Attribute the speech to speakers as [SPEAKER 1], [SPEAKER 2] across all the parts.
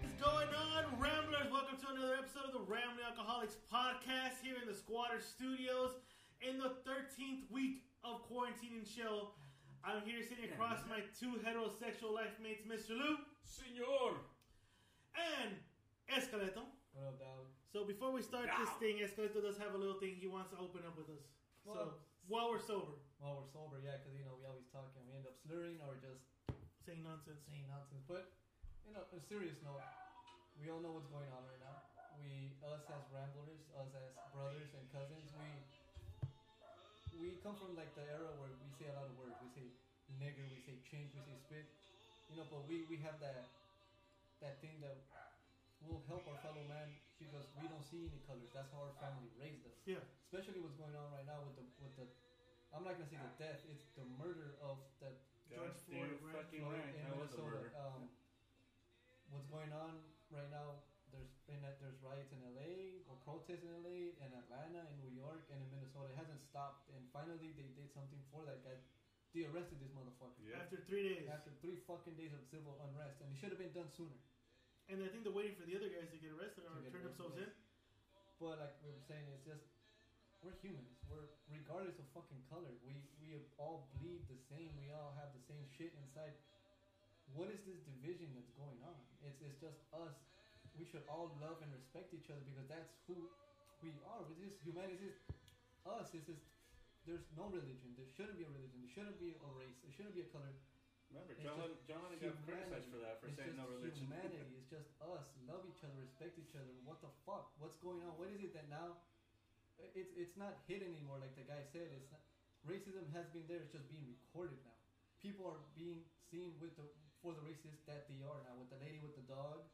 [SPEAKER 1] What's going on, Ramblers? Welcome to another episode of the Rambling Alcoholics Podcast here in the Squatter Studios in the 13th week of quarantine and chill. I'm here sitting across my two heterosexual life mates, Mr. Lou
[SPEAKER 2] Senor!
[SPEAKER 1] and Escaleto. So before we start this thing, Escaleto does have a little thing he wants to open up with us. So
[SPEAKER 2] Well-
[SPEAKER 1] while we're sober,
[SPEAKER 2] While we're sober, yeah, because you know we always talk and we end up slurring or just
[SPEAKER 1] saying nonsense.
[SPEAKER 2] saying nonsense. But you know, on a serious note, we all know what's going on right now. We, us as ramblers, us as brothers and cousins, we we come from like the era where we say a lot of words. We say nigger, we say chink, we say spit. You know, but we we have that that thing that will help our fellow man because we don't see any colors. That's how our family raised us.
[SPEAKER 1] Yeah,
[SPEAKER 2] especially what's going on right now with the with the I'm not gonna say the death, it's the murder of that
[SPEAKER 1] George Floyd, right?
[SPEAKER 3] fucking
[SPEAKER 2] Floyd
[SPEAKER 3] right.
[SPEAKER 2] in
[SPEAKER 3] That was a murder.
[SPEAKER 2] Minnesota. Um, what's going on right now? There's been there's riots in LA or protests in LA and Atlanta and New York and in Minnesota. It hasn't stopped, and finally they did something for that guy. They arrested this motherfucker
[SPEAKER 3] Yeah.
[SPEAKER 1] after three days,
[SPEAKER 2] after three fucking days of civil unrest, and it should have been done sooner.
[SPEAKER 1] and I think they're waiting for the other guys to get arrested
[SPEAKER 2] To
[SPEAKER 1] or
[SPEAKER 2] get
[SPEAKER 1] turn themselves in.
[SPEAKER 2] arrested. But like we were saying, it's just we're humans. We're regardless of fucking color, we we all bleed the same. We all have the same shit inside. What is this division that's going on? It's it's just us. We should all love and respect each other because that's who we are. With this humanity, is us. It's just there's no religion. There shouldn't be a religion. There shouldn't be a race. There shouldn't be a color.
[SPEAKER 3] Remember,
[SPEAKER 2] It's
[SPEAKER 3] John,
[SPEAKER 2] just
[SPEAKER 3] John got
[SPEAKER 2] humanity.
[SPEAKER 3] criticized for that, for
[SPEAKER 2] It's
[SPEAKER 3] saying
[SPEAKER 2] just
[SPEAKER 3] no religion.
[SPEAKER 2] Humanity It's just us. Love each other, respect each other. What the fuck? What's going on? What is it that now? uh, It's it's not hidden anymore, like the guy said. It's not. Racism has been there. It's just being recorded now. People are being seen with the for the racist that they are now. With the lady with the dog,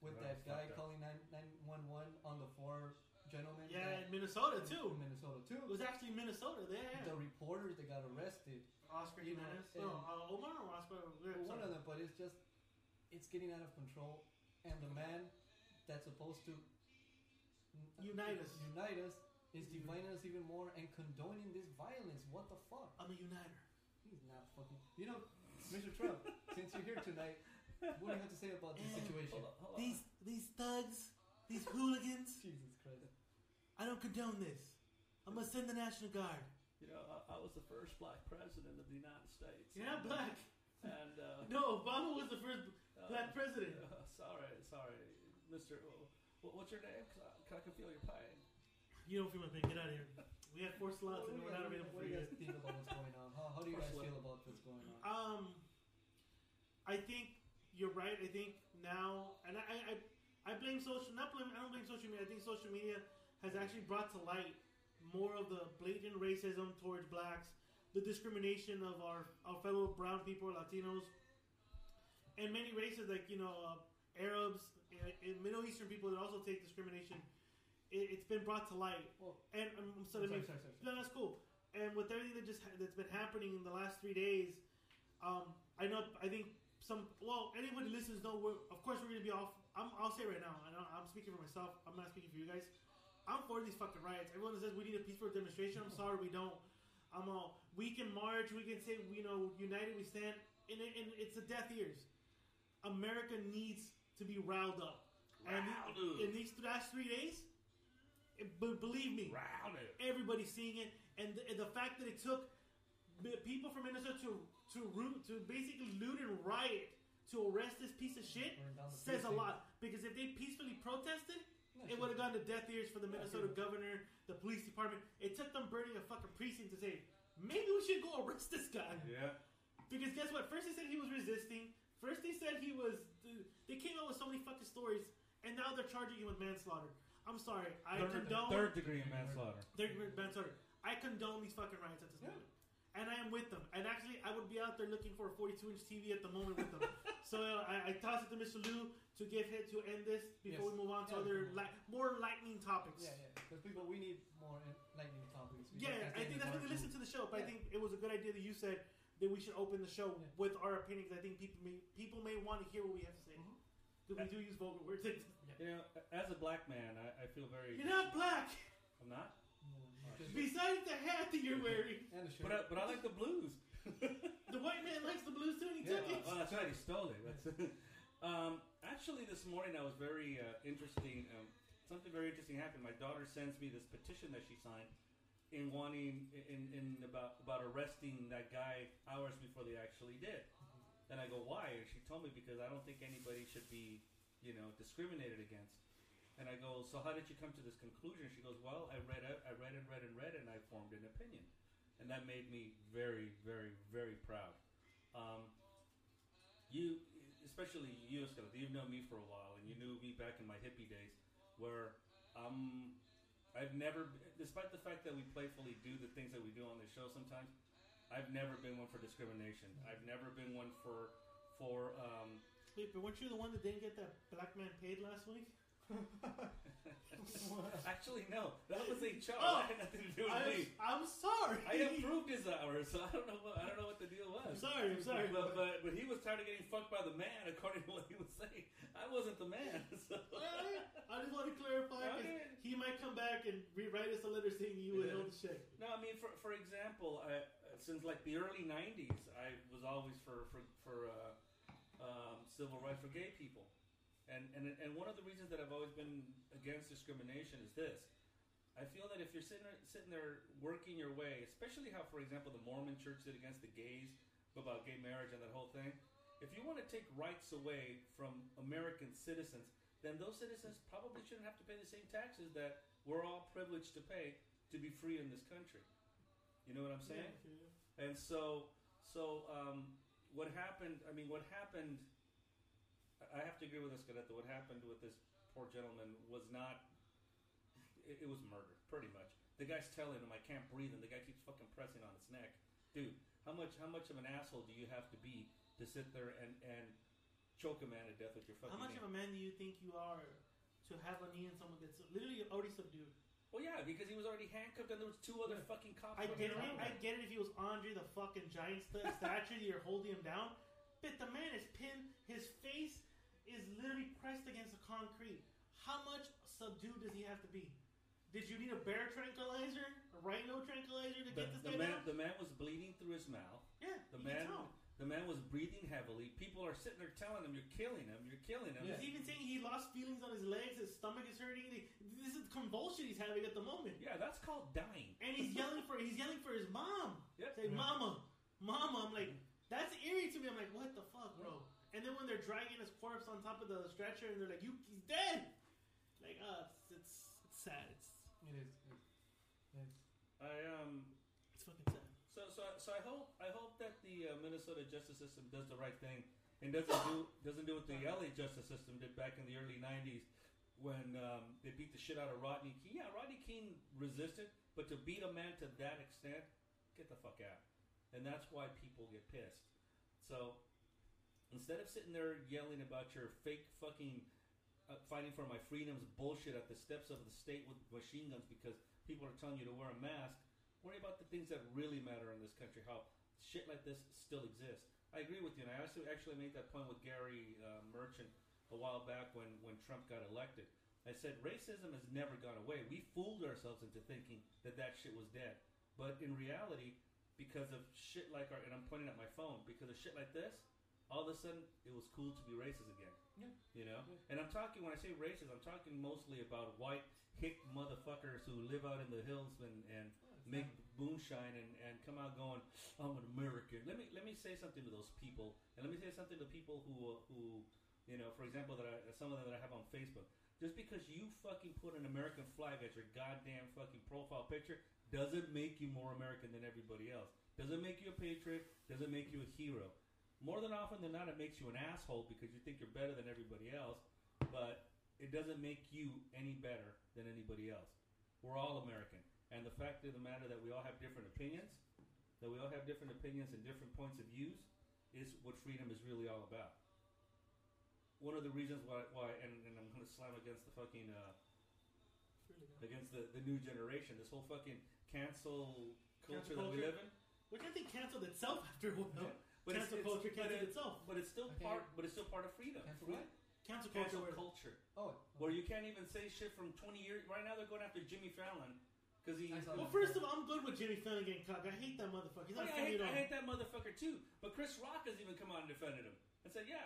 [SPEAKER 2] with
[SPEAKER 3] Well,
[SPEAKER 2] that
[SPEAKER 3] fuck
[SPEAKER 2] guy
[SPEAKER 3] that.
[SPEAKER 2] calling nine nine one one on the four gentlemen.
[SPEAKER 1] Yeah, in
[SPEAKER 2] that-
[SPEAKER 1] Minnesota
[SPEAKER 2] in
[SPEAKER 1] too.
[SPEAKER 2] Minnesota
[SPEAKER 1] It
[SPEAKER 2] too.
[SPEAKER 1] was actually Minnesota. They had
[SPEAKER 2] The reporters that got arrested.
[SPEAKER 1] Oscar
[SPEAKER 2] You know,
[SPEAKER 1] Jimenez.
[SPEAKER 2] and-
[SPEAKER 1] no, uh, Omar or Oscar? yeah,
[SPEAKER 2] Well, one
[SPEAKER 1] sorry.
[SPEAKER 2] of them, but it's just it's getting out of control, and the man that's supposed to
[SPEAKER 1] Unite us. Mm-hmm.
[SPEAKER 2] unite us, is dividing us even more and condoning this violence. What the fuck?
[SPEAKER 1] I'm a uniter.
[SPEAKER 2] He's not fucking. You know, Mr. Trump. since you're here tonight, what do you have to say about
[SPEAKER 1] Mm.
[SPEAKER 2] this situation?
[SPEAKER 1] These
[SPEAKER 2] uh,
[SPEAKER 1] these thugs, these hooligans.
[SPEAKER 2] Jesus Christ!
[SPEAKER 1] I don't condone this. I'm gonna send the National Guard.
[SPEAKER 4] You know, I, I was the first black president of the United States.
[SPEAKER 1] Yeah, black.
[SPEAKER 4] And uh,
[SPEAKER 1] No, Obama was the first
[SPEAKER 2] Uh,
[SPEAKER 1] black president.
[SPEAKER 4] uh, sorry, sorry, Mister. uh, What, what's your name? 'Cause I, 'cause I can feel your pain.
[SPEAKER 1] You don't feel my pain. Get out of here. We have four slots and
[SPEAKER 2] What do
[SPEAKER 1] we're
[SPEAKER 2] you
[SPEAKER 1] not
[SPEAKER 2] guys-
[SPEAKER 1] available
[SPEAKER 2] what
[SPEAKER 1] for
[SPEAKER 2] do you
[SPEAKER 1] you.
[SPEAKER 2] guys think about what's going on? How, how do you
[SPEAKER 4] First
[SPEAKER 2] guys
[SPEAKER 4] one.
[SPEAKER 2] feel about what's going on?
[SPEAKER 1] Um, I think you're right. I think now, and I, I, I blame social. Not blame. I don't blame social media. I think social media has actually brought to light more of the blatant racism towards blacks, the discrimination of our our fellow brown people, Latinos, and many races like you know uh, Arabs and, and Middle Eastern people that also take discrimination. It, it's been brought to light.
[SPEAKER 2] Well,
[SPEAKER 1] And um, so
[SPEAKER 2] I'm
[SPEAKER 1] let me-
[SPEAKER 2] sorry, sorry, sorry, sorry.
[SPEAKER 1] no, that's cool. And with everything that just that's been happening in the last three days, um, I know. I think some. Well, anybody who listens know. We're, of course, we're gonna be off. I'm, I'll say right now. I know I'm speaking for myself. I'm not speaking for you guys. I'm for these fucking riots. Everyone that says we need a peaceful demonstration. I'm sorry, we don't. I'm all. We can march. We can say you know, united we stand. And, it- and it's the death ears. America needs to be riled up.
[SPEAKER 4] Riled
[SPEAKER 1] and
[SPEAKER 4] up.
[SPEAKER 1] in these last three days, it- but believe me,
[SPEAKER 4] Rounded.
[SPEAKER 1] everybody's seeing it, and the, and the fact that it took the people from Minnesota to to root to basically loot and riot to arrest this piece of shit
[SPEAKER 2] Burn down the
[SPEAKER 1] says a
[SPEAKER 2] precinct.
[SPEAKER 1] lot. Because if they peacefully protested,
[SPEAKER 2] Yeah,
[SPEAKER 1] it
[SPEAKER 2] sure.
[SPEAKER 1] would have gone to death ears for the Minnesota
[SPEAKER 2] sure.
[SPEAKER 1] governor, the police department. It took them burning a fucking precinct to say maybe we should go arrest this guy.
[SPEAKER 3] Yeah.
[SPEAKER 1] Because guess what? First he said he was resisting. First they said he was. They came out with so many fucking stories, and now they're charging him with manslaughter. I'm sorry. I
[SPEAKER 3] third,
[SPEAKER 1] condone
[SPEAKER 3] third degree of manslaughter.
[SPEAKER 1] third degree manslaughter. I condone these fucking riots at this
[SPEAKER 2] Yeah.
[SPEAKER 1] moment, and I am with them. And actually, I would be out there looking for a 42 inch TV at the moment with them. so uh, I, I toss it to Mr. Liu to give hit to end this before
[SPEAKER 2] Yes.
[SPEAKER 1] we move on to
[SPEAKER 2] Yeah,
[SPEAKER 1] other
[SPEAKER 2] come on.
[SPEAKER 1] li- more lightning topics.
[SPEAKER 2] Yeah, yeah. Because people, we need more uh, lightning topics. We
[SPEAKER 1] Yeah, I
[SPEAKER 2] just can't
[SPEAKER 1] think
[SPEAKER 2] stand
[SPEAKER 1] that's why
[SPEAKER 2] the
[SPEAKER 1] they listen to the show. But I
[SPEAKER 2] Yeah.
[SPEAKER 1] think it was a good idea that you said that we should open the show
[SPEAKER 2] Yeah.
[SPEAKER 1] with our opinions. I think people may people may want to hear what we have to say.
[SPEAKER 2] Mm-hmm.
[SPEAKER 4] Mhm.
[SPEAKER 1] Because we do use vulgar words.
[SPEAKER 4] You know, a- as a black man, I, I feel very.
[SPEAKER 1] you're not black.
[SPEAKER 4] I'm not.
[SPEAKER 2] barbecue. Yeah,
[SPEAKER 1] Besides the hat that you're wearing,
[SPEAKER 2] yeah. And the shirt.
[SPEAKER 4] But I, but I like the blues.
[SPEAKER 1] the white man likes the blues too, and he
[SPEAKER 2] Yeah,
[SPEAKER 1] took it.
[SPEAKER 4] Well, that's right. He stole it. That's. um, actually, this morning I was very uh, interesting. Um, something very interesting happened. My daughter sends me this petition that she signed in wanting in, in about about arresting that guy hours before they actually did. And I go, why? And she told me because I don't think anybody should be, you know, discriminated against. And I go, so how did you come to this conclusion? She goes, well, I read it, I read and read and read, and I formed an opinion, and that made me very, very, very proud. Um, you, especially you, Escalante, you've known me for a while, and you knew me back in my hippie days, where um, I've never, despite the fact that we playfully do the things that we do on this show sometimes, I've never been one for discrimination. I've never been one for for um,
[SPEAKER 1] Wait, but weren't you the one that didn't get that black man paid last week?
[SPEAKER 4] Actually, no. That was HR.
[SPEAKER 1] Oh,
[SPEAKER 4] that had nothing to do with
[SPEAKER 1] I'm,
[SPEAKER 4] me.
[SPEAKER 1] I'm sorry.
[SPEAKER 4] I approved his hours, so I don't know. What, I don't know what the deal
[SPEAKER 1] I'm
[SPEAKER 4] was.
[SPEAKER 1] sorry. I'm sorry.
[SPEAKER 4] But, but but he was tired of getting fucked by the man, according to what he was saying. I wasn't the man. So.
[SPEAKER 1] I just want to clarify. 'cause
[SPEAKER 4] Okay.
[SPEAKER 1] He might come back and rewrite us a letter saying you
[SPEAKER 4] Yeah.
[SPEAKER 1] withheld the check.
[SPEAKER 4] No, I mean, for for example, I, since like the early '90s, I was always for for for uh, um, civil rights for gay people, and and and one of the reasons that I've always been against discrimination is this. I feel that if you're sitting there, sitting there working your way, especially how, for example, the Mormon Church did against the gays about gay marriage and that whole thing, if you want to take rights away from American citizens, then those citizens probably shouldn't have to pay the same taxes that we're all privileged to pay to be free in this country. You know what I'm saying? And so, so um, what happened? I mean, what happened? I- I have to agree with Escaleta. What happened with this poor gentleman was not. It, it was murder, pretty much. The guy's telling him, "I can't breathe," and the guy keeps fucking pressing on his neck. Dude, how much how much of an asshole do you have to be to sit there and and choke a man to death with your fucking?
[SPEAKER 1] How much
[SPEAKER 4] hand?
[SPEAKER 1] of a man do you think you are to have a knee in someone that's literally already subdued?
[SPEAKER 4] Well, yeah, because he was already handcuffed, and there was two other fucking cops.
[SPEAKER 1] I
[SPEAKER 4] on
[SPEAKER 1] get it.
[SPEAKER 4] top of
[SPEAKER 1] I
[SPEAKER 4] him.
[SPEAKER 1] get it if he was Andre the fucking giant st- statue. You're holding him down, but the man is pinned. His face is literally pressed against the concrete. How much subdued does he have to be? Did you need a bear tranquilizer, a rhino tranquilizer to
[SPEAKER 4] The,
[SPEAKER 1] get this
[SPEAKER 4] the
[SPEAKER 1] guy
[SPEAKER 4] man,
[SPEAKER 1] down?
[SPEAKER 4] the man was bleeding through his mouth.
[SPEAKER 1] Yeah,
[SPEAKER 4] The
[SPEAKER 1] you
[SPEAKER 4] man,
[SPEAKER 1] can tell.
[SPEAKER 4] the man was breathing heavily. People are sitting there telling him, "You're killing him. You're killing him."
[SPEAKER 1] He's even saying he lost feelings on his legs. His stomach is hurting. This is the convulsion he's having at the moment.
[SPEAKER 4] Yeah, that's called dying.
[SPEAKER 1] and he's yelling for he's yelling for his mom.
[SPEAKER 4] Yep.
[SPEAKER 1] Say, "Mama, mama!" I'm like, that's eerie to me. I'm like, what the fuck, bro? And then when they're dragging his corpse on top of the stretcher, and they're like, "You, he's dead!" Like, uh, it's it's, it's sad. It's,
[SPEAKER 2] It is. It, yes.
[SPEAKER 4] I um.
[SPEAKER 1] it's fucking sad.
[SPEAKER 4] So so so I hope I hope that the uh, Minnesota justice system does the right thing and doesn't do doesn't do what the LA justice system did back in the early '90s when um, they beat the shit out of Rodney King. Yeah, Rodney King resisted, but to beat a man to that extent, get the fuck out. And that's why people get pissed. So instead of sitting there yelling about your fake fucking uh, fighting for my freedoms bullshit at the steps of the state with machine guns because people are telling you to wear a mask, worry about the things that really matter in this country. How shit like this still exists. I agree with you, and I also actually made that point with Gary uh, Merchant a while back when, when Trump got elected. I said racism has never gone away. We fooled ourselves into thinking that that shit was dead, but in reality, because of shit like our and I'm pointing at my phone because of shit like this, all of a sudden it was cool to be racist again.
[SPEAKER 2] Yeah.
[SPEAKER 4] You know,
[SPEAKER 2] Yeah.
[SPEAKER 4] and I'm talking when I say racist, I'm talking mostly about white hick motherfuckers who live out in the hills and, and make moonshine and, and come out going, I'm an American. Let me let me say something to those people, and let me say something to people who uh, who, you know, for example, that I, some of them that I have on Facebook. Just because you fucking put an American flag at your goddamn fucking profile picture doesn't make you more American than everybody else. Doesn't make you a patriot. Doesn't make you a hero. more than often than not, it makes you an asshole because you think you're better than everybody else, but it doesn't make you any better than anybody else. We're all American. And the fact of the matter that we all have different opinions, that we all have different opinions and different points of views, is what freedom is really all about. One of the reasons why, why and, and I'm going to slam against the fucking, uh, against the, the new generation, this whole fucking cancel
[SPEAKER 1] Cancel
[SPEAKER 4] culture, that we
[SPEAKER 1] culture.
[SPEAKER 4] live in.
[SPEAKER 1] Which I think canceled itself after a while.
[SPEAKER 4] Yeah. But it's,
[SPEAKER 1] Cancel
[SPEAKER 4] it's,
[SPEAKER 1] culture
[SPEAKER 4] but,
[SPEAKER 1] canceled
[SPEAKER 4] it-
[SPEAKER 1] itself.
[SPEAKER 4] but it's still
[SPEAKER 2] Okay.
[SPEAKER 4] part. But it's still part of freedom.
[SPEAKER 2] Cancel
[SPEAKER 4] Free-
[SPEAKER 2] what?
[SPEAKER 1] Cancel culture.
[SPEAKER 4] Cancel
[SPEAKER 1] where-
[SPEAKER 4] culture,
[SPEAKER 2] Oh,
[SPEAKER 4] where you can't even say shit from 20 years. Right now, they're going after Jimmy Fallon because he.
[SPEAKER 2] I saw
[SPEAKER 1] Well, first of all, I'm good with Jimmy Fallon getting cocked. I uh, hate that motherfucker. He's
[SPEAKER 4] I,
[SPEAKER 1] not
[SPEAKER 4] Oh, I
[SPEAKER 1] funny
[SPEAKER 4] hate,
[SPEAKER 1] at
[SPEAKER 4] I
[SPEAKER 1] all.
[SPEAKER 4] hate that motherfucker too. But Chris Rock has even come out and defended him and said, "Yeah,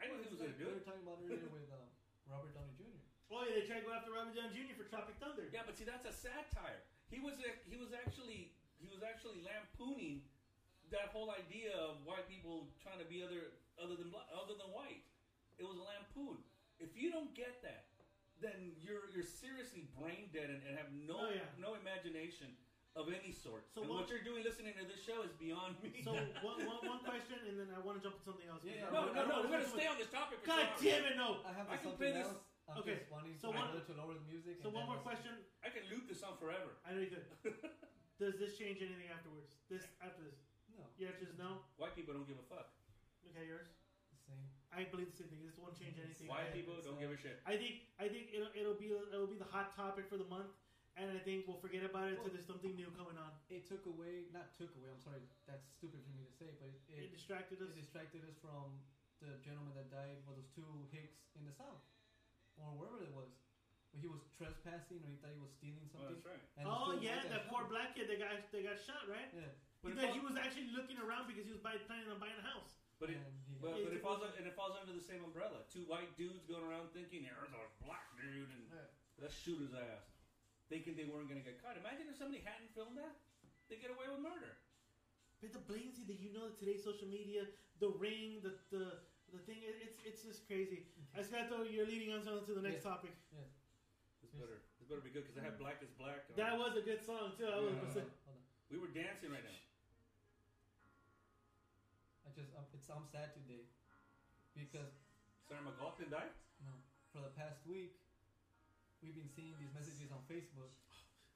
[SPEAKER 4] I knew
[SPEAKER 2] Well,
[SPEAKER 4] he
[SPEAKER 2] it's
[SPEAKER 4] was going
[SPEAKER 2] like
[SPEAKER 4] to do
[SPEAKER 2] we
[SPEAKER 4] it."
[SPEAKER 2] were talking about earlier with um, Robert Downey Jr.
[SPEAKER 1] Oh yeah, they tried to go after Robert Downey Jr. for Tropic Thunder.
[SPEAKER 4] Yeah, but see, that's a satire. He was ac- he was actually he was actually lampooning that whole idea of white people trying to be other other than bla- other than white. It was a lampoon. If you don't get that, then you're you're seriously brain dead and, and have
[SPEAKER 1] Oh,
[SPEAKER 4] no
[SPEAKER 1] yeah.
[SPEAKER 4] no imagination of any sort.
[SPEAKER 1] So
[SPEAKER 4] and
[SPEAKER 1] what-
[SPEAKER 4] what, you're doing listening to this show is beyond me.
[SPEAKER 1] So one, one, one question, and then I want to jump into something else.
[SPEAKER 2] Yeah, yeah.
[SPEAKER 4] no,
[SPEAKER 1] I
[SPEAKER 4] no,
[SPEAKER 1] don't
[SPEAKER 4] no.
[SPEAKER 1] wanna
[SPEAKER 4] We're
[SPEAKER 1] spend
[SPEAKER 4] gonna
[SPEAKER 1] too
[SPEAKER 4] stay
[SPEAKER 1] much-
[SPEAKER 4] on this topic. For
[SPEAKER 1] God
[SPEAKER 4] two hours.
[SPEAKER 1] damn it, no.
[SPEAKER 2] I have
[SPEAKER 4] I
[SPEAKER 2] I
[SPEAKER 4] can
[SPEAKER 2] something
[SPEAKER 4] play this-
[SPEAKER 2] else. I'm
[SPEAKER 1] okay,
[SPEAKER 2] just wanting
[SPEAKER 1] so
[SPEAKER 2] to
[SPEAKER 1] one-
[SPEAKER 2] to lower the music.
[SPEAKER 1] So
[SPEAKER 2] and
[SPEAKER 1] one
[SPEAKER 2] then
[SPEAKER 1] more
[SPEAKER 2] listen.
[SPEAKER 1] question.
[SPEAKER 4] I can loop this on forever.
[SPEAKER 1] I know you could. Does this change anything afterwards? This after this?
[SPEAKER 2] No,
[SPEAKER 1] Your answer is no.
[SPEAKER 4] White people don't give a fuck.
[SPEAKER 1] Okay, yours.
[SPEAKER 2] same.
[SPEAKER 1] I believe the same thing. This won't change anything. I-
[SPEAKER 4] White people don't give a shit.
[SPEAKER 1] I think I think it'll, it'll be it'll be the hot topic for the month, and I think we'll forget about it until there's something new coming on.
[SPEAKER 2] It took away, not took away. I'm sorry, that's stupid for me to say, but it, it,
[SPEAKER 1] It distracted us.
[SPEAKER 2] it distracted us from the gentleman that died for those two hicks in the south, or wherever it was. When he was trespassing, or he thought he was stealing
[SPEAKER 4] Well,
[SPEAKER 2] something.
[SPEAKER 4] that's right.
[SPEAKER 2] and the
[SPEAKER 1] Oh
[SPEAKER 2] two
[SPEAKER 1] yeah,
[SPEAKER 2] white guys
[SPEAKER 1] that
[SPEAKER 2] shot
[SPEAKER 1] poor
[SPEAKER 2] him.
[SPEAKER 1] black kid that got that got shot, right? He,
[SPEAKER 4] But
[SPEAKER 2] Yeah,
[SPEAKER 4] it
[SPEAKER 1] thought-
[SPEAKER 4] fal-
[SPEAKER 1] he was actually looking around because he was buy, planning on buying a house.
[SPEAKER 4] but it,
[SPEAKER 2] and he got-
[SPEAKER 4] But,
[SPEAKER 1] Yeah,
[SPEAKER 4] but it
[SPEAKER 1] it's-
[SPEAKER 4] falls un- and it falls under the same umbrella. Two white dudes going around thinking there's a black dude and let's shoot his ass, thinking they weren't going to get caught. Imagine if somebody hadn't filmed that, they get away with murder.
[SPEAKER 1] But the blatancy that you know that today's social media, the ring, the the the thing, it, it's it's just crazy. Escato, you're leading us on to the next topic.
[SPEAKER 4] This better this better be good because I had black is black. on.
[SPEAKER 1] That was a good song too. I was gonna say.
[SPEAKER 2] Hold on.
[SPEAKER 4] we were dancing right now.
[SPEAKER 2] I just, I'm, it's, I'm sad today because
[SPEAKER 4] Sarah McLaughlin died.
[SPEAKER 2] no, for the past week we've been seeing these messages on Facebook,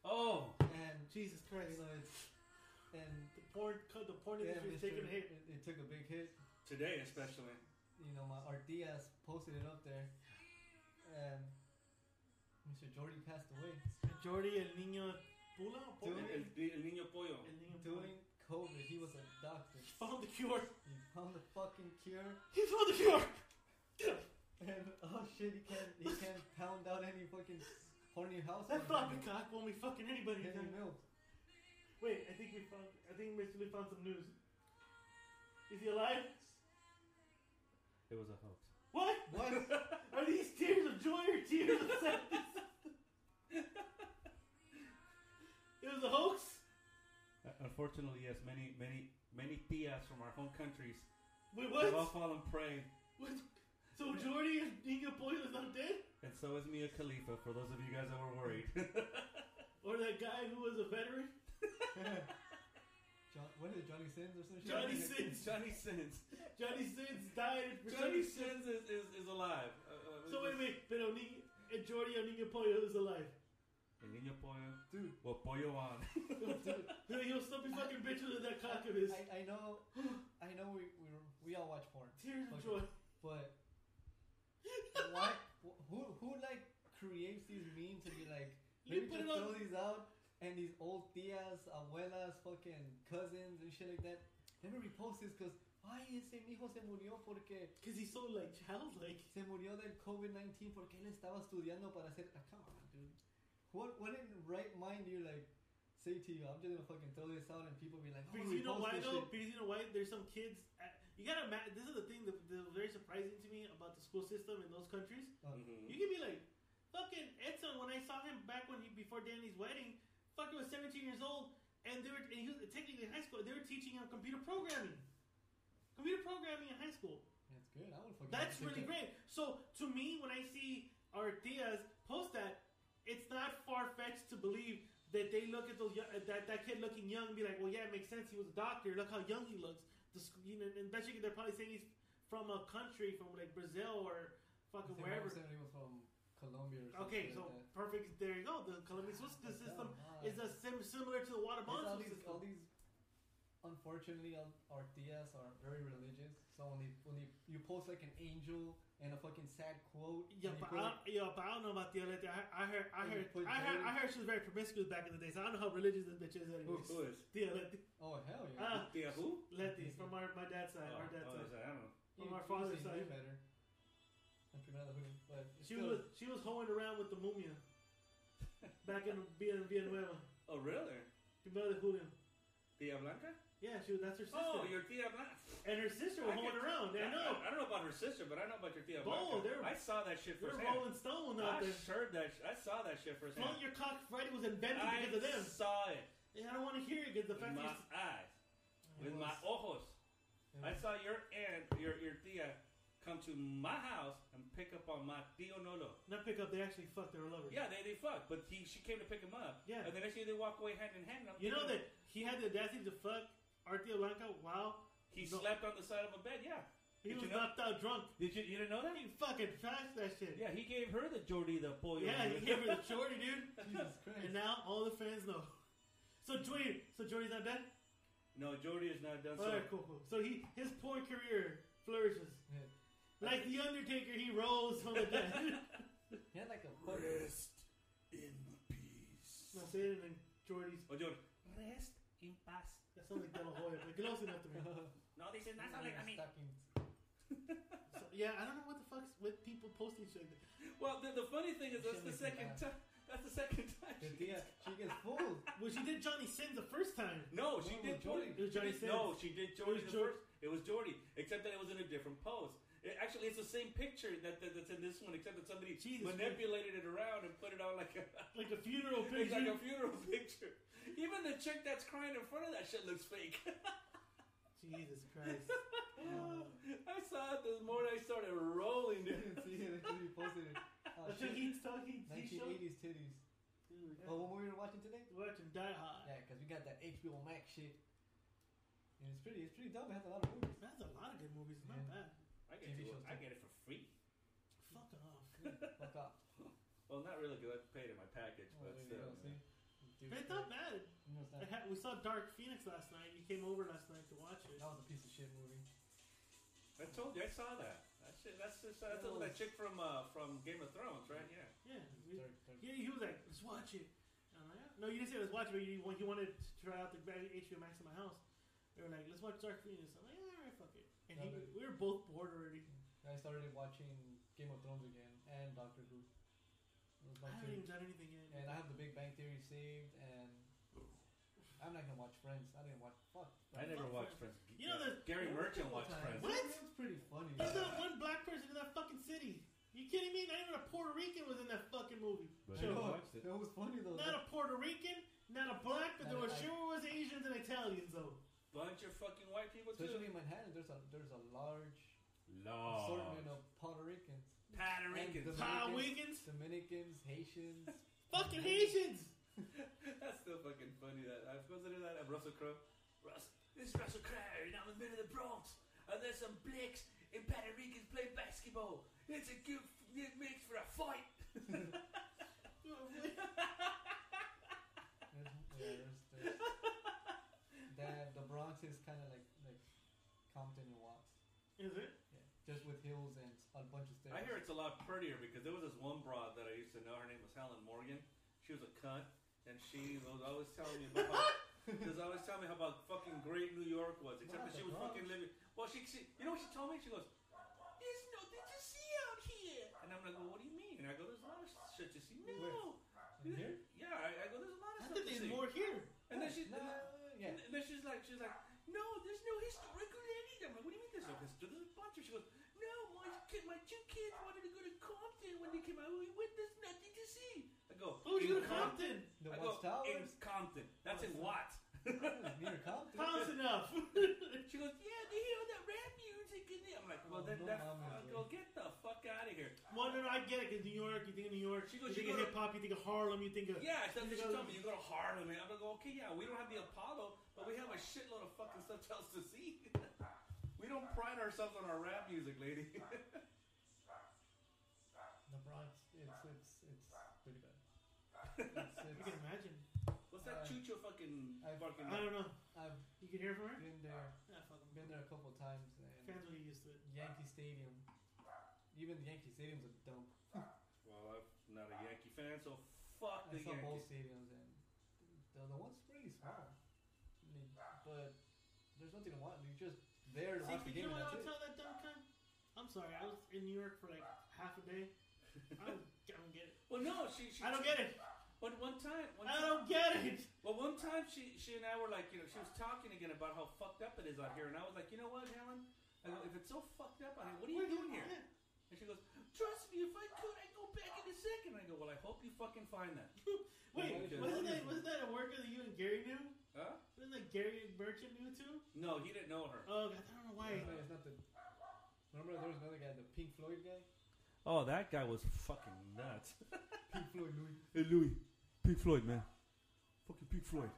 [SPEAKER 4] Oh,
[SPEAKER 2] and
[SPEAKER 1] Jesus Christ,
[SPEAKER 2] so it's and
[SPEAKER 1] the porn co- the porn
[SPEAKER 2] yeah,
[SPEAKER 1] industry is
[SPEAKER 2] it's
[SPEAKER 1] taking
[SPEAKER 2] true.
[SPEAKER 1] a hit.
[SPEAKER 2] It, it took a big hit.
[SPEAKER 4] today especially.
[SPEAKER 2] You know, my Artias posted it up there, and Mr. Jordy passed away
[SPEAKER 1] Jordi El Niño Pula, or
[SPEAKER 4] El,
[SPEAKER 1] Pula?
[SPEAKER 2] Doing-
[SPEAKER 4] el, el niño pollo.
[SPEAKER 1] El Niño Pula.
[SPEAKER 2] during COVID. He was a doctor.
[SPEAKER 1] He found the cure.
[SPEAKER 2] He found the fucking cure,
[SPEAKER 1] He found the cure.
[SPEAKER 2] and oh shit, he can't he can't pound out any fucking horny house.
[SPEAKER 1] That floppy cock won't be fucking anybody.
[SPEAKER 2] milk.
[SPEAKER 1] Wait, I think we found. I think Mr. Lee found some news. Is he alive?
[SPEAKER 4] It was a hoax.
[SPEAKER 1] What?
[SPEAKER 2] What?
[SPEAKER 1] Are these tears of joy or tears of sadness? it was a hoax.
[SPEAKER 4] Uh, Unfortunately, yes, many many many tias from our home countries
[SPEAKER 1] Wait,
[SPEAKER 4] have all
[SPEAKER 1] what?
[SPEAKER 4] fallen prey.
[SPEAKER 1] what? So Jordy and Dingo Boy is not dead,
[SPEAKER 4] And so is Mia Khalifa, for those of you guys that were worried.
[SPEAKER 1] or that guy who was a veteran?
[SPEAKER 2] John, what is it, Johnny Sins or something?
[SPEAKER 1] Johnny Sins.
[SPEAKER 4] Johnny Sins.
[SPEAKER 1] Johnny Sins died. For
[SPEAKER 4] Johnny
[SPEAKER 1] some reason.
[SPEAKER 4] Sins is, is, is alive. Uh, uh,
[SPEAKER 1] So wait, wait, but Oni and Jordy Oninga Pollo is alive.
[SPEAKER 4] El niño pollo.
[SPEAKER 2] Dude,
[SPEAKER 4] Well, pollo on.
[SPEAKER 2] dude.
[SPEAKER 1] He'll- He'll still be fucking bitching with that cock of his.
[SPEAKER 2] I, I know, I know we, we we all watch porn,
[SPEAKER 1] Tears of
[SPEAKER 2] Okay.
[SPEAKER 1] joy.
[SPEAKER 2] but why? Who who like creates these memes to be like?
[SPEAKER 1] You
[SPEAKER 2] Maybe
[SPEAKER 1] put
[SPEAKER 2] just
[SPEAKER 1] it on-
[SPEAKER 2] throw these out and these old tias, abuelas, fucking cousins and shit like that. Let me repost this because why ese mijo se murió porque
[SPEAKER 1] Because he's so like childlike.
[SPEAKER 2] se murió del COVID-19 porque él estaba estudiando para hacer. ah, come on, dude. What, what in right mind you like say to you, I'm just gonna fucking throw this out and people be like, oh,
[SPEAKER 1] Because you know
[SPEAKER 2] repost
[SPEAKER 1] why
[SPEAKER 2] this
[SPEAKER 1] though?
[SPEAKER 2] shit."
[SPEAKER 1] Because you know why? There's some kids. At, you gotta. ima- This is the thing that, that was very surprising to me about the school system in those countries.
[SPEAKER 4] Uh-huh.
[SPEAKER 1] You can be like, fucking Edson. When I saw him back when he before Danny's wedding, fucking was 17 years old, and they were and he was technically in high school. They were teaching him computer programming. Computer programming in high school.
[SPEAKER 2] That's good. I would fucking.
[SPEAKER 1] That's
[SPEAKER 2] take
[SPEAKER 1] really
[SPEAKER 2] that.
[SPEAKER 1] great. So to me, when I see Artias post that, it's not far fetched to believe uh, that they look at those young, that that kid looking young and be like, well, yeah, it makes sense. He was a doctor. Look how young he looks. the sc- you know, and bet you they're probably saying he's from a country from like Brazil or fucking wherever.
[SPEAKER 2] Somebody was from Colombia or something.
[SPEAKER 1] Okay,
[SPEAKER 2] like
[SPEAKER 1] so
[SPEAKER 2] that.
[SPEAKER 1] perfect. There you go. The Colombian Swiss
[SPEAKER 2] Like,
[SPEAKER 1] system
[SPEAKER 2] come
[SPEAKER 1] is a
[SPEAKER 2] on.
[SPEAKER 1] sim- similar to the water
[SPEAKER 2] It's all
[SPEAKER 1] monsoon
[SPEAKER 2] these, all
[SPEAKER 1] system.
[SPEAKER 2] these. Unfortunately, all- our tias are very religious. So when, they, when they, you post like an angel and a fucking sad quote,
[SPEAKER 1] Yeah,
[SPEAKER 2] and you
[SPEAKER 1] but I,
[SPEAKER 2] put, like,
[SPEAKER 1] yeah, but I don't know about the other. I, I heard, I
[SPEAKER 2] And you
[SPEAKER 1] heard,
[SPEAKER 2] put
[SPEAKER 1] I heard,
[SPEAKER 2] Jody-
[SPEAKER 1] I heard she was very promiscuous back in the day. So I don't know how religious this bitch is.
[SPEAKER 4] Who,
[SPEAKER 1] Anyways,
[SPEAKER 4] who is?
[SPEAKER 1] Tia Leti,
[SPEAKER 2] oh hell yeah,
[SPEAKER 1] Ah.
[SPEAKER 4] Tia who?
[SPEAKER 1] Leti from our, my dad's side,
[SPEAKER 4] oh,
[SPEAKER 1] our dad's
[SPEAKER 4] oh,
[SPEAKER 1] side.
[SPEAKER 4] is that- I don't know.
[SPEAKER 1] from our father's
[SPEAKER 2] usually knew
[SPEAKER 1] side.
[SPEAKER 2] better. I'm primero de Julio, but it's
[SPEAKER 1] She
[SPEAKER 2] still-
[SPEAKER 1] was, she was hoeing around with the mumia back in Villa Villanueva.
[SPEAKER 4] Oh, really?
[SPEAKER 1] Primero de Julio.
[SPEAKER 4] Tia Blanca?
[SPEAKER 1] Yeah, she was. That's her sister.
[SPEAKER 4] Oh, your Tia Blanca.
[SPEAKER 1] and her sister was
[SPEAKER 4] I
[SPEAKER 1] hoeing
[SPEAKER 4] could-
[SPEAKER 1] around. I know.
[SPEAKER 4] I, don't know about her sister, but I know about your Tia
[SPEAKER 1] Both,
[SPEAKER 4] Blanca.
[SPEAKER 1] they're-
[SPEAKER 4] I saw that shit
[SPEAKER 1] You're
[SPEAKER 4] firsthand.
[SPEAKER 1] rolling stone
[SPEAKER 4] I
[SPEAKER 1] out there.
[SPEAKER 4] heard that. sh- I saw that Ah, shit firsthand.
[SPEAKER 1] Flaunt your cock Friday was invented
[SPEAKER 4] I
[SPEAKER 1] because of them.
[SPEAKER 4] saw it
[SPEAKER 1] And I don't want to hear it because the
[SPEAKER 4] with
[SPEAKER 1] fact
[SPEAKER 4] my
[SPEAKER 1] is,
[SPEAKER 4] eyes,
[SPEAKER 2] it
[SPEAKER 4] with my
[SPEAKER 2] was-
[SPEAKER 4] ojos.
[SPEAKER 2] it
[SPEAKER 4] I
[SPEAKER 2] was-
[SPEAKER 4] saw your aunt, your your tia, come to my house and pick up on my tío Nolo.
[SPEAKER 1] not pick up, they actually fucked their lover.
[SPEAKER 4] Yeah, they they fucked, but he, she came to pick him up.
[SPEAKER 1] Yeah.
[SPEAKER 4] and the next thing they walk away hand in hand. and I'm
[SPEAKER 1] You know
[SPEAKER 4] thinking,
[SPEAKER 1] that he had the audacity to fuck Artia Blanca while
[SPEAKER 4] he
[SPEAKER 1] no.
[SPEAKER 4] slept on the side of a bed. Yeah,
[SPEAKER 1] he
[SPEAKER 4] Did
[SPEAKER 1] was
[SPEAKER 4] you know?
[SPEAKER 1] knocked out drunk.
[SPEAKER 4] did you you didn't know that?
[SPEAKER 1] He fucking fast that shit.
[SPEAKER 4] Yeah, he gave her the Jordi the pollo.
[SPEAKER 1] Yeah, he gave her the shorty, dude.
[SPEAKER 2] Jesus Christ.
[SPEAKER 1] And now all the fans know. So Jordy, so Jordy's not dead.
[SPEAKER 4] no, Jordi is not done.
[SPEAKER 1] All
[SPEAKER 4] so
[SPEAKER 1] right, cool, cool. So he his porn career flourishes.
[SPEAKER 2] Yeah.
[SPEAKER 1] Like the Undertaker, he rolls from the dead.
[SPEAKER 2] He had like a fucking.
[SPEAKER 4] in peace.
[SPEAKER 1] not saying anything. Jordy's.
[SPEAKER 4] Oh, Jordi, rest in paz.
[SPEAKER 1] That sounds like De La Hoya, but close enough to me.
[SPEAKER 4] No, this is not
[SPEAKER 2] Yeah,
[SPEAKER 4] something I mean.
[SPEAKER 2] stockings.
[SPEAKER 1] So, yeah, I don't know what the fuck's with people posting shit. like that.
[SPEAKER 4] Well, the, the funny thing is that's the
[SPEAKER 2] Shouldn't
[SPEAKER 4] second
[SPEAKER 2] make me
[SPEAKER 4] time.
[SPEAKER 2] laugh.
[SPEAKER 4] That's the second time.
[SPEAKER 2] The
[SPEAKER 4] she
[SPEAKER 2] tia,
[SPEAKER 4] did-
[SPEAKER 2] she gets fooled.
[SPEAKER 1] Well, she did Johnny Sins the first time.
[SPEAKER 4] No, she
[SPEAKER 2] Well,
[SPEAKER 4] did Jordy.
[SPEAKER 2] well, Jordy-
[SPEAKER 1] It was Johnny Sins.
[SPEAKER 4] No, she did Jordy
[SPEAKER 1] was
[SPEAKER 4] the
[SPEAKER 1] Jor-
[SPEAKER 4] first. It was Jordy, except that it was in a different pose. It, actually, it's the same picture that, that that's in this one, except that somebody
[SPEAKER 1] Jesus
[SPEAKER 4] manipulated it around and put it on like a
[SPEAKER 1] Like a funeral
[SPEAKER 4] it's
[SPEAKER 1] picture.
[SPEAKER 4] like a funeral picture. Even the chick that's crying in front of that shit looks fake.
[SPEAKER 1] Jesus Christ. Oh.
[SPEAKER 4] I saw it this morning. I started rolling.
[SPEAKER 2] You
[SPEAKER 4] Dude.
[SPEAKER 2] didn't see it until you posted it. Oh,
[SPEAKER 1] That's
[SPEAKER 2] shit.
[SPEAKER 1] what he's talking. He showed.
[SPEAKER 2] 1980s titties.
[SPEAKER 1] Dude,
[SPEAKER 2] Oh, what movie we were watching today?
[SPEAKER 1] Watching Die Hard.
[SPEAKER 2] Yeah, because we got that HBO Max shit. And it's pretty, it's pretty dumb. It has a lot of movies.
[SPEAKER 1] That's a lot of good movies. Not
[SPEAKER 2] Yeah.
[SPEAKER 1] bad.
[SPEAKER 4] I get,
[SPEAKER 2] TV
[SPEAKER 4] to,
[SPEAKER 2] shows
[SPEAKER 4] I
[SPEAKER 2] too.
[SPEAKER 4] get it for free.
[SPEAKER 1] Fuck off.
[SPEAKER 2] Fuck off.
[SPEAKER 4] Well, not really because I paid in my package,
[SPEAKER 2] Oh,
[SPEAKER 4] but
[SPEAKER 2] there you
[SPEAKER 4] still.
[SPEAKER 2] go,
[SPEAKER 4] you know.
[SPEAKER 2] see? Dude,
[SPEAKER 1] But it's not bad.
[SPEAKER 2] you know, it's not-
[SPEAKER 1] I had- We saw Dark Phoenix last night. You came over last night to watch it.
[SPEAKER 2] That was a piece of shit movie.
[SPEAKER 4] I told you, I saw that. That shit, that's just, that's
[SPEAKER 2] Yeah,
[SPEAKER 4] the-
[SPEAKER 2] well-
[SPEAKER 4] that chick from uh, from Game of Thrones, right? Yeah.
[SPEAKER 1] Yeah. we-
[SPEAKER 2] Dark, dark.
[SPEAKER 1] Yeah, he was like, let's watch it. And I'm like, "Yeah." no, you didn't say let's watch it, but you, want- you wanted to try out the bad HBO Max in my house. They were like, let's watch Dark Phoenix. I'm like, yeah, all right, fuck it. And he,
[SPEAKER 2] Yeah, but-
[SPEAKER 1] we were both bored already.
[SPEAKER 2] I started watching Game of Thrones again and Doctor Who.
[SPEAKER 1] I
[SPEAKER 2] Those my
[SPEAKER 1] haven't
[SPEAKER 2] two.
[SPEAKER 1] even done anything yet.
[SPEAKER 2] And I have the Big Bang Theory saved, and I'm not gonna watch Friends. I didn't watch. Fuck.
[SPEAKER 4] I never
[SPEAKER 1] Fuck
[SPEAKER 4] watched Friends.
[SPEAKER 1] You know, there's-
[SPEAKER 4] Gary Merchant watched Friends.
[SPEAKER 1] What?
[SPEAKER 2] That's pretty funny.
[SPEAKER 1] There's not one black person in that fucking city. You kidding me? Not even a Puerto Rican was in that fucking movie.
[SPEAKER 3] But
[SPEAKER 2] I
[SPEAKER 3] I
[SPEAKER 1] Show.
[SPEAKER 2] know,
[SPEAKER 3] watched it.
[SPEAKER 2] It was funny though.
[SPEAKER 1] Not a Puerto Rican, not a black, but
[SPEAKER 2] Not
[SPEAKER 1] there
[SPEAKER 2] a
[SPEAKER 1] was
[SPEAKER 2] black.
[SPEAKER 1] sure was Asians and Italians though.
[SPEAKER 4] Bunch of fucking white people
[SPEAKER 2] Especially
[SPEAKER 4] too.
[SPEAKER 2] in Manhattan, there's a there's a large
[SPEAKER 3] Lord.
[SPEAKER 2] assortment of Puerto Ricans,
[SPEAKER 4] Puerto
[SPEAKER 2] and
[SPEAKER 4] Ricans.
[SPEAKER 2] the-
[SPEAKER 1] High
[SPEAKER 2] Dominicans.
[SPEAKER 1] Wiggins,
[SPEAKER 2] Dominicans, Haitians.
[SPEAKER 1] fucking Haitians.
[SPEAKER 4] That's still fucking funny. That I supposed to do that. at Russell Crowe. Russ, this is Russell Crowe, and I'm in the middle of the Bronx, and there's some blacks and Puerto Ricans playing basketball. It's a good f- good mix for a fight.
[SPEAKER 2] There's, yeah, there's, there's that the Bronx is kind of like like Compton and Watts,
[SPEAKER 1] Is it?
[SPEAKER 2] yeah. just with hills and a bunch of stairs.
[SPEAKER 4] I hear it's a lot prettier because there was this one broad that I used to know. Her name was Helen Morgan. She was a cunt, and she was always telling me about. she was always telling me how about fucking great New York was, except
[SPEAKER 2] Wow,
[SPEAKER 4] that she
[SPEAKER 2] the
[SPEAKER 4] was
[SPEAKER 2] Bronx.
[SPEAKER 4] fucking living. Well, she, she, you know what she told me? She goes, "There's no thing to see out here," and I'm like, well, "What do you mean?" And I go, "There's a lot of shit to see." No,
[SPEAKER 2] Where? In here?
[SPEAKER 4] yeah, I, I go, "There's a lot of
[SPEAKER 1] I think
[SPEAKER 4] stuff to
[SPEAKER 1] there's
[SPEAKER 4] see."
[SPEAKER 1] more here.
[SPEAKER 4] And then she's
[SPEAKER 2] no, yeah.
[SPEAKER 4] and then she's like, she's like, no, there's no historical any. I'm like, what do you mean there's no history? There's a bunch of. She goes, no, my kid, my two kids wanted to go to Compton when they came out. We went, there's nothing to see. I go,
[SPEAKER 1] Who's
[SPEAKER 4] "In
[SPEAKER 1] gonna
[SPEAKER 4] Comp-
[SPEAKER 1] Compton?
[SPEAKER 2] The
[SPEAKER 4] I go,
[SPEAKER 2] Watts
[SPEAKER 4] in
[SPEAKER 2] Towers.
[SPEAKER 4] Compton. That's in Watts.
[SPEAKER 2] It's near Compton.
[SPEAKER 1] Close enough.
[SPEAKER 4] she goes, yeah, they hear all that rap music in there. I'm like, well,
[SPEAKER 2] Oh,
[SPEAKER 4] then
[SPEAKER 2] no
[SPEAKER 4] that,
[SPEAKER 2] mames,
[SPEAKER 4] I
[SPEAKER 2] güey.
[SPEAKER 4] go, get the fuck out of here.
[SPEAKER 1] well, no, no, I get it. Cause New York, you think of New York. She
[SPEAKER 4] She goes,
[SPEAKER 1] goes, you
[SPEAKER 4] you
[SPEAKER 1] think of
[SPEAKER 4] go to-
[SPEAKER 1] hip hop, you think of Harlem, you think of
[SPEAKER 4] Yeah, that's what she
[SPEAKER 1] You go-
[SPEAKER 4] told me. You go to Harlem, and I'm like, okay, yeah, we don't have the Apollo, but we have a shitload of fucking stuff else to see. We don't pride ourselves on our rap music, lady.
[SPEAKER 2] The Bronx, it's it's it's pretty bad.
[SPEAKER 1] You
[SPEAKER 2] It's,
[SPEAKER 1] can
[SPEAKER 2] it's,
[SPEAKER 1] imagine.
[SPEAKER 4] What's that
[SPEAKER 2] Uh,
[SPEAKER 4] Chucho fucking
[SPEAKER 2] I've-
[SPEAKER 4] fucking?
[SPEAKER 1] I don't know.
[SPEAKER 2] I've
[SPEAKER 1] You can hear from her?
[SPEAKER 2] been there,
[SPEAKER 1] Yeah, fuck 'em.
[SPEAKER 2] been there a couple times, and
[SPEAKER 1] Fans will get used to it.
[SPEAKER 2] Yankee Stadium. Even the Yankee Stadium's a dump.
[SPEAKER 4] Well, I'm not a Yankee fan, so fuck
[SPEAKER 2] I
[SPEAKER 4] the
[SPEAKER 2] saw both
[SPEAKER 4] Yankees.
[SPEAKER 2] stadiums, and the, the one's pretty small. I mean, but there's nothing to watch. You're just there to
[SPEAKER 1] See,
[SPEAKER 2] watch
[SPEAKER 1] but
[SPEAKER 2] the
[SPEAKER 1] you
[SPEAKER 2] game.
[SPEAKER 1] know
[SPEAKER 2] and
[SPEAKER 1] what I would
[SPEAKER 2] that's it.
[SPEAKER 1] tell that dumb cunt? I'm sorry, I was in New York for like half a day. I don't, I don't get it.
[SPEAKER 4] Well, no, she. she
[SPEAKER 1] I don't get it.
[SPEAKER 4] But one time, one
[SPEAKER 1] I
[SPEAKER 4] time,
[SPEAKER 1] don't get it.
[SPEAKER 4] Well, one time she she and I were like, you know, she was talking again about how fucked up it is out here, and I was like, you know what, Helen? I go, if it's so fucked up out here, what are you doing here? And she goes, trust me, if I could, I'd go back in a second. I go, well, I hope you fucking find that.
[SPEAKER 1] Wait,
[SPEAKER 4] Because-
[SPEAKER 1] wasn't that, wasn't that a worker that you and Gary knew?
[SPEAKER 4] Huh?
[SPEAKER 1] Wasn't that Gary Merchant knew too?
[SPEAKER 4] No, he didn't know her.
[SPEAKER 1] Oh, God, I don't know why.
[SPEAKER 2] It's not- it's not the- Remember, there was another guy, the Pink Floyd guy.
[SPEAKER 4] Oh, that guy was fucking nuts.
[SPEAKER 2] Pink Floyd Louis.
[SPEAKER 3] Hey Louis, Pink Floyd, man. Fucking Pink Floyd.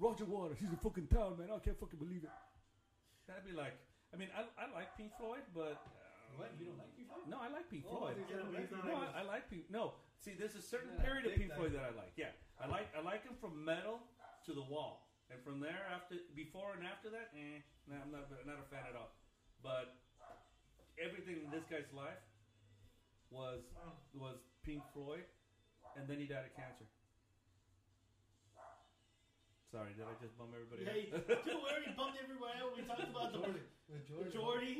[SPEAKER 3] Roger Waters, he's in fucking town, man. I can't fucking believe it.
[SPEAKER 4] That'd be like, I mean, I, I like Pink Floyd, but uh,
[SPEAKER 2] What? You don't like Pink Floyd?
[SPEAKER 4] No, I like Pink
[SPEAKER 2] Oh,
[SPEAKER 4] Floyd.
[SPEAKER 2] there's
[SPEAKER 1] Yeah,
[SPEAKER 2] a
[SPEAKER 1] but he's not
[SPEAKER 2] reason.
[SPEAKER 4] No,
[SPEAKER 1] like
[SPEAKER 4] I, I like Pink. No, see, there's a certain
[SPEAKER 2] Yeah,
[SPEAKER 4] period of
[SPEAKER 2] big
[SPEAKER 4] Pink Floyd
[SPEAKER 2] time.
[SPEAKER 4] that I like. Yeah, I like I like him from metal to the wall, and from there after, before and after that, eh, no, I'm not not a fan at all. But everything in this guy's life was
[SPEAKER 1] Wow.
[SPEAKER 4] was Pink Floyd, and then he died of cancer. Sorry, did I just bum everybody?
[SPEAKER 1] Hey,
[SPEAKER 4] out?
[SPEAKER 1] dude, we already bumped everybody out. We talked about the
[SPEAKER 2] Jordan. With Jordan.
[SPEAKER 1] Jordy.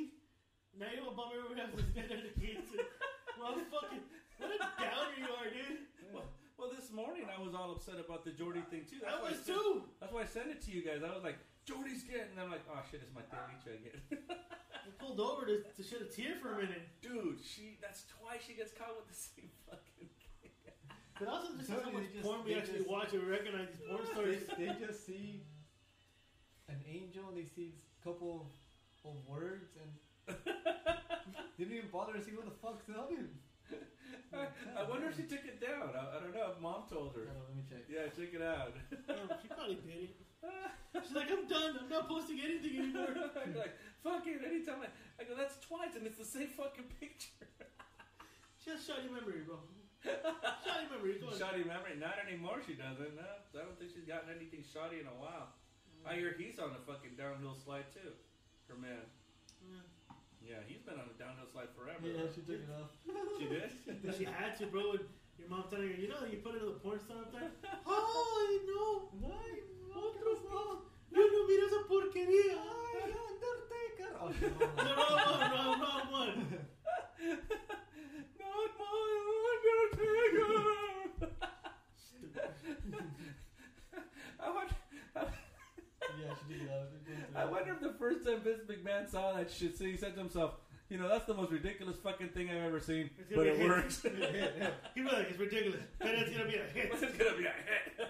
[SPEAKER 1] Now you gonna bump everybody out with this guy that hates it. Well, fucking, what a downer you are, dude.
[SPEAKER 4] well, well, this morning I was all upset about the Jordy thing too.
[SPEAKER 1] I
[SPEAKER 4] That's why
[SPEAKER 1] was
[SPEAKER 4] sent-
[SPEAKER 1] too.
[SPEAKER 4] That's why I sent it to you guys. I was like, Jordy's getting. And I'm like, oh shit, it's my Telicha again.
[SPEAKER 1] I pulled over to, to shed a tear for a minute.
[SPEAKER 4] Dude, she. That's twice she gets caught with the same fucking.
[SPEAKER 1] But also just how much
[SPEAKER 2] Totally, they just-
[SPEAKER 1] porn we
[SPEAKER 2] they
[SPEAKER 1] actually
[SPEAKER 2] just-
[SPEAKER 1] watch and we recognize these porn stories.
[SPEAKER 2] They, they just see an angel and they see a couple of words and they didn't even bother to see what the fuck's up in.
[SPEAKER 4] I wonder if she took it down. I, I don't know if mom told her.
[SPEAKER 2] Hold on, let me check.
[SPEAKER 4] Yeah, check it out.
[SPEAKER 1] Damn, Oh, she probably did it. She's like, I'm done. I'm not posting anything anymore.
[SPEAKER 4] I'm like, fuck it. Anytime I, I go, that's twice, and it's the same fucking picture.
[SPEAKER 1] Just shot your memory, bro. Shot your memory. Go on.
[SPEAKER 4] Shoddy memory? Not anymore. She doesn't. No, I don't think she's gotten anything shoddy in a while. I hear he's on a fucking downhill slide too. Her man.
[SPEAKER 1] Yeah.
[SPEAKER 4] Yeah, he's been on a downhill slide forever.
[SPEAKER 2] Yeah, she took it off.
[SPEAKER 4] She did.
[SPEAKER 1] But she had to, bro. And your mom telling her, you know, you put it in the porn star up there. Ay, no. Ay, otro no. No, no, mira esa porquería. Ay, Undertaker.
[SPEAKER 2] Oh, she's on
[SPEAKER 1] The
[SPEAKER 2] it.
[SPEAKER 1] wrong one, wrong, wrong one.
[SPEAKER 4] Not my Undertaker! I wonder,
[SPEAKER 2] yeah, she took it off. It goes
[SPEAKER 4] I
[SPEAKER 2] through.
[SPEAKER 4] wonder if the first time Vince McMahon saw that shit, so he said to himself, you know, that's the most ridiculous fucking thing I've ever seen,
[SPEAKER 1] It's gonna
[SPEAKER 4] but
[SPEAKER 1] be a
[SPEAKER 4] it
[SPEAKER 1] hit.
[SPEAKER 4] works.
[SPEAKER 1] He'd be like, it's ridiculous. But it's gonna be a hit.
[SPEAKER 4] it's gonna be a hit.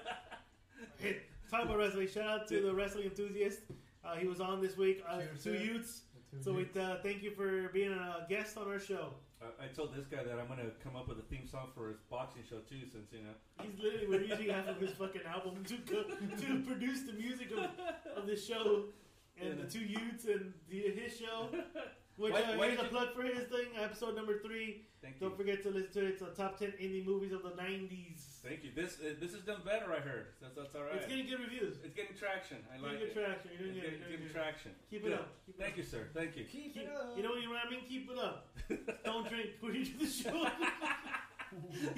[SPEAKER 1] Hey, talk about wrestling. Shout out to the wrestling enthusiast. Uh, he was on this week. Uh,
[SPEAKER 2] Cheers,
[SPEAKER 1] two
[SPEAKER 2] sir.
[SPEAKER 1] youths.
[SPEAKER 2] Two
[SPEAKER 1] So we
[SPEAKER 2] years.
[SPEAKER 1] uh, thank you for being a guest on our show.
[SPEAKER 4] I, I told this guy that I'm gonna come up with a theme song for his boxing show too, since, you know.
[SPEAKER 1] He's literally we're using half of his fucking album to co- to produce the music of, of this show and
[SPEAKER 4] Yeah.
[SPEAKER 1] the two youths and the, his show. Which
[SPEAKER 4] Why-
[SPEAKER 1] uh,
[SPEAKER 4] why
[SPEAKER 1] here's a
[SPEAKER 4] did you-
[SPEAKER 1] plug for his thing, episode number three.
[SPEAKER 4] Thank you.
[SPEAKER 1] Don't forget to listen to it. It's the top ten indie movies of the '90s.
[SPEAKER 4] Thank you. This uh, this is done better, I heard. That's, that's alright.
[SPEAKER 1] It's getting good reviews.
[SPEAKER 4] It's getting traction. I
[SPEAKER 1] Getting
[SPEAKER 4] like
[SPEAKER 1] good
[SPEAKER 4] it.
[SPEAKER 1] traction. You're doing
[SPEAKER 4] It's
[SPEAKER 1] good.
[SPEAKER 4] getting,
[SPEAKER 1] You're doing good.
[SPEAKER 4] getting traction.
[SPEAKER 1] Keep it
[SPEAKER 4] Good.
[SPEAKER 1] up. Keep it
[SPEAKER 4] Thank
[SPEAKER 1] up.
[SPEAKER 4] you, sir. Thank you.
[SPEAKER 2] Keep
[SPEAKER 1] Keep,
[SPEAKER 2] it up.
[SPEAKER 1] you know what you know what I mean? Keep it up. Don't drink before you do the show.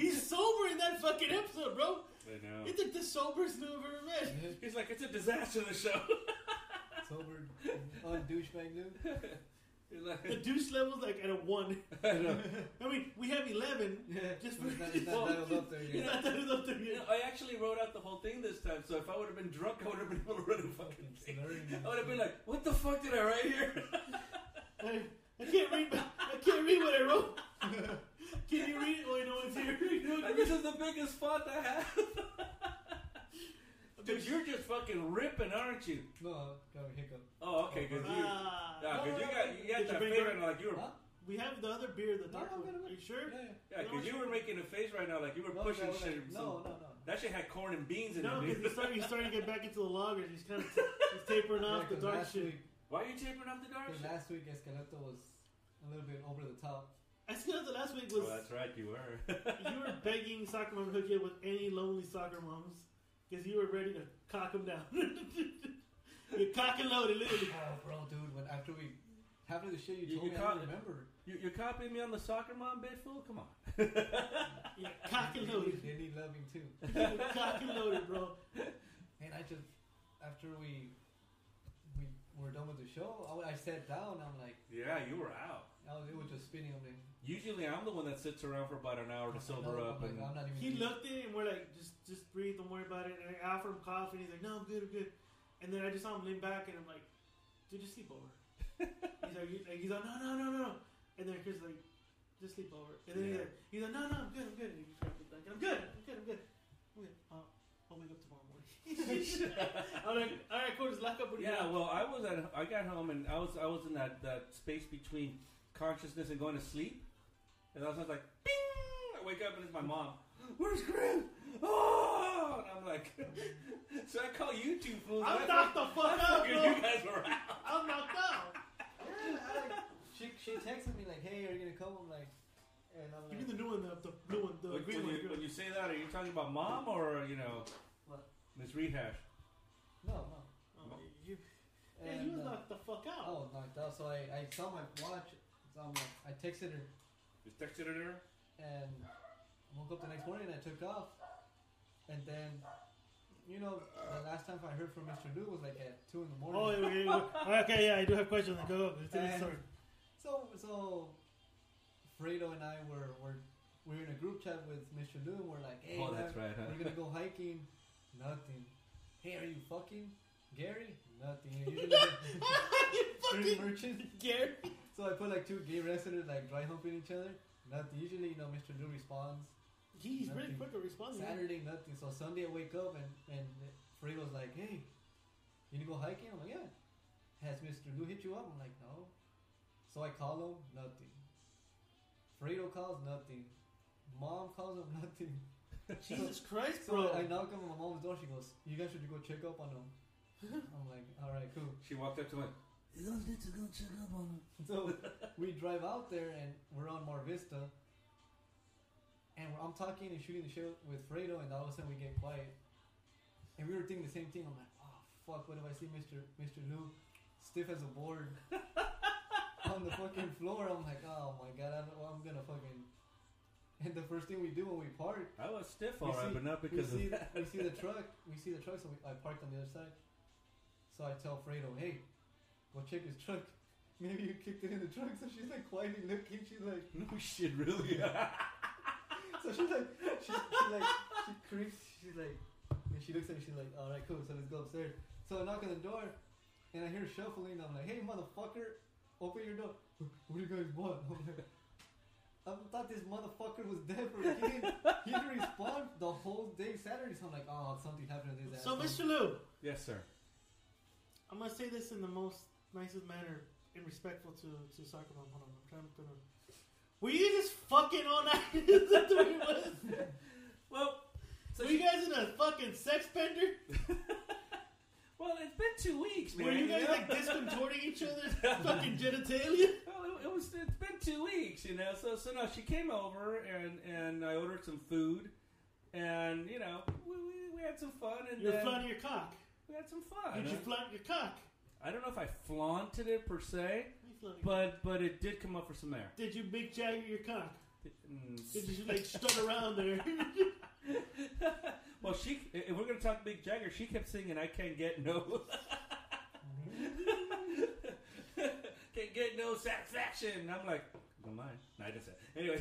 [SPEAKER 1] He's sober in that fucking episode, bro.
[SPEAKER 4] I know.
[SPEAKER 1] It's like the soberest dude I've ever met.
[SPEAKER 4] He's like, it's a disaster, the show.
[SPEAKER 2] Sober, on douchebag dude.
[SPEAKER 4] He's like,
[SPEAKER 1] The douche level's like at a one.
[SPEAKER 4] I know.
[SPEAKER 1] I mean, we have eleven.
[SPEAKER 2] Yeah,
[SPEAKER 1] Just
[SPEAKER 2] it's
[SPEAKER 1] for-
[SPEAKER 2] not, it's not dialed up there
[SPEAKER 1] He's
[SPEAKER 2] yet.
[SPEAKER 1] not done with up there
[SPEAKER 4] You know,
[SPEAKER 1] yet.
[SPEAKER 4] I actually wrote out the whole thing this time, so if I would have been drunk, I would have been able to write a fucking
[SPEAKER 2] Fucking
[SPEAKER 4] thing.
[SPEAKER 2] slurring.
[SPEAKER 4] I would have been like, what the fuck did I write here?
[SPEAKER 1] I, I can't read. my- I can't read what I wrote. Can you read it? Oh, no one's here. No one can
[SPEAKER 4] this
[SPEAKER 1] read.
[SPEAKER 4] is the biggest font I have. Dude,
[SPEAKER 1] Uh,
[SPEAKER 4] you're just fucking ripping, aren't you?
[SPEAKER 2] No, got a hiccup.
[SPEAKER 4] Oh, okay, because you,
[SPEAKER 1] Ah.
[SPEAKER 4] yeah, 'cause you got you got
[SPEAKER 1] Did you
[SPEAKER 4] that
[SPEAKER 1] bring
[SPEAKER 4] favorite
[SPEAKER 1] it?
[SPEAKER 4] like you were,
[SPEAKER 2] Huh?
[SPEAKER 1] We have the other beer, the
[SPEAKER 2] No,
[SPEAKER 1] dark
[SPEAKER 2] I'm
[SPEAKER 1] one.
[SPEAKER 2] gonna-
[SPEAKER 1] Are you sure?
[SPEAKER 2] Yeah, yeah.
[SPEAKER 4] yeah, 'cause you were making a face right now, like you were
[SPEAKER 2] No,
[SPEAKER 4] pushing
[SPEAKER 2] no,
[SPEAKER 4] shit.
[SPEAKER 2] like-
[SPEAKER 4] or
[SPEAKER 2] No,
[SPEAKER 4] something.
[SPEAKER 2] no, no.
[SPEAKER 4] that shit had corn and beans in
[SPEAKER 1] No,
[SPEAKER 4] it.
[SPEAKER 1] because
[SPEAKER 4] dude.
[SPEAKER 1] he's starting, he's starting to get back into the loggers. He's kind of he's tapering
[SPEAKER 2] Yeah,
[SPEAKER 1] off the
[SPEAKER 2] 'cause
[SPEAKER 1] dark
[SPEAKER 2] last
[SPEAKER 1] shit.
[SPEAKER 2] Week,
[SPEAKER 4] Why are you tapering up the dark
[SPEAKER 2] Because
[SPEAKER 4] shit?
[SPEAKER 2] last week Escalato was a little bit over the top.
[SPEAKER 1] I still the last week was
[SPEAKER 4] Oh, that's right, you were.
[SPEAKER 1] you were begging soccer mom to hook you up with any lonely soccer moms because you were ready to cock them down. You're cock and loaded, literally.
[SPEAKER 2] Oh, bro, dude. When after we after the shit you,
[SPEAKER 4] You-
[SPEAKER 2] told
[SPEAKER 4] you
[SPEAKER 2] me, I
[SPEAKER 4] caught
[SPEAKER 2] don't
[SPEAKER 4] it.
[SPEAKER 2] remember.
[SPEAKER 4] you, you're copying me on the soccer mom bit, fool? Come on.
[SPEAKER 1] You're cock and loaded.
[SPEAKER 2] They need loving too.
[SPEAKER 1] You're cock and loaded, bro.
[SPEAKER 2] And I just after we we were done with the show, I, I sat down. I'm like,
[SPEAKER 4] Yeah, you were out.
[SPEAKER 2] I was, it was just spinning. I'm like,
[SPEAKER 4] Usually I'm the one that sits around for about an hour to sober
[SPEAKER 2] no,
[SPEAKER 4] up.
[SPEAKER 2] I'm,
[SPEAKER 4] And,
[SPEAKER 2] like, I'm not even.
[SPEAKER 1] He looked at it and we're like, just just breathe, don't worry about it. And I offered him coffee and he's like, no, I'm good, I'm good. And then I just saw him lean back and I'm like, dude, just sleep over. he's like, he- like, he's like, no, no, no, no. And then Chris is like, just sleep over. And then he's
[SPEAKER 4] Yeah.
[SPEAKER 1] like, he's like, no, no, I'm good, I'm good. And he's like, I'm good, I'm good, I'm good. I'm good. Uh, I'll wake up tomorrow morning. I'm like, all right, cool, just lock up. What do you
[SPEAKER 4] yeah,
[SPEAKER 1] got?"
[SPEAKER 4] well, I was at I got home and I was I was in that, that space between consciousness and going to sleep, and I was just like, bing! I wake up and it's my mom. Where's Chris? Oh, and I'm like, so I call you two fools. and I
[SPEAKER 1] I'm knocked the fuck out,
[SPEAKER 4] figured
[SPEAKER 1] bro.
[SPEAKER 4] you guys were out.
[SPEAKER 1] I'm knocked out.
[SPEAKER 2] Yeah, I like, she she texted me like, hey, are you gonna come? I'm like, and I'm
[SPEAKER 1] Give me
[SPEAKER 2] like,
[SPEAKER 1] the new one, the, the new one, the
[SPEAKER 4] When,
[SPEAKER 1] green
[SPEAKER 4] when
[SPEAKER 1] one.
[SPEAKER 4] you, when you say that, are you talking about mom or you know,
[SPEAKER 2] What?
[SPEAKER 4] Miss Rehash?
[SPEAKER 2] no, no.
[SPEAKER 1] oh, you, yeah, you was
[SPEAKER 2] And,
[SPEAKER 1] "Oh."
[SPEAKER 2] uh,
[SPEAKER 1] knocked the fuck out.
[SPEAKER 2] I was knocked out, so I, I saw my watch. So I'm like, I texted her
[SPEAKER 4] You texted her.
[SPEAKER 2] and woke up the next morning and I took off. And then, you know, the last time I heard from Mr. New was like at two in the morning.
[SPEAKER 1] Oh, yeah, yeah, yeah. okay, yeah, I do have questions. Go up. It's in the
[SPEAKER 2] And
[SPEAKER 1] story.
[SPEAKER 2] So so, Fredo and I were were we were in a group chat with Mr. Lou. and We're like, hey,
[SPEAKER 4] Oh, that's
[SPEAKER 2] man,
[SPEAKER 4] right, huh?
[SPEAKER 2] we're gonna go hiking. Nothing. Hey, are you fucking Gary? Nothing. Are you gonna
[SPEAKER 1] you
[SPEAKER 2] dirty
[SPEAKER 1] fucking
[SPEAKER 2] merchant?
[SPEAKER 1] Gary.
[SPEAKER 2] So I put like two gay wrestlers like dry humping each other. Nothing. Usually, you know, Mr. Lou responds.
[SPEAKER 1] He's really
[SPEAKER 2] Nothing.
[SPEAKER 1] quick at responding. eh?
[SPEAKER 2] Saturday, nothing. So Sunday, I wake up and and Fredo's like, "Hey, you gonna go hiking?" I'm like, "Yeah." Has Mister Lou hit you up? I'm like, "No." So I call him, nothing. Fredo calls, nothing. Mom calls him, nothing.
[SPEAKER 1] Jesus Christ,
[SPEAKER 2] So
[SPEAKER 1] bro.
[SPEAKER 2] I knock on my mom's door. She goes, "You guys should go check up on him." I'm like, "All right, cool."
[SPEAKER 4] She walked up to him. You don't need to go check up on him.
[SPEAKER 2] So we drive out there and we're on Mar Vista. And I'm talking and shooting the shit with Fredo, and all of a sudden we get quiet. And we were thinking the same thing. I'm like, oh fuck, what if I see Mr. Mr. Lou stiff as a board on the fucking floor? I'm like, oh my god, I don't, I'm gonna fucking. And the first thing we do when we park,
[SPEAKER 4] I was stiff,
[SPEAKER 2] We
[SPEAKER 4] alright,
[SPEAKER 2] see-
[SPEAKER 4] but not
[SPEAKER 2] we
[SPEAKER 4] because
[SPEAKER 2] see
[SPEAKER 4] of that.
[SPEAKER 2] we see the truck, we see the truck, so we, I parked on the other side. So I tell Fredo, hey, go check his truck. Maybe you kicked it in the truck. So she's like quietly looking. She's like,
[SPEAKER 4] No shit, really.
[SPEAKER 2] so she's like, she, she like, she creeps. She's like, and she looks at me. She's like, all right, cool. So let's go upstairs. So I knock on the door, and I hear shuffling. I'm like, hey, motherfucker, open your door. What do you guys want? I'm like, I thought this motherfucker was dead for a kid. He didn't respond the whole day Saturday. So I'm like, oh, something happened to this
[SPEAKER 1] so,
[SPEAKER 2] asshole."
[SPEAKER 1] Mr. Lou,
[SPEAKER 4] yes, sir.
[SPEAKER 1] I'm gonna say this in the most nicest manner and respectful to to soccer mom. Hold on, I'm trying to put on. Were you just fucking all night? Is that what it was?
[SPEAKER 4] Well,
[SPEAKER 1] So Were you guys in a fucking sex bender?
[SPEAKER 4] well, it's been two weeks, man.
[SPEAKER 1] Were you guys
[SPEAKER 4] know?
[SPEAKER 1] like discontorting each other's fucking genitalia?
[SPEAKER 4] Well, it, it was. It's been two weeks, you know. So, so no, she came over and and I ordered some food, and you know, we, we, we had some fun, and
[SPEAKER 1] You're
[SPEAKER 4] then
[SPEAKER 1] flaunting your cock.
[SPEAKER 4] we had some fun.
[SPEAKER 1] Did you flaunt your cock?
[SPEAKER 4] I don't know if I flaunted it per se,
[SPEAKER 1] You flaunting-
[SPEAKER 4] but but it did come up for some air.
[SPEAKER 1] Did you big jagger your cock?
[SPEAKER 4] Mm.
[SPEAKER 1] Did you like strut around there?
[SPEAKER 4] well, she. If we're gonna talk Big Jagger, she kept singing, "I can't get no." Can't get no satisfaction. And I'm like, don't mind. No, I didn't say. it. Anyway,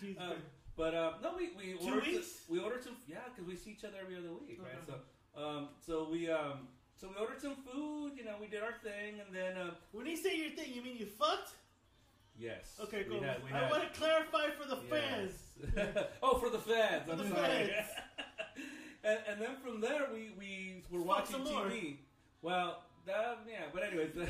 [SPEAKER 1] Jesus
[SPEAKER 4] um,
[SPEAKER 1] Christ.
[SPEAKER 4] but um, no, we we
[SPEAKER 1] Two
[SPEAKER 4] ordered
[SPEAKER 1] weeks?
[SPEAKER 4] Some, we ordered some. Yeah, because we see each other every other week, right?
[SPEAKER 1] Okay.
[SPEAKER 4] So um, so we um, so we ordered some food. You know, we did our thing, and then uh,
[SPEAKER 1] When you say your thing, you mean you fucked?
[SPEAKER 4] yes,
[SPEAKER 1] Okay,
[SPEAKER 4] we
[SPEAKER 1] cool.
[SPEAKER 4] had- we
[SPEAKER 1] I
[SPEAKER 4] had-
[SPEAKER 1] want to clarify for the fans.
[SPEAKER 4] Yes. oh, for the fans.
[SPEAKER 1] For
[SPEAKER 4] I'm
[SPEAKER 1] the
[SPEAKER 4] sorry.
[SPEAKER 1] fans.
[SPEAKER 4] and, and then from there, we, we were
[SPEAKER 1] Fuck some
[SPEAKER 4] watching TV.
[SPEAKER 1] more.
[SPEAKER 4] Well, um, yeah, but anyways, so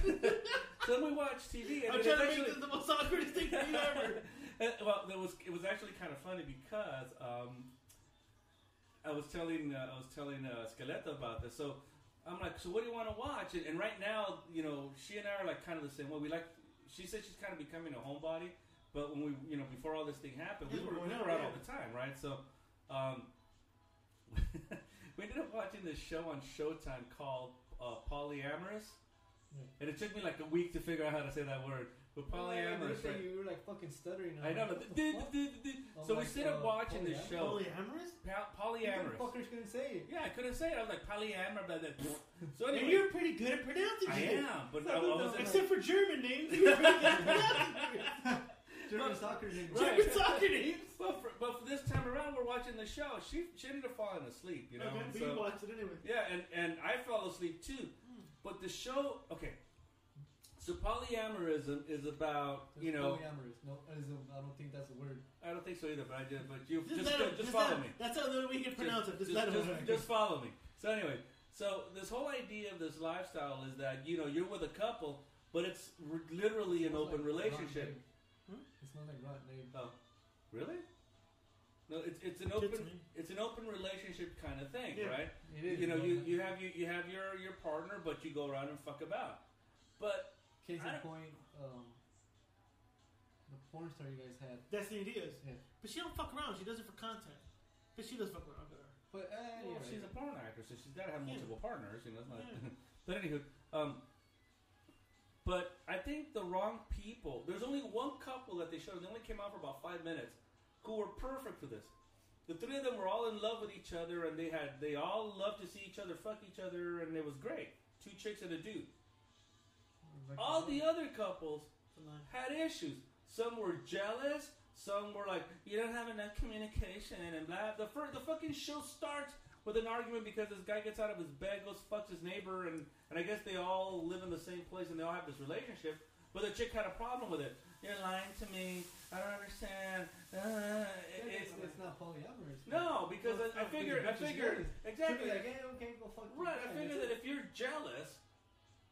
[SPEAKER 4] then we watched TV. And
[SPEAKER 1] I'm
[SPEAKER 4] it
[SPEAKER 1] trying to
[SPEAKER 4] eventually-
[SPEAKER 1] make this the most awkward thing for you ever.
[SPEAKER 4] Uh, well, there was it was actually kind of funny because um, I was telling uh, I was telling uh, Skeletta about this. So I'm like, so what do you want to watch? And, and right now, you know, she and I are like kind of the same way. We like. She said she's kind of becoming a homebody, but when we, you know, before all this thing happened, we
[SPEAKER 1] Yeah,
[SPEAKER 4] were,
[SPEAKER 1] growing
[SPEAKER 4] we
[SPEAKER 1] up,
[SPEAKER 4] were out
[SPEAKER 1] yeah.
[SPEAKER 4] all the time, right? So, um, we ended up watching this show on Showtime called uh, Polyamorous,
[SPEAKER 2] Yeah.
[SPEAKER 4] and it took me like a week to figure out how to say that word. But polyamorous,
[SPEAKER 2] Yeah,
[SPEAKER 4] right?
[SPEAKER 2] You were like fucking stuttering.
[SPEAKER 4] I know.
[SPEAKER 2] I'm
[SPEAKER 4] But
[SPEAKER 2] like,
[SPEAKER 4] the,
[SPEAKER 2] what the fuck?
[SPEAKER 4] the- the-
[SPEAKER 1] Oh
[SPEAKER 4] the- so we
[SPEAKER 2] like,
[SPEAKER 4] sit up
[SPEAKER 2] uh,
[SPEAKER 4] watching this
[SPEAKER 2] polyamorous?
[SPEAKER 4] show.
[SPEAKER 1] Polyamorous?
[SPEAKER 4] Pa-
[SPEAKER 2] You
[SPEAKER 4] polyamorous.
[SPEAKER 2] fuckers couldn't say it.
[SPEAKER 4] Yeah, I couldn't say it. I was like polyamorous. Blah, blah, blah. So
[SPEAKER 1] And
[SPEAKER 4] anyway,
[SPEAKER 1] you're pretty good at pronouncing
[SPEAKER 4] I
[SPEAKER 1] it.
[SPEAKER 4] am, but I, I was
[SPEAKER 1] Except for German names, you're pretty good at pronouncing
[SPEAKER 2] German soccer nigga.
[SPEAKER 4] Right.
[SPEAKER 1] German soccer names.
[SPEAKER 4] But for, but for this time around, we're watching the show. She she ended up falling asleep, you know.
[SPEAKER 1] okay,
[SPEAKER 4] and
[SPEAKER 1] but
[SPEAKER 4] so-
[SPEAKER 1] you Hmm. watched it anyway.
[SPEAKER 4] yeah, and and I fell asleep too. But the show, okay. So polyamorism is about you know
[SPEAKER 2] Polyamorous. No, is a- I don't think that's a word.
[SPEAKER 4] I don't think so either, but I just but you
[SPEAKER 1] Just,
[SPEAKER 4] just
[SPEAKER 1] let
[SPEAKER 4] just,
[SPEAKER 1] him.
[SPEAKER 4] just follow
[SPEAKER 1] let him.
[SPEAKER 4] me.
[SPEAKER 1] That's how the way you can pronounce it. Just, let him.
[SPEAKER 4] just- just follow me. So anyway, so this whole idea of this lifestyle is that you know you're with a couple, but it's r literally an
[SPEAKER 2] Smells
[SPEAKER 4] open
[SPEAKER 2] like rotten
[SPEAKER 4] relationship.
[SPEAKER 2] egg. It smells like rotten egg.
[SPEAKER 4] Oh, really? No, it's it's an
[SPEAKER 1] Good to
[SPEAKER 4] open
[SPEAKER 1] me.
[SPEAKER 4] it's an open relationship kind of thing,
[SPEAKER 1] Yeah.
[SPEAKER 4] right?
[SPEAKER 2] It is.
[SPEAKER 4] Hmm? You know,
[SPEAKER 2] rotten
[SPEAKER 4] you,
[SPEAKER 2] egg.
[SPEAKER 4] you have you, you have your, your partner, but you go around and fuck about. But
[SPEAKER 2] Case
[SPEAKER 4] I
[SPEAKER 2] in
[SPEAKER 4] don't-
[SPEAKER 2] point, um, the porn star you guys had.
[SPEAKER 1] Destiny Diaz.
[SPEAKER 2] Yeah.
[SPEAKER 1] But she don't fuck around. She does it for content. But she does fuck around.
[SPEAKER 2] But uh,
[SPEAKER 4] well,
[SPEAKER 2] anyway,
[SPEAKER 4] Oh, she's a porn actress, so she's got to have
[SPEAKER 1] Yeah.
[SPEAKER 4] multiple partners. You know, it's not.
[SPEAKER 1] Yeah.
[SPEAKER 4] but anywho, um, but I think the wrong people. There's only one couple that they showed. They only came out for about five minutes, who were perfect for this. The three of them were all in love with each other, and they had they all loved to see each other fuck each other, and it was great. Two chicks and a dude.
[SPEAKER 2] like- uh,
[SPEAKER 4] All the other couples
[SPEAKER 1] It's a lie.
[SPEAKER 4] had issues. Some were jealous. Some were like, "You don't have enough communication," and blah. The fir- the fucking show starts with an argument because this guy gets out of his bed, goes fucks his neighbor, and and I guess they all live in the same place and they all have this relationship. But the chick had a problem with it. You're lying to me. I don't understand. Uh, it-
[SPEAKER 2] It's,
[SPEAKER 4] it's-
[SPEAKER 2] it's not polyamorous.
[SPEAKER 4] no, because I, I
[SPEAKER 2] Well,
[SPEAKER 4] figured, I
[SPEAKER 2] it's just
[SPEAKER 4] figured
[SPEAKER 2] jealous. She'd
[SPEAKER 4] exactly.
[SPEAKER 2] be like, yeah, okay, go fuck. your
[SPEAKER 4] Right, I
[SPEAKER 2] friend,
[SPEAKER 4] figured
[SPEAKER 2] that's
[SPEAKER 4] that if you're jealous,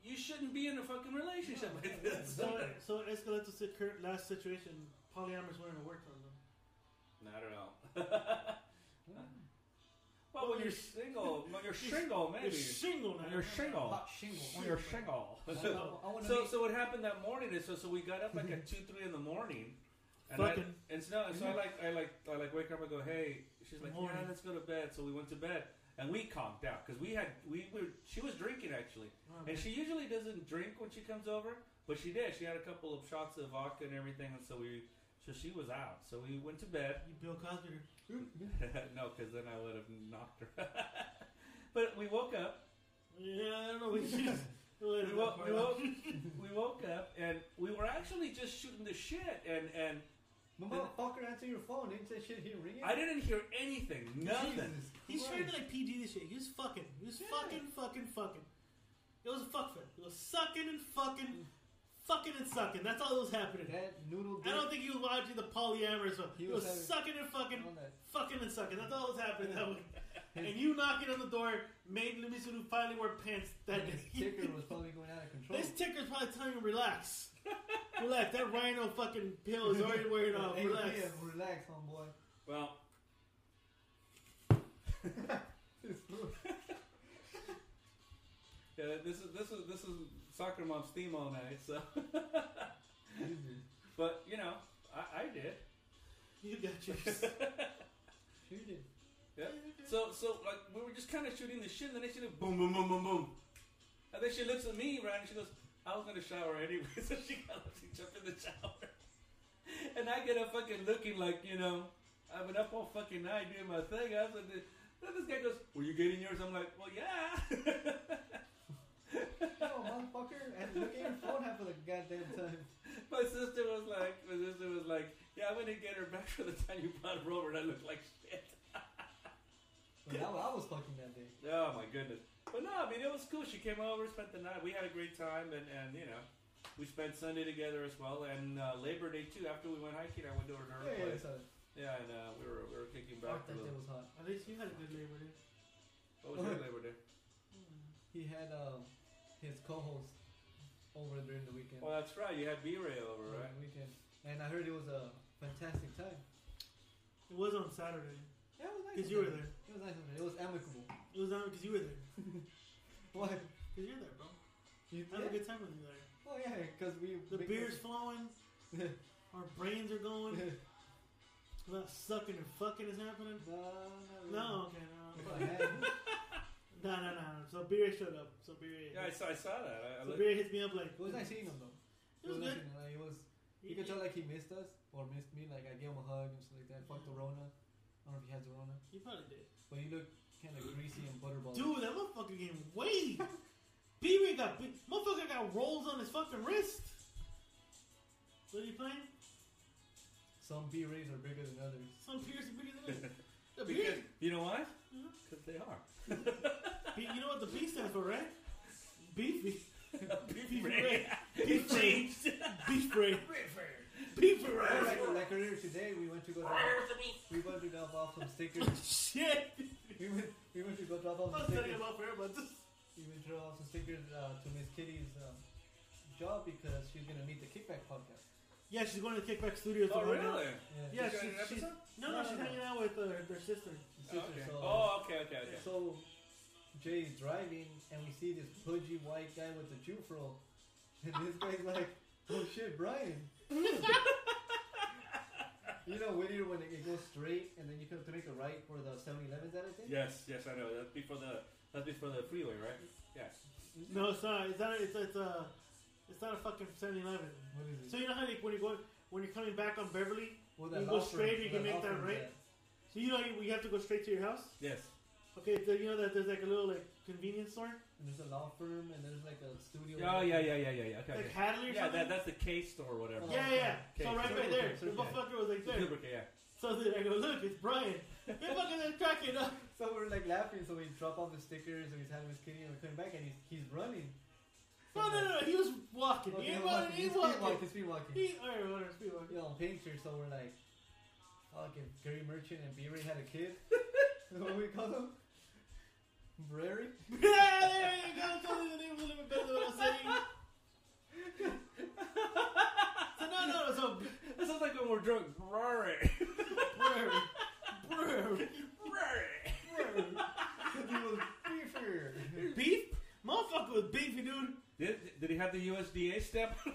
[SPEAKER 4] you shouldn't be in a fucking relationship
[SPEAKER 2] No,
[SPEAKER 4] like
[SPEAKER 2] yeah,
[SPEAKER 4] this.
[SPEAKER 1] So, so Escalante said Kurt last situation, polyamorous wouldn't have worked on them.
[SPEAKER 4] Not at all.
[SPEAKER 2] it. Mm.
[SPEAKER 4] Well, when you're single, when you're single,
[SPEAKER 1] You're
[SPEAKER 4] maybe.
[SPEAKER 1] shingle now.
[SPEAKER 4] When you're single.
[SPEAKER 2] Hot shingle.
[SPEAKER 4] When you're single.
[SPEAKER 2] So, I want to
[SPEAKER 4] Oh. So,
[SPEAKER 2] meet.
[SPEAKER 4] so what happened that morning is so, so we got up like at two, three in the morning, and I,
[SPEAKER 1] Fucking.
[SPEAKER 4] and so, and so I like I like I like wake up and go, hey, she's like, yeah,
[SPEAKER 1] Morning.
[SPEAKER 4] let's go to bed. So we went to bed and we conked out because we had we were she was drinking actually,
[SPEAKER 1] Oh,
[SPEAKER 4] and she usually doesn't drink when she comes over, but she did. She had a couple of shots of vodka and everything, and so we so she was out. So we went to bed.
[SPEAKER 1] You Bill Cosby. her.
[SPEAKER 4] no, because then I would have knocked her. but we woke up.
[SPEAKER 1] Yeah, I don't know. We should just.
[SPEAKER 4] We,
[SPEAKER 1] Wait,
[SPEAKER 4] wo- we, woke, we woke up, and we were actually just shooting the shit. And, and
[SPEAKER 2] Motherfucker, answer your phone. Didn't that shit here ringing?
[SPEAKER 4] I didn't hear anything. Nothing.
[SPEAKER 2] Jesus
[SPEAKER 1] He's trying to
[SPEAKER 2] Christ.
[SPEAKER 1] like PG this shit. He was fucking. He was
[SPEAKER 4] Yeah.
[SPEAKER 1] fucking, fucking, fucking. It was a fuck fit. It was sucking and fucking, fucking and sucking. That's all that was happening.
[SPEAKER 2] That noodle
[SPEAKER 1] I
[SPEAKER 2] dick.
[SPEAKER 1] don't think he was watching the polyamorous one.
[SPEAKER 2] He
[SPEAKER 1] He,
[SPEAKER 2] was
[SPEAKER 1] was,
[SPEAKER 2] having-
[SPEAKER 1] sucking and fucking,
[SPEAKER 2] on that.
[SPEAKER 1] fucking and sucking. That's all that was happening that week. and you knocking on the door made Lumisulu finally wear pants that
[SPEAKER 2] His
[SPEAKER 1] day.
[SPEAKER 2] ticker was probably going out of control.
[SPEAKER 1] this ticker's probably telling him relax. relax. That rhino fucking pill is already wearing off.
[SPEAKER 2] Hey,
[SPEAKER 1] Relax.
[SPEAKER 2] yeah, relax, homeboy.
[SPEAKER 4] Well, yeah, this is this is this is soccer mom's theme all night. So, but you know, I, I did.
[SPEAKER 1] You got yours.
[SPEAKER 2] Shoot it.
[SPEAKER 4] So, so like we were just kind of shooting the shit, and then she looked boom, boom, boom, boom, boom, and then she looks at me, right, and she goes, "I was gonna shower anyway," so she got up, she jumped in the shower, and I get up fucking looking like you know, I've been up all fucking night doing my thing. I was like, then this guy goes, "Were you getting yours?" I'm like, "Well, yeah."
[SPEAKER 2] No, motherfucker. And look at your phone half of the goddamn time.
[SPEAKER 4] my sister was like, my sister was like, "Yeah, I'm gonna get her back for the time you brought her over," and I looked like shit.
[SPEAKER 2] But I, I was fucking that day.
[SPEAKER 4] Oh my goodness. But no, I mean it was cool. She came over, spent the night. We had a great time, and and you know, we spent Sunday together as well, and uh, Labor Day too. After we went hiking, I went over to her
[SPEAKER 2] Yeah, yeah,
[SPEAKER 4] place.
[SPEAKER 2] so,
[SPEAKER 4] Yeah, and uh, we were we were kicking back.
[SPEAKER 2] fuck
[SPEAKER 4] a
[SPEAKER 2] that day
[SPEAKER 4] little.
[SPEAKER 2] was hot.
[SPEAKER 1] At least you had a good Labor Day.
[SPEAKER 4] What was your Labor Day?
[SPEAKER 2] He had um, his co-host over during the weekend.
[SPEAKER 4] Well, that's right. You had B Ray over,
[SPEAKER 2] During
[SPEAKER 4] right?
[SPEAKER 2] the weekend. And I heard it was a fantastic time.
[SPEAKER 1] It was on Saturday
[SPEAKER 2] Yeah, it was nice.
[SPEAKER 1] because
[SPEAKER 2] up
[SPEAKER 1] you were there.
[SPEAKER 2] It was nice. up there. It was amicable.
[SPEAKER 1] It was on because you were there.
[SPEAKER 2] What?
[SPEAKER 1] Cause you're there, bro.
[SPEAKER 2] You
[SPEAKER 1] I had a
[SPEAKER 2] yeah.
[SPEAKER 1] good time with you there.
[SPEAKER 2] Oh yeah, because we
[SPEAKER 1] The
[SPEAKER 2] make-
[SPEAKER 1] beer's flowing. Our brains are going. That sucking and fucking is happening.
[SPEAKER 2] no,
[SPEAKER 1] No, okay, no.
[SPEAKER 2] What the heck?
[SPEAKER 1] No, no, no. So beer showed up. So beer.
[SPEAKER 4] Yeah, I saw, I saw
[SPEAKER 1] Mm-hmm. so
[SPEAKER 4] that. I, I looked-
[SPEAKER 1] beer hits me up like.
[SPEAKER 2] It was nice seeing him though.
[SPEAKER 1] It was good.
[SPEAKER 2] nice seeing him. Like, it was. You could tell like he missed us or missed me. Like I gave him a hug and stuff like that. Fuck the
[SPEAKER 1] Mm-hmm.
[SPEAKER 2] Rona. I don't know if he has the Rona,
[SPEAKER 1] He probably did.
[SPEAKER 2] but he looked kind of greasy and butterball.
[SPEAKER 1] Dude, that motherfucker getting weighed. B Ray got big. Motherfucker got rolls on his fucking wrist. What are you playing?
[SPEAKER 2] Some B rays are bigger than others.
[SPEAKER 1] Some beers are bigger than this. The beer.
[SPEAKER 4] because, you know why?
[SPEAKER 1] Mhm.
[SPEAKER 4] Because they are.
[SPEAKER 1] B- you know what the B stands for, right? Beefy. Beefy
[SPEAKER 4] Ray.
[SPEAKER 1] Ray.
[SPEAKER 4] It
[SPEAKER 1] Beef Ray.
[SPEAKER 4] changed.
[SPEAKER 1] Beef Ray. Beef Ray.
[SPEAKER 2] Like, like earlier today, we went to go. Drop, we went to drop off some stickers.
[SPEAKER 1] Shit.
[SPEAKER 2] we went. We went to go drop
[SPEAKER 1] I
[SPEAKER 2] off
[SPEAKER 1] was
[SPEAKER 2] some
[SPEAKER 1] telling
[SPEAKER 2] stickers.
[SPEAKER 1] you about forever, but this.
[SPEAKER 2] We went to drop off some stickers uh, to Miss Kitty's um, job because she's gonna meet the Kickback podcast.
[SPEAKER 1] Yeah, she's going to Kickback Studios.
[SPEAKER 4] Oh,
[SPEAKER 1] right now.
[SPEAKER 4] really?
[SPEAKER 2] Yeah.
[SPEAKER 1] Yeah, she,
[SPEAKER 4] She's got an
[SPEAKER 1] she's
[SPEAKER 4] episode?
[SPEAKER 1] no,
[SPEAKER 2] No,
[SPEAKER 1] no,
[SPEAKER 2] no,
[SPEAKER 1] she's
[SPEAKER 2] no.
[SPEAKER 1] hking out with her, their sister.
[SPEAKER 2] the
[SPEAKER 4] Oh,
[SPEAKER 2] sister,
[SPEAKER 4] okay.
[SPEAKER 2] so-
[SPEAKER 4] Oh, okay, okay, okay.
[SPEAKER 2] So Jay's driving, and we see this pudgy white guy with the jufro, and this guy's like, "Oh shit, Brian." you know Whittier when it, it goes straight, and then you come to make a right for the 7-Elevens that I think.
[SPEAKER 4] Yes, yes, I know. That's before the that's before the freeway, right? Yes.
[SPEAKER 1] No, it's not. It's not. It's it's a. It's not a fucking 7-Eleven.
[SPEAKER 2] What is
[SPEAKER 1] So
[SPEAKER 2] it?
[SPEAKER 1] you know how like, when you go when you're coming back on Beverly,
[SPEAKER 2] Well,
[SPEAKER 1] you go
[SPEAKER 2] law firm-
[SPEAKER 1] straight, you can
[SPEAKER 2] law
[SPEAKER 1] make that
[SPEAKER 2] firm's
[SPEAKER 1] right. so you know you, you have to go straight to your house.
[SPEAKER 4] Yes.
[SPEAKER 1] Okay, so you know that there's like a little like convenience store,
[SPEAKER 2] And there's a law firm, and there's like a studio.
[SPEAKER 4] Oh yeah, yeah, yeah, yeah, yeah. Okay.
[SPEAKER 1] like
[SPEAKER 4] okay.
[SPEAKER 1] Hadley or
[SPEAKER 4] Yeah,
[SPEAKER 1] something.
[SPEAKER 4] that, that's the K store or whatever.
[SPEAKER 1] yeah, yeah.
[SPEAKER 4] Okay,
[SPEAKER 1] so right by
[SPEAKER 4] so-
[SPEAKER 1] there,
[SPEAKER 2] okay, so
[SPEAKER 1] the
[SPEAKER 2] okay.
[SPEAKER 1] motherfucker was like
[SPEAKER 4] The
[SPEAKER 1] there.
[SPEAKER 4] lubricant, yeah.
[SPEAKER 1] So then I go, look, it's Brian. They fucking they're cracking up.
[SPEAKER 2] So we're like laughing, so we drop off the stickers, and he's having his kitty, and we're coming back, and he's, he's running.
[SPEAKER 1] No, no, no, no. He was walking. he
[SPEAKER 2] Okay, I'm
[SPEAKER 1] ain't
[SPEAKER 2] walking,
[SPEAKER 1] walking. He
[SPEAKER 2] he's
[SPEAKER 1] was walking.
[SPEAKER 2] speedwalking,
[SPEAKER 1] He,
[SPEAKER 2] speedwalking.
[SPEAKER 1] all right, whatever. Speed walking.
[SPEAKER 2] you know, picture, so we're like, fuck, if Gary Merchant and B-Ray had a kid, what we call them? Brary?
[SPEAKER 1] Yeah, there you go. Tell me the name of the living better than what I'm saying. So no, no, no. So
[SPEAKER 4] That sounds like when we're drunk. Rory.
[SPEAKER 1] brewery, brewery,
[SPEAKER 4] Rory.
[SPEAKER 1] brewery.
[SPEAKER 2] he was beefer.
[SPEAKER 1] Beef, motherfucker was beefy, dude.
[SPEAKER 4] Did, did he have the USDA stamp?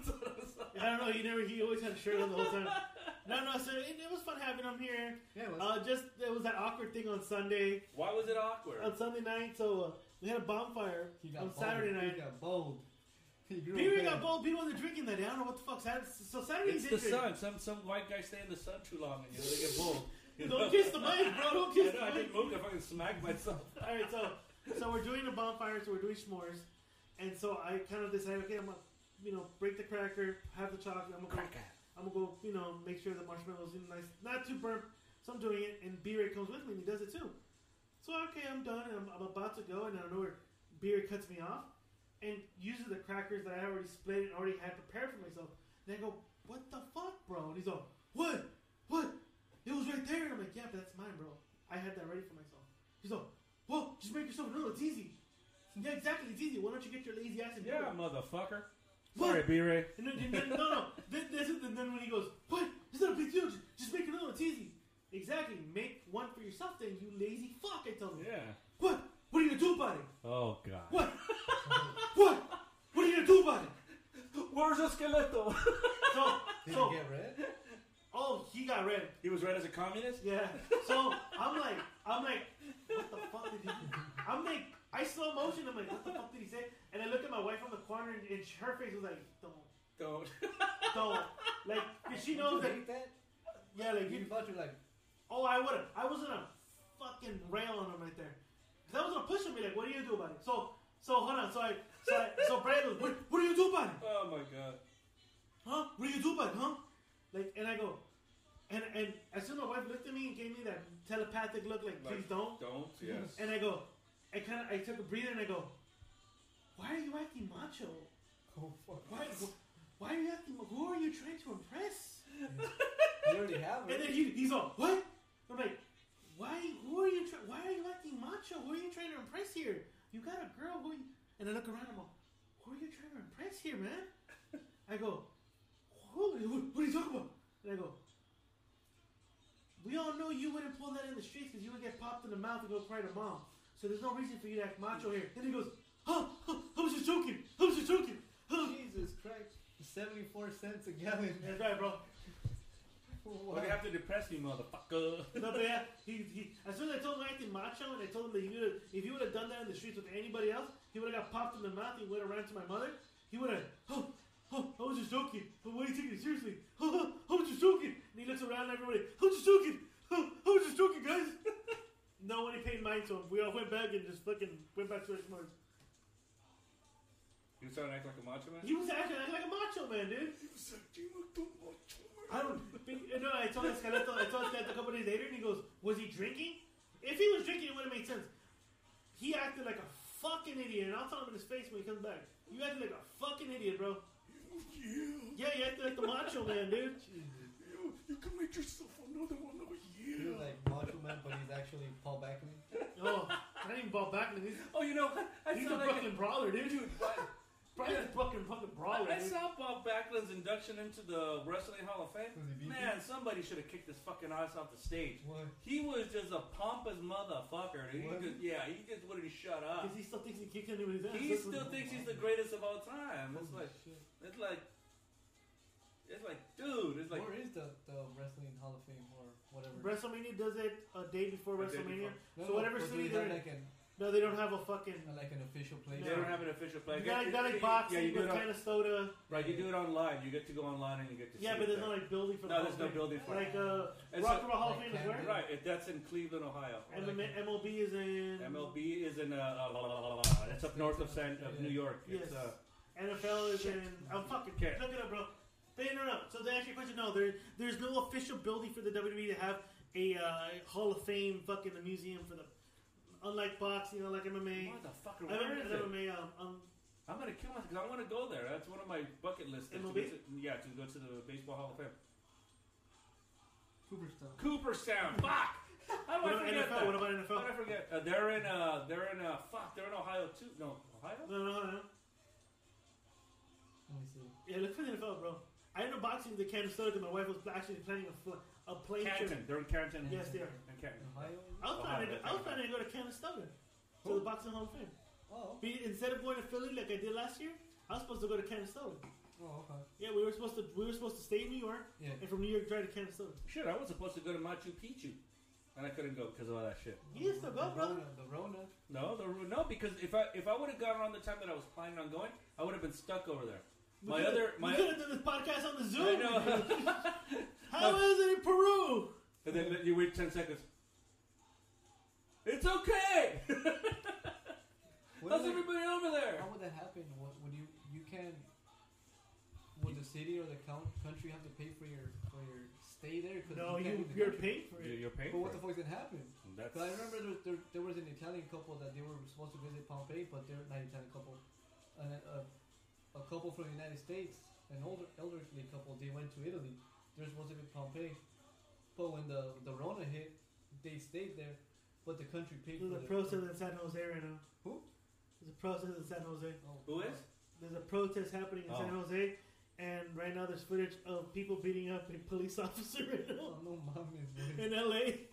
[SPEAKER 1] I don't know. He never. He always had a shirt on the whole time. No, no. So it, it was fun having him here.
[SPEAKER 2] Yeah, it was,
[SPEAKER 1] Uh, just it was that awkward thing on Sunday,
[SPEAKER 4] Why was it awkward?
[SPEAKER 1] on Sunday night. So uh, we had a bonfire
[SPEAKER 2] he got
[SPEAKER 1] on
[SPEAKER 2] bold.
[SPEAKER 1] Saturday
[SPEAKER 2] He
[SPEAKER 1] night.
[SPEAKER 2] got bold. He grew
[SPEAKER 1] People
[SPEAKER 2] a
[SPEAKER 1] got
[SPEAKER 2] pair.
[SPEAKER 1] bold. People were drinking that day. I don't know what the fuck. Saturday, so Saturday
[SPEAKER 4] It's
[SPEAKER 1] he
[SPEAKER 4] the
[SPEAKER 1] did drink.
[SPEAKER 4] sun. Some some white guys stay in the sun too long and you know, they get bold. You know?
[SPEAKER 1] Don't kiss the mic, bro. Don't kiss
[SPEAKER 4] I know,
[SPEAKER 1] the
[SPEAKER 4] I
[SPEAKER 1] mic.
[SPEAKER 4] didn't move. I fucking smacked myself.
[SPEAKER 1] All right, so so we're doing a bonfire, so we're doing s'mores, and so I kind of decided, okay, I'm gonna, you know, break the cracker, have the chocolate, I'm gonna, go, I'm gonna go, you know, make sure the marshmallows in nice, not too burnt. So I'm doing it, and B-Ray comes with me, and he does it too. So okay, I'm done, and I'm, I'm about to go, and I know where B-Ray cuts me off, and uses the crackers that I already split and already had prepared for myself. And I go, what the fuck, bro? And he's all, what, what? It was right there. And I'm like, yeah, but that's mine, bro. I had that ready for myself. He's all, well, just make yourself know it's easy. Yeah, exactly. It's easy. Why don't you get your lazy ass and do
[SPEAKER 4] Yeah,
[SPEAKER 1] it?
[SPEAKER 4] motherfucker.
[SPEAKER 1] What?
[SPEAKER 4] Sorry, B-Ray.
[SPEAKER 1] And then, then- then- no, no. Then, this is, and then when he goes, what? It's not a big deal. Just, just make another. It's easy. Exactly. Make one for yourself then, you lazy fuck, I tell him.
[SPEAKER 4] Yeah.
[SPEAKER 1] What? What are you going to do about it?
[SPEAKER 4] Oh god.
[SPEAKER 1] What? what? What are you going to do about it?
[SPEAKER 4] Where's the skeleto?
[SPEAKER 1] So,
[SPEAKER 2] Did
[SPEAKER 1] so,
[SPEAKER 2] he get red?
[SPEAKER 1] oh, he got red.
[SPEAKER 4] he was red as a communist.
[SPEAKER 1] Yeah. So I'm like, I'm like, what the fuck did he? Do? I'm like, I slow motion. I'm like, what the fuck did he say? And I look at my wife on the corner, and, and her face was like, don't,
[SPEAKER 4] Don't.
[SPEAKER 1] don't. Like, 'cause she knows
[SPEAKER 2] Did you
[SPEAKER 1] that.
[SPEAKER 2] hate that?
[SPEAKER 1] Yeah, like,
[SPEAKER 2] You
[SPEAKER 1] you,
[SPEAKER 2] thought you were like,
[SPEAKER 1] oh, I would have. I was gonna fucking rail on him right there, because I was gonna push him. Be like, what do you do about it? So, so hold on. So I, so I, so Brad goes, what, what do you do about it?
[SPEAKER 4] Oh my god.
[SPEAKER 1] huh? What do you do about it, huh? Like, and I go, and and as soon as my wife looked at me and gave me that telepathic look, like,
[SPEAKER 4] Like,
[SPEAKER 1] please don't.
[SPEAKER 4] Don't. Yes.
[SPEAKER 1] And I go, I kind of, I took a breather and I go, why are you acting macho?
[SPEAKER 2] oh fuck.
[SPEAKER 1] Why, wh- why are you acting? Who are you trying to impress?
[SPEAKER 2] You already have
[SPEAKER 1] And
[SPEAKER 2] it.
[SPEAKER 1] then he, he's all, what? I'm like, why? Who are you? Tra- why are you acting macho? Who are you trying to impress here? You got a girl. Who? Are you? And I look around. I'm all, who are you trying to impress here, man? I go, who? What, what are you talking about? And I go, we all know you wouldn't pull that in the streets because you would get popped in the mouth and go cry to mom. So there's no reason for you to act macho here. And he goes, huh, huh, I was just joking. I was just joking. Huh.
[SPEAKER 2] Jesus Christ. 74 cents a gallon.
[SPEAKER 1] That's right, bro.
[SPEAKER 4] Why do you have to depress me, motherfucker?
[SPEAKER 1] No, but yeah, he, he, as soon as I told him acting macho and I told him that he would've, if he would have done that in the streets with anybody else, he would have got popped in the mouth. He would have ran to my mother. He would have, oh, oh, I was just joking. But why are you taking it seriously? Oh, oh, I was just joking. And he looks around at everybody. I was just joking. Oh, I was just joking, guys. Nobody paid mind to him. We all went back and just fucking went back to our smarts.
[SPEAKER 4] You starting to act like a macho man?
[SPEAKER 1] He was acting like a macho man, dude. I don't. You know, I told this guy. I told, I told this guy a couple days later, and he goes, "Was he drinking? If he was drinking, it would have made sense." He acted like a fucking idiot, and I'll tell him in his face when he comes back. You acted like a fucking idiot, bro.
[SPEAKER 5] Yeah,
[SPEAKER 1] Yeah, you acted like the macho man, dude.
[SPEAKER 5] you, you can make yourself another one over
[SPEAKER 2] He's
[SPEAKER 5] here.
[SPEAKER 2] like Macho Man, but he's actually Paul Beckman.
[SPEAKER 1] Oh, I didn't even ball back. He's,
[SPEAKER 4] Oh, you know what? I
[SPEAKER 1] he's a
[SPEAKER 4] saw like
[SPEAKER 1] fucking brawler, dude.
[SPEAKER 4] dude. what?
[SPEAKER 1] Brian's a fucking fucking brawler.
[SPEAKER 4] I
[SPEAKER 1] dude.
[SPEAKER 4] saw Bob Backlund's induction into the Wrestling Hall of Fame.
[SPEAKER 2] Was he beefy?
[SPEAKER 4] Man, somebody should have kicked his fucking ass off the stage.
[SPEAKER 2] What?
[SPEAKER 4] He was just a pompous motherfucker. dude. He
[SPEAKER 2] Was he?
[SPEAKER 4] just, yeah, he just wouldn't shut up.
[SPEAKER 1] Because he still thinks he kicked him in his ass.
[SPEAKER 4] He
[SPEAKER 1] That's
[SPEAKER 4] still
[SPEAKER 1] what-
[SPEAKER 4] thinks he's the greatest of all time. It's
[SPEAKER 2] Holy
[SPEAKER 4] like,
[SPEAKER 2] shit.
[SPEAKER 4] it's like, it's like, dude, it's like.
[SPEAKER 2] Where is the, the Wrestling Hall of Fame or whatever?
[SPEAKER 1] WrestleMania does it a day before
[SPEAKER 4] A day
[SPEAKER 1] WrestleMania.
[SPEAKER 4] before.
[SPEAKER 2] No,
[SPEAKER 1] So
[SPEAKER 2] no,
[SPEAKER 1] whatever
[SPEAKER 2] but do
[SPEAKER 1] city
[SPEAKER 2] they have
[SPEAKER 1] they're in.
[SPEAKER 2] like an
[SPEAKER 1] No, they don't have a fucking.
[SPEAKER 2] like an official place.
[SPEAKER 4] They don't have an official place.
[SPEAKER 1] You got like, got
[SPEAKER 4] Yeah,
[SPEAKER 1] like boxing
[SPEAKER 4] you
[SPEAKER 1] with
[SPEAKER 4] do it on,
[SPEAKER 1] kind of soda.
[SPEAKER 4] right. You do it online. You get to go online and you get to.
[SPEAKER 1] Yeah,
[SPEAKER 4] see
[SPEAKER 1] but
[SPEAKER 4] it
[SPEAKER 1] there's no
[SPEAKER 4] there.
[SPEAKER 1] like building for the
[SPEAKER 4] No,
[SPEAKER 1] whole
[SPEAKER 4] there's no
[SPEAKER 1] thing.
[SPEAKER 4] building for
[SPEAKER 1] like
[SPEAKER 4] it.
[SPEAKER 1] uh,
[SPEAKER 4] It's
[SPEAKER 1] Rock
[SPEAKER 4] a-
[SPEAKER 1] and Roll Hall of
[SPEAKER 2] like
[SPEAKER 1] Fame is
[SPEAKER 2] Camden.
[SPEAKER 1] where
[SPEAKER 4] Right, if that's in Cleveland, Ohio.
[SPEAKER 1] and the M- MLB is in
[SPEAKER 4] MLB is in uh, uh, la, la, la, la, la. it's up north of San of New York.
[SPEAKER 1] Yes,
[SPEAKER 4] It's, uh,
[SPEAKER 1] NFL is in. I'm fucking
[SPEAKER 4] Okay.
[SPEAKER 1] look it up, bro. They no no. So to answer your question, no, there there's no official building for the WWE to have a uh, Hall of Fame fucking a museum for the unlike boxing, unlike MMA.
[SPEAKER 4] motherfucker,
[SPEAKER 1] I
[SPEAKER 4] where
[SPEAKER 1] remember
[SPEAKER 4] is
[SPEAKER 1] the
[SPEAKER 4] it?
[SPEAKER 1] MMA um, um,
[SPEAKER 4] I'm gonna kill myself because I want to go there. That's one of my bucket lists. is to
[SPEAKER 1] MLB?
[SPEAKER 4] go to- yeah, to go to the Baseball Hall of Fame.
[SPEAKER 2] Cooperstown.
[SPEAKER 4] Cooperstown, fuck. How do
[SPEAKER 1] what about
[SPEAKER 4] I forget
[SPEAKER 1] NFL? What
[SPEAKER 4] that?
[SPEAKER 1] about NFL?
[SPEAKER 4] How did I forget? Uh, they're in. Uh, they're in. Uh, fuck. They're in Ohio too. No, Ohio.
[SPEAKER 1] No, no, no.
[SPEAKER 2] Let me see.
[SPEAKER 1] Yeah, look for the NFL, bro. I ended up boxing the Kansas City because my wife was actually planning a, fl- a plane trip.
[SPEAKER 4] Canton. They're in Canton.
[SPEAKER 1] Yes, they are.
[SPEAKER 4] In Canton.
[SPEAKER 2] Ohio?
[SPEAKER 1] I was
[SPEAKER 4] Ohio,
[SPEAKER 1] planning to, go- I was
[SPEAKER 4] okay.
[SPEAKER 1] planning to go to Kansas City to
[SPEAKER 2] Who?
[SPEAKER 1] the Boxing Hall of Fame.
[SPEAKER 2] Oh,
[SPEAKER 1] Be, instead of going to Philly like I did last year, I was supposed to go to Canastota.
[SPEAKER 2] oh, okay.
[SPEAKER 1] Yeah, we were supposed to we were supposed to stay in New York
[SPEAKER 2] Yeah.
[SPEAKER 1] and from New York drive to Canastota.
[SPEAKER 4] Shit, I was supposed to go to Machu Picchu, and I couldn't go because of all that shit.
[SPEAKER 1] You used to go,
[SPEAKER 2] the
[SPEAKER 4] Oh,
[SPEAKER 1] brother.
[SPEAKER 2] Rona, the Rona.
[SPEAKER 4] No, the, no, because if I if I would have gone around the time that I was planning on going, I would have been stuck over there.
[SPEAKER 1] We
[SPEAKER 4] My
[SPEAKER 1] could've-
[SPEAKER 4] other-
[SPEAKER 1] we
[SPEAKER 4] my-
[SPEAKER 1] could have done this podcast on the Zoom.
[SPEAKER 4] I know.
[SPEAKER 1] How is it in Peru?
[SPEAKER 4] and then you wait ten seconds. It's okay.
[SPEAKER 2] What
[SPEAKER 4] How's
[SPEAKER 2] is it-
[SPEAKER 4] everybody over there?
[SPEAKER 2] How would that happen? What would you you can? Would the city or the count, country have to pay for your for your stay there? 'Cause
[SPEAKER 1] No,
[SPEAKER 2] can't
[SPEAKER 1] you
[SPEAKER 2] leave the
[SPEAKER 1] you're paying
[SPEAKER 2] country.
[SPEAKER 1] for
[SPEAKER 4] You-
[SPEAKER 1] it.
[SPEAKER 4] You're paying
[SPEAKER 2] But what
[SPEAKER 4] for
[SPEAKER 2] the fuck did happen?
[SPEAKER 4] it. That's.
[SPEAKER 2] Because I remember there, there, there was an Italian couple that they were supposed to visit Pompeii, but they're not Italian couple. An, a, a couple from the United States, an older elderly couple, they went to Italy. They're supposed to visit Pompeii, but when the the Rona hit, they stayed there, but the country paid
[SPEAKER 1] There's
[SPEAKER 2] for
[SPEAKER 1] a
[SPEAKER 2] their-
[SPEAKER 1] protest in San Jose right now.
[SPEAKER 2] Who?
[SPEAKER 1] There's a protest in San Jose.
[SPEAKER 2] Oh,
[SPEAKER 4] Who is?
[SPEAKER 1] There's a protest happening in
[SPEAKER 4] Oh.
[SPEAKER 1] San Jose, and right now there's footage of people beating up a police officer right
[SPEAKER 2] Oh,
[SPEAKER 1] now
[SPEAKER 2] no, mommy
[SPEAKER 1] in LA.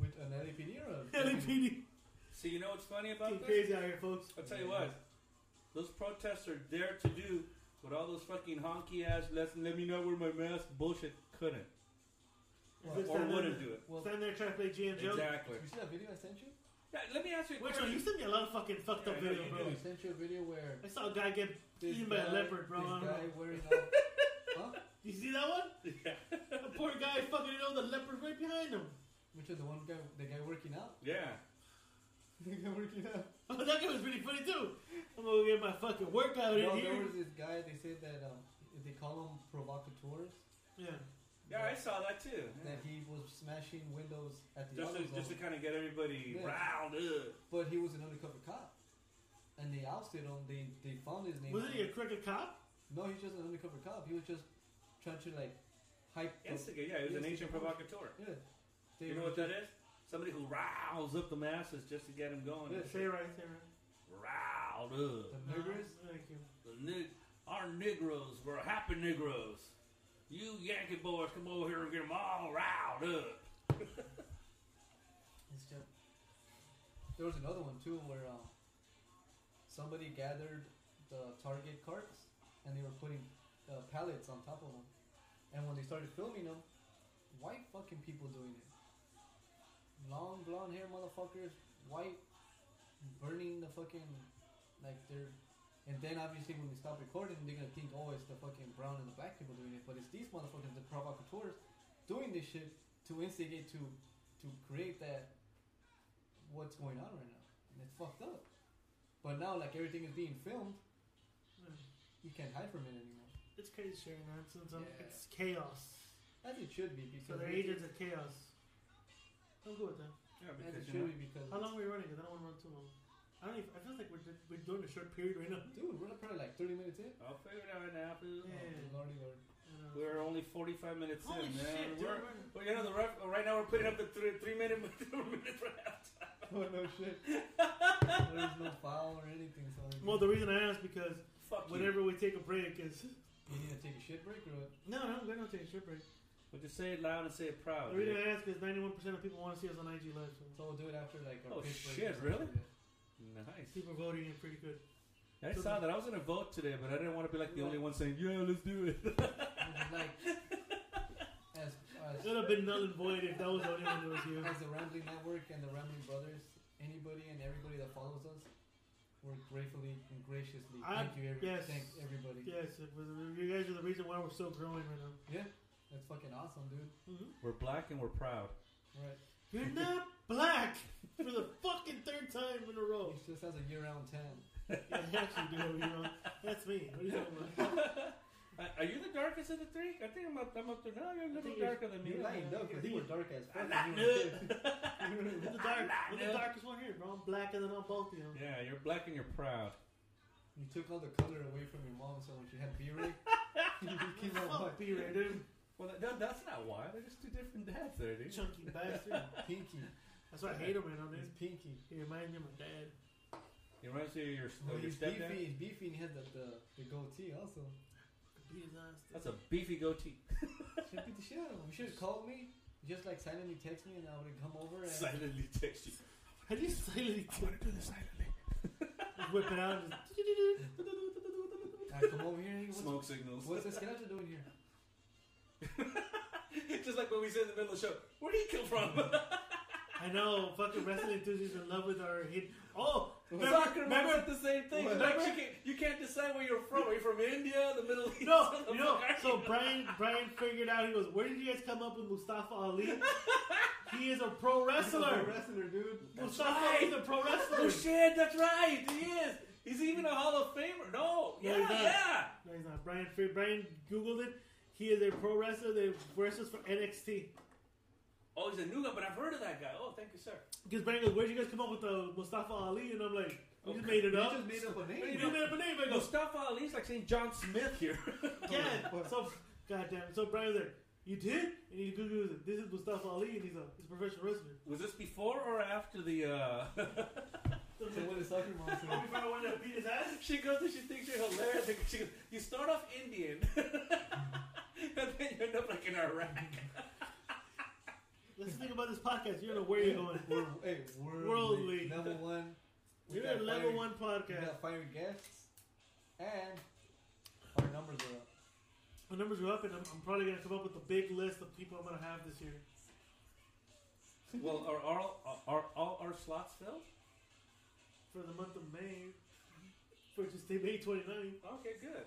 [SPEAKER 2] with an LAPD or a-
[SPEAKER 1] LAPD,
[SPEAKER 4] See, you know what's funny
[SPEAKER 1] Fucking
[SPEAKER 4] about this?
[SPEAKER 1] crazy out here, folks.
[SPEAKER 4] I'll tell you what. Those protests are there to do what all those fucking honky ass let let me not wear my mask bullshit couldn't
[SPEAKER 2] Well,
[SPEAKER 1] Just
[SPEAKER 4] or
[SPEAKER 1] stand there-
[SPEAKER 4] wouldn't do it.
[SPEAKER 2] Well,
[SPEAKER 1] Stand there trying to play G and Joe.
[SPEAKER 4] Exactly.
[SPEAKER 2] you see that video I sent you?
[SPEAKER 4] Yeah, let me ask you a
[SPEAKER 1] Which one?
[SPEAKER 4] question.
[SPEAKER 1] You sent me a lot of fucking fucked
[SPEAKER 4] Yeah,
[SPEAKER 1] up
[SPEAKER 4] I know
[SPEAKER 1] video,
[SPEAKER 4] you
[SPEAKER 1] bro.
[SPEAKER 4] do.
[SPEAKER 2] I sent you a video where
[SPEAKER 1] I saw a guy get
[SPEAKER 2] this
[SPEAKER 1] eaten by a
[SPEAKER 2] guy-
[SPEAKER 1] leopard, bro.
[SPEAKER 2] This
[SPEAKER 1] I don't
[SPEAKER 2] guy
[SPEAKER 1] know.
[SPEAKER 2] wearing a, huh?
[SPEAKER 1] You see that one?
[SPEAKER 4] Yeah.
[SPEAKER 1] The poor guy fucking you know the leopard right behind him.
[SPEAKER 2] Which is the one guy? The guy working out.
[SPEAKER 4] yeah.
[SPEAKER 2] The guy working out.
[SPEAKER 1] Oh, that guy was pretty funny too. I'm gonna get my fucking workout
[SPEAKER 2] No,
[SPEAKER 1] in
[SPEAKER 2] there
[SPEAKER 1] here.
[SPEAKER 2] was this guy. They said that um, they call him provocateurs.
[SPEAKER 1] Yeah.
[SPEAKER 4] Yeah, I saw that too.
[SPEAKER 2] That he was smashing windows at the
[SPEAKER 4] Just to,
[SPEAKER 2] auto
[SPEAKER 4] just to
[SPEAKER 2] zone,
[SPEAKER 4] kind of get everybody
[SPEAKER 2] Yeah.
[SPEAKER 4] riled up.
[SPEAKER 2] but he was an undercover cop, and they ousted him. They they found his name.
[SPEAKER 1] Wasn't he a crooked cop?
[SPEAKER 2] No, he's just an undercover cop. He was just trying to like hype. the-
[SPEAKER 4] Instigate, yeah, he was an ancient provocateur.
[SPEAKER 2] yeah. They
[SPEAKER 4] You know
[SPEAKER 2] were
[SPEAKER 4] what that
[SPEAKER 2] just-
[SPEAKER 4] is? Somebody who riles up the masses just to get them going.
[SPEAKER 2] Yeah.
[SPEAKER 1] Say it right, say it right.
[SPEAKER 4] Riled up.
[SPEAKER 2] The niggers.
[SPEAKER 1] No, thank you.
[SPEAKER 4] The nig- our Negroes were happy Negroes. You Yankee boys come over here and get them all riled up.
[SPEAKER 2] It's just- There was another one too where uh, somebody gathered the Target carts and they were putting uh, pallets on top of them. And when they started filming them, white fucking people doing it. Long blonde hair motherfuckers, white, burning the fucking, like they're. And then obviously when they stop recording, they're gonna think, oh, it's the fucking brown and the black people doing it. But it's these motherfuckers, the provocateurs, doing this shit to instigate to to create that what's going on right now, and it's fucked up. But now, like everything is being filmed, you can't hide from it anymore.
[SPEAKER 1] It's crazy shit, man. It's, it's,
[SPEAKER 2] Yeah.
[SPEAKER 1] it's chaos.
[SPEAKER 2] As it should be
[SPEAKER 1] So
[SPEAKER 2] because
[SPEAKER 1] they're
[SPEAKER 2] we-
[SPEAKER 1] agents of chaos. I'm good with that.
[SPEAKER 4] Yeah,
[SPEAKER 2] As
[SPEAKER 4] because you
[SPEAKER 2] it
[SPEAKER 4] know,
[SPEAKER 2] should be because
[SPEAKER 1] How long are we running? 'Cause I don't want to run too long. I don't even. I feel like we're just, we're doing a short period right now.
[SPEAKER 2] dude, we're probably like thirty minutes in.
[SPEAKER 4] I'll figure it out right now. fool.
[SPEAKER 1] Yeah.
[SPEAKER 2] Oh, lordy, lord.
[SPEAKER 1] You know.
[SPEAKER 4] We're only 45 minutes
[SPEAKER 1] Uh, Holy
[SPEAKER 4] in, man.
[SPEAKER 1] shit, dude!
[SPEAKER 4] we're,
[SPEAKER 1] we're-
[SPEAKER 4] well, you know, the ref, right now we're putting up the three, three minute, three minute for halftime.
[SPEAKER 2] Oh no shit. There's no foul or anything, so like,
[SPEAKER 1] Well, the reason I asked because
[SPEAKER 4] Fuck you.
[SPEAKER 1] whenever we take a break is
[SPEAKER 2] you need to take a shit break or what?
[SPEAKER 1] no, no, we're not taking a short break.
[SPEAKER 4] But just say it loud and say it proud.
[SPEAKER 1] The reason I ask is 91 percent of people want to see us on IG live. So
[SPEAKER 2] So we'll do it after like our
[SPEAKER 4] Oh,
[SPEAKER 2] pitch break.
[SPEAKER 4] shit,
[SPEAKER 2] or something,
[SPEAKER 4] really?
[SPEAKER 2] yeah.
[SPEAKER 4] Nice.
[SPEAKER 1] people are voting in pretty good.
[SPEAKER 4] I saw that. I was gonna vote today, but I didn't want to be like the only one saying, "Yeah, let's do it."
[SPEAKER 2] And then, like as
[SPEAKER 1] It
[SPEAKER 2] as
[SPEAKER 1] would have been null and void if that was the only one that was you.
[SPEAKER 2] as the Rambling Network and the Rambling Brothers, anybody and everybody that follows us, we're gratefully and graciously
[SPEAKER 1] I-
[SPEAKER 2] thank you. Every,
[SPEAKER 1] yes.
[SPEAKER 2] Thank everybody.
[SPEAKER 1] Yes, it was, you guys are the reason why we're still growing right now.
[SPEAKER 2] Yeah, that's fucking awesome, dude.
[SPEAKER 1] Mhm.
[SPEAKER 4] We're black and we're proud.
[SPEAKER 2] Right.
[SPEAKER 1] You're not black for the fucking third time in a row.
[SPEAKER 2] He just has a year-round tan.
[SPEAKER 1] Yeah, I actually do. You know, that's me. What are you talking about?
[SPEAKER 4] Uh, Are you the darkest of the three? I think I'm up. I'm up there. No, you're a little
[SPEAKER 1] think you're-
[SPEAKER 4] darker than me.
[SPEAKER 2] You lined up because you were dark as fuck.
[SPEAKER 4] I'm not
[SPEAKER 2] when you were a
[SPEAKER 1] You're
[SPEAKER 2] kid.
[SPEAKER 1] the, dark,
[SPEAKER 4] not,
[SPEAKER 1] you're the
[SPEAKER 4] dude.
[SPEAKER 1] darkest one here, bro. I'm black and then I'm both, you know.
[SPEAKER 4] Yeah, you're black and you're proud.
[SPEAKER 2] you took all the color away from your mom, so when she had B-Ray, you became all
[SPEAKER 1] Fuck
[SPEAKER 2] white.
[SPEAKER 1] B-Ray, dude.
[SPEAKER 4] Well, that, that, that's not why. They're just two different dads there, dude.
[SPEAKER 1] Chunky bastard.
[SPEAKER 2] Pinky.
[SPEAKER 1] That's why I hate him right now,
[SPEAKER 2] It's
[SPEAKER 1] dude.
[SPEAKER 2] pinky.
[SPEAKER 4] Oh,
[SPEAKER 1] He reminds me of my dad.
[SPEAKER 4] He reminds me of your,
[SPEAKER 2] Well,
[SPEAKER 4] of your
[SPEAKER 2] he's beefy.
[SPEAKER 4] stepdad.
[SPEAKER 2] He's beefy and he had the, the, the goatee also.
[SPEAKER 1] Beat his ass, dude.
[SPEAKER 4] That's a beefy goatee.
[SPEAKER 2] Should beat the shit out of him. You should have called me. Just like silently text me and I would have come over and
[SPEAKER 4] Silently text you.
[SPEAKER 1] How do you silently
[SPEAKER 4] want to do this silently.
[SPEAKER 1] just whip it out? and Just,
[SPEAKER 2] I come over here. Hey, what's,
[SPEAKER 4] Smoke signals.
[SPEAKER 2] what's this skeleton doing here?
[SPEAKER 4] just like when we said in the middle of the show, where did he come from?
[SPEAKER 1] I know, fucking wrestling enthusiasts in love with our hit. Oh, remember,
[SPEAKER 4] Soccer
[SPEAKER 1] remember-
[SPEAKER 4] remember the same thing.
[SPEAKER 1] What?
[SPEAKER 4] Like, you, can't, you can't decide where you're from. Are you from India, the Middle East?
[SPEAKER 1] no,
[SPEAKER 4] What the
[SPEAKER 1] you know.
[SPEAKER 4] fuck are
[SPEAKER 1] So
[SPEAKER 4] you?
[SPEAKER 1] Brian, Brian figured out. He goes, "Where did you guys come up with Mustafa Ali? he is a pro
[SPEAKER 2] He's a
[SPEAKER 1] wrestler.
[SPEAKER 2] wrestler, dude.
[SPEAKER 4] That's
[SPEAKER 1] Mustafa Ali is
[SPEAKER 4] right.
[SPEAKER 1] a pro
[SPEAKER 4] Oh
[SPEAKER 1] wrestler.
[SPEAKER 4] shit, that's right. He is. He's even a Hall of Famer. No,
[SPEAKER 1] No,
[SPEAKER 4] yeah,
[SPEAKER 1] he's not.
[SPEAKER 4] yeah.
[SPEAKER 1] No, he's not. Brian, Fe- Brian googled it. He is a pro wrestler that wrestles for NXT.
[SPEAKER 4] Oh, he's a new guy, but I've heard of that guy. Oh, thank you, sir.
[SPEAKER 1] Because Brian goes, "Where'd you guys come up with the Mustafa Ali?" And I'm like, "We just made it
[SPEAKER 2] You
[SPEAKER 1] up.
[SPEAKER 2] just made up a
[SPEAKER 1] We
[SPEAKER 2] name.
[SPEAKER 1] just made up a name." I go,
[SPEAKER 4] Mustafa Ali's like saying John Smith here.
[SPEAKER 1] Yeah. So, goddamn. So Brian's like, you did, and he googles it. This is Mustafa Ali, and he's a he's a professional wrestler.
[SPEAKER 4] Was this before or after the? uh
[SPEAKER 1] So
[SPEAKER 2] So what is soccer mom
[SPEAKER 1] we
[SPEAKER 2] saying?
[SPEAKER 1] found one that beat his ass.
[SPEAKER 4] She goes and she thinks you're hilarious. Like, She goes, you start off Indian, and then you end up like in Iraq.
[SPEAKER 1] Let's think about this podcast. You're gonna where you're going.
[SPEAKER 2] We're, hey, worldly.
[SPEAKER 1] Worldly.
[SPEAKER 2] Level one. We
[SPEAKER 1] You're
[SPEAKER 2] got
[SPEAKER 1] a level
[SPEAKER 2] fire-
[SPEAKER 1] one
[SPEAKER 2] We
[SPEAKER 1] podcast.
[SPEAKER 2] got fire guests. And our numbers are up.
[SPEAKER 1] My numbers are up, and I'm, I'm probably gonna come up with a big list of people I'm gonna have this year.
[SPEAKER 4] Well, are all are, all our slots filled?
[SPEAKER 1] for the month of May, for just day May 29th.
[SPEAKER 4] Okay, good.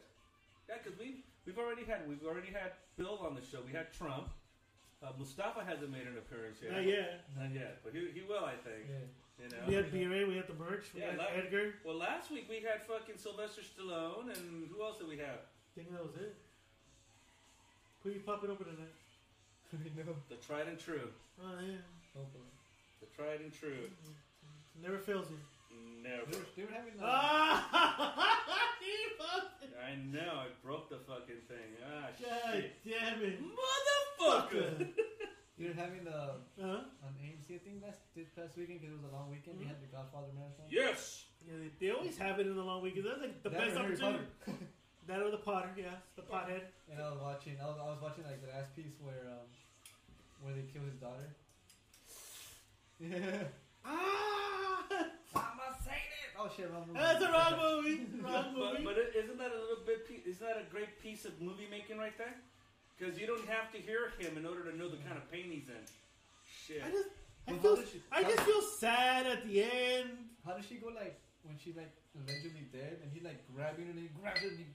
[SPEAKER 4] Yeah, because we we've already had we've already had Bill on the show. We had Trump. Uh, Mustafa hasn't made an appearance yet.
[SPEAKER 1] Not yet.
[SPEAKER 4] Not yet, but he, he will, I think.
[SPEAKER 2] Yeah.
[SPEAKER 4] You know.
[SPEAKER 1] We had B-Ray, we had the merch, we
[SPEAKER 4] Yeah,
[SPEAKER 1] had
[SPEAKER 4] like-
[SPEAKER 1] Edgar.
[SPEAKER 4] Well, last week we had fucking Sylvester Stallone, and who else did we have?
[SPEAKER 1] I think that was it. Who you popping open tonight?
[SPEAKER 2] We know.
[SPEAKER 4] The tried and true.
[SPEAKER 1] Oh, yeah.
[SPEAKER 2] Hopefully.
[SPEAKER 4] The tried and true.
[SPEAKER 1] Never fails you.
[SPEAKER 2] They
[SPEAKER 4] Never.
[SPEAKER 2] were, they were having a,
[SPEAKER 1] Ah! He fucking-
[SPEAKER 4] I know. I broke the fucking thing. Ah,
[SPEAKER 1] God
[SPEAKER 4] shit.
[SPEAKER 1] damn it.
[SPEAKER 4] Motherfucker.
[SPEAKER 2] they were having a,
[SPEAKER 1] Huh?
[SPEAKER 2] an AMC thing last this past weekend because it was a long weekend. They had the Godfather marathon.
[SPEAKER 4] Yes.
[SPEAKER 1] Hmm? Yeah, they, they always have it in the long weekend. That's like the
[SPEAKER 2] That
[SPEAKER 1] best
[SPEAKER 2] or Harry
[SPEAKER 1] opportunity.
[SPEAKER 2] Potter.
[SPEAKER 1] That or the Potter, yeah. The pothead.
[SPEAKER 2] and I was watching. I was, I was watching like the last piece where um, where they kill his daughter. Yeah.
[SPEAKER 1] Ah!
[SPEAKER 4] Mama said it.
[SPEAKER 2] I Oh shit, wrong movie.
[SPEAKER 1] That's a wrong movie. Wrong
[SPEAKER 4] But,
[SPEAKER 1] movie.
[SPEAKER 4] but it- isn't that a little bit? pe- Isn't that a great piece of movie making right there? Because you don't have to hear him in order to know the kind of pain he's in. Shit.
[SPEAKER 1] I just, I
[SPEAKER 2] But
[SPEAKER 1] feel,
[SPEAKER 2] how did she-
[SPEAKER 1] I just feel sad at the end.
[SPEAKER 2] How does she go like when she's like allegedly dead and he's like grabbing her and he grabs her and he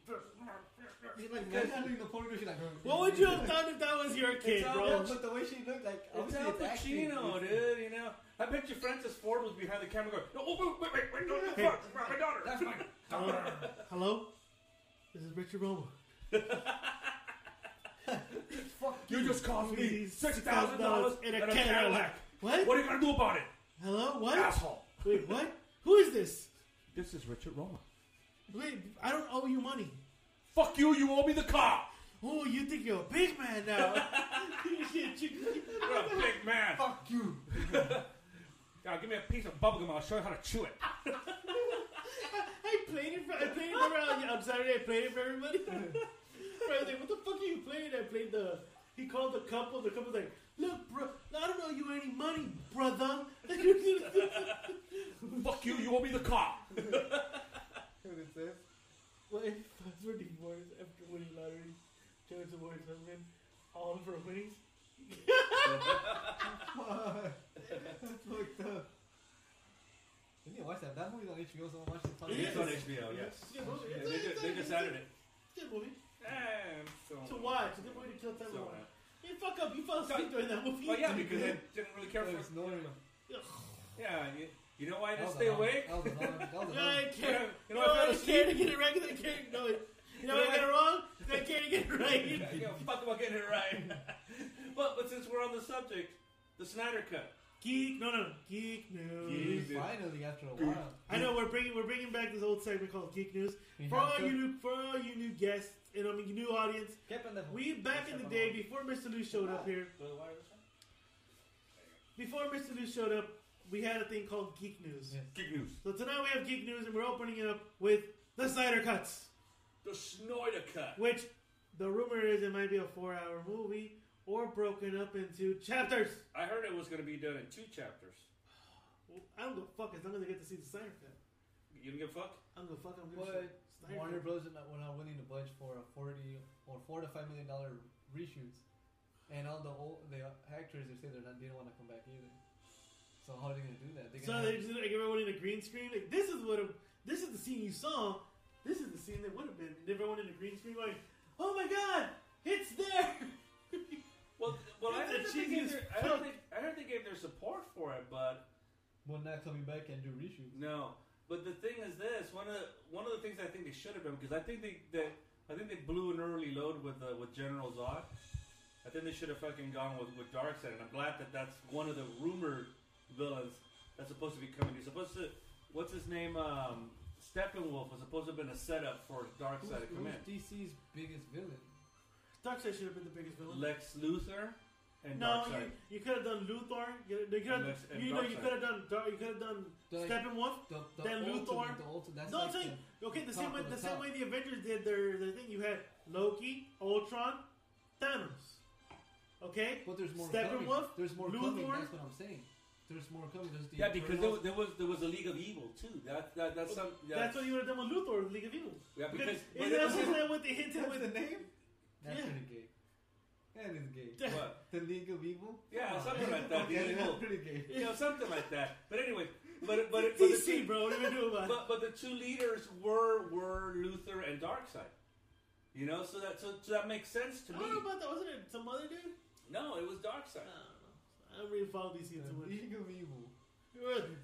[SPEAKER 2] she's like manhandling the poor girl. She's like,
[SPEAKER 1] What would you have done if that was your kid,
[SPEAKER 4] all
[SPEAKER 1] bro?
[SPEAKER 2] Yeah, but the way she looked like
[SPEAKER 4] It's
[SPEAKER 2] obviously
[SPEAKER 4] Al
[SPEAKER 2] acting.
[SPEAKER 4] Pacino, dude. You know, I bet you Francis Ford was behind the camera going, "No, oh, wait, wait, wait, no, no,
[SPEAKER 1] Hey.
[SPEAKER 4] fuck, my my daughter."
[SPEAKER 2] That's my daughter.
[SPEAKER 1] Hello, this is Richard Roma.
[SPEAKER 2] Fuck
[SPEAKER 3] You just cost me
[SPEAKER 1] Please,
[SPEAKER 3] six
[SPEAKER 1] thousand
[SPEAKER 3] thousand dollars.
[SPEAKER 1] in a
[SPEAKER 4] and a
[SPEAKER 1] Cadillac.
[SPEAKER 4] Cadillac.
[SPEAKER 1] What? Ah!
[SPEAKER 4] What are you gonna do about it,
[SPEAKER 1] Hello? What?
[SPEAKER 4] asshole?
[SPEAKER 1] Wait, what? Who is this?
[SPEAKER 3] This is Richard Roma.
[SPEAKER 1] Wait, I don't owe you money.
[SPEAKER 3] Fuck you! You owe me the car.
[SPEAKER 1] Oh, you think you're a big man now? Shit,
[SPEAKER 4] You're a big man.
[SPEAKER 2] Fuck you.
[SPEAKER 4] Now give me a piece of bubblegum. I'll show you how to chew it.
[SPEAKER 1] I played it. For, I played it for. Uh, I'm sorry. I played it for everybody. I was like, "What the fuck are you playing?" I played the. He called the couple. The couple's like, "Look, bro, I don't owe you any money, brother."
[SPEAKER 3] Fuck you! You owe me the car.
[SPEAKER 2] What it says.
[SPEAKER 1] what if fans were divorced after winning lottery? Joe's divorced husband, all of her winnings.
[SPEAKER 2] Fuck. That's fucked up. You need to watch that. That movie's on HBO, so I watched it.
[SPEAKER 1] It is.
[SPEAKER 4] It's on HBO. Yes.
[SPEAKER 1] It's a good movie.
[SPEAKER 4] Yeah,
[SPEAKER 1] It's a-
[SPEAKER 4] they
[SPEAKER 1] it's
[SPEAKER 4] just
[SPEAKER 1] a-
[SPEAKER 4] they just added it.
[SPEAKER 1] It's a good movie
[SPEAKER 4] Eh, so-
[SPEAKER 1] to watch. It's a good movie to kill time.
[SPEAKER 4] So,
[SPEAKER 1] with.
[SPEAKER 4] uh,
[SPEAKER 1] Hey, fuck up! You fell asleep during that movie.
[SPEAKER 4] well, Oh, yeah, because I didn't really care
[SPEAKER 2] It
[SPEAKER 4] for.
[SPEAKER 2] was snoring.
[SPEAKER 4] Yeah, you, you know why I
[SPEAKER 2] That
[SPEAKER 4] didn't
[SPEAKER 2] was a
[SPEAKER 4] stay
[SPEAKER 2] long-
[SPEAKER 4] awake?
[SPEAKER 2] That was a long. That was a long.
[SPEAKER 1] I can't.
[SPEAKER 4] You know, I
[SPEAKER 1] I
[SPEAKER 4] fell asleep.
[SPEAKER 1] can't to get it right. 'cause I can't know it. You know
[SPEAKER 4] You know
[SPEAKER 1] what I got it wrong? 'Cause I can't get it right.
[SPEAKER 4] Yeah, you know, fuck about getting it right. but but since we're on the subject, the Snyder Cut.
[SPEAKER 1] Geek, no, no, geek news.
[SPEAKER 4] Geek.
[SPEAKER 2] Finally, after a while.
[SPEAKER 1] I know we're bringing we're bringing back this old segment called geek news
[SPEAKER 2] we
[SPEAKER 1] for
[SPEAKER 2] had
[SPEAKER 1] all
[SPEAKER 2] to-
[SPEAKER 1] you new, for all you new guests and I mean your new audience.
[SPEAKER 2] Kept on that-
[SPEAKER 1] We back in the day before Mr. Lou showed up here.
[SPEAKER 4] Go to the wire this time?
[SPEAKER 1] Before Mr. Lou showed up, we had a thing called geek news.
[SPEAKER 2] Yes.
[SPEAKER 4] Geek news.
[SPEAKER 1] So tonight we have geek news and we're opening it up with the Snyder cuts,
[SPEAKER 4] The Snyder Cut.
[SPEAKER 1] which the rumor is it might be a four-hour movie or broken up into chapters.
[SPEAKER 4] I heard it was going to be done in two chapters.
[SPEAKER 1] Well, I don't give a fuck as long as I get to see the Snyder cut.
[SPEAKER 4] You don't give a fuck?
[SPEAKER 1] I'm gonna fuck. I'm gonna.
[SPEAKER 2] But
[SPEAKER 1] shoot Snyder
[SPEAKER 2] Warner
[SPEAKER 1] Cut.
[SPEAKER 2] Bros. Were not, were not willing to budge for a forty or four to five million dollar reshoots, and all the old the actors they say they're not they don't want to come back either. So how are they gonna do that? They're
[SPEAKER 1] So
[SPEAKER 2] gonna
[SPEAKER 1] they just like everyone in a green screen. Like this is what a, this is the scene you saw. This is the scene that would have been. And everyone in a green screen going, "Oh my god, it's there!"
[SPEAKER 4] Well, well, I
[SPEAKER 1] It's
[SPEAKER 4] heard,
[SPEAKER 1] a
[SPEAKER 4] that they gave
[SPEAKER 1] cheesy
[SPEAKER 4] their,
[SPEAKER 1] as
[SPEAKER 4] I,
[SPEAKER 1] fuck.
[SPEAKER 4] heard they, I heard they gave their support for it, but
[SPEAKER 2] well not coming back and do reshoots.
[SPEAKER 4] no. But the thing is this one of the one of the things I think they should have done because I think they, they I think they blew an early load with uh, with General Zod. I think they should have fucking gone with with Darkseid, and I'm glad that that's one of the rumored villains that's supposed to be coming. He's supposed to what's his name? Um, Steppenwolf was supposed to have been a setup for
[SPEAKER 2] Who's,
[SPEAKER 4] Darkseid to come
[SPEAKER 2] who's
[SPEAKER 4] in.
[SPEAKER 2] DC's biggest villain?
[SPEAKER 1] Darkseid should have been the biggest villain.
[SPEAKER 4] Lex Luthor and
[SPEAKER 1] no,
[SPEAKER 4] Darkseid.
[SPEAKER 1] you, you could have done Luthor. You, they could have,
[SPEAKER 4] And Lex- and
[SPEAKER 1] you know, you
[SPEAKER 4] Darkseid.
[SPEAKER 1] could have done. Dar- You could have done
[SPEAKER 2] The,
[SPEAKER 1] Steppenwolf.
[SPEAKER 2] the, the
[SPEAKER 1] then
[SPEAKER 2] ultimate,
[SPEAKER 1] Luthor.
[SPEAKER 2] The ultimate, that's
[SPEAKER 1] No,
[SPEAKER 2] like
[SPEAKER 1] I'm saying okay. The
[SPEAKER 2] top
[SPEAKER 1] same way,
[SPEAKER 2] of
[SPEAKER 1] the
[SPEAKER 2] the
[SPEAKER 1] same
[SPEAKER 2] top.
[SPEAKER 1] way the Avengers did their their thing. You had Loki, Ultron, Thanos. Okay,
[SPEAKER 2] the- but there's more coming.
[SPEAKER 1] Steppenwolf,
[SPEAKER 2] There's more coming.
[SPEAKER 1] Luthor.
[SPEAKER 2] That's what I'm saying. There's more coming. There's the
[SPEAKER 4] Yeah, because there, was-
[SPEAKER 2] Eternals.
[SPEAKER 4] there was there was a League of Evil too. That, that that's some. Yeah,
[SPEAKER 1] That's what you would have done with Luthor, with League of Evil.
[SPEAKER 4] yeah, because but
[SPEAKER 1] isn't
[SPEAKER 4] that
[SPEAKER 1] that
[SPEAKER 4] was-
[SPEAKER 1] wasn't that what they hinted with?
[SPEAKER 2] that's
[SPEAKER 1] Yeah.
[SPEAKER 2] pretty gay. That is gay.
[SPEAKER 4] what?
[SPEAKER 2] The League of Evil.
[SPEAKER 4] Yeah,
[SPEAKER 2] Come on.
[SPEAKER 4] something like that, the
[SPEAKER 2] Okay,
[SPEAKER 4] evil.
[SPEAKER 2] that's pretty gay.
[SPEAKER 4] you know something like that. But anyway, but but but, the,
[SPEAKER 1] DC,
[SPEAKER 4] two,
[SPEAKER 1] bro. What are you doing about it?
[SPEAKER 4] but but the two leaders were were Luther and Darkseid. You know, so that so, so that makes sense to
[SPEAKER 1] I
[SPEAKER 4] me.
[SPEAKER 1] don't know about that. Wasn't it some other dude?
[SPEAKER 4] No, it was Darkseid.
[SPEAKER 1] I don't know. I don't really follow DC
[SPEAKER 2] The
[SPEAKER 1] too much.
[SPEAKER 2] League of Evil.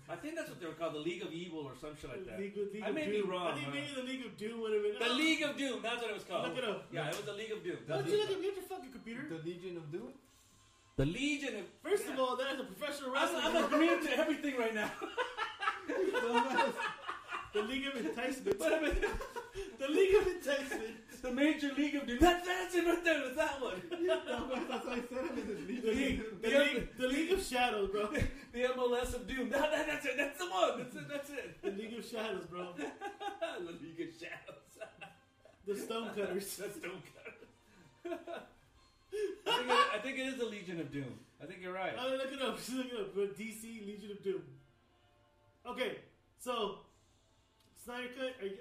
[SPEAKER 4] I think that's what they were called, the League of Evil or some shit like that.
[SPEAKER 1] League, League
[SPEAKER 4] I
[SPEAKER 1] of
[SPEAKER 4] may
[SPEAKER 1] Doom.
[SPEAKER 4] be wrong,
[SPEAKER 1] I think
[SPEAKER 4] huh?
[SPEAKER 1] maybe the League of Doom would have been.
[SPEAKER 4] The League of Doom. That's what it was called.
[SPEAKER 1] Look it up.
[SPEAKER 4] Yeah, it was the League of Doom.
[SPEAKER 1] Don't you look at me? Get your fucking computer.
[SPEAKER 2] The Legion of Doom.
[SPEAKER 4] The Legion. Of,
[SPEAKER 1] First
[SPEAKER 4] yeah.
[SPEAKER 1] of all, that is a professional wrestler.
[SPEAKER 4] I'm, I'm agreeing to everything right now.
[SPEAKER 2] Dumbass.
[SPEAKER 1] the League of Enticement.
[SPEAKER 4] But I mean,
[SPEAKER 1] the League of Enticement.
[SPEAKER 4] the Major League of Doom. That, that's it right there. It was that one.
[SPEAKER 2] Dumbass, That's why I said it was the
[SPEAKER 1] The
[SPEAKER 2] Legion.
[SPEAKER 1] League,
[SPEAKER 2] of Doom.
[SPEAKER 1] the
[SPEAKER 4] Yeah.
[SPEAKER 1] League, the League of Shadows, bro.
[SPEAKER 4] The MLS of Doom. That, that, that's it. That's the one. That's it. That's it.
[SPEAKER 1] The League of Shadows, bro.
[SPEAKER 4] the League of Shadows.
[SPEAKER 1] The Stonecutters.
[SPEAKER 4] That's Doom I, think it, I think it is the Legion of Doom. I think you're right.
[SPEAKER 1] I mean, look it up. Just look it up. But DC Legion of Doom. Okay, so Snyder Cut? Are you,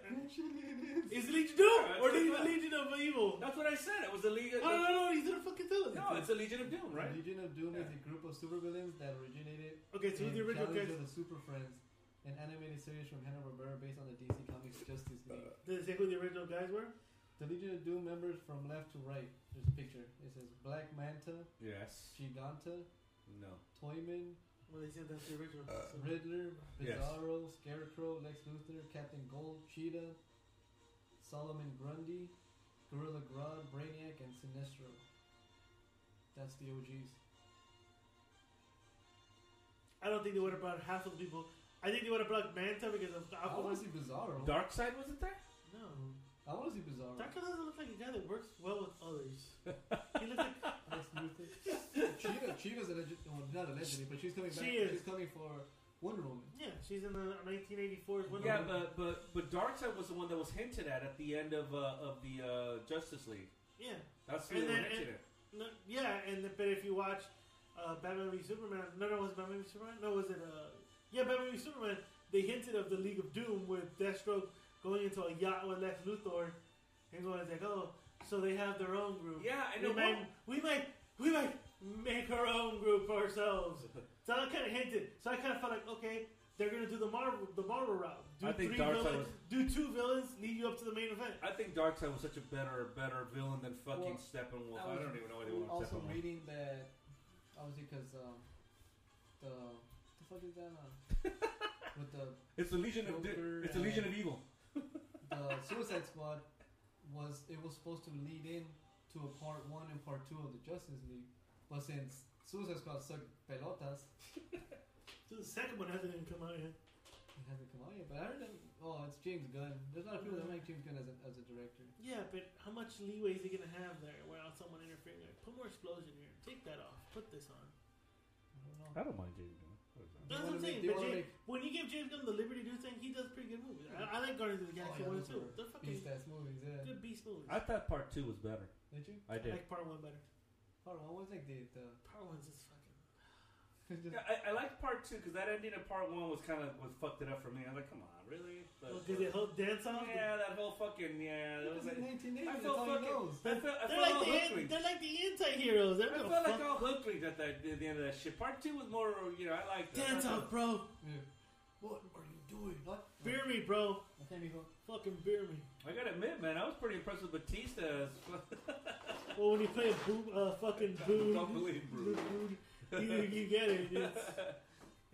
[SPEAKER 1] is it Legion Doom
[SPEAKER 4] Yeah,
[SPEAKER 1] or
[SPEAKER 4] that's
[SPEAKER 1] the
[SPEAKER 4] what I-
[SPEAKER 1] Legion of Evil?
[SPEAKER 4] That's what I said. It was a league.
[SPEAKER 1] No, no, no, no. He's gonna fucking tell us.
[SPEAKER 4] no, it's a Legion of Doom, right?
[SPEAKER 2] Legion of Doom is
[SPEAKER 4] Yeah.
[SPEAKER 2] a group of supervillains that originated
[SPEAKER 1] Okay, so who's
[SPEAKER 2] in
[SPEAKER 1] the original character?
[SPEAKER 2] Challenge of the Super Friends, an animated series from Hanna-Barbera based on the DC Comics Justice League.
[SPEAKER 1] Does it say who the original guys were?
[SPEAKER 2] The Legion of Doom members from left to right. There's a picture. It says Black Manta,
[SPEAKER 4] Yes.
[SPEAKER 2] Giganta,
[SPEAKER 4] No.
[SPEAKER 2] Toyman,
[SPEAKER 1] Well, they said that's the original. so-
[SPEAKER 2] Riddler,
[SPEAKER 4] Yes.
[SPEAKER 2] Bizarro, Scarecrow, Lex Luthor, Captain Gold, Cheetah, Solomon Grundy, Gorilla Grodd, Brainiac, and Sinestro. That's the OGs.
[SPEAKER 1] I don't think they would have brought half of the people. I think they would have brought Manta because of the
[SPEAKER 2] I
[SPEAKER 1] Aquaman.
[SPEAKER 2] want to see Bizarro.
[SPEAKER 4] Dark Side wasn't there?
[SPEAKER 1] No,
[SPEAKER 2] I want to see Bizarro.
[SPEAKER 1] Doctor doesn't look like a guy that works well with others. he looks like
[SPEAKER 2] Lex Luthor. Cheetah, Cheetah's a legend. Well, not a legend, but she's coming back.
[SPEAKER 1] She is.
[SPEAKER 2] She's coming for Wonder Woman.
[SPEAKER 1] yeah, she's in the 1984 Wonder
[SPEAKER 4] yeah,
[SPEAKER 1] Woman.
[SPEAKER 4] but but but Dark Side was the one that was hinted at at the end of uh, of the uh, Justice League.
[SPEAKER 1] yeah,
[SPEAKER 4] That's the
[SPEAKER 1] And
[SPEAKER 4] one
[SPEAKER 1] then-
[SPEAKER 4] hinted at.
[SPEAKER 1] no, yeah, and the, but if you watch uh, Batman v Superman, no, no, was it Batman v Superman? No, was it? Uh, yeah, Batman v Superman. They hinted of the League of Doom with Deathstroke going into a yacht with Lex Luthor, and going like, oh, so they have their own group.
[SPEAKER 4] Yeah, I know.
[SPEAKER 1] we might, we might, we might make our own group for ourselves. So I kind of hinted. So I kind of felt like, okay, they're gonna do the Marvel, the Marvel route. Do
[SPEAKER 4] I think
[SPEAKER 1] three
[SPEAKER 4] Darkseid
[SPEAKER 1] villains,
[SPEAKER 4] was-
[SPEAKER 1] do two villains, lead you up to the main event.
[SPEAKER 4] I think Darkseid was such a better better villain than fucking
[SPEAKER 2] Well,
[SPEAKER 4] Steppenwolf.
[SPEAKER 2] I
[SPEAKER 4] I,
[SPEAKER 2] was
[SPEAKER 4] don't even know why they want
[SPEAKER 2] also
[SPEAKER 4] Steppenwolf.
[SPEAKER 2] reading that, obviously, because um, the the fuck is that? uh, with the
[SPEAKER 4] It's the Legion of
[SPEAKER 2] Joker
[SPEAKER 4] It's the Legion of Evil.
[SPEAKER 2] the Suicide Squad was it was supposed to lead in to a part one and part two of the Justice League, but since Suicide Squad sucked pelotas,
[SPEAKER 1] So the second one hasn't even come out yet.
[SPEAKER 2] it hasn't come out yet. But I heard that oh, it's James Gunn. There's a lot of people that like James Gunn as a, as a director.
[SPEAKER 1] Yeah, but how much leeway is he gonna have there without someone interfering? Like, put more explosion here. Take that off. Put this on.
[SPEAKER 2] I don't know.
[SPEAKER 4] I don't mind James
[SPEAKER 1] That's
[SPEAKER 2] wanna
[SPEAKER 1] what I'm
[SPEAKER 2] make-
[SPEAKER 1] saying.
[SPEAKER 2] they
[SPEAKER 1] But
[SPEAKER 2] wanna
[SPEAKER 1] James,
[SPEAKER 2] make-
[SPEAKER 1] when you give James Gunn the liberty to do things, he does pretty good movies. I, I like Guardians of the Galaxy
[SPEAKER 2] yeah,
[SPEAKER 1] one and
[SPEAKER 2] those
[SPEAKER 1] two.
[SPEAKER 2] were
[SPEAKER 1] They're fucking
[SPEAKER 2] Beast ass movies, yeah.
[SPEAKER 1] good beast movies.
[SPEAKER 4] I thought part two was better.
[SPEAKER 2] Did you?
[SPEAKER 1] I
[SPEAKER 4] I did.
[SPEAKER 1] like part one better.
[SPEAKER 2] Part one was like the the.
[SPEAKER 1] Part one's just fucking.
[SPEAKER 4] Yeah, I, I liked part two because that ending of part one was kind of was fucked it up for me. I was like, come on, really? But,
[SPEAKER 1] Well, did they whole dance off?
[SPEAKER 4] yeah, that whole fucking yeah. That was like, I
[SPEAKER 2] 1980. That's
[SPEAKER 4] felt
[SPEAKER 2] all he
[SPEAKER 4] fucking-
[SPEAKER 2] knows.
[SPEAKER 1] They're
[SPEAKER 4] felt, I felt all
[SPEAKER 1] like, the,
[SPEAKER 4] hooked
[SPEAKER 1] an- they're like the anti-heroes. They're
[SPEAKER 4] I
[SPEAKER 1] gonna
[SPEAKER 4] felt like
[SPEAKER 1] fuck-
[SPEAKER 4] all hooked read at, that, at the end of that shit. Part two was more, you know, I liked it.
[SPEAKER 1] Dance
[SPEAKER 4] I
[SPEAKER 1] off,
[SPEAKER 4] thought-
[SPEAKER 1] bro.
[SPEAKER 2] Yeah. What are you doing? What?
[SPEAKER 1] Beer me, bro.
[SPEAKER 2] Okay, mijo.
[SPEAKER 1] Fucking beer me.
[SPEAKER 4] I gotta admit, man, I was pretty impressed with Batista. as fuck.
[SPEAKER 1] Well, when you play boo, uh, fucking
[SPEAKER 4] Don't
[SPEAKER 1] boo,
[SPEAKER 4] believe, bro.
[SPEAKER 1] boo, you, you get it.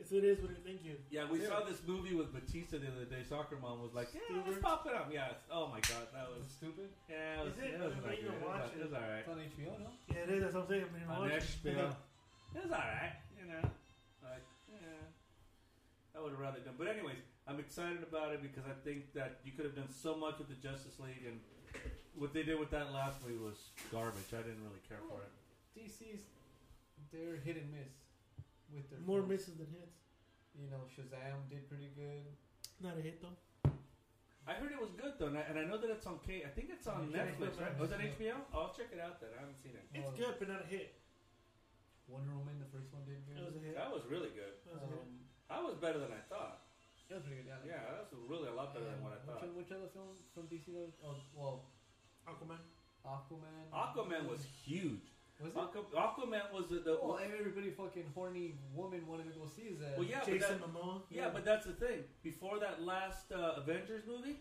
[SPEAKER 1] It's, it's what it is. What it, thank you.
[SPEAKER 4] Yeah, we
[SPEAKER 2] Yeah.
[SPEAKER 4] saw this movie with Batista the other day. Soccer mom was like, "Yeah, let's
[SPEAKER 1] Stewart.
[SPEAKER 4] pop it up." Yeah. it's- Oh my god, that was.
[SPEAKER 2] Stupid.
[SPEAKER 4] Yeah, it was.
[SPEAKER 1] Is it?
[SPEAKER 4] It was
[SPEAKER 1] Are
[SPEAKER 4] not
[SPEAKER 1] you gonna
[SPEAKER 4] good. It was
[SPEAKER 1] watch
[SPEAKER 4] not-
[SPEAKER 1] it?
[SPEAKER 4] it was alright.
[SPEAKER 2] It's on HBO, no?
[SPEAKER 1] Yeah, it is. That's what I'm saying. I'm
[SPEAKER 4] on
[SPEAKER 1] watching.
[SPEAKER 4] their spiel. It was alright, you know. Like, yeah. I would have rather done. But, anyways, I'm excited about it because I think that you could have done so much with the Justice League, and what they did with that last movie was garbage. I didn't really care for it.
[SPEAKER 2] DC's they're hit and miss with their
[SPEAKER 1] More
[SPEAKER 2] films.
[SPEAKER 1] misses than hits.
[SPEAKER 2] You know, Shazam did pretty good.
[SPEAKER 1] Not a hit though.
[SPEAKER 4] I heard it was good, though, and I, and I know that it's on K. I think it's on
[SPEAKER 2] Yeah,
[SPEAKER 4] Netflix,
[SPEAKER 2] yeah.
[SPEAKER 4] right? Was it HBO? Oh, I'll check it out then. I haven't seen it.
[SPEAKER 1] It's
[SPEAKER 2] Um,
[SPEAKER 1] good, but not a hit.
[SPEAKER 2] Wonder Woman, the first one did good.
[SPEAKER 1] It was a hit.
[SPEAKER 4] That was really good.
[SPEAKER 1] That was a hit.
[SPEAKER 2] Um,
[SPEAKER 4] That was better than I thought.
[SPEAKER 2] that was pretty good.
[SPEAKER 4] Yeah, that was really a lot better than what I
[SPEAKER 2] which,
[SPEAKER 4] thought.
[SPEAKER 2] o- which other film from DC? that was- Oh, well,
[SPEAKER 1] Aquaman.
[SPEAKER 2] Aquaman.
[SPEAKER 4] Aquaman was huge.
[SPEAKER 2] Was it? Oh,
[SPEAKER 4] Aqu- Aquaman was the. the
[SPEAKER 2] well, everybody fucking horny woman wanted to go see that.
[SPEAKER 4] well, yeah, but that-
[SPEAKER 1] Jason Momoa.
[SPEAKER 4] Yeah, but that's the thing. Before that last uh, Avengers movie,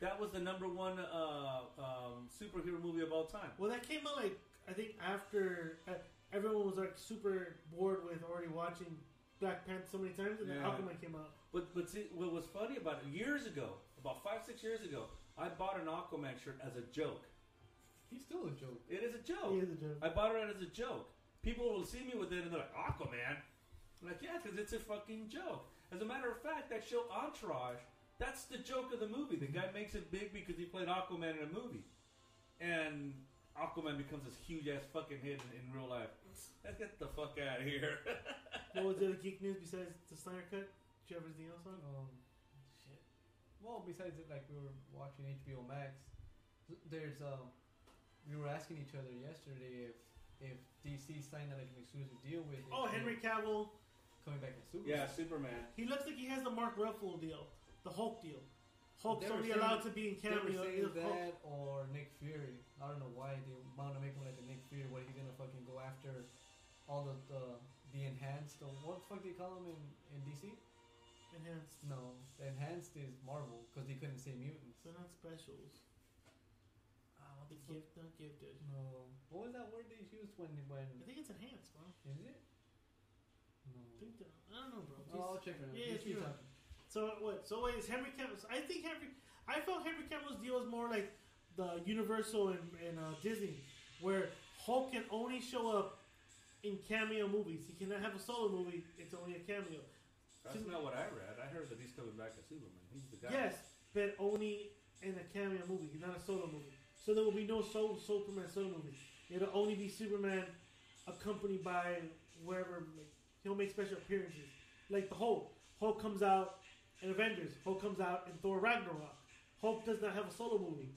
[SPEAKER 4] that was the number one uh, um, superhero movie of all time.
[SPEAKER 1] Well, that came out like I think after uh, everyone was like super bored with already watching Black Panther so many times, and then
[SPEAKER 4] Yeah.
[SPEAKER 1] Aquaman came out.
[SPEAKER 4] But but see, what was funny about it years ago, about five six years ago, I bought an Aquaman shirt as a joke.
[SPEAKER 2] He's still a joke.
[SPEAKER 4] It is a
[SPEAKER 1] He
[SPEAKER 4] joke.
[SPEAKER 1] is a joke.
[SPEAKER 4] I bought it as a joke. People will see me with it and they're like Aquaman. I'm like yeah, because it's a fucking joke. As a matter of fact, that show Entourage, that's the joke of the movie. The guy makes it big because he played Aquaman in a movie. and Aquaman becomes this huge ass fucking hit in, in real life. Let's get the fuck out of here.
[SPEAKER 1] What was the other geek news besides the Snyder Cut? Did you have anything else on?
[SPEAKER 2] Um, shit. Well, besides it, like we were watching HBO Max. th- There's um, we were asking each other yesterday if if DC signed an exclusive deal with.
[SPEAKER 1] Oh,
[SPEAKER 2] HBO
[SPEAKER 1] Henry Cavill.
[SPEAKER 2] coming back as Superman.
[SPEAKER 4] Superman.
[SPEAKER 1] He looks like he has the Mark Ruffalo deal, the Hulk deal. Hope
[SPEAKER 2] They
[SPEAKER 1] to
[SPEAKER 2] were
[SPEAKER 1] be
[SPEAKER 2] saying-
[SPEAKER 1] allowed to be in
[SPEAKER 2] They were
[SPEAKER 1] cameo.
[SPEAKER 2] saying
[SPEAKER 1] Hope-
[SPEAKER 2] that or Nick Fury. I don't know why they want to make him like a Nick Fury. What he's gonna fucking go after all the the, the enhanced or what the fuck they call him in in DC?
[SPEAKER 1] Enhanced.
[SPEAKER 2] No, the enhanced is Marvel because they couldn't say mutants.
[SPEAKER 1] They're not specials.
[SPEAKER 2] Ah, what the fuck?
[SPEAKER 1] Gift, not gifted.
[SPEAKER 2] No, what was that word they used when when
[SPEAKER 1] I think it's enhanced, bro.
[SPEAKER 2] is it? No.
[SPEAKER 1] I think that, I don't know, bro.
[SPEAKER 2] Oh, I'll
[SPEAKER 1] Just-
[SPEAKER 2] check it out.
[SPEAKER 1] Yeah,
[SPEAKER 2] You
[SPEAKER 1] it's
[SPEAKER 2] keep
[SPEAKER 1] you.
[SPEAKER 2] talking.
[SPEAKER 1] So what? So wait, is Henry Cavill? I think Henry. I felt Henry Cavill's deal is more like the Universal and, and uh, Disney, where Hulk can only show up in cameo movies. He cannot have a solo movie. It's only a cameo.
[SPEAKER 4] That's not what I read. I heard that he's coming back as Superman. He's the guy.
[SPEAKER 1] Yes, but only in a cameo movie, not a solo movie. So there will be no solo Superman solo movie. It'll only be Superman accompanied by wherever like, he'll make special appearances, like the Hulk. Hulk comes out in Avengers. Hulk comes out in Thor Ragnarok. Hulk does not have a solo movie.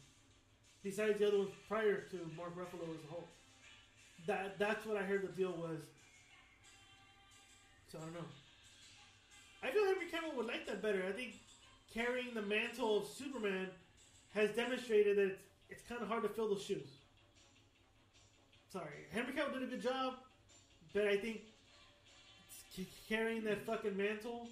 [SPEAKER 1] Besides the other ones prior to Mark Ruffalo as a Hulk. That that's what I heard the deal was. So I don't know. I feel Henry Cavill would like that better. I think carrying the mantle of Superman has demonstrated that it's, it's kind of hard to fill those shoes. Sorry, Henry Cavill did a good job, but I think c- carrying that fucking mantle.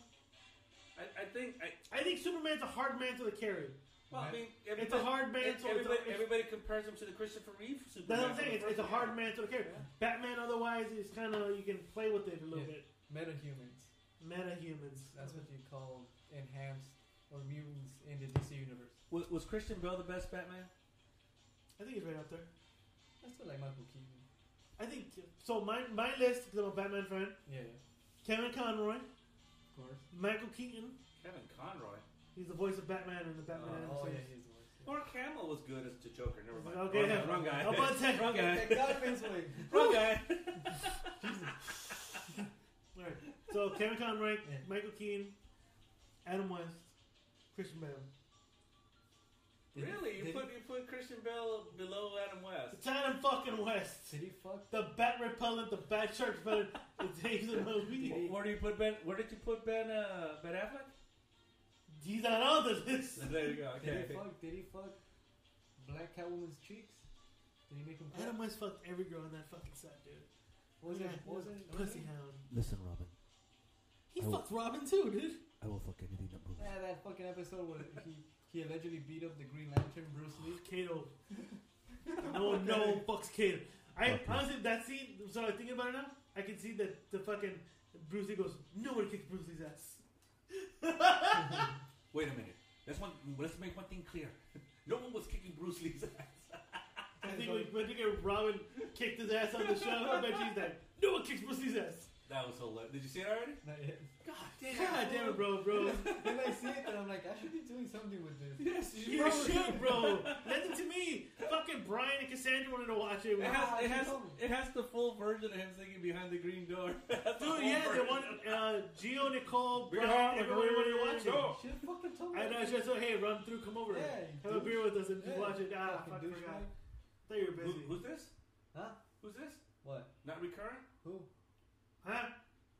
[SPEAKER 4] I, I think. I,
[SPEAKER 1] I think Superman's a hard mantle to carry.
[SPEAKER 4] well, I
[SPEAKER 2] Right.
[SPEAKER 4] mean,
[SPEAKER 1] It's a hard
[SPEAKER 4] everybody-
[SPEAKER 1] mantle. It's a-
[SPEAKER 4] Everybody,
[SPEAKER 1] it's-
[SPEAKER 4] everybody compares him to the Christopher Reeve Superman.
[SPEAKER 1] That's what I'm
[SPEAKER 4] from
[SPEAKER 1] saying.
[SPEAKER 4] the
[SPEAKER 1] It's, it's a
[SPEAKER 4] first
[SPEAKER 1] hard
[SPEAKER 4] one.
[SPEAKER 1] mantle to carry.
[SPEAKER 4] Yeah.
[SPEAKER 1] Batman, otherwise, is kind of you can play with it a little
[SPEAKER 2] Yeah.
[SPEAKER 1] bit.
[SPEAKER 2] Metahumans.
[SPEAKER 1] Meta humans.
[SPEAKER 2] That's what you call enhanced or mutants in the DC universe.
[SPEAKER 4] Was, was Christian Bell the best Batman?
[SPEAKER 1] I think he's right out there.
[SPEAKER 2] I still like Michael Keaton.
[SPEAKER 1] I think so. My my list because I'm a Batman fan.
[SPEAKER 2] Yeah, yeah,
[SPEAKER 1] Kevin Conroy,
[SPEAKER 2] of course.
[SPEAKER 1] Michael Keaton.
[SPEAKER 4] Kevin Conroy.
[SPEAKER 1] He's the voice of Batman in the Batman.
[SPEAKER 2] Oh,
[SPEAKER 1] episodes.
[SPEAKER 2] yeah, he's the worst. Yeah.
[SPEAKER 4] Mark Hamill was good as the Joker. Never mind.
[SPEAKER 1] Okay,
[SPEAKER 4] Wrong guy,
[SPEAKER 1] yeah.
[SPEAKER 4] wrong guy.
[SPEAKER 1] I'm about to say-
[SPEAKER 4] wrong guy.
[SPEAKER 2] Thank God Finswig.
[SPEAKER 4] wrong guy.
[SPEAKER 1] All right. So Kevin Conroy,
[SPEAKER 2] Yeah.
[SPEAKER 1] Michael Keaton, Adam West, Christian Bale.
[SPEAKER 4] Really? You
[SPEAKER 2] Did,
[SPEAKER 4] put you put Christian Bell below Adam West?
[SPEAKER 1] It's Adam fucking West.
[SPEAKER 2] did he fuck?
[SPEAKER 1] The bat repellent, the bat shark repellent. It's names of the movie.
[SPEAKER 4] Wh- Where do you put Ben? Where did you put Ben? Uh, ben Affleck?
[SPEAKER 1] He's not on the list.
[SPEAKER 4] There you go.
[SPEAKER 2] Did
[SPEAKER 4] Okay.
[SPEAKER 2] he fuck? Did he fuck? Black Catwoman's cheeks. Did he make him?
[SPEAKER 1] Adam
[SPEAKER 2] fuck?
[SPEAKER 1] West fucked every girl on that fucking set, dude.
[SPEAKER 2] What was
[SPEAKER 1] yeah,
[SPEAKER 2] it? What was
[SPEAKER 1] he
[SPEAKER 2] it?
[SPEAKER 1] a Pussy hound.
[SPEAKER 3] Listen, Robin.
[SPEAKER 1] He
[SPEAKER 3] I will-
[SPEAKER 1] fucked Robin too, dude.
[SPEAKER 3] I will fuck anything that moves.
[SPEAKER 2] Yeah, that fucking episode where he he allegedly beat up the Green Lantern, Bruce Lee.
[SPEAKER 1] Kato. No, no one fucks Kato. I
[SPEAKER 3] Okay.
[SPEAKER 1] honestly that scene. So I think about it now. I can see that the fucking Bruce Lee goes. No one kicks Bruce Lee's ass.
[SPEAKER 4] Wait a minute. Let's one. Let's make one thing clear. No one was kicking Bruce Lee's ass.
[SPEAKER 1] I think when, when you get Robin kicked his ass on the show, I bet you he's like, no one kicks Bruce Lee's ass.
[SPEAKER 4] That was so. Low. Did you see it already?
[SPEAKER 2] Not yet.
[SPEAKER 4] God
[SPEAKER 1] God damn it, bro, bro.
[SPEAKER 2] Then I see it and I'm like, I should be doing something with this.
[SPEAKER 4] Yes, you
[SPEAKER 1] You
[SPEAKER 4] probably-
[SPEAKER 1] should, bro. Lend it to me. Fucking Brian and Cassandra wanted to watch it.
[SPEAKER 4] It has, it has,
[SPEAKER 2] you told me.
[SPEAKER 4] it has the full version of him singing behind the green door. Dude,
[SPEAKER 1] Dude, yeah, they want uh, Geo, Nicole,
[SPEAKER 4] Beer
[SPEAKER 1] Brian,
[SPEAKER 4] hall,
[SPEAKER 1] everybody
[SPEAKER 4] everybody
[SPEAKER 1] wanted to watch it.
[SPEAKER 4] go.
[SPEAKER 2] Should have fucking told me.
[SPEAKER 1] I know, I just said, hey, run through, come over.
[SPEAKER 2] Yeah, you
[SPEAKER 1] Have a
[SPEAKER 2] douche.
[SPEAKER 1] beer with us and just
[SPEAKER 2] Yeah,
[SPEAKER 1] watch it. Ah,
[SPEAKER 2] fucking
[SPEAKER 1] fuck,
[SPEAKER 2] douchebag.
[SPEAKER 1] forgot. thought you were
[SPEAKER 4] Who,
[SPEAKER 1] busy.
[SPEAKER 4] who's this?
[SPEAKER 2] Huh?
[SPEAKER 4] Who's this?
[SPEAKER 2] What?
[SPEAKER 4] Not recurrent?
[SPEAKER 2] Who?
[SPEAKER 1] Huh?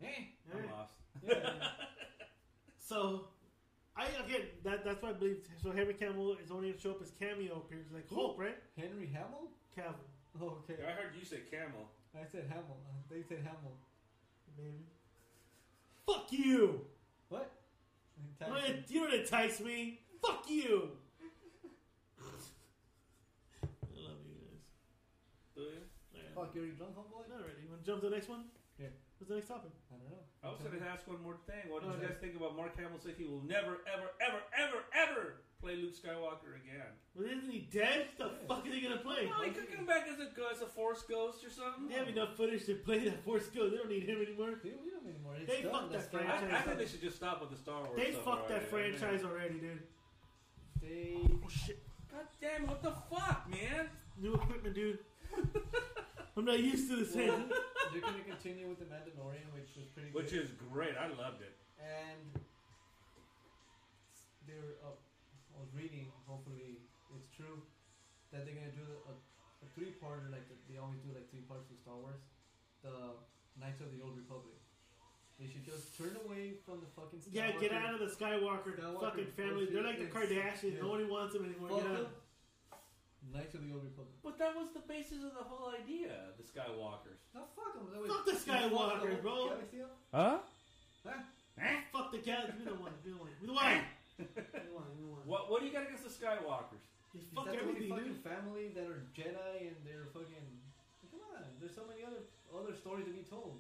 [SPEAKER 2] Eh.
[SPEAKER 1] All right.
[SPEAKER 4] I'm lost.
[SPEAKER 2] Yeah.
[SPEAKER 1] So, I again, that, that's why I believe. So, Henry Cavill is only going to show up as cameo appearance, like Hulk, right?
[SPEAKER 2] Henry Hamill?
[SPEAKER 1] Cavill,
[SPEAKER 2] Oh, okay.
[SPEAKER 4] I heard you say camel.
[SPEAKER 2] I said Hamill. Uh, They said Hamill.
[SPEAKER 1] maybe. Fuck you!
[SPEAKER 2] What?
[SPEAKER 1] You don't, you don't entice me. Fuck you. I love you guys.
[SPEAKER 4] Do you?
[SPEAKER 1] Alright.
[SPEAKER 2] Fuck, you already drunk, homeboy?
[SPEAKER 1] Not ready. You want to jump to the next one?
[SPEAKER 2] Yeah.
[SPEAKER 1] What's the next topic?
[SPEAKER 2] I don't know.
[SPEAKER 4] I was going to ask one more thing. What do
[SPEAKER 2] Oh,
[SPEAKER 4] you
[SPEAKER 2] yeah.
[SPEAKER 4] guys think about Mark Hamill saying he will never, ever, ever, ever, ever play Luke Skywalker again?
[SPEAKER 1] Well, isn't he dead? The
[SPEAKER 2] Yeah.
[SPEAKER 1] fuck is he gonna play?
[SPEAKER 4] No, he could come back as a, go- as a Force ghost or something.
[SPEAKER 1] They have enough footage to play that Force Ghost. They don't need him anymore.
[SPEAKER 2] Dude, we don't anymore. It's
[SPEAKER 1] They
[SPEAKER 2] done.
[SPEAKER 1] fucked
[SPEAKER 2] That's
[SPEAKER 1] that
[SPEAKER 2] done.
[SPEAKER 1] franchise
[SPEAKER 4] I, I think they should just stop with the Star Wars.
[SPEAKER 1] They
[SPEAKER 4] stuff
[SPEAKER 1] fucked that
[SPEAKER 4] already. I mean-
[SPEAKER 1] franchise already, dude.
[SPEAKER 2] They.
[SPEAKER 1] Oh shit!
[SPEAKER 4] God damn, what the fuck, man?
[SPEAKER 1] New equipment, dude. I'm not used to this thing.
[SPEAKER 2] Well, they're gonna continue with the Mandalorian, which was pretty
[SPEAKER 4] Which
[SPEAKER 2] good.
[SPEAKER 4] is great. I loved it.
[SPEAKER 2] and they're up. I was reading. Hopefully, it's true that they're gonna do a, a three-parter, like they always do, like three parts of Star Wars. The Knights of the Old Republic. They should just turn away from the fucking.
[SPEAKER 1] Yeah, get out of the Skywalker,
[SPEAKER 2] Skywalker
[SPEAKER 1] fucking family. They're like the
[SPEAKER 2] bullshit.
[SPEAKER 1] Kardashians.
[SPEAKER 2] Yeah.
[SPEAKER 1] Nobody wants them anymore.
[SPEAKER 2] Fuck
[SPEAKER 1] Get out.
[SPEAKER 2] them. Knights of the Old Republic.
[SPEAKER 4] But that was the basis of the whole idea, the Skywalkers.
[SPEAKER 2] No, fuck them. That was-
[SPEAKER 1] Fuck the
[SPEAKER 2] you fucked the
[SPEAKER 1] Skywalker,
[SPEAKER 2] whole
[SPEAKER 1] bro.
[SPEAKER 2] Galaxy up?
[SPEAKER 3] Huh?
[SPEAKER 2] Huh?
[SPEAKER 1] Fuck the cat. Give me the one. Give me the one. Give me the one. Give me the one. Give me the one.
[SPEAKER 4] What What do you got against the Skywalkers?
[SPEAKER 1] They
[SPEAKER 2] Is
[SPEAKER 1] fuck
[SPEAKER 2] that the only
[SPEAKER 1] everything, dude.
[SPEAKER 2] fucking family that are Jedi and they're fucking. Come on, there's so many other other stories to be told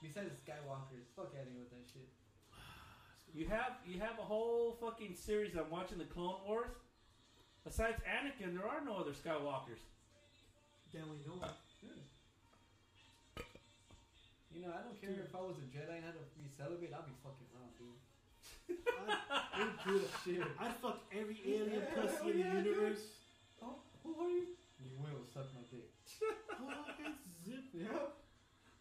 [SPEAKER 2] besides the Skywalkers. Fuck out of here with that shit.
[SPEAKER 4] You have you have a whole fucking series. I'm watching the Clone Wars. Besides Anakin, there are no other Skywalkers.
[SPEAKER 1] Damn, we know. it.
[SPEAKER 2] Yeah. You know, I don't care if I was a Jedi and had to be celibate. I'd be fucking wrong, dude.
[SPEAKER 1] I'd, I'd do that shit. I'd fuck every alien pussy in
[SPEAKER 2] Yeah,
[SPEAKER 1] the
[SPEAKER 2] dude.
[SPEAKER 1] universe.
[SPEAKER 2] Oh, who are you? You will suck my dick.
[SPEAKER 1] Oh, I can zip.
[SPEAKER 2] Yeah.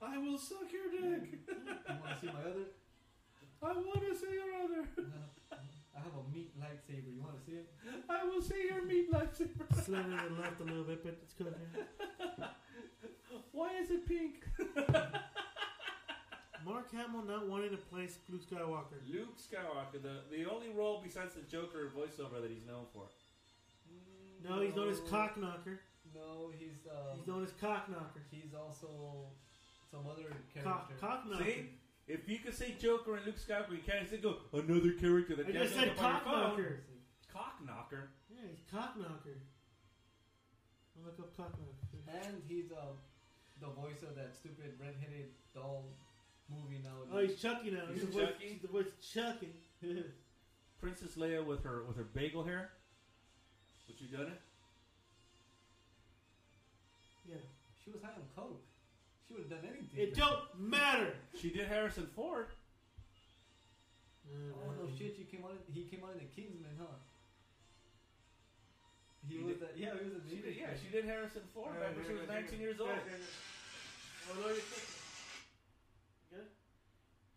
[SPEAKER 4] I will suck your dick.
[SPEAKER 2] You want to see my other?
[SPEAKER 4] I want to see your other.
[SPEAKER 2] I have a meat lightsaber. You want to see it?
[SPEAKER 4] I will see your meat lightsaber.
[SPEAKER 1] Slam it to the left a little bit, but it's good. Man.
[SPEAKER 4] Why is it pink?
[SPEAKER 1] Mark Hamill not wanting to play Luke Skywalker.
[SPEAKER 4] Luke Skywalker, the the only role besides the Joker voiceover that he's known for.
[SPEAKER 1] No, he's known as cock knocker.
[SPEAKER 2] Mm, No, he's um,
[SPEAKER 1] He's known as cock knocker.
[SPEAKER 2] He's also some other character.
[SPEAKER 1] Cock, cock knocker.
[SPEAKER 4] See, if you could say Joker and Luke Skywalker, you can't say go another character that
[SPEAKER 1] I just said
[SPEAKER 4] can't look
[SPEAKER 1] cock
[SPEAKER 4] up on your phone."
[SPEAKER 1] knocker.
[SPEAKER 4] Cock knocker.
[SPEAKER 1] Yeah, he's cock knocker. I'll look up cock knocker.
[SPEAKER 2] And he's um, the voice of that stupid red-headed doll movie
[SPEAKER 1] Oh,
[SPEAKER 2] nowadays.
[SPEAKER 1] he's Chucky now. He's the
[SPEAKER 4] He's
[SPEAKER 1] voice,
[SPEAKER 4] Chucky?
[SPEAKER 1] he's the voice Chucky. Dude,
[SPEAKER 4] Princess Leia with her with her bagel hair. Would you done it?
[SPEAKER 2] she was high on coke. She would have done anything.
[SPEAKER 1] it don't matter.
[SPEAKER 4] She did Harrison Ford.
[SPEAKER 2] Oh no shit! You came on. in- He came on in the Kingsman, huh? He,
[SPEAKER 4] He
[SPEAKER 2] was.
[SPEAKER 4] did-
[SPEAKER 2] A, yeah, he was a
[SPEAKER 4] She
[SPEAKER 2] baby.
[SPEAKER 4] did, yeah, she did Harrison Ford back when she was 19 years old.
[SPEAKER 1] Oh, no, you're thinking. Good?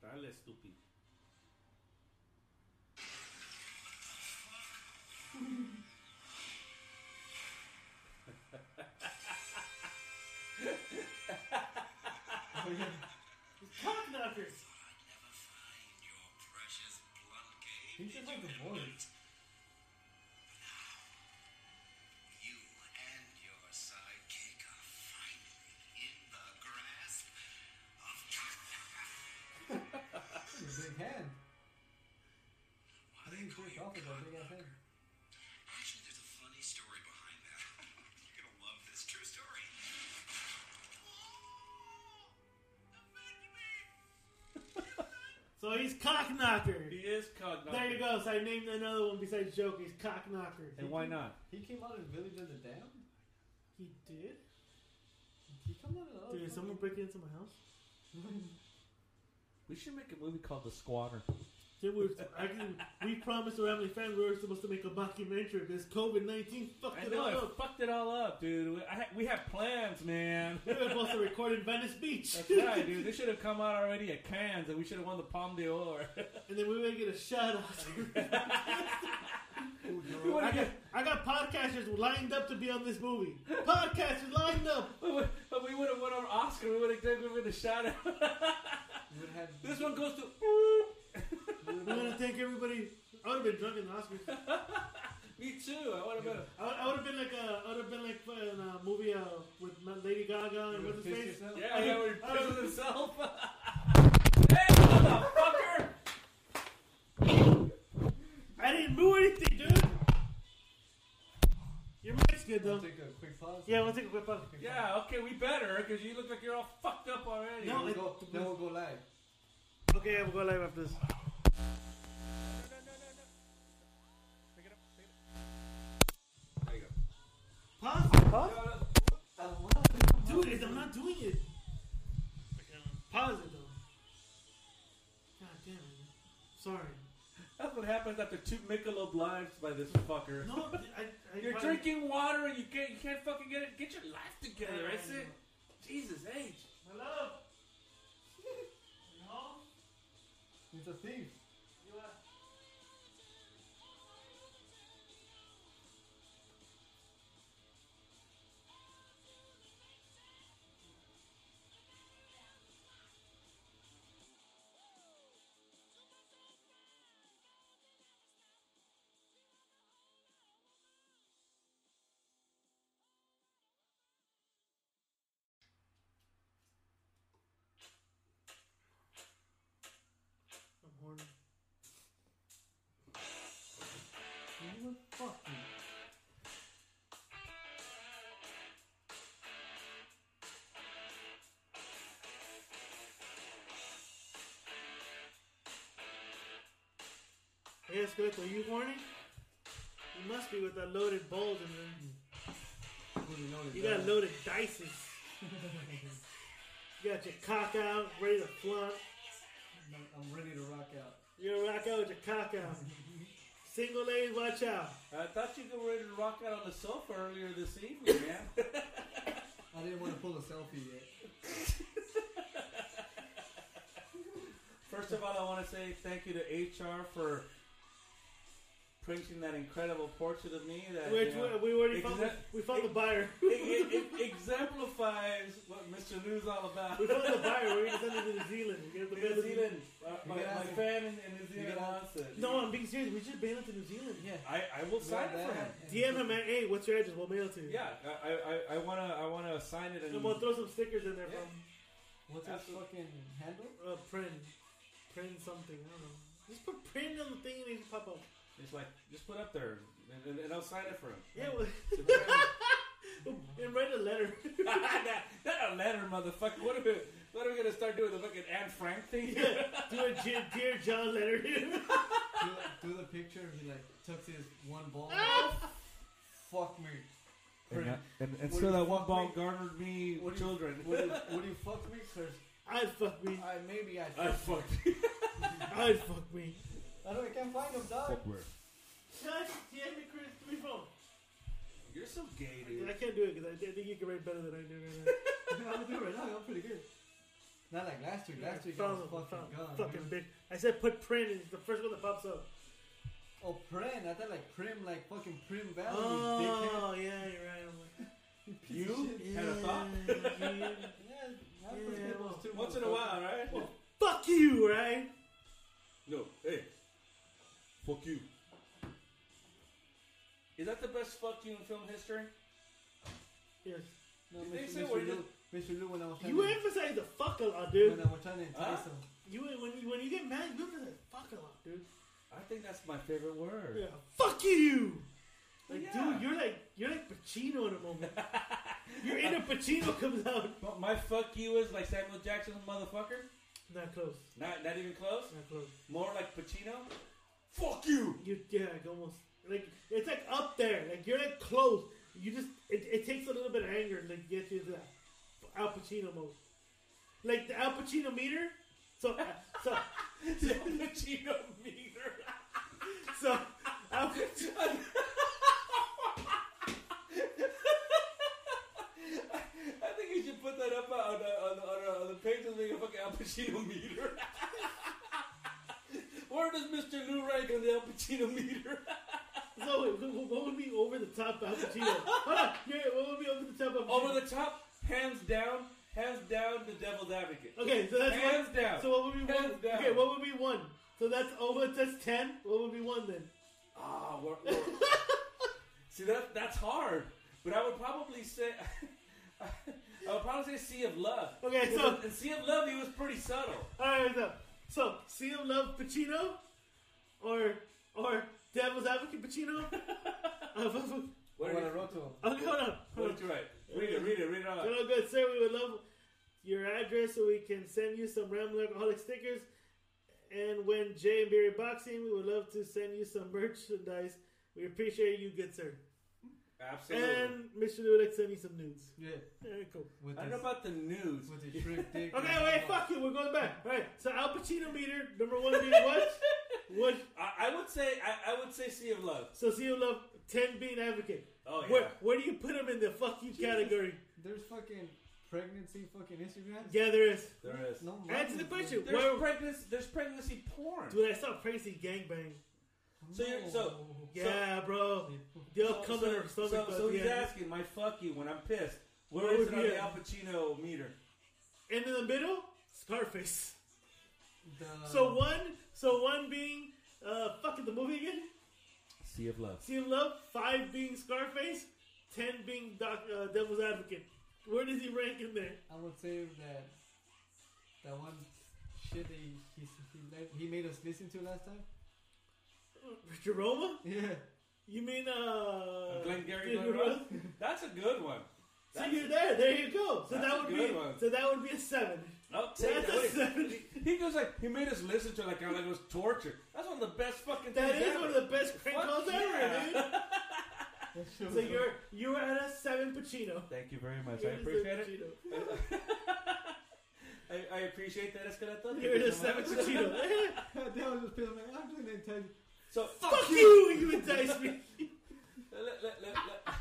[SPEAKER 4] Dale, stupid.
[SPEAKER 2] Oh, yeah.
[SPEAKER 1] He's cock knocker.
[SPEAKER 2] He just has a voice.
[SPEAKER 5] You and your sidekick are finally in the grasp of
[SPEAKER 2] He's a big hand.
[SPEAKER 5] Why
[SPEAKER 2] How do you jerk off with that big ass hand?
[SPEAKER 5] Actually, there's a funny story behind that. You're gonna love this true story.
[SPEAKER 1] So he's cock knocker.
[SPEAKER 4] He is cock knocker.
[SPEAKER 1] There you go. So I named another one besides Joker. He's cock knocker.
[SPEAKER 4] And why not?
[SPEAKER 2] He came out in Village of the Damned.
[SPEAKER 1] He did?
[SPEAKER 2] He come out in another.
[SPEAKER 1] Dude, is someone breaking into my house?
[SPEAKER 4] We should make a movie called The Squatter.
[SPEAKER 1] Dude, we, I can, we promised our family fan we were supposed to make a documentary because COVID 19 fucked
[SPEAKER 4] I
[SPEAKER 1] it
[SPEAKER 4] know,
[SPEAKER 1] all
[SPEAKER 4] I
[SPEAKER 1] up.
[SPEAKER 4] fucked it all up, dude. We, I, ha- we had plans, man.
[SPEAKER 1] We were supposed to record in Venice Beach.
[SPEAKER 4] That's right, dude. This should have come out already at Cannes, and we should have won the Palme d'Or.
[SPEAKER 1] And then we would get a shout out.
[SPEAKER 2] Ooh, no.
[SPEAKER 4] we would
[SPEAKER 1] I
[SPEAKER 4] have
[SPEAKER 1] got, I got podcasters lined up to be on this movie. Podcasters lined up.
[SPEAKER 4] won our Oscar. We would have given it a shout out.
[SPEAKER 2] You would have.
[SPEAKER 4] This one goes to.
[SPEAKER 2] you
[SPEAKER 1] I
[SPEAKER 2] would
[SPEAKER 1] want
[SPEAKER 2] have-
[SPEAKER 1] to thank everybody. I would have been drunk in the Oscars.
[SPEAKER 4] Me too. I would have been.
[SPEAKER 1] I would, I would have been like uh, I would have been like uh, in a movie uh, with my- Lady Gaga
[SPEAKER 2] you
[SPEAKER 1] and
[SPEAKER 2] would
[SPEAKER 1] what's
[SPEAKER 2] have
[SPEAKER 1] his
[SPEAKER 2] pissed
[SPEAKER 1] face.
[SPEAKER 2] yourself.
[SPEAKER 4] Yeah, yeah, we
[SPEAKER 1] I don't-
[SPEAKER 4] pissing himself. hey, motherfucker!
[SPEAKER 1] I didn't do anything, dude. Your mic's good though.
[SPEAKER 2] We'll take a quick pause.
[SPEAKER 1] Yeah, we'll take a quick pause.
[SPEAKER 2] Quick pause.
[SPEAKER 4] Yeah, okay, we better, because you look like you're all fucked up already.
[SPEAKER 1] No,
[SPEAKER 2] Then we'll
[SPEAKER 1] it-
[SPEAKER 2] go, then we'll go live.
[SPEAKER 1] Okay, yeah, we'll go live after this.
[SPEAKER 4] There you go.
[SPEAKER 1] Pause. Pause. Dude, it's- I'm not doing it. Pause it though. God damn it. Sorry.
[SPEAKER 4] That's what happens after two Michelob lives by this fucker.
[SPEAKER 1] No, I. I
[SPEAKER 4] You're
[SPEAKER 1] I-
[SPEAKER 4] drinking water and you can't you can't fucking get it. Get your life together.
[SPEAKER 1] I
[SPEAKER 4] That's
[SPEAKER 1] know.
[SPEAKER 4] it. Jesus age.
[SPEAKER 1] Hello. You home?
[SPEAKER 2] It's a thief.
[SPEAKER 1] You uh,
[SPEAKER 2] over? Fuck you.
[SPEAKER 1] Hey, Escalito, are you horny? You must be with that loaded bulge and then
[SPEAKER 2] Wouldn't know
[SPEAKER 1] you
[SPEAKER 2] that.
[SPEAKER 1] got loaded dices. You got your cock out, ready to flaunt.
[SPEAKER 2] I'm- I'm ready to rock out.
[SPEAKER 1] You're gonna rock out with your cock out. Single ladies, watch out.
[SPEAKER 4] I thought you were ready to rock out on the sofa earlier this evening, man.
[SPEAKER 2] I didn't want to pull a selfie yet.
[SPEAKER 4] First of all, I want to say thank you to HR for printing that incredible portrait of me. That
[SPEAKER 1] Which
[SPEAKER 4] you know,
[SPEAKER 1] we, we already found, the,
[SPEAKER 4] Exact-
[SPEAKER 1] we found the buyer.
[SPEAKER 4] it, it, it exemplifies what Mr. News all about.
[SPEAKER 1] We found the buyer. We're gonna send it to New Zealand. We got the
[SPEAKER 4] New
[SPEAKER 1] best-
[SPEAKER 4] Zealand, uh, my,
[SPEAKER 2] You gotta
[SPEAKER 4] my
[SPEAKER 2] ask-
[SPEAKER 4] fan in, in New
[SPEAKER 2] you
[SPEAKER 4] Zealand
[SPEAKER 2] gotta-
[SPEAKER 4] wants it.
[SPEAKER 1] No, I'm being serious. We should mail it to New Zealand.
[SPEAKER 2] Yeah.
[SPEAKER 4] I, I will sign it for him.
[SPEAKER 1] DM him at hey, what's your address? We'll mail it to you.
[SPEAKER 4] Yeah, I, I, I wanna I wanna sign it
[SPEAKER 1] And
[SPEAKER 4] and
[SPEAKER 1] we'll throw some stickers in there
[SPEAKER 4] Yeah.
[SPEAKER 2] What's his
[SPEAKER 4] Absolutely.
[SPEAKER 2] fucking handle?
[SPEAKER 1] from uh, Prin. Prin something. I don't know. Just put Prin on the thing and it'll pop up.
[SPEAKER 4] it's like just put up there and, and, and I'll sign it for him.
[SPEAKER 1] Yeah, well,
[SPEAKER 4] It's a very-
[SPEAKER 1] and write a letter.
[SPEAKER 4] not, not a letter, motherfucker. What are we, what are we gonna start doing the fucking Anne Frank thing?
[SPEAKER 1] Yeah, do a dear, dear John letter.
[SPEAKER 2] Do, do the picture. He like tucks his one ball. fuck me.
[SPEAKER 3] And, I-
[SPEAKER 2] Prince.
[SPEAKER 3] and, and so
[SPEAKER 2] What do you
[SPEAKER 3] that one
[SPEAKER 2] fuck
[SPEAKER 3] ball
[SPEAKER 2] me?
[SPEAKER 3] garnered me
[SPEAKER 2] What do you-
[SPEAKER 3] children.
[SPEAKER 2] Would you, would you fuck me? Cause
[SPEAKER 1] I'd fuck me.
[SPEAKER 2] I maybe I.
[SPEAKER 4] I fucked. you.
[SPEAKER 1] I'd fuck me.
[SPEAKER 2] I don't. I can't find him, dog.
[SPEAKER 3] Fuck where?
[SPEAKER 1] Josh, DM me Chris, give me phone.
[SPEAKER 4] You're so gay,
[SPEAKER 1] I
[SPEAKER 4] dude.
[SPEAKER 1] can't do it because I, I think you can write better than I do right now.
[SPEAKER 2] I'm doing right now. I'm pretty good. Not like last week. Last week I was
[SPEAKER 1] Found-
[SPEAKER 2] fucking
[SPEAKER 1] found-
[SPEAKER 2] gone.
[SPEAKER 1] fucking bitch.
[SPEAKER 2] dude.
[SPEAKER 1] I said put print and it's the first one that pops up.
[SPEAKER 2] Oh, prim. I thought like prim, like fucking prim valley.
[SPEAKER 1] Oh, yeah, you're right. I'm like,
[SPEAKER 2] dickhead. Piece of
[SPEAKER 4] You
[SPEAKER 2] shit.
[SPEAKER 4] had a thought.
[SPEAKER 1] yeah.
[SPEAKER 2] Yeah, I'm
[SPEAKER 1] Yeah,
[SPEAKER 2] pretty good.
[SPEAKER 1] well,
[SPEAKER 2] Those two
[SPEAKER 4] Once in a while,
[SPEAKER 2] motherfuckers.
[SPEAKER 4] right?
[SPEAKER 1] Well, fuck you, right?
[SPEAKER 4] No, hey, fuck you. Is that the best fuck you in film history?
[SPEAKER 1] Yes.
[SPEAKER 2] No,
[SPEAKER 4] Did
[SPEAKER 2] Mr.
[SPEAKER 4] they say
[SPEAKER 2] Mr.
[SPEAKER 4] where
[SPEAKER 2] Lou, Mr. Lou, when I was trying
[SPEAKER 1] You
[SPEAKER 2] to,
[SPEAKER 1] emphasize the fuck a lot,
[SPEAKER 2] when
[SPEAKER 1] dude.
[SPEAKER 2] I was trying to entice
[SPEAKER 4] Huh?
[SPEAKER 2] him.
[SPEAKER 1] You when you when you get mad, you emphasize fuck a lot, dude.
[SPEAKER 4] I think that's my favorite word.
[SPEAKER 1] Yeah, fuck you. Like,
[SPEAKER 4] Yeah.
[SPEAKER 1] dude, you're like you're like Pacino in a moment. Your inner Pacino comes out.
[SPEAKER 4] But my fuck you is like Samuel Jackson's motherfucker.
[SPEAKER 1] Not close.
[SPEAKER 4] Not not even close.
[SPEAKER 1] Not close.
[SPEAKER 4] More like Pacino. Fuck you.
[SPEAKER 1] You yeah, like almost like it's like up there. Like you're like close. You just it, it takes a little bit of anger to like, get you to that Al Pacino mode. Like the Al Pacino meter. So uh, so
[SPEAKER 4] So Pacino meter.
[SPEAKER 1] so Al Pacino.
[SPEAKER 4] I think you should put that up on the, on the, on the, on the page of the fucking Al Pacino meter. Where does Mr. Lou rank on the Al Pacino meter?
[SPEAKER 1] So wait, wh- wh- what would be over the top Al Pacino? Hold on, yeah, what would be over the top Al Pacino?
[SPEAKER 4] Over the top, hands down, hands down, the devil's advocate.
[SPEAKER 1] Okay, so that's
[SPEAKER 4] Hands
[SPEAKER 1] one.
[SPEAKER 4] down.
[SPEAKER 1] So what would be one?
[SPEAKER 4] Hands down.
[SPEAKER 1] Okay, what would be one? So that's over. That's ten. What would be one then?
[SPEAKER 4] Ah, we're, we're, see that that's hard. But I would probably say I would probably say Sea of Love.
[SPEAKER 1] Okay, so-
[SPEAKER 4] in Sea of Love he was pretty subtle.
[SPEAKER 1] All right, so so see him love Pacino, or or Devil's Advocate Pacino. Uh, f- f-
[SPEAKER 4] What
[SPEAKER 2] When
[SPEAKER 4] did,
[SPEAKER 2] I wrote to him.
[SPEAKER 1] okay, hold on.
[SPEAKER 4] what
[SPEAKER 1] Hold on.
[SPEAKER 4] did you write? Read it, read it, read it out.
[SPEAKER 1] Hello, good sir. We would love your address so we can send you some Ramble Alcoholic stickers. And when Jay and Barry boxing, we would love to send you some merchandise. We appreciate you, good sir.
[SPEAKER 4] Absolutely.
[SPEAKER 1] And Mr. Lulick send me some nudes.
[SPEAKER 2] Yeah,
[SPEAKER 1] Alright, cool.
[SPEAKER 2] with
[SPEAKER 4] I don't know
[SPEAKER 2] his,
[SPEAKER 4] about the news.
[SPEAKER 2] with his shrimp dick. Oh.
[SPEAKER 1] Okay,
[SPEAKER 2] and-
[SPEAKER 1] wait, fuck you. We're going back. All right. So Al Pacino meter number one being what? what?
[SPEAKER 4] I, I would say I, I would say Sea of Love.
[SPEAKER 1] So see you love ten being advocate.
[SPEAKER 4] Oh yeah.
[SPEAKER 1] Where where do you put him in the fuck you category?
[SPEAKER 2] There's fucking pregnancy fucking Instagrams.
[SPEAKER 1] Yeah, there is.
[SPEAKER 4] There is.
[SPEAKER 2] No
[SPEAKER 1] Answer the
[SPEAKER 2] mom-
[SPEAKER 1] question.
[SPEAKER 4] There's
[SPEAKER 1] Where-
[SPEAKER 4] pregnancy there's pregnancy porn.
[SPEAKER 1] Dude, I saw Pregnancy Gangbang.
[SPEAKER 4] So you're- so-
[SPEAKER 2] No.
[SPEAKER 1] Yeah, bro.
[SPEAKER 2] Dude,
[SPEAKER 1] The
[SPEAKER 4] So-
[SPEAKER 1] upcoming or
[SPEAKER 4] so,
[SPEAKER 1] something.
[SPEAKER 4] so,
[SPEAKER 1] but
[SPEAKER 4] so
[SPEAKER 1] yeah.
[SPEAKER 4] he's asking my fuck you when I'm pissed.
[SPEAKER 1] Where
[SPEAKER 4] where is
[SPEAKER 1] would
[SPEAKER 4] it on
[SPEAKER 1] be
[SPEAKER 4] the
[SPEAKER 1] a-
[SPEAKER 4] Al Pacino meter?
[SPEAKER 1] And in the middle, Scarface.
[SPEAKER 4] Uh.
[SPEAKER 2] the-
[SPEAKER 1] So one, so one being uh, fucking the movie again.
[SPEAKER 4] Sea of Love.
[SPEAKER 1] See love. Five being Scarface. Ten being Doc, uh, Devil's Advocate. Where does he rank in there?
[SPEAKER 2] I would say that that one shit that he he, he, let, he made us listen to last time.
[SPEAKER 1] Jeroma?
[SPEAKER 2] Yeah,
[SPEAKER 1] You mean uh?
[SPEAKER 4] Uh, Glengarry
[SPEAKER 1] Glenn
[SPEAKER 4] Glen Ross?
[SPEAKER 1] Ross?
[SPEAKER 4] That's a good one.
[SPEAKER 1] So
[SPEAKER 4] That's-
[SPEAKER 1] you're there. There you go. So
[SPEAKER 4] That's a
[SPEAKER 1] that would
[SPEAKER 4] good
[SPEAKER 1] be.
[SPEAKER 4] one.
[SPEAKER 1] So that would be a seven.
[SPEAKER 4] I'll take
[SPEAKER 1] That's
[SPEAKER 4] that.
[SPEAKER 1] a
[SPEAKER 4] Wait,
[SPEAKER 1] seven.
[SPEAKER 4] he- He goes like he made us listen to like how like it was torture. That's one of the best fucking.
[SPEAKER 1] That
[SPEAKER 4] things
[SPEAKER 1] is
[SPEAKER 4] ever.
[SPEAKER 1] one of the best prank
[SPEAKER 4] Fuck
[SPEAKER 1] calls ever,
[SPEAKER 4] yeah.
[SPEAKER 1] dude.
[SPEAKER 2] That shit
[SPEAKER 1] So
[SPEAKER 2] was
[SPEAKER 1] you're you were at a seven Pacino.
[SPEAKER 4] Thank you very much.
[SPEAKER 1] You're
[SPEAKER 4] I
[SPEAKER 1] at a
[SPEAKER 4] appreciate it.
[SPEAKER 1] seven
[SPEAKER 4] I, I appreciate that, Escaleta.
[SPEAKER 1] Pacino.
[SPEAKER 4] Thank
[SPEAKER 1] You're at
[SPEAKER 4] you
[SPEAKER 1] a
[SPEAKER 4] so
[SPEAKER 1] seven
[SPEAKER 4] much.
[SPEAKER 1] Pacino.
[SPEAKER 2] God damn, I was just pissed. I'm like, I'm doing the intelligent.
[SPEAKER 4] So
[SPEAKER 1] Fuck you! You entice me,
[SPEAKER 4] Let, let, let, let-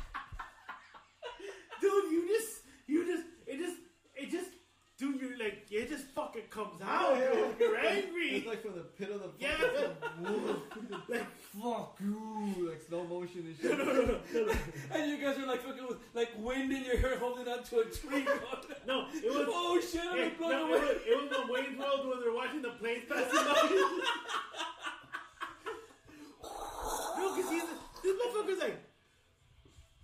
[SPEAKER 1] dude. You just you just it just it just dude. You like it just fucking comes out. dude. You're
[SPEAKER 2] It's
[SPEAKER 1] angry.
[SPEAKER 2] like from the pit of the fucking
[SPEAKER 1] Yeah.
[SPEAKER 2] wolf.
[SPEAKER 1] Like
[SPEAKER 2] Fuck you! Like slow motion and
[SPEAKER 1] no
[SPEAKER 2] shit.
[SPEAKER 1] no no no no.
[SPEAKER 4] and you guys are like fucking with like wind in your hair, holding on to a tree.
[SPEAKER 1] No, it was.
[SPEAKER 4] oh shit! I'm
[SPEAKER 1] Hey,
[SPEAKER 4] gonna blow
[SPEAKER 1] no, it,
[SPEAKER 4] away.
[SPEAKER 1] was, it was the Wayne's World when they're watching the planes passing by. no, because he's this motherfucker's like,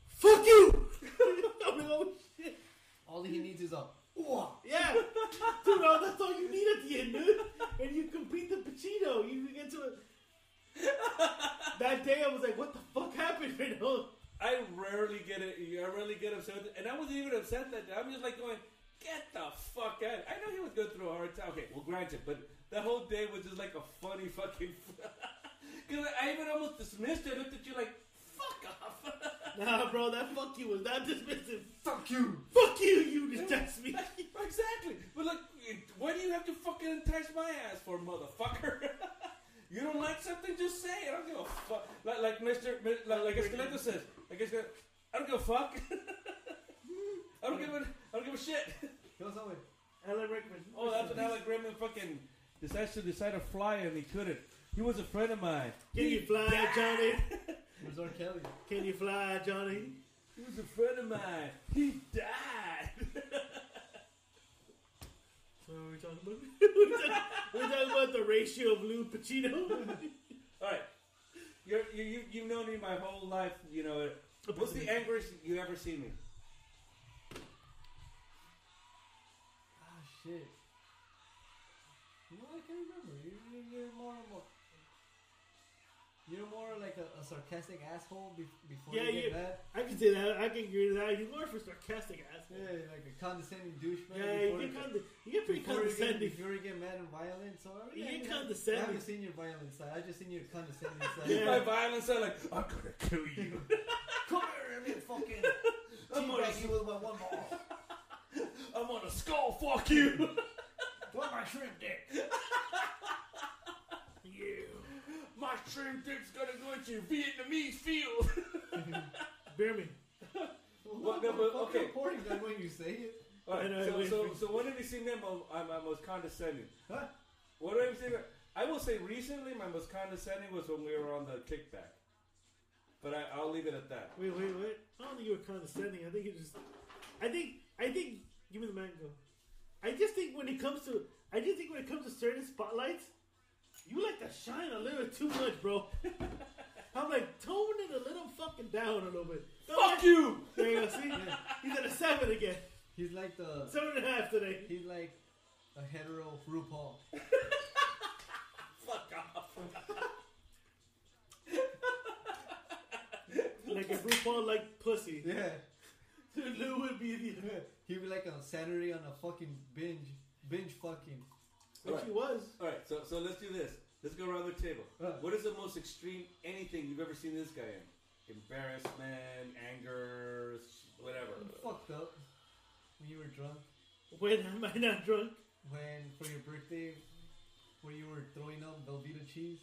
[SPEAKER 1] "Fuck you!" I'm like, oh shit.
[SPEAKER 2] All he needs is a. Wah!
[SPEAKER 1] Yeah, dude, no, that's all you need at the end, dude. And you complete the Pacino. You get to it. That day, I was like, "What the fuck happened?" You know?
[SPEAKER 4] I rarely get it. I rarely get upset, and I wasn't even upset that day. I'm just like going, "Get the fuck out!" I know he was going through a hard time. Okay, well, granted, but that whole day was just like a funny fucking. Because I even almost dismissed it. I looked at you like, "Fuck off!"
[SPEAKER 1] Nah, bro, that fuck you was not dismissive.
[SPEAKER 2] Fuck you!
[SPEAKER 1] Fuck you, you just text me.
[SPEAKER 4] exactly. But look, why do you have to fucking entice my ass for, motherfucker? you don't like something, just say it. I don't give a fuck. Like, like Mister, like, like Escalante says, like Escalante, I don't give a fuck. I don't give a, I don't give a shit.
[SPEAKER 2] He was always.
[SPEAKER 1] Alan Rickman.
[SPEAKER 4] Oh, that's when Alec Grimmon fucking decides to decide to fly and he couldn't. He was a friend of mine.
[SPEAKER 1] Can you fly, Johnny?
[SPEAKER 2] Where's R. Kelly?
[SPEAKER 1] Can you fly, Johnny?
[SPEAKER 4] He was a friend of mine. He died.
[SPEAKER 1] So we're talking about we're talking, we're talking about the ratio of Lou Pacino.
[SPEAKER 4] All right, you're, you you you've known me my whole life. You know what's the angriest you ever seen me?
[SPEAKER 2] Ah, shit. No, I can't remember. You're, you're, you're more of a. You're more like a, a sarcastic asshole be- before
[SPEAKER 1] Yeah,
[SPEAKER 2] you get
[SPEAKER 1] you-
[SPEAKER 2] mad.
[SPEAKER 1] I can say that. I can agree to that. He's more for sarcastic asshole.
[SPEAKER 2] Yeah, like a condescending douchebag.
[SPEAKER 1] Yeah,
[SPEAKER 2] before
[SPEAKER 1] you get
[SPEAKER 2] get-
[SPEAKER 1] kind you get pretty
[SPEAKER 2] before you get-
[SPEAKER 1] condescending.
[SPEAKER 2] Before you get mad and violent, so I
[SPEAKER 1] You
[SPEAKER 2] I
[SPEAKER 1] get
[SPEAKER 2] mean, I-
[SPEAKER 1] condescending.
[SPEAKER 2] I haven't seen your violent side. I just seen your condescending side.
[SPEAKER 1] Yeah.
[SPEAKER 4] My violence, I'm like I'm gonna kill you.
[SPEAKER 2] Come here, I'm gonna fucking
[SPEAKER 4] I'm gonna,
[SPEAKER 2] teabag you with my one ball.
[SPEAKER 4] I'm gonna skull fuck you.
[SPEAKER 2] What my shrimp dick?
[SPEAKER 4] My shrimp dick's gonna go into your Vietnamese field.
[SPEAKER 1] Bear me.
[SPEAKER 4] Well, no, but,
[SPEAKER 2] Fucking
[SPEAKER 4] okay.
[SPEAKER 2] important that when you say it.
[SPEAKER 4] All right,
[SPEAKER 1] I know,
[SPEAKER 4] so,
[SPEAKER 1] wait,
[SPEAKER 4] so,
[SPEAKER 1] wait.
[SPEAKER 4] so when have you seen them? I'm, I'm most condescending.
[SPEAKER 2] Huh?
[SPEAKER 4] What do I say? about- I will say recently my most condescending was when we were on the kickback. But I, I'll leave it at that.
[SPEAKER 1] Wait, wait, wait. I don't think you were condescending. I think you just. I think. I think. Give me the mango. I just think when it comes to. I just think when it comes to certain spotlights, you like to shine a little too much, bro. I'm like tone it a little fucking down a little bit.
[SPEAKER 4] Fuck you!
[SPEAKER 1] There you go. See, he's at a seven again.
[SPEAKER 2] He's like the
[SPEAKER 1] Seven and a half today.
[SPEAKER 2] he's like a hetero RuPaul.
[SPEAKER 4] Fuck off!
[SPEAKER 1] Like if RuPaul liked pussy,
[SPEAKER 2] Yeah.
[SPEAKER 1] Lou would be the.
[SPEAKER 2] He'd be like on Saturday on a fucking binge binge fucking.
[SPEAKER 1] Which
[SPEAKER 4] Right.
[SPEAKER 1] he was.
[SPEAKER 4] All right, so, so let's do this. Let's go around the table.
[SPEAKER 2] Huh.
[SPEAKER 4] What is the most extreme anything you've ever seen this guy in? Embarrassment, anger, s- whatever.
[SPEAKER 2] I'm fucked up. When you were drunk.
[SPEAKER 1] When am I not drunk?
[SPEAKER 2] When for your birthday where you were throwing up Velveeta cheese.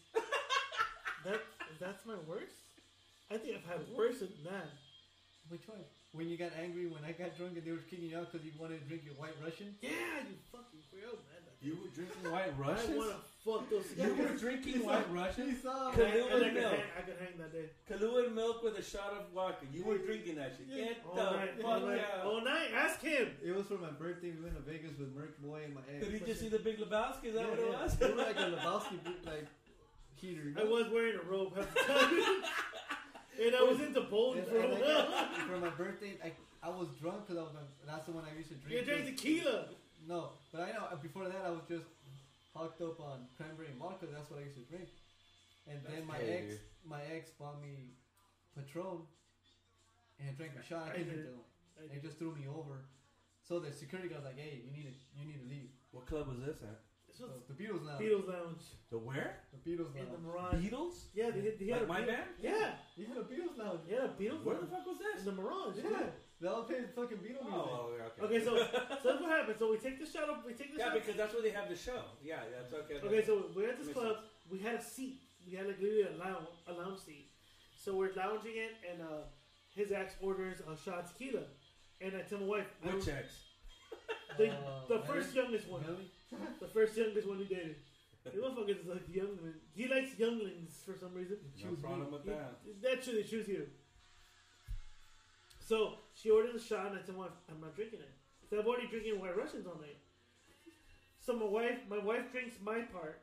[SPEAKER 1] That that's my worst. I think I've had worse than that.
[SPEAKER 2] Which one? When you got angry when I got drunk and they were kicking you out because you wanted to drink your white Russian?
[SPEAKER 1] Yeah, you fucking real man.
[SPEAKER 4] You were drinking white
[SPEAKER 1] I
[SPEAKER 4] Russians?
[SPEAKER 1] want to fuck those
[SPEAKER 4] You
[SPEAKER 1] guys.
[SPEAKER 4] were drinking white Russians?
[SPEAKER 2] He saw
[SPEAKER 1] And I,
[SPEAKER 4] Kahlua
[SPEAKER 1] and I
[SPEAKER 4] and
[SPEAKER 1] could
[SPEAKER 4] milk.
[SPEAKER 1] hang, I could hang that day.
[SPEAKER 4] Kahlua and milk with a shot of vodka. You were drinking that shit.
[SPEAKER 2] Yeah.
[SPEAKER 4] Get
[SPEAKER 1] All
[SPEAKER 4] the
[SPEAKER 1] night. All
[SPEAKER 4] fuck
[SPEAKER 1] night.
[SPEAKER 4] out.
[SPEAKER 1] All night. Ask him.
[SPEAKER 2] It was for my birthday. We went to Vegas with Merc Boy and my ex.
[SPEAKER 4] Did he just see the big Lebowski? Is that what it was?
[SPEAKER 2] They were like a Lebowski boot, like heater. you
[SPEAKER 1] I
[SPEAKER 2] know?
[SPEAKER 1] was wearing a robe half the time. and I was into bowling
[SPEAKER 2] And,
[SPEAKER 1] for a
[SPEAKER 2] and I
[SPEAKER 1] while.
[SPEAKER 2] got- for my birthday, I, I was drunk because I was like, that's the one I used to drink.
[SPEAKER 1] You drank tequila.
[SPEAKER 2] No, but I know uh, before that I was just hooked up on cranberry and vodka. That's what I used to drink. And
[SPEAKER 4] That's
[SPEAKER 2] then my
[SPEAKER 4] crazy.
[SPEAKER 2] ex, my ex bought me patrol, and I drank a shot.
[SPEAKER 1] I
[SPEAKER 2] I
[SPEAKER 1] did.
[SPEAKER 2] didn't drink the other one. They just threw me over. So the security guard's like, "Hey, you need to, you need to leave."
[SPEAKER 4] What club was this at?
[SPEAKER 1] This
[SPEAKER 2] So
[SPEAKER 1] was
[SPEAKER 2] the Beatles
[SPEAKER 4] Oh,
[SPEAKER 2] now.
[SPEAKER 1] Beatles Lounge
[SPEAKER 4] The where?
[SPEAKER 2] The Beatles
[SPEAKER 1] in the
[SPEAKER 2] now.
[SPEAKER 1] Mirage.
[SPEAKER 4] Uh, Beatles?
[SPEAKER 1] Yeah, they did. He had
[SPEAKER 4] Like
[SPEAKER 1] a
[SPEAKER 4] my
[SPEAKER 1] Beatles-
[SPEAKER 4] band?
[SPEAKER 1] Yeah,
[SPEAKER 2] Even the Beatles now.
[SPEAKER 1] yeah, Beatles
[SPEAKER 4] Where the
[SPEAKER 1] Lounge.
[SPEAKER 4] fuck was
[SPEAKER 1] in
[SPEAKER 4] this?
[SPEAKER 1] the Mirage.
[SPEAKER 2] Yeah. They all played fucking Beatles music.
[SPEAKER 4] Oh, okay.
[SPEAKER 1] Okay, so so that's what happened. So we take the shot. Up, we take the
[SPEAKER 4] yeah,
[SPEAKER 1] shot.
[SPEAKER 4] because that's where they have the show. Yeah, that's okay.
[SPEAKER 1] Okay, so we're at this
[SPEAKER 4] Makes
[SPEAKER 1] club. We had a seat. We had like literally a lounge, a lounge seat. So we're lounging in, and uh, his ex orders a shot of tequila. And I tell my wife, I
[SPEAKER 4] Which
[SPEAKER 1] don't-
[SPEAKER 4] ex?
[SPEAKER 1] the,
[SPEAKER 2] Uh,
[SPEAKER 1] the first youngest one,
[SPEAKER 2] Really?
[SPEAKER 1] the first youngest one he dated. The motherfucker is like youngling. He likes younglings for some reason.
[SPEAKER 4] No problem with
[SPEAKER 1] He-
[SPEAKER 4] that.
[SPEAKER 1] That's true. They choose you. So she ordered a shot, and I said, well, "I'm not drinking it. So I've already drinking White Russians all night." So my wife, my wife drinks my part,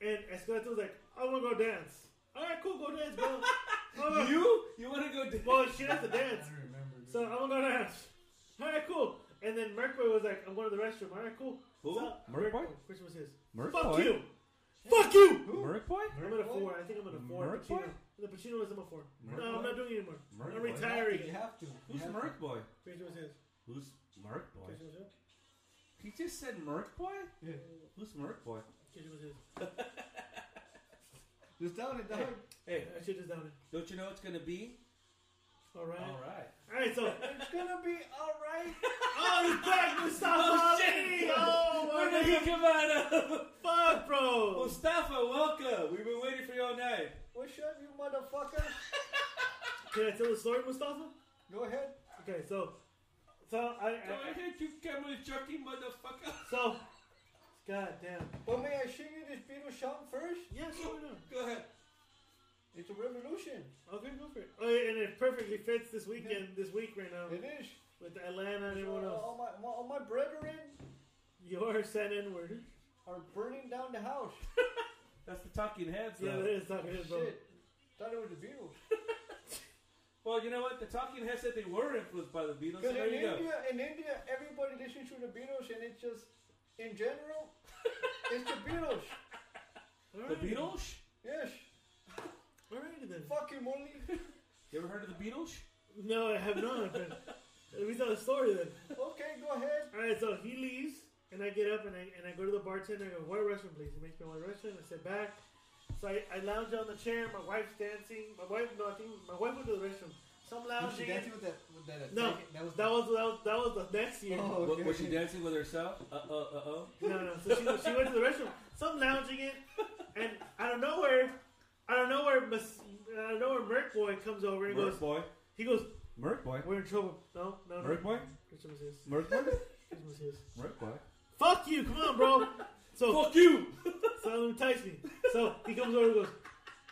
[SPEAKER 1] and Escalante was like, "I want to go dance." All right, cool, go dance, bro. Oh,
[SPEAKER 4] You? You want to go? d-
[SPEAKER 1] well, she has to
[SPEAKER 2] I
[SPEAKER 1] dance,
[SPEAKER 2] don't remember. dude.
[SPEAKER 1] so I'm gonna go dance. All right, cool. And then Mercury was like, "I'm going to the restroom." All right, cool.
[SPEAKER 4] Who?
[SPEAKER 1] So,
[SPEAKER 4] Merc Boy?
[SPEAKER 1] Which was his?
[SPEAKER 4] Merc
[SPEAKER 1] Fuck
[SPEAKER 4] Boy?
[SPEAKER 1] you. Fuck you.
[SPEAKER 2] Who?
[SPEAKER 4] Merc Boy?
[SPEAKER 1] I'm at a four. I think I'm at a four.
[SPEAKER 4] Merc
[SPEAKER 1] Pacino.
[SPEAKER 4] Boy?
[SPEAKER 1] The Pacino is number four.
[SPEAKER 4] Merc
[SPEAKER 1] no, I'm
[SPEAKER 2] Boy?
[SPEAKER 1] not doing it anymore. I'm
[SPEAKER 4] Merc Boy?
[SPEAKER 2] You have
[SPEAKER 1] retiring.
[SPEAKER 2] to- You have to. You
[SPEAKER 4] Who's
[SPEAKER 2] have
[SPEAKER 4] Merc Boy?
[SPEAKER 1] Pacino was his.
[SPEAKER 4] Who's Merc Boy?
[SPEAKER 1] Pacino was his.
[SPEAKER 4] He just said Merc Boy?
[SPEAKER 2] to. Yeah.
[SPEAKER 4] Who's Merc Boy?
[SPEAKER 1] Pacino was his.
[SPEAKER 2] Just down it, dog.
[SPEAKER 4] Hey,
[SPEAKER 1] I should just down it.
[SPEAKER 4] don't you know it's gonna be?
[SPEAKER 1] All right.
[SPEAKER 4] All right.
[SPEAKER 1] All right. So,
[SPEAKER 2] It's gonna be alright.
[SPEAKER 1] oh, he's back, Mustafa
[SPEAKER 4] Oh,
[SPEAKER 1] Ali!
[SPEAKER 4] shit.
[SPEAKER 1] Oh,
[SPEAKER 4] Where
[SPEAKER 1] what
[SPEAKER 4] did
[SPEAKER 1] the
[SPEAKER 4] he come out of?
[SPEAKER 1] fuck, bro?
[SPEAKER 4] Mustafa, welcome. We've been waiting for you all night.
[SPEAKER 2] What's up, you motherfucker?
[SPEAKER 1] Can I tell the story, Mustafa?
[SPEAKER 2] Go ahead.
[SPEAKER 1] Okay, so, so I,
[SPEAKER 4] Go
[SPEAKER 1] I
[SPEAKER 4] ahead, you camera jockey motherfucker.
[SPEAKER 1] so, god damn.
[SPEAKER 2] But may I sing you this Beatles song first?
[SPEAKER 1] Yeah, sure, why not?
[SPEAKER 4] Go ahead.
[SPEAKER 2] It's a revolution.
[SPEAKER 1] Okay, go for it. Oh, yeah, and it perfectly fits this weekend, this week right now,
[SPEAKER 2] It is.
[SPEAKER 1] with Atlanta and everyone
[SPEAKER 2] All-
[SPEAKER 1] else.
[SPEAKER 2] All my, my, all my brethren
[SPEAKER 1] Your sent inward.
[SPEAKER 2] are burning down the house.
[SPEAKER 4] That's the talking heads.
[SPEAKER 1] Yeah,
[SPEAKER 4] though.
[SPEAKER 1] that is not good, bro.
[SPEAKER 2] Shit. Thought it was the Beatles.
[SPEAKER 4] Well, you know what? The talking heads said they were influenced by the Beatles. So
[SPEAKER 2] Because
[SPEAKER 4] there
[SPEAKER 2] in
[SPEAKER 4] you go.
[SPEAKER 2] India, in India, everybody listens to the Beatles, and it's just, in general, it's the Beatles.
[SPEAKER 4] The
[SPEAKER 1] Alrighty.
[SPEAKER 4] Beatles?
[SPEAKER 2] Yes.
[SPEAKER 1] Alrighty then.
[SPEAKER 2] Fucking Molly.
[SPEAKER 4] You ever heard of the Beatles?
[SPEAKER 1] No, I have not. But we tell the story then.
[SPEAKER 2] Okay, go ahead.
[SPEAKER 1] All right, so he leaves, and I get up and I, and I go to the bartender. I go, "White Russian, please." He makes me a white Russian. I sit back. So I, I lounge on the chair. My wife's dancing. My wife, no, I think my wife went to the restroom. So I'm
[SPEAKER 2] Was she
[SPEAKER 1] lounging.
[SPEAKER 2] dancing with that? With that
[SPEAKER 1] No,
[SPEAKER 2] attack? that was
[SPEAKER 1] That was that was that was the next year.
[SPEAKER 2] Oh,
[SPEAKER 4] Wa-
[SPEAKER 2] okay.
[SPEAKER 4] Was she dancing with herself? Uh oh, uh oh.
[SPEAKER 1] No, no. So she, she went to the restroom. So I'm lounging in, and out of nowhere, out of nowhere, Miss, out of nowhere, Merc Boy comes over and goes.
[SPEAKER 4] Merc boy.
[SPEAKER 1] He goes,
[SPEAKER 4] Merc boy.
[SPEAKER 1] "We're in trouble." No, no, no.
[SPEAKER 4] Merc boy.
[SPEAKER 1] Christian was his.
[SPEAKER 4] Merc boy.
[SPEAKER 1] Christian was his.
[SPEAKER 4] Merc boy.
[SPEAKER 1] Fuck you! Come on, bro. So
[SPEAKER 4] Fuck you.
[SPEAKER 1] So let me text me. So he comes over and goes,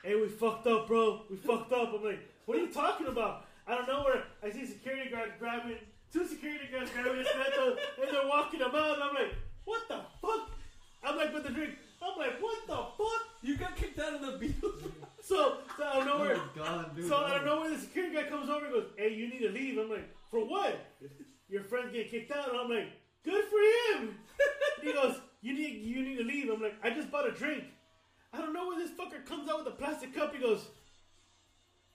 [SPEAKER 1] Hey, we fucked up, bro. We fucked up. I'm like, What are you talking about? I don't know where I see a security guard grabbing two security guards grabbing his mantle and they're walking him out. And I'm like, What the fuck? I'm like with the drink. I'm like, What the fuck?
[SPEAKER 4] You got kicked out of the Beatles.
[SPEAKER 1] So, so out of
[SPEAKER 2] Oh
[SPEAKER 1] nowhere,
[SPEAKER 2] my god, dude.
[SPEAKER 1] so out
[SPEAKER 2] that
[SPEAKER 1] of nowhere, the security guy comes over and goes, Hey, you need to leave. I'm like, For what? Your friend's getting kicked out. And I'm like, Good for him. he goes, you need, you need to leave. I'm like, I just bought a drink. I don't know where this fucker comes out with a plastic cup. He goes,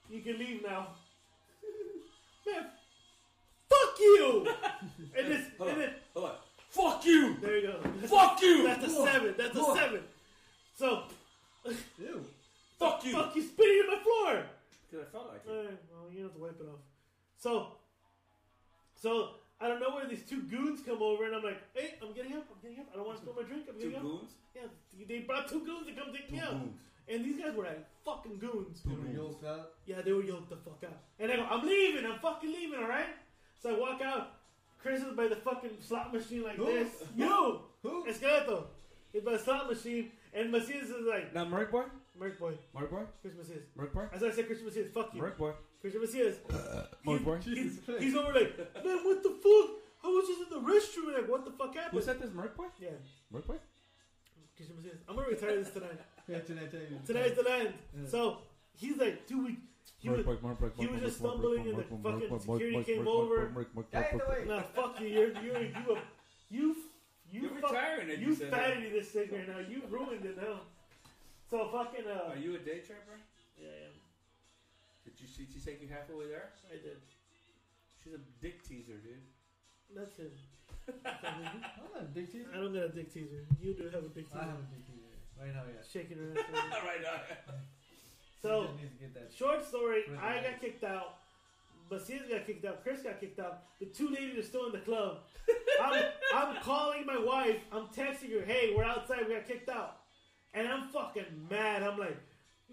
[SPEAKER 1] You can leave now. Man, fuck you. and this, and
[SPEAKER 4] Hold on.
[SPEAKER 1] then,
[SPEAKER 4] Hold on. Fuck you.
[SPEAKER 1] there you go.
[SPEAKER 4] Fuck you.
[SPEAKER 1] That's a seven. That's a seven. So,
[SPEAKER 2] Ew.
[SPEAKER 4] Fuck you.
[SPEAKER 1] fuck Uh, you spitting in my floor.
[SPEAKER 4] Because I felt like it.
[SPEAKER 1] Alright, Eh, well, you have to wipe it off. So, so I don't know where these two goons come over, and I'm like, hey, I'm getting up, I'm getting up. I don't want to spill my drink. I'm
[SPEAKER 4] Two
[SPEAKER 1] getting up.
[SPEAKER 4] goons.
[SPEAKER 1] Yeah, they brought two goons to come take me out,
[SPEAKER 4] goons.
[SPEAKER 1] and these guys were like fucking goons.
[SPEAKER 2] They were yoked out.
[SPEAKER 1] Yeah, they were yoked the fuck out. And I go, I'm leaving. I'm fucking leaving. All right. So I walk out. Chris is by the fucking slot machine like
[SPEAKER 2] Who?
[SPEAKER 1] this. You,
[SPEAKER 2] Who?
[SPEAKER 1] Esqueleto, is by the slot machine, and Macias is like,
[SPEAKER 4] Now Merc boy.
[SPEAKER 1] Merc boy,
[SPEAKER 4] Merc boy.
[SPEAKER 1] Chris Macias.
[SPEAKER 4] Merc boy.
[SPEAKER 1] As I said, Chris Macias, fuck you,
[SPEAKER 4] Merc boy.
[SPEAKER 1] Chris Macias.
[SPEAKER 4] Uh, Merc boy.
[SPEAKER 1] He's,
[SPEAKER 2] Jesus Christ.
[SPEAKER 1] he's over like, man, what the fuck? I was just in the restroom. Like, what the fuck happened?
[SPEAKER 4] Who said this? Merc boy.
[SPEAKER 1] Yeah.
[SPEAKER 4] Merc boy.
[SPEAKER 1] Christian Macias. I'm gonna retire this tonight.
[SPEAKER 2] Yeah, tonight, tell you.
[SPEAKER 1] Tonight's the land.
[SPEAKER 2] Yeah.
[SPEAKER 1] So he's like, dude, we. He was, he was just stumbling, and the fucking security came over.
[SPEAKER 2] Get out of the way.
[SPEAKER 1] Nah, fuck you. You're you're you a, you you
[SPEAKER 4] You're
[SPEAKER 1] fuck,
[SPEAKER 4] retiring. and
[SPEAKER 1] you
[SPEAKER 4] said
[SPEAKER 1] fatty this thing right now. You ruined it now. So fucking
[SPEAKER 4] that.
[SPEAKER 1] uh.
[SPEAKER 4] Are you a day tripper?
[SPEAKER 1] Yeah, yeah.
[SPEAKER 4] Did you see? She take you halfway there.
[SPEAKER 1] I did.
[SPEAKER 4] She's a dick teaser, dude.
[SPEAKER 1] That's him.
[SPEAKER 2] I'm not a dick teaser.
[SPEAKER 1] I don't got a dick teaser. You do have a dick
[SPEAKER 2] I
[SPEAKER 1] teaser.
[SPEAKER 2] haven't dick teaser right now yet.
[SPEAKER 1] Shaking her ass.
[SPEAKER 4] All right. Uh,
[SPEAKER 1] so.
[SPEAKER 2] Just need to get that.
[SPEAKER 1] Short story,
[SPEAKER 2] Prison
[SPEAKER 1] I
[SPEAKER 2] life.
[SPEAKER 1] got kicked out. Macias got kicked out. Chris got kicked out. The two ladies are still in the club. I'm, I'm calling my wife. I'm texting her, hey, we're outside. We got kicked out. And I'm fucking mad. I'm like,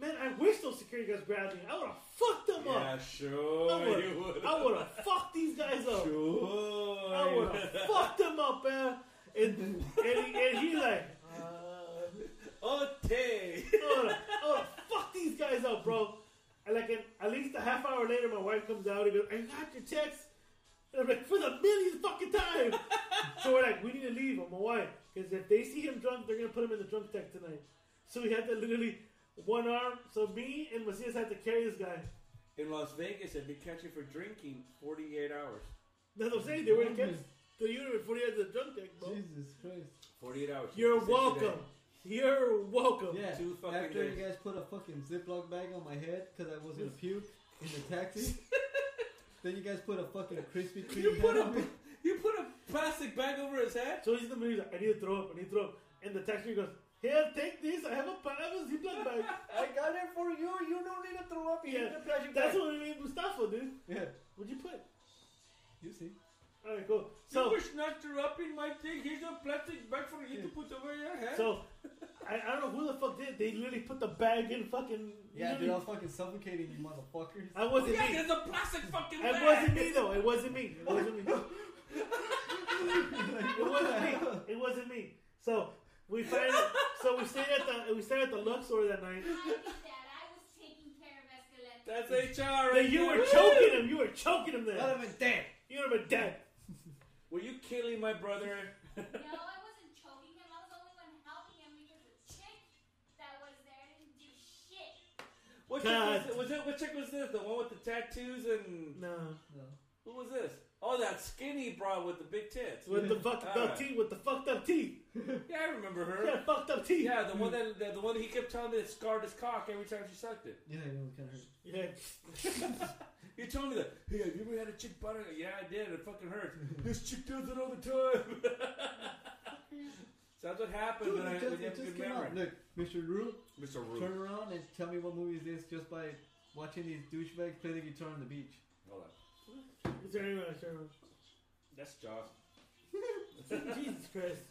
[SPEAKER 1] man, I wish those security guys grabbed me. I would have fucked them up.
[SPEAKER 4] yeah, sure.
[SPEAKER 1] I would've-
[SPEAKER 4] you would.
[SPEAKER 1] I would have fucked these guys up.
[SPEAKER 4] Sure.
[SPEAKER 1] I would have fucked them up, man. And, and, he, and he's like, uh,
[SPEAKER 4] Okay.
[SPEAKER 1] oh, oh, fuck these guys up, bro. And like an, at least a half hour later, my wife comes out and goes, I got your text. And I'm like, for the millionth fucking time. so we're like, we need to leave. I'm like, why? Because if they see him drunk, they're going to put him in the drunk tank tonight. So we had to literally, one arm. So me and Macias had to carry this guy.
[SPEAKER 4] In Las Vegas, if they catch you for drinking, 48 hours.
[SPEAKER 1] That's what I'm saying. They were going to catch
[SPEAKER 2] Jesus-
[SPEAKER 1] the unit before he had the drunk tank, bro.
[SPEAKER 2] Jesus Christ.
[SPEAKER 4] 48 hours.
[SPEAKER 1] You're
[SPEAKER 4] It's today.
[SPEAKER 1] welcome. You're welcome.
[SPEAKER 2] Yeah.
[SPEAKER 4] Two fucking
[SPEAKER 2] after
[SPEAKER 4] days.
[SPEAKER 2] you guys put a fucking Ziploc bag on my head because I was gonna puke in the taxi. then you guys put a fucking Krispy Kreme.
[SPEAKER 4] You put
[SPEAKER 2] hat
[SPEAKER 4] a
[SPEAKER 2] on me.
[SPEAKER 4] you put a plastic bag over his head.
[SPEAKER 1] So he's in the middle. He's like, I need to throw up. I need to throw up. And the taxi goes, Here, take this. I have a, I have a Ziploc bag.
[SPEAKER 2] I got it for you. You don't need to throw up.
[SPEAKER 1] Yeah,
[SPEAKER 2] need a plastic
[SPEAKER 1] That's
[SPEAKER 2] bag.
[SPEAKER 1] what we made Mustafa, dude.
[SPEAKER 2] Yeah.
[SPEAKER 1] What'd you put?
[SPEAKER 2] You see.
[SPEAKER 1] Alright, cool.
[SPEAKER 4] you
[SPEAKER 1] So, Hmm.
[SPEAKER 4] were not dropping my thing. Here's a plastic bag for you to put over your head.
[SPEAKER 1] so I, I don't know who the fuck did. it. They literally put the bag in fucking.
[SPEAKER 2] Yeah, dude, I
[SPEAKER 1] literally-
[SPEAKER 2] was fucking suffocating you, motherfuckers.
[SPEAKER 1] I wasn't
[SPEAKER 4] Oh, yeah,
[SPEAKER 1] me.
[SPEAKER 4] there's a plastic fucking bag.
[SPEAKER 1] It wasn't me though. It wasn't me. It wasn't me. It wasn't me. It wasn't me. So we find. So we stayed at the we stayed at the Luxor that night.
[SPEAKER 4] That's HR.
[SPEAKER 1] Then
[SPEAKER 4] right
[SPEAKER 1] you were
[SPEAKER 4] there.
[SPEAKER 1] choking him. You were choking him
[SPEAKER 2] I'd have
[SPEAKER 1] there.
[SPEAKER 2] been dead.
[SPEAKER 1] You would have been dead.
[SPEAKER 4] Were you killing my brother? What chick
[SPEAKER 1] God.
[SPEAKER 4] was, it? was it? What chick was this? The one with the tattoos and
[SPEAKER 1] No,
[SPEAKER 2] No.
[SPEAKER 4] who was this? Oh, that skinny broad with the big tits.
[SPEAKER 1] with the fucked
[SPEAKER 4] Alright.
[SPEAKER 1] up teeth. With the fucked up teeth.
[SPEAKER 4] Yeah, I remember her.
[SPEAKER 1] Yeah, fucked up teeth.
[SPEAKER 4] Yeah, the one that the, the one that he kept telling me that scarred his cock every time she sucked it.
[SPEAKER 2] Yeah, you know, it kind of hurt.
[SPEAKER 1] Yeah.
[SPEAKER 4] You told me that. Hey, have you ever had a chick butt? it?" Yeah, I did. It fucking hurts. this chick does it all the time. so that's what happens
[SPEAKER 2] Dude,
[SPEAKER 4] when I
[SPEAKER 2] it
[SPEAKER 4] when
[SPEAKER 2] just,
[SPEAKER 4] you
[SPEAKER 2] it
[SPEAKER 4] have a
[SPEAKER 2] just
[SPEAKER 4] good
[SPEAKER 2] came out.
[SPEAKER 4] memory.
[SPEAKER 2] Look, Mr. Rue,
[SPEAKER 4] Mr.
[SPEAKER 2] turn
[SPEAKER 4] Rude.
[SPEAKER 2] around and tell me what movie is this just by watching these douchebags play the guitar on the beach.
[SPEAKER 4] Hold on.
[SPEAKER 1] Is there anyone? Is there anyone?
[SPEAKER 4] That's Josh.
[SPEAKER 1] Jesus Christ.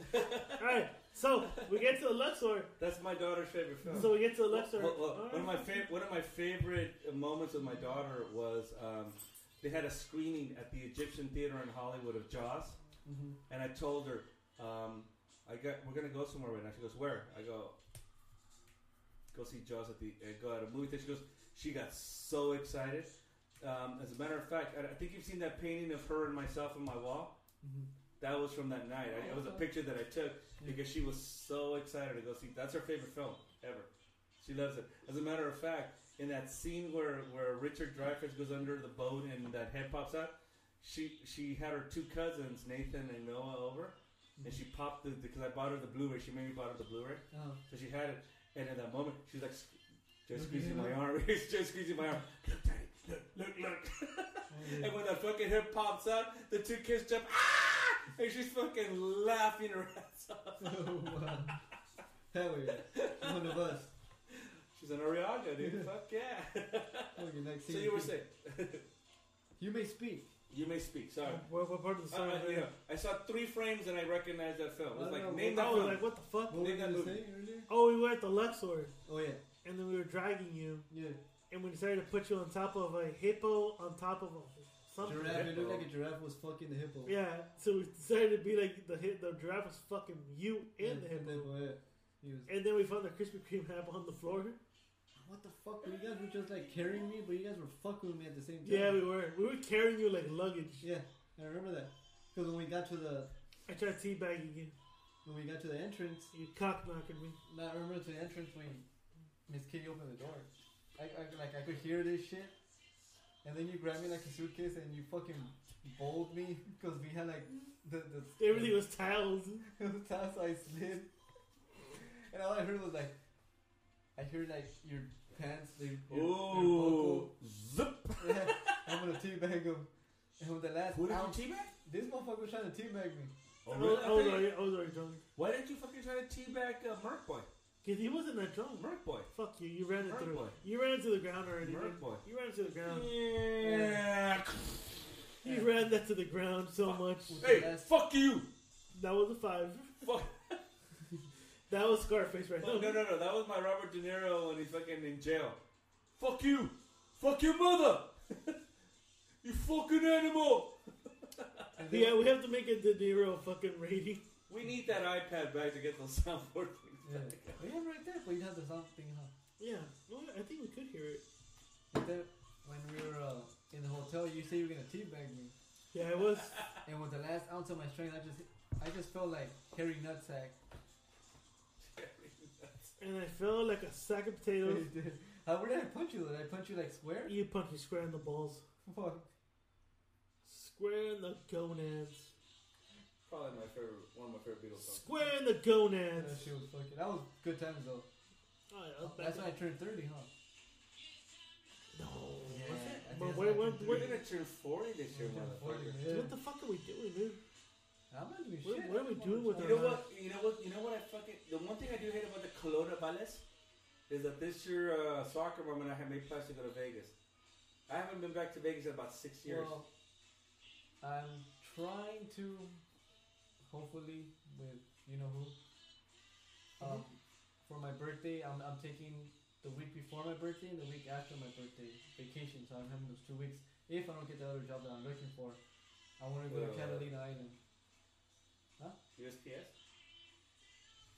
[SPEAKER 1] Alright, so we get to the Luxor.
[SPEAKER 4] That's my daughter's favorite film.
[SPEAKER 1] So we get to the Luxor.
[SPEAKER 4] Well, well, one of my
[SPEAKER 1] Alright.
[SPEAKER 4] favorite one of my favorite uh, moments with my daughter was um, they had a screening at the Egyptian Theater in Hollywood of Jaws,
[SPEAKER 2] Mhm.
[SPEAKER 4] and I told her, um, "I got we're gonna go somewhere right now." She goes, "Where?" I go, "Go see Jaws at the uh, go at a movie theater." She goes, "She got so excited." Um, as a matter of fact, I, I think you've seen that painting of her and myself on my wall.
[SPEAKER 2] Mhm.
[SPEAKER 4] That was from that night. I, it was a picture that I took because she was so excited to go see. That's her favorite film ever. She loves it. As a matter of fact, in that scene where, where Richard Dreyfuss goes under the boat and that head pops out, she she had her two cousins Nathan and Noah over, and she popped the because I bought her the Blu-ray. She made me bought her the Blu-ray,
[SPEAKER 2] Uh,
[SPEAKER 4] so she had it. And in that moment, she was like sque- just
[SPEAKER 2] Look at
[SPEAKER 4] squeezing
[SPEAKER 2] him.
[SPEAKER 4] my arm, just squeezing my arm. Look, Daddy, look, look, look. and when that fucking head pops out, the two kids jump. Ah! And she's fucking laughing her ass off.
[SPEAKER 2] oh, wow. Hell yeah. One of us.
[SPEAKER 4] She's an Ariaga, dude. Fuck yeah.
[SPEAKER 2] Okay, next
[SPEAKER 4] so
[SPEAKER 2] thing
[SPEAKER 4] you were
[SPEAKER 2] do-
[SPEAKER 4] saying,
[SPEAKER 2] You may speak.
[SPEAKER 4] you may speak. Sorry.
[SPEAKER 1] What, what part of the
[SPEAKER 4] I,
[SPEAKER 1] song?
[SPEAKER 4] I- you know, Uh, I saw three frames and I recognized that film. It was
[SPEAKER 2] I
[SPEAKER 4] like,
[SPEAKER 2] don't know,
[SPEAKER 4] name
[SPEAKER 2] what-
[SPEAKER 4] that
[SPEAKER 1] I was
[SPEAKER 4] film.
[SPEAKER 1] like, what the fuck?
[SPEAKER 2] What were
[SPEAKER 4] Name
[SPEAKER 2] you
[SPEAKER 4] that
[SPEAKER 2] gonna
[SPEAKER 4] movie.
[SPEAKER 2] say earlier?
[SPEAKER 1] Oh, we were at the Luxor,
[SPEAKER 2] Oh yeah,
[SPEAKER 1] and then we were dragging you,
[SPEAKER 2] yeah.
[SPEAKER 1] and we decided to put you on top of a hippo on top of a, something.
[SPEAKER 2] Giraffe. It
[SPEAKER 4] hippo.
[SPEAKER 2] looked like a giraffe was fucking the hippo.
[SPEAKER 1] Yeah, so we decided to be like the hi- the giraffe was fucking you
[SPEAKER 2] Yeah,
[SPEAKER 1] and the hippo.
[SPEAKER 2] yeah. He was,
[SPEAKER 1] And then we found the Krispy Kreme hat on the floor.
[SPEAKER 2] what the fuck? Were you guys were just like carrying me, but you guys were fucking with me at the same time.
[SPEAKER 1] Yeah, we were. We were carrying you like luggage.
[SPEAKER 2] Yeah, I remember that. Because when we got to the
[SPEAKER 1] I tried teabagging you.
[SPEAKER 2] when we got to the entrance,
[SPEAKER 1] You cock knocking me.
[SPEAKER 2] no, I remember to the entrance when Miss Kitty opened the door. I, I like I could hear this shit, and then you grabbed me like a suitcase and you fucking bowled me because we had like the the
[SPEAKER 1] Everything was towels.
[SPEAKER 2] It was how I slid. And all I heard was like, I heard like your pants, they, your, your buckle,
[SPEAKER 4] Zip. on teabag?
[SPEAKER 2] This motherfucker was trying to teabag me.
[SPEAKER 4] Oh,
[SPEAKER 1] I
[SPEAKER 4] really?
[SPEAKER 1] was,
[SPEAKER 4] I
[SPEAKER 1] I was
[SPEAKER 4] thought you-
[SPEAKER 1] already, I was already drunk.
[SPEAKER 4] Why didn't you fucking try to teabag uh, Merc Boy?
[SPEAKER 1] Cause he wasn't that drunk.
[SPEAKER 4] Merc Boy.
[SPEAKER 1] Fuck you! You ran it
[SPEAKER 4] Merc
[SPEAKER 1] through.
[SPEAKER 4] boy.
[SPEAKER 1] You ran into the ground already.
[SPEAKER 4] Merc
[SPEAKER 1] dude.
[SPEAKER 4] boy.
[SPEAKER 1] You ran into the ground.
[SPEAKER 4] Yeah.
[SPEAKER 1] You ran that to the ground so much.
[SPEAKER 4] Hey,
[SPEAKER 2] That's-
[SPEAKER 4] fuck you.
[SPEAKER 1] That was a five.
[SPEAKER 4] Fuck.
[SPEAKER 1] That was Scarface right
[SPEAKER 4] No,
[SPEAKER 1] there.
[SPEAKER 4] no, no, no. That was my Robert De Niro when he's fucking in jail. Fuck you. Fuck your mother. you fucking animal.
[SPEAKER 2] And then-
[SPEAKER 1] Yeah, we have to make it the Nero fucking rating.
[SPEAKER 4] We need that iPad back to get those soundboard things
[SPEAKER 2] Yeah.
[SPEAKER 4] back.
[SPEAKER 2] We have right there, but you have the sound thing, huh?
[SPEAKER 1] Yeah, well, I think we could hear it.
[SPEAKER 2] But then, when we were uh, in the hotel, you said you were gonna teabag me,
[SPEAKER 1] Yeah, it was.
[SPEAKER 2] and with the last ounce of my strength, I just, I just felt like Harry Nutsack.
[SPEAKER 1] And I felt like a sack of potatoes.
[SPEAKER 2] How where did I punch you? Did I punch you like square?
[SPEAKER 1] You punch me square in the balls.
[SPEAKER 2] Fuck.
[SPEAKER 1] Square in the gonads.
[SPEAKER 4] Probably my favorite, one of my favorite Beatles songs.
[SPEAKER 1] Square in the
[SPEAKER 2] That
[SPEAKER 1] gonads.
[SPEAKER 2] shit was fucking. That was good times though.
[SPEAKER 1] Oh, yeah, that's
[SPEAKER 2] That's
[SPEAKER 1] back-
[SPEAKER 2] when I turned thirty, huh?
[SPEAKER 1] No.
[SPEAKER 2] Yeah,
[SPEAKER 1] what's
[SPEAKER 2] I
[SPEAKER 1] it?
[SPEAKER 2] think
[SPEAKER 1] But
[SPEAKER 2] that's
[SPEAKER 1] where-
[SPEAKER 2] like
[SPEAKER 1] where-
[SPEAKER 2] the
[SPEAKER 4] We're
[SPEAKER 1] where-
[SPEAKER 4] gonna turn 40 this year, motherfucker.
[SPEAKER 2] Yeah.
[SPEAKER 1] What the fuck are we doing, dude?
[SPEAKER 2] I'm not doing
[SPEAKER 1] What-
[SPEAKER 2] shit.
[SPEAKER 1] what are we doing with
[SPEAKER 4] You know what? You know what? You know what? I fucking the one thing I do hate about the Kelowna Vales is that this year uh, soccer mom and I have made plans to go to Vegas. I haven't been back to Vegas in about six years.
[SPEAKER 2] Well, I'm trying to, hopefully, with you know who.
[SPEAKER 4] Mm-hmm.
[SPEAKER 2] Um, for my birthday, I'm, I'm taking the week before my birthday and the week after my birthday vacation. So I'm having those two weeks. If I don't get the other job that I'm looking for, I want to go
[SPEAKER 4] Well,
[SPEAKER 2] to
[SPEAKER 4] uh,
[SPEAKER 2] Catalina Island.
[SPEAKER 4] USPS.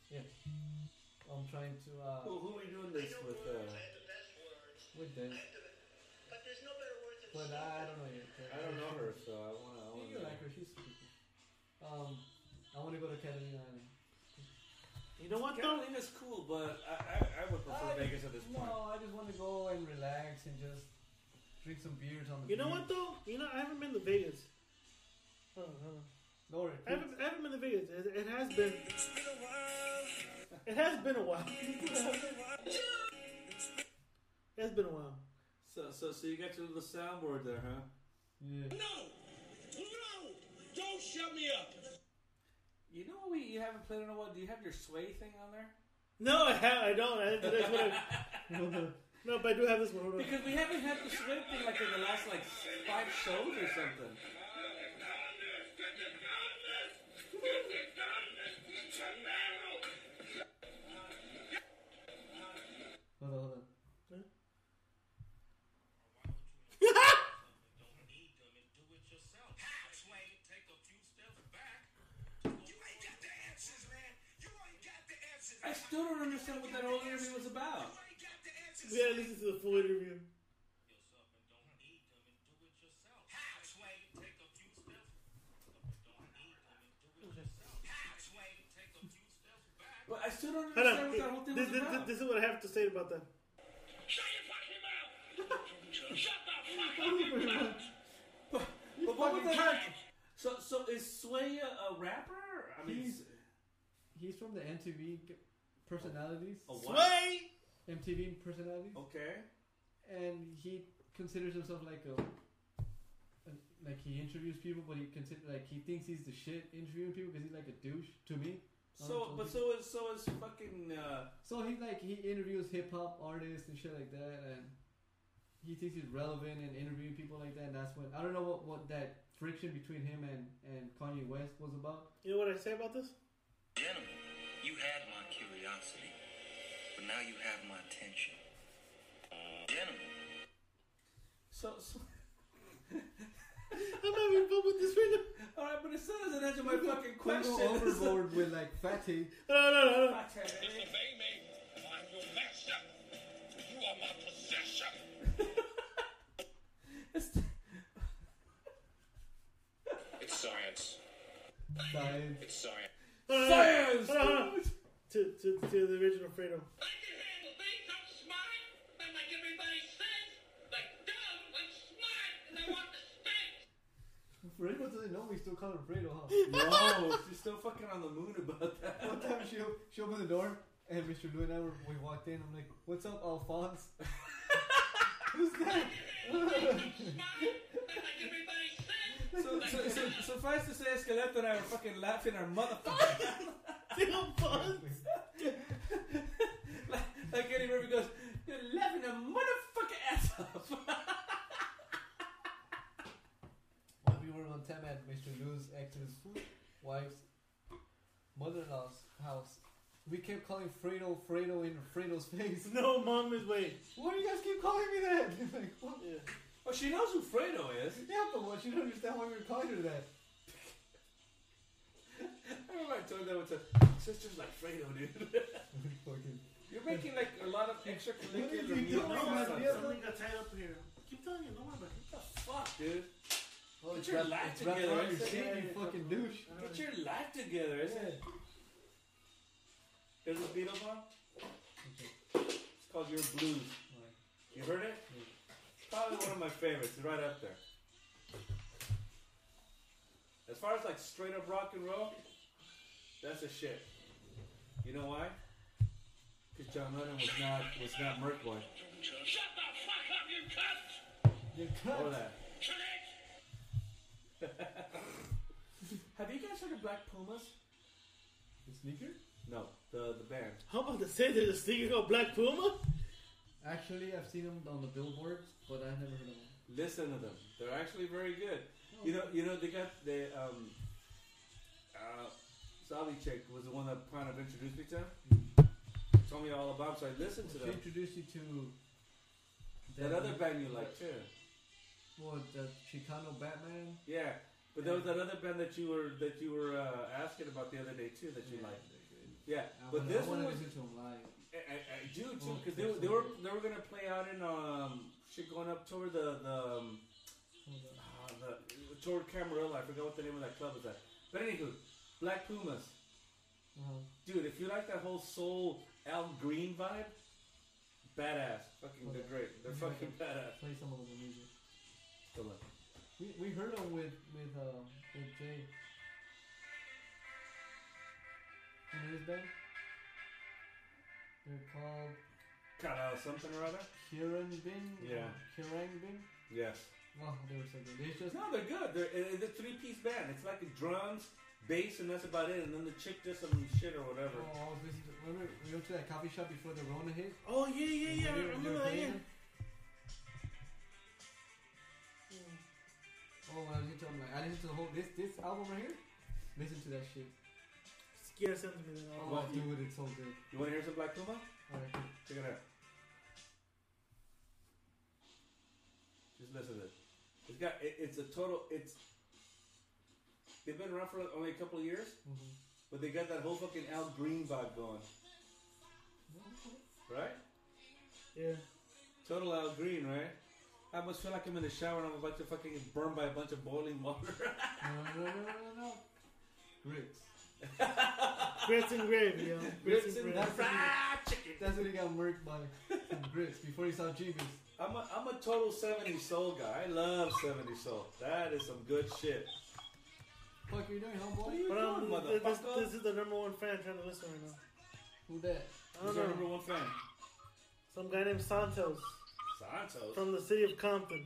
[SPEAKER 2] I'm trying to uh,
[SPEAKER 4] Who, who are we doing this with? Uh,
[SPEAKER 2] with this,
[SPEAKER 6] But there's no better word than
[SPEAKER 2] but I don't know yet.
[SPEAKER 4] I don't know her, so I wanna. I
[SPEAKER 2] You
[SPEAKER 4] wanna
[SPEAKER 2] like her? She's pretty. Um, I want to go to Catalina Island.
[SPEAKER 1] You know what, though?
[SPEAKER 4] Carolina's cool, but I, I, I would prefer
[SPEAKER 2] I-
[SPEAKER 4] Vegas at this
[SPEAKER 2] No,
[SPEAKER 4] point.
[SPEAKER 2] I just want to go and relax and just drink some beers on the
[SPEAKER 1] You know what,
[SPEAKER 2] beach.
[SPEAKER 1] though? You know, I haven't been to Vegas. Oh, no.
[SPEAKER 2] Lord,
[SPEAKER 1] I haven't, I haven't been to Vegas. It, it has been. It has been a while. it has been a while.
[SPEAKER 4] So, so, so you got your little soundboard there, huh?
[SPEAKER 2] yeah.
[SPEAKER 5] No! No! Don't shut me up!
[SPEAKER 4] You know what we you haven't played in a while. Do you have your sway thing on there?
[SPEAKER 1] No, I have. I don't. I, that's what I, no, but I do have this one. Hold on.
[SPEAKER 4] Because we haven't had the sway thing like in the last like five shows or something.
[SPEAKER 2] Hold on, hold on.
[SPEAKER 5] You ain't got the answers, man! You ain't got the answers!
[SPEAKER 4] I still don't understand what that whole interview was about.
[SPEAKER 5] You ain't got the answers!
[SPEAKER 1] We gotta listen to the full interview.
[SPEAKER 4] But I still don't
[SPEAKER 1] Hold
[SPEAKER 4] understand
[SPEAKER 1] on.
[SPEAKER 4] what that whole thing
[SPEAKER 1] This,
[SPEAKER 4] was
[SPEAKER 1] this,
[SPEAKER 4] about.
[SPEAKER 1] this is what I have to say about that.
[SPEAKER 5] Shut your fucking mouth! Shut the fuck
[SPEAKER 4] but what was
[SPEAKER 2] fucking
[SPEAKER 4] that? So, so is Sway a, a rapper? I mean,
[SPEAKER 2] He's- He's from the MTV g- personalities,
[SPEAKER 4] a what?
[SPEAKER 1] Sway! Oh,
[SPEAKER 2] MTV personalities,
[SPEAKER 4] Okay.
[SPEAKER 2] and he considers himself like a, an- like he interviews people, but he consider like he thinks he's the shit interviewing people because he's like a douche to me.
[SPEAKER 4] So, but so is so is fucking. Uh,
[SPEAKER 2] So he like he interviews hip hop artists and shit like that, and he thinks he's relevant and interviewing people like that. And that's when I don't know what, what that friction between him and and Kanye West was about.
[SPEAKER 1] You know what I say about this?
[SPEAKER 7] Gentlemen, you had my curiosity, but now you have my attention. Gentlemen,
[SPEAKER 4] so, so
[SPEAKER 1] I'm having fun with this right now.
[SPEAKER 4] all right, but it still doesn't answer my fucking
[SPEAKER 2] Couldn't
[SPEAKER 4] question.
[SPEAKER 2] go overboard with like fatty.
[SPEAKER 1] No, no, no, no.
[SPEAKER 5] If you obey me, I'm your master. You are my possession. It's science.
[SPEAKER 2] Science.
[SPEAKER 5] It's science.
[SPEAKER 1] No, no, no.
[SPEAKER 4] Science.
[SPEAKER 1] Hold on, hold on. To, to, to the original Fredo.
[SPEAKER 5] I can handle things. I'm smart. I like everybody says. Like dumb, I'm smart, and I want to stink.
[SPEAKER 2] Fredo doesn't know we still call him Fredo, huh?
[SPEAKER 4] No, she's still fucking on the moon about that.
[SPEAKER 2] One time she o- she opened the door and Mr. Lou and I were, we walked in. I'm like, "What's up, Alphonse?" Who's that?
[SPEAKER 5] I'm smart. I like everybody says.
[SPEAKER 4] So, so, so, Suffice to say, Esqueleto and I were fucking laughing our motherfucker.
[SPEAKER 1] Still buns.
[SPEAKER 4] like, like Eddie Murphy goes, You're laughing our motherfucking ass off.
[SPEAKER 2] While we were on time at Mr. Liu's ex's wife's mother-in-law's house, we kept calling Fredo Fredo in Fredo's face.
[SPEAKER 1] No, mom is way.
[SPEAKER 2] Why do you guys keep calling me that? like, what?
[SPEAKER 4] Oh, she knows who Fredo is.
[SPEAKER 2] Yeah, but what? You don't understand why we were calling her that.
[SPEAKER 4] I remember I told that one time, Sister's like Fredo, dude.
[SPEAKER 2] Fucking.
[SPEAKER 4] You're making like a lot of extracurricular
[SPEAKER 2] you
[SPEAKER 4] music.
[SPEAKER 2] doing,
[SPEAKER 4] or
[SPEAKER 2] man?
[SPEAKER 4] something.
[SPEAKER 2] Yeah.
[SPEAKER 1] Something got tied up here. Keep telling you, don't worry about it.
[SPEAKER 4] What the fuck, dude?
[SPEAKER 2] Oh,
[SPEAKER 4] Put
[SPEAKER 2] it's
[SPEAKER 4] your
[SPEAKER 2] wrapped-
[SPEAKER 4] life
[SPEAKER 2] it's wrapped
[SPEAKER 4] together,
[SPEAKER 2] around
[SPEAKER 4] I
[SPEAKER 2] your
[SPEAKER 4] said.
[SPEAKER 2] seat, you fucking douche.
[SPEAKER 4] Get your life together, isn't it? There's this beat up on. It's called Your Blues.
[SPEAKER 2] Like,
[SPEAKER 4] You heard it? Probably one of my favorites. It's right up there. As far as like straight up rock and roll, that's a shit. You know why? Because John Lennon was not was not Merc Boy.
[SPEAKER 5] Shut the fuck up, you cunt!
[SPEAKER 2] You're
[SPEAKER 4] Or
[SPEAKER 2] cut.
[SPEAKER 4] that.
[SPEAKER 5] Shut it!
[SPEAKER 4] Have you guys heard of Black Pumas?
[SPEAKER 2] The sneaker?
[SPEAKER 4] No, the the band.
[SPEAKER 1] How about to say there's a sticker called Black Puma?
[SPEAKER 2] Actually, I've seen them on the billboards, but I've never heard of them.
[SPEAKER 4] Listen to them. They're actually very good.
[SPEAKER 2] Oh.
[SPEAKER 4] You know, you know they got they um uh Sally chick was the one that kind of introduced me to them. Told me all about 'em, so I listened to
[SPEAKER 2] Mm-hmm. She
[SPEAKER 4] them.
[SPEAKER 2] introduced you to
[SPEAKER 4] That other band you like too.
[SPEAKER 2] What, that Chicano Batman?
[SPEAKER 4] Yeah. But there was that other band that you were that you were uh, asking about the other day too that you liked. Yeah.
[SPEAKER 2] I
[SPEAKER 4] But
[SPEAKER 2] wanna-
[SPEAKER 4] this one
[SPEAKER 2] I wanna
[SPEAKER 4] was
[SPEAKER 2] listen to them live.
[SPEAKER 4] I, I, I do too
[SPEAKER 2] Oh,
[SPEAKER 4] because they, were- they were they were gonna play out in um shit going up toward the the um,
[SPEAKER 2] Hold on.
[SPEAKER 4] Ah, the, toward Camarillo. I forgot what the name of that club is at. But anywho, Black Pumas.
[SPEAKER 2] Uh-huh.
[SPEAKER 4] Dude, if you like that whole soul Al Green vibe, badass. Fucking, they're great. They're fucking badass.
[SPEAKER 2] Play some of the music.
[SPEAKER 4] Good luck.
[SPEAKER 2] We, we heard them with with um with Jay. You know this band? They're called
[SPEAKER 4] Cut out something or other?
[SPEAKER 2] Kirangbin.
[SPEAKER 4] Yeah.
[SPEAKER 2] Kirangbin.
[SPEAKER 4] Yes.
[SPEAKER 2] Oh, they were so good. They just
[SPEAKER 4] No, they're good. They're, it- it's a three piece band. It's like drums, bass, and that's about it. And then the chick does some shit or whatever.
[SPEAKER 2] Oh, I was listening to, remember we went to that coffee shop before the Rona hit?
[SPEAKER 1] Oh yeah, yeah, yeah. I
[SPEAKER 2] They were- they
[SPEAKER 1] remember
[SPEAKER 2] were
[SPEAKER 1] that.
[SPEAKER 2] playing
[SPEAKER 1] Yeah.
[SPEAKER 2] them. Oh, when I listened to them, like, I listened to the whole, this, this album right here, listen to that shit.
[SPEAKER 1] Yeah, send me that. I'll-
[SPEAKER 2] Oh, dude, it's so good.
[SPEAKER 4] You want to hear some Black Puma?
[SPEAKER 2] Alright.
[SPEAKER 4] Check it out. Just listen to it. It's got it, it's a total it's they've been around for only a couple of years,
[SPEAKER 2] Mhm.
[SPEAKER 4] but they got that whole fucking Al Green vibe going. Right?
[SPEAKER 1] Yeah.
[SPEAKER 4] Total Al Green, right? I almost feel like I'm in the shower and I'm about to fucking get burned by a bunch of boiling water.
[SPEAKER 2] No, no, no, no, no, no. Grits.
[SPEAKER 1] Grits and gravy, yo. Grits and gravy.
[SPEAKER 2] That's what he-
[SPEAKER 4] Ah, chicken.
[SPEAKER 2] That's what he got murked by. Some grits before he saw Jeebus.
[SPEAKER 4] I'm a, I'm a total 70s soul guy. I love 70s soul. That is some good shit.
[SPEAKER 2] Fuck are you doing, homeboy?
[SPEAKER 1] But
[SPEAKER 4] Come
[SPEAKER 1] um,
[SPEAKER 4] on,
[SPEAKER 1] th- this,
[SPEAKER 4] motherfucker.
[SPEAKER 1] this is the number one fan trying to listen right now.
[SPEAKER 2] Who that?
[SPEAKER 1] I
[SPEAKER 4] Who's
[SPEAKER 1] don't
[SPEAKER 4] our
[SPEAKER 1] know.
[SPEAKER 4] number one fan?
[SPEAKER 1] Some guy named Santos
[SPEAKER 4] Santos.
[SPEAKER 1] from the city of Compton.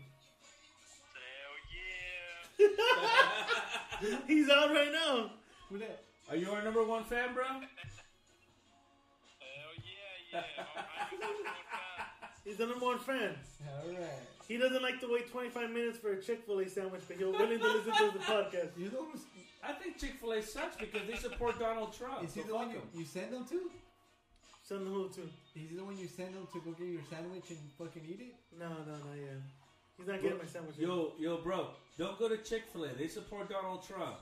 [SPEAKER 5] Hell yeah!
[SPEAKER 1] He's out right now.
[SPEAKER 2] Who that?
[SPEAKER 4] Are you our number one fan, bro?
[SPEAKER 5] Hell Oh, yeah, Oh, yeah! Alright, number one fan.
[SPEAKER 1] He's the number one fan.
[SPEAKER 2] Alright.
[SPEAKER 1] He doesn't like to wait 25 minutes for a Chick Fil A sandwich, but he'll willing to listen to the podcast.
[SPEAKER 2] You know who's.
[SPEAKER 4] I think Chick Fil A sucks because they support Donald Trump.
[SPEAKER 2] Is he
[SPEAKER 4] So
[SPEAKER 2] the one
[SPEAKER 4] fuck
[SPEAKER 2] you,
[SPEAKER 4] 'em.
[SPEAKER 2] you send them to?
[SPEAKER 1] Send the who to?
[SPEAKER 2] Is he the one you send them to go get your sandwich and fucking eat it?
[SPEAKER 1] No, no, no, yeah. He's not getting my sandwich.
[SPEAKER 4] Yo, yo, bro, don't go to Chick Fil A. They support Donald Trump.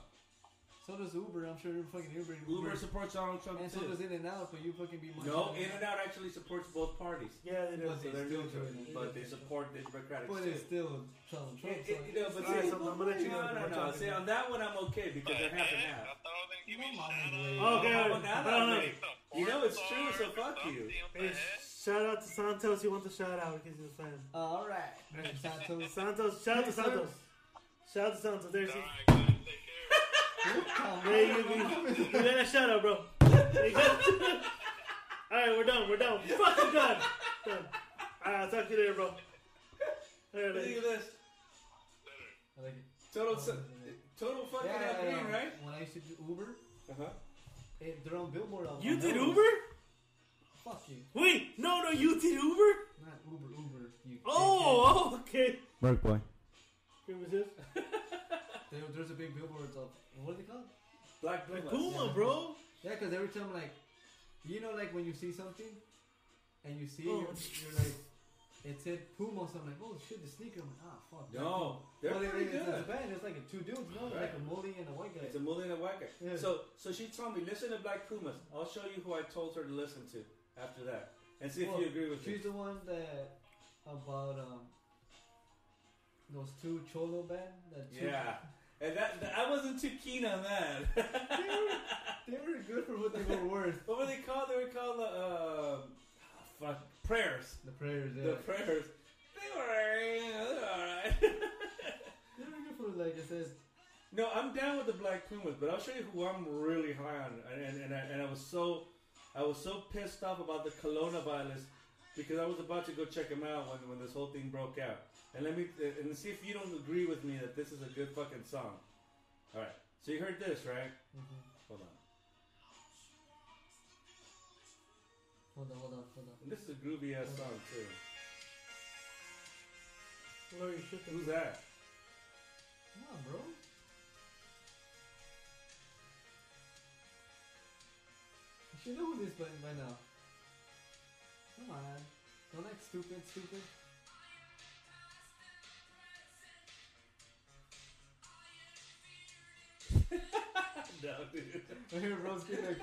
[SPEAKER 2] So does Uber. I'm sure fucking Uber.
[SPEAKER 4] Uber supports Donald Trump
[SPEAKER 2] And so does
[SPEAKER 4] too.
[SPEAKER 2] In and Out, but you fucking be munching
[SPEAKER 4] No,
[SPEAKER 2] on
[SPEAKER 4] In and Out actually supports both parties,
[SPEAKER 1] Yeah, they do.
[SPEAKER 4] so
[SPEAKER 2] But they
[SPEAKER 4] they're
[SPEAKER 2] still
[SPEAKER 4] neutral.
[SPEAKER 2] doing it.
[SPEAKER 4] But they support the Democratic.
[SPEAKER 2] But
[SPEAKER 4] shit.
[SPEAKER 2] it's still Donald Trump.
[SPEAKER 4] It-
[SPEAKER 2] so
[SPEAKER 4] it- no, but
[SPEAKER 1] All right,
[SPEAKER 4] see,
[SPEAKER 1] so I'm gonna let you go.
[SPEAKER 4] no, no, no. See, on that one I'm okay because they're half and
[SPEAKER 5] I
[SPEAKER 4] half.
[SPEAKER 5] thought I was gonna give you
[SPEAKER 2] Come on,
[SPEAKER 5] shout
[SPEAKER 2] man.
[SPEAKER 5] out.
[SPEAKER 1] Oh, okay,
[SPEAKER 4] How
[SPEAKER 1] okay.
[SPEAKER 4] about that
[SPEAKER 1] I don't know.
[SPEAKER 4] already? You know it's true, so fuck you.
[SPEAKER 1] Hey, shout out to Santos. He wants a shout out because he's a fan.
[SPEAKER 2] All right. Santos.
[SPEAKER 1] Santos, shout out to Santos. Shout out to Santos. There's
[SPEAKER 5] Alright,
[SPEAKER 1] you.
[SPEAKER 5] guys, take care.
[SPEAKER 1] There you go. You got a shout out, bro. Alright, we're done. We're done. Fucking done. done. Alright, I'll talk to you later, bro. All right,
[SPEAKER 4] Look
[SPEAKER 1] later.
[SPEAKER 4] at this.
[SPEAKER 2] I like it.
[SPEAKER 4] Total, su- Total fucking afternoon,
[SPEAKER 2] um,
[SPEAKER 4] right?
[SPEAKER 2] When I used to do Uber,
[SPEAKER 4] Uh huh.
[SPEAKER 2] it, they're on Billboard. on-
[SPEAKER 1] You
[SPEAKER 2] on
[SPEAKER 1] did
[SPEAKER 2] Melrose.
[SPEAKER 1] Uber?
[SPEAKER 2] Fuck you.
[SPEAKER 1] Wait, no, no, you did Uber?
[SPEAKER 2] Not Uber, Uber. You dickhead.
[SPEAKER 1] Oh, oh, okay.
[SPEAKER 8] Merc boy.
[SPEAKER 1] Who was this?
[SPEAKER 2] There, there's a big billboards of what are they called?
[SPEAKER 4] Black
[SPEAKER 1] Like
[SPEAKER 4] Pumas.
[SPEAKER 1] Puma, bro.
[SPEAKER 2] Yeah, because every time like, you know, like when you see something, and you see,
[SPEAKER 1] Oh.
[SPEAKER 2] you're, you're like, it said Puma, so I'm like, oh shit, the sneaker. I'm like, ah, fuck.
[SPEAKER 4] No, they're
[SPEAKER 2] Well, they-
[SPEAKER 4] pretty
[SPEAKER 2] they- it's,
[SPEAKER 4] good.
[SPEAKER 2] It's a band. It's like a two dudes, no,
[SPEAKER 4] Right.
[SPEAKER 2] like a molly and a white guy.
[SPEAKER 4] It's a mullet and a whacker.
[SPEAKER 2] Yeah.
[SPEAKER 4] So, so she told me, listen to Black Pumas. I'll show you who I told her to listen to after that, and see if
[SPEAKER 2] Well,
[SPEAKER 4] you agree with me.
[SPEAKER 2] She's the one that about um those two cholo band. That two,
[SPEAKER 4] Yeah, and that, that- I wasn't too keen on that.
[SPEAKER 2] they, were, they were good for what they were worth.
[SPEAKER 4] what were they called? They were called the uh, ah, fuck prayers.
[SPEAKER 2] The prayers, yeah.
[SPEAKER 4] The prayers. They were, you know, they were all right.
[SPEAKER 2] they were good for like I said.
[SPEAKER 4] No, I'm down with the Black Pumas, but I'll show you who I'm really high on, and and, and, I, and I was so, I was so pissed off about the Kelowna violence because I was about to go check them out when, when this whole thing broke out, and let me and see if you don't agree with me that this is a good fucking song. All right, so you heard this, right?
[SPEAKER 2] Mhm.
[SPEAKER 4] Hold on,
[SPEAKER 2] Hold on, hold on, hold on.
[SPEAKER 4] and this is a groovy ass song too.
[SPEAKER 1] Larry shit.
[SPEAKER 4] Who's that?
[SPEAKER 2] Come on, bro. You should know who this by, by now. Come on. Don't act stupid, stupid.
[SPEAKER 4] No, dude.
[SPEAKER 2] I hear Rose get like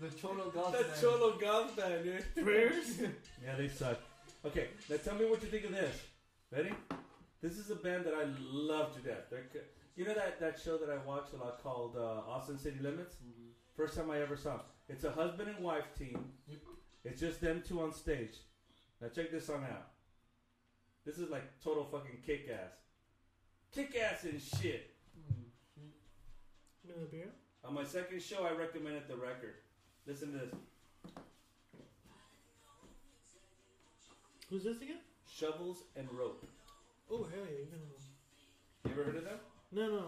[SPEAKER 2] the cholo gospel.
[SPEAKER 4] That Cholo Goth band, dude.
[SPEAKER 1] Prayers?
[SPEAKER 4] Yeah, they suck. Okay, now tell me what you think of this. Ready? This is a band that I love to death. They're, c- you know that, that show that I watch a lot called uh, Austin City Limits? First time I ever saw 'em. It's a husband and wife team.
[SPEAKER 2] Yep.
[SPEAKER 4] It's just them two on stage. Now check this song out. This is like total fucking kick ass. Kick ass and shit.
[SPEAKER 1] Another beer?
[SPEAKER 4] On my second show, I recommended the record. Listen to this.
[SPEAKER 1] Who's this again?
[SPEAKER 4] Shovels and Rope.
[SPEAKER 1] Oh, hell yeah, you know.
[SPEAKER 4] You ever heard of them?
[SPEAKER 1] No, no,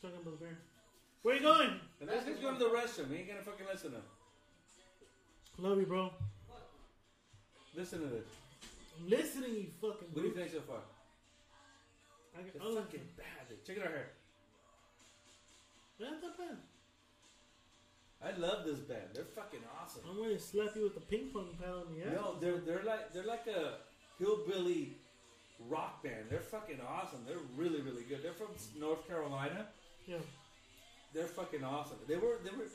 [SPEAKER 1] talking about the beer. Where you going?
[SPEAKER 4] And that's just going to the restroom. You ain't gonna fucking listen to them.
[SPEAKER 1] Love you, bro.
[SPEAKER 4] Listen to this.
[SPEAKER 1] I'm listening, you fucking.
[SPEAKER 4] What do you
[SPEAKER 1] bitch.
[SPEAKER 4] think so far?
[SPEAKER 1] I got,
[SPEAKER 4] It's
[SPEAKER 1] oh,
[SPEAKER 4] fucking bad. dude. Check it out here.
[SPEAKER 1] that's not bad.
[SPEAKER 4] I love this band. They're fucking awesome.
[SPEAKER 1] I'm gonna slap you with a ping pong paddle in the ass.
[SPEAKER 4] No, they're they're like they're like a hillbilly rock band. They're fucking awesome. They're really really good. They're from North Carolina.
[SPEAKER 1] Yeah.
[SPEAKER 4] They're fucking awesome. They were they were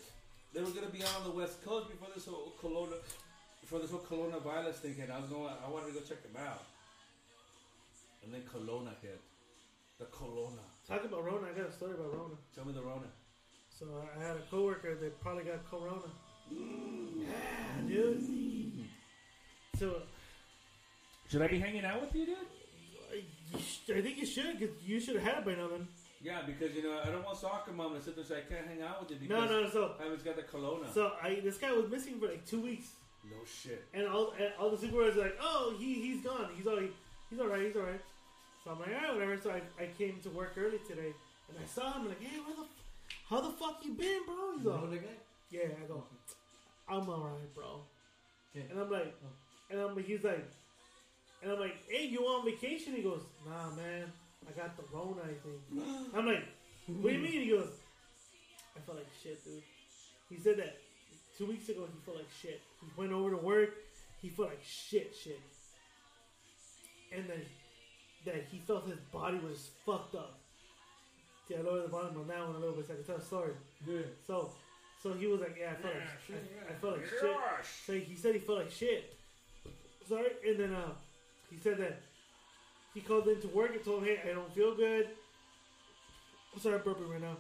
[SPEAKER 4] they were gonna be on the West Coast before this whole Kelowna before this whole Kelowna violence thing hit. I was going I wanted to go check them out, and then Kelowna hit. The Kelowna.
[SPEAKER 1] Talk about Rona. I got a story about Rona.
[SPEAKER 4] Tell me the Rona.
[SPEAKER 1] So I I had a coworker that probably got Corona.
[SPEAKER 4] Mm.
[SPEAKER 1] Yeah, dude. So
[SPEAKER 4] Should I be hanging out with you, dude?
[SPEAKER 1] I you sh- I think you should, cause you should have had it by now. Then
[SPEAKER 4] Yeah, because you know I don't want soccer mom to sit there and say I can't hang out with you
[SPEAKER 1] no,
[SPEAKER 4] because
[SPEAKER 1] no. So
[SPEAKER 4] I haven't got the Kelowna.
[SPEAKER 1] so I this guy was missing for like two weeks,
[SPEAKER 4] no shit.
[SPEAKER 1] and all and all the supervisors were like, oh, he he's gone. He's all he's all right. He's all right. So I'm like, all right, whatever. So I, I came to work early today, and I saw him. like, hey, where the f- how the fuck you been, bro? He's
[SPEAKER 2] You know
[SPEAKER 1] all,
[SPEAKER 2] the guy?
[SPEAKER 1] yeah, I go, I'm all right, bro.
[SPEAKER 2] Yeah.
[SPEAKER 1] And I'm like,
[SPEAKER 2] Oh.
[SPEAKER 1] and I'm he's like, and I'm like, hey, you on vacation? He goes, nah, man, I got the Rona, I think. I'm like, what do you mean? He goes, I felt like shit, dude. He said that two weeks ago. He felt like shit. He went over to work. He felt like shit, shit. And then that he felt his body was fucked up. See, I lowered the volume on that one a little bit so I could tell the story.
[SPEAKER 2] Yeah.
[SPEAKER 1] So, so he was like, yeah, I felt like, I, I felt like shit. So he said he felt like shit. Sorry, and then uh, he said that he called into work and told him, "Hey, I don't feel good." I'm sorry, I'm burping right now.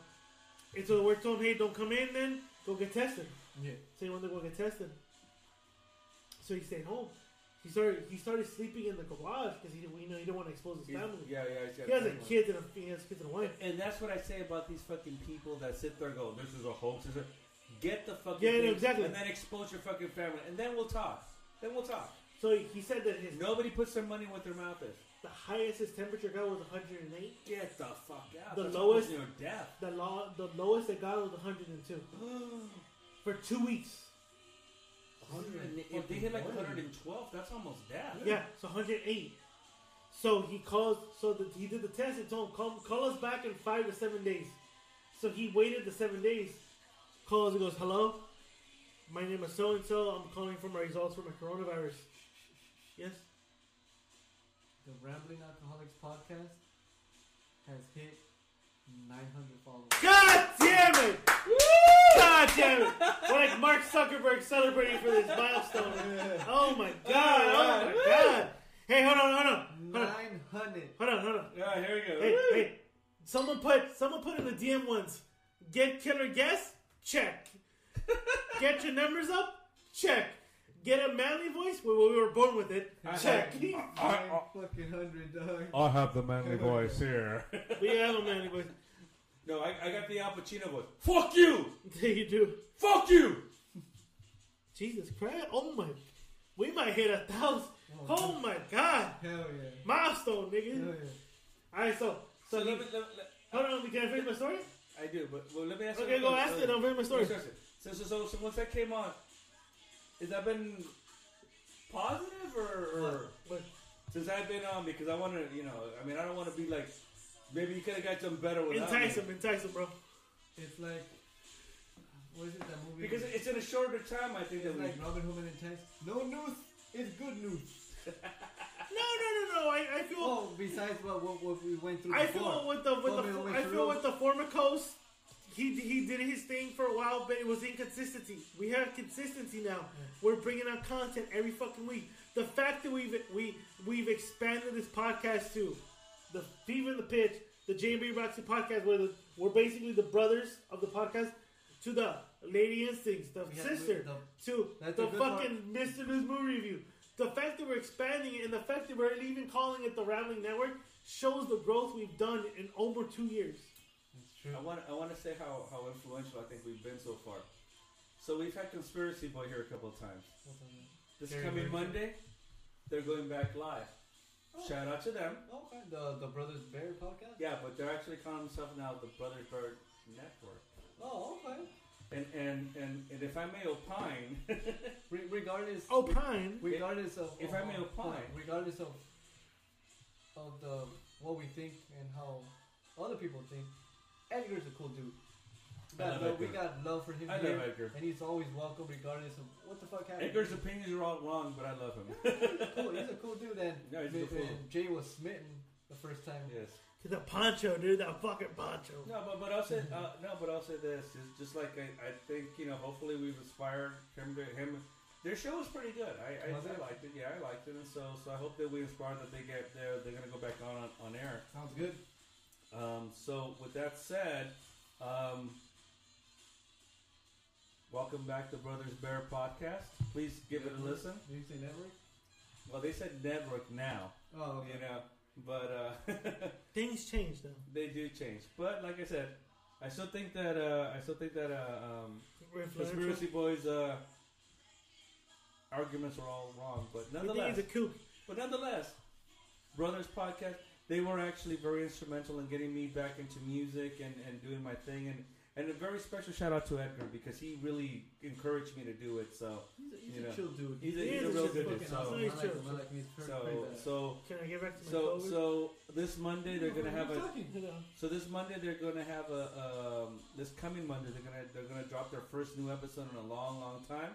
[SPEAKER 1] And so the work told him, "Hey, don't come in. Then go get tested."
[SPEAKER 2] Yeah.
[SPEAKER 1] So he went to go get tested. So he stayed home. He started he started sleeping in the garage because he didn't you know he didn't want to expose his
[SPEAKER 4] He's-
[SPEAKER 1] family.
[SPEAKER 4] yeah, yeah. he's got
[SPEAKER 1] He has a
[SPEAKER 4] family.
[SPEAKER 1] kid and a he has kids and a wife.
[SPEAKER 4] And that's what I say about these fucking people that sit there and go, "This is a hoax." This is a-" Get the fucking
[SPEAKER 1] Yeah, no,
[SPEAKER 4] thing
[SPEAKER 1] exactly.
[SPEAKER 4] And then expose your fucking family, and then we'll talk. Then we'll talk.
[SPEAKER 1] So he, he said that his
[SPEAKER 4] Nobody puts their money where their mouth is.
[SPEAKER 1] The highest his temperature got was 108.
[SPEAKER 4] Get the fuck out.
[SPEAKER 1] The
[SPEAKER 4] That's
[SPEAKER 1] lowest-
[SPEAKER 4] your death.
[SPEAKER 1] The law, the lowest it got was 102 for two weeks.
[SPEAKER 4] If they hit like 112, that's almost death.
[SPEAKER 1] Yeah, it's 108. So he calls. So the, he did the test and told him, call, call us back in five to seven days. So he waited the seven days. Calls and goes, hello. My name is so and so. I'm calling for my results for my coronavirus. Yes.
[SPEAKER 2] The Rambling Alcoholics podcast has hit 900 followers.
[SPEAKER 1] God damn it! God damn it! We're like Mark Zuckerberg celebrating for this milestone. Oh my god! Oh my god! Hey, hold on, hold on, hold on,
[SPEAKER 2] 900.
[SPEAKER 1] hold on, hold on.
[SPEAKER 4] Yeah, here we go.
[SPEAKER 1] Hey, hey! Someone put someone put in the DM once. Get killer guess? Check. Get your numbers up? Check. Get a manly voice? Well, we were born with it. Check.
[SPEAKER 2] Nine fucking hundred, dog.
[SPEAKER 1] Uh,
[SPEAKER 9] I have the manly voice here.
[SPEAKER 1] we have a manly voice.
[SPEAKER 4] No, I, I got the Al Pacino voice. Fuck you!
[SPEAKER 1] There you do.
[SPEAKER 4] Fuck you!
[SPEAKER 1] Jesus Christ! Oh my! We might hit a thousand. Oh my God!
[SPEAKER 2] Hell yeah.
[SPEAKER 1] Milestone, nigga.
[SPEAKER 2] Hell
[SPEAKER 1] All
[SPEAKER 2] yeah.
[SPEAKER 1] right, so
[SPEAKER 4] So
[SPEAKER 1] so
[SPEAKER 4] let
[SPEAKER 1] he,
[SPEAKER 4] me, let, let-
[SPEAKER 1] hold on. Can I finish my story?
[SPEAKER 4] I do, but well, let me ask you.
[SPEAKER 1] Okay, go
[SPEAKER 4] uh,
[SPEAKER 1] ask it. I'll finish my story.
[SPEAKER 4] So, so, so, so once that came on, has that been positive or, or
[SPEAKER 1] But
[SPEAKER 4] since I've been on? Because I want to, you know, I mean, I don't want to be like, maybe you could have got something better without
[SPEAKER 1] entice
[SPEAKER 4] me.
[SPEAKER 1] him, entice him, bro.
[SPEAKER 2] It's like, what is it that movie?
[SPEAKER 4] Because it's in a shorter time, I think, that
[SPEAKER 2] it's
[SPEAKER 4] we.
[SPEAKER 2] like Robin Hood and Tanks. No news is good news.
[SPEAKER 1] No, no, no, no. I, I feel
[SPEAKER 2] Oh, besides what, what, what we went through
[SPEAKER 1] I
[SPEAKER 2] before.
[SPEAKER 1] feel with the with
[SPEAKER 2] Formula
[SPEAKER 1] the
[SPEAKER 2] went
[SPEAKER 1] I
[SPEAKER 2] through.
[SPEAKER 1] feel with the former coach, he he did his thing for a while, but it was inconsistency. We have consistency now. We're bringing out content every fucking week. The fact that we've we we've expanded this podcast to the fever and the pitch, the JB Roxy podcast, where the, we're basically the brothers of the podcast. To the lady instincts, the
[SPEAKER 2] Yeah,
[SPEAKER 1] sister,
[SPEAKER 2] the-
[SPEAKER 1] to
[SPEAKER 2] that's
[SPEAKER 1] the
[SPEAKER 2] a good
[SPEAKER 1] fucking Mr. Ms. Movie Review. The fact that we're expanding it and the fact that we're even calling it the Rambling Network shows the growth we've done in over two years.
[SPEAKER 2] It's true.
[SPEAKER 4] I want I want to say how, how influential I think we've been so far. So we've had Conspiracy Boy here a couple of times.
[SPEAKER 2] Hold on.
[SPEAKER 4] This
[SPEAKER 2] Very
[SPEAKER 4] coming
[SPEAKER 2] good.
[SPEAKER 4] Monday, they're going back live.
[SPEAKER 1] Oh.
[SPEAKER 4] Shout out to them.
[SPEAKER 2] Okay, the the Brothers Bear podcast.
[SPEAKER 4] Yeah, but they're actually calling themselves now the Brothers Bird Network.
[SPEAKER 2] Oh, okay.
[SPEAKER 4] And and and, and if I may opine,
[SPEAKER 2] Re- regardless,
[SPEAKER 1] Oh, Pine.
[SPEAKER 2] regardless of
[SPEAKER 4] if I may
[SPEAKER 2] of-
[SPEAKER 4] opine.
[SPEAKER 2] regardless of of the what we think and how other people think, Edgar's a cool dude. We
[SPEAKER 4] I
[SPEAKER 2] got,
[SPEAKER 4] love
[SPEAKER 2] love, we
[SPEAKER 4] Edgar.
[SPEAKER 2] got love for him
[SPEAKER 4] I love
[SPEAKER 2] here,
[SPEAKER 4] Edgar.
[SPEAKER 2] and he's always welcome regardless of what the fuck happened.
[SPEAKER 4] Edgar's opinions are all wrong, but I love him.
[SPEAKER 2] cool. He's a cool dude, and,
[SPEAKER 4] Yeah, he's a good fool.
[SPEAKER 2] and Jay was smitten the first time.
[SPEAKER 4] yes.
[SPEAKER 1] To the poncho, dude. That fucking poncho.
[SPEAKER 4] No, but but I'll say uh, no, but I'll say this is just like I, I think you know. Hopefully, we've inspired him to him. Their show was pretty good. I I,
[SPEAKER 2] Was it?
[SPEAKER 4] I liked it. Yeah, I liked it, and so so I hope that we inspired that they get there. They're gonna go back on on, on air.
[SPEAKER 2] Sounds good.
[SPEAKER 4] Um, so with that said, um, welcome back to Brothers Bear podcast. Please give it a listen.
[SPEAKER 2] Did you say network?
[SPEAKER 4] Well, they said network now,
[SPEAKER 2] Oh, okay.
[SPEAKER 4] you know, but uh,
[SPEAKER 1] Things change, though.
[SPEAKER 4] they do change. But like I said, I still think that uh, I still think that uh, um,
[SPEAKER 1] We're influential.
[SPEAKER 4] conspiracy boys uh, arguments are all wrong. But
[SPEAKER 1] We think
[SPEAKER 4] nonetheless,
[SPEAKER 1] he's a kook.
[SPEAKER 4] but nonetheless, Brothers Podcast, they were actually very instrumental in getting me back into music and, and doing my thing. And, and a very special shout out to Edgar because he really encouraged me to do it. So,
[SPEAKER 2] He's a, he's
[SPEAKER 4] You
[SPEAKER 2] a
[SPEAKER 4] know.
[SPEAKER 2] chill dude.
[SPEAKER 4] He's a-
[SPEAKER 1] he's a
[SPEAKER 2] just
[SPEAKER 1] real
[SPEAKER 4] good
[SPEAKER 2] fucking
[SPEAKER 4] dude, so-
[SPEAKER 2] awesome.
[SPEAKER 1] He's
[SPEAKER 2] I like
[SPEAKER 1] chill.
[SPEAKER 2] him. I like him. He's pretty-
[SPEAKER 4] so,
[SPEAKER 2] pretty bad.
[SPEAKER 4] so,
[SPEAKER 1] Can I get back to my
[SPEAKER 4] so,
[SPEAKER 1] COVID?
[SPEAKER 4] so this Monday they're gonna have
[SPEAKER 2] What are you
[SPEAKER 4] a.
[SPEAKER 2] talking?
[SPEAKER 1] Hold on.
[SPEAKER 4] So this Monday they're gonna have a. Um, this coming Monday they're gonna they're gonna drop their first new episode in a long long time.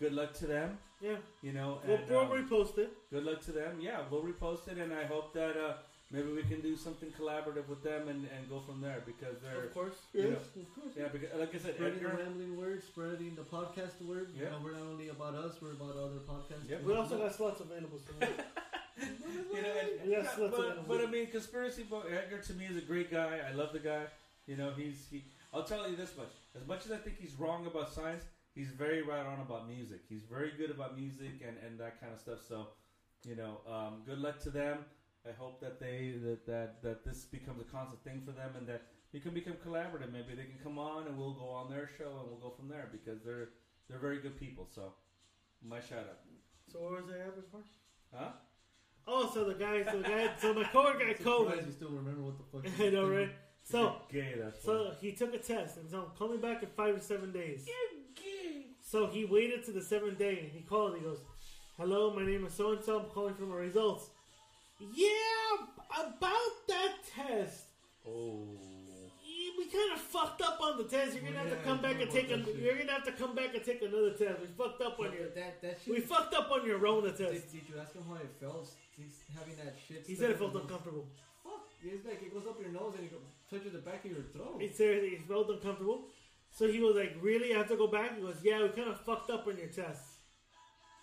[SPEAKER 4] Good luck to them.
[SPEAKER 1] Yeah.
[SPEAKER 4] You know.
[SPEAKER 1] We'll
[SPEAKER 4] and,
[SPEAKER 1] probably
[SPEAKER 4] um,
[SPEAKER 1] post it.
[SPEAKER 4] good luck to them. Yeah, we'll repost it, and I hope that uh, maybe we can do something collaborative with them and, and go from there because they're
[SPEAKER 1] Of course.
[SPEAKER 4] you know,
[SPEAKER 2] Of course.
[SPEAKER 4] yeah, because like I said,
[SPEAKER 2] Spreading the
[SPEAKER 4] Edgar,
[SPEAKER 2] rambling word, spreading the podcast word. You
[SPEAKER 4] Yeah.
[SPEAKER 2] know, we're not only about us, we're about other podcasts.
[SPEAKER 4] Yeah.
[SPEAKER 1] We also got slots available. So
[SPEAKER 4] you know, and,
[SPEAKER 1] Yes,
[SPEAKER 4] yeah,
[SPEAKER 1] let's
[SPEAKER 4] but,
[SPEAKER 1] have
[SPEAKER 4] but
[SPEAKER 1] it.
[SPEAKER 4] I mean, conspiracy book Edgar to me is a great guy. I love the guy. You know, he's he. I'll tell you this much: as much as I think he's wrong about science, he's very right on about music. He's very good about music and and that kind of stuff. So, you know, um, good luck to them. I hope that they that, that that this becomes a constant thing for them and that we can become collaborative. Maybe they can come on and we'll go on their show and we'll go from there because they're they're very good people. So, my shout out,
[SPEAKER 1] so what was I having for?
[SPEAKER 4] huh?
[SPEAKER 1] Oh, so the guy, so the guy, so my coworker got
[SPEAKER 2] Surprised
[SPEAKER 1] COVID.
[SPEAKER 2] you still remember what the fuck. you
[SPEAKER 1] I
[SPEAKER 2] were
[SPEAKER 1] know,
[SPEAKER 2] thinking.
[SPEAKER 1] right? So,
[SPEAKER 4] Gay, that's
[SPEAKER 1] so he took a test, and so call me back in five to seven days. So he waited to the seventh day, and he called. He goes, "Hello, my name is so and so. I'm calling for my results." Yeah, about that test.
[SPEAKER 4] Oh.
[SPEAKER 1] Yeah, We kind of fucked up on the test. You're gonna have
[SPEAKER 2] Yeah,
[SPEAKER 1] to come
[SPEAKER 2] I
[SPEAKER 1] back and
[SPEAKER 2] remember
[SPEAKER 1] take. A,
[SPEAKER 2] that shit.
[SPEAKER 1] you're gonna have to come back and take another test. We fucked up on your.
[SPEAKER 2] But that that shit.
[SPEAKER 1] We fucked up on your Rona test.
[SPEAKER 2] Did, did you ask him how it felt? He's having that shit.
[SPEAKER 1] He
[SPEAKER 2] stuck
[SPEAKER 1] said
[SPEAKER 2] in
[SPEAKER 1] it felt
[SPEAKER 2] his nose.
[SPEAKER 1] uncomfortable.
[SPEAKER 2] Fuck. It's like it goes up your nose and it go, touches the back of your throat.
[SPEAKER 1] He seriously, he felt uncomfortable. So he was like, "Really, I have to go back?" He goes, "Yeah, we kind of fucked up on your test."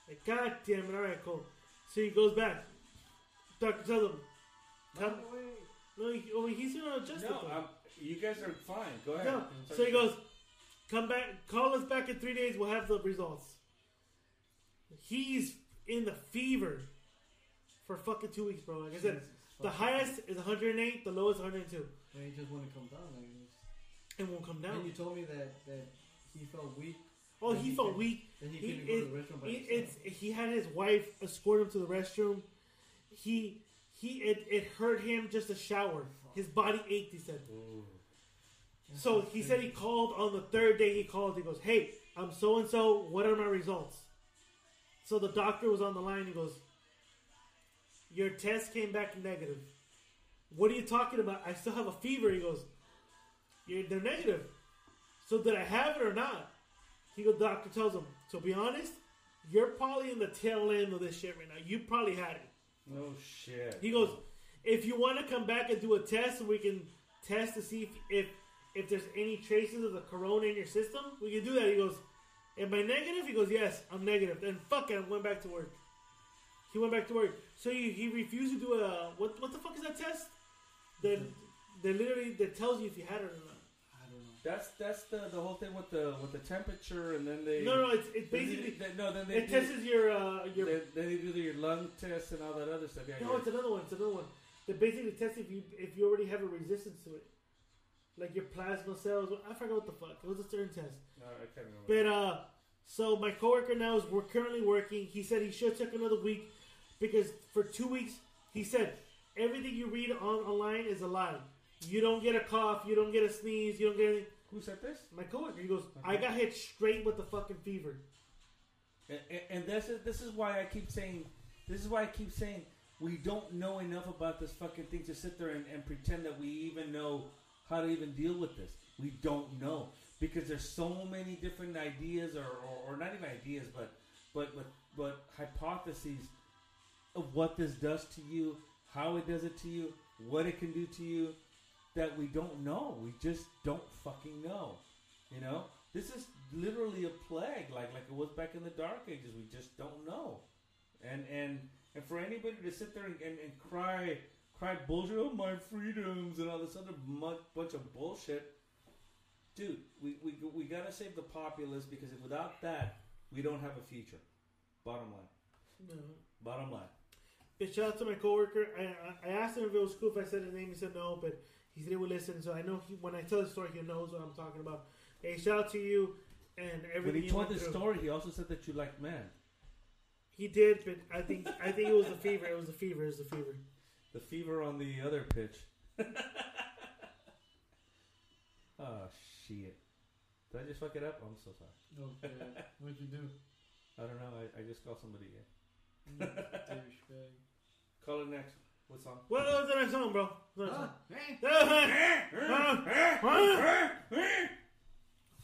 [SPEAKER 1] Like, God damn it! All right, cool. So he goes back. Doctor tells him,
[SPEAKER 2] By
[SPEAKER 1] "Come."
[SPEAKER 2] the
[SPEAKER 1] No,
[SPEAKER 2] way,
[SPEAKER 1] he, oh, he's gonna adjust
[SPEAKER 4] No,
[SPEAKER 1] it. though.
[SPEAKER 4] I'm, you guys are fine. Go ahead.
[SPEAKER 1] No. So he goes, come back, call us back in three days. We'll have the results. He's in the fever for fucking two weeks, bro. Like I said,
[SPEAKER 2] Jesus
[SPEAKER 1] the
[SPEAKER 2] fucking
[SPEAKER 1] highest is 108, the lowest 102,
[SPEAKER 2] Christ. And he just wouldn't come down. Like, it's-
[SPEAKER 1] and won't come
[SPEAKER 2] And you
[SPEAKER 1] down.
[SPEAKER 2] told me that that he felt weak.
[SPEAKER 1] Oh,
[SPEAKER 2] and
[SPEAKER 1] he
[SPEAKER 2] he
[SPEAKER 1] felt
[SPEAKER 2] can-
[SPEAKER 1] weak.
[SPEAKER 2] Then he,
[SPEAKER 1] He,
[SPEAKER 2] couldn't go to the
[SPEAKER 1] it-
[SPEAKER 2] restroom by
[SPEAKER 1] he- it's
[SPEAKER 2] himself.
[SPEAKER 1] he had his wife escort him to the restroom. He he it, it hurt him just a shower. His body ached. He said. So he said he called on the third day. He called. He goes, "Hey, I'm so and so. What are my results?" So the doctor was on the line. He goes, "Your test came back negative. What are you talking about? I still have a fever." He goes, You're, "They're negative. So did I have it or not?" He goes, "Doctor tells him. To be honest, you're probably in the tail end of this shit right now. You probably had it."
[SPEAKER 4] No shit.
[SPEAKER 1] He goes, if you want to come back and do a test, we can test to see if, if if there's any traces of the corona in your system. We can do that. He goes, am I negative? He goes, yes, I'm negative. Then fuck it, I went back to work. He went back to work. So he, he refused to do a what what the fuck is that test? That they literally that tells you if you had it or not.
[SPEAKER 2] I don't know.
[SPEAKER 4] That's that's the, the whole thing with the with the temperature, and then they
[SPEAKER 1] No, no, it's it's
[SPEAKER 4] then
[SPEAKER 1] basically
[SPEAKER 4] they, they- no then they
[SPEAKER 1] it
[SPEAKER 4] do,
[SPEAKER 1] tests your uh, your
[SPEAKER 4] then, then they do your lung test and all that other stuff. Yeah,
[SPEAKER 1] No,
[SPEAKER 4] yeah.
[SPEAKER 1] it's another one. It's another one. They basically test if you if you already have a resistance to it, like your plasma cells. I forgot what the fuck. It was a certain test.
[SPEAKER 4] no, I can't
[SPEAKER 1] But
[SPEAKER 4] remember.
[SPEAKER 1] uh, so my coworker now is we're currently working. He said he should took another week because for two weeks he said everything you read on online is a lie. You don't get a cough. You don't get a sneeze. You don't get anything.
[SPEAKER 4] Who said this?
[SPEAKER 1] My coworker, he goes, I got hit straight with the fucking fever.
[SPEAKER 4] And, and, and this is this is why I keep saying this is why I keep saying we don't know enough about this fucking thing to sit there and, and pretend that we even know how to even deal with this. We don't know because there's so many different ideas or, or, or not even ideas but but but but hypotheses of what this does to you, how it does it to you, what it can do to you that we don't know. We just don't fucking know. You know, this is literally a plague, like like it was back in the Dark Ages. We just don't know, and and and for anybody to sit there and, and, and cry cry bullshit, oh my freedoms and all this other mu- bunch of bullshit, dude. We, we we gotta save the populace because if without that, we don't have a future. Bottom line,
[SPEAKER 1] No.
[SPEAKER 4] bottom line.
[SPEAKER 1] But shout out to my coworker. I, I I asked him if it was cool if I said his name. He said no, but he said he would listen. So I know he, when I tell the story, he knows what I'm talking about. Hey, shout out to you and everything.
[SPEAKER 4] When he
[SPEAKER 1] you
[SPEAKER 4] told
[SPEAKER 1] went
[SPEAKER 4] this
[SPEAKER 1] through.
[SPEAKER 4] story, he also said that you like man.
[SPEAKER 1] he did. But I think I think it was the fever. It was the fever. It was the fever.
[SPEAKER 4] The fever on the other pitch. oh shit! Did I just fuck it up? I'm so sorry.
[SPEAKER 2] Okay, what'd you do?
[SPEAKER 4] I don't know. I, I just call somebody again.
[SPEAKER 2] Douchebag.
[SPEAKER 4] Call it next. What song?
[SPEAKER 1] What was the next song, bro? The next
[SPEAKER 2] Huh?
[SPEAKER 1] song.
[SPEAKER 2] Hey,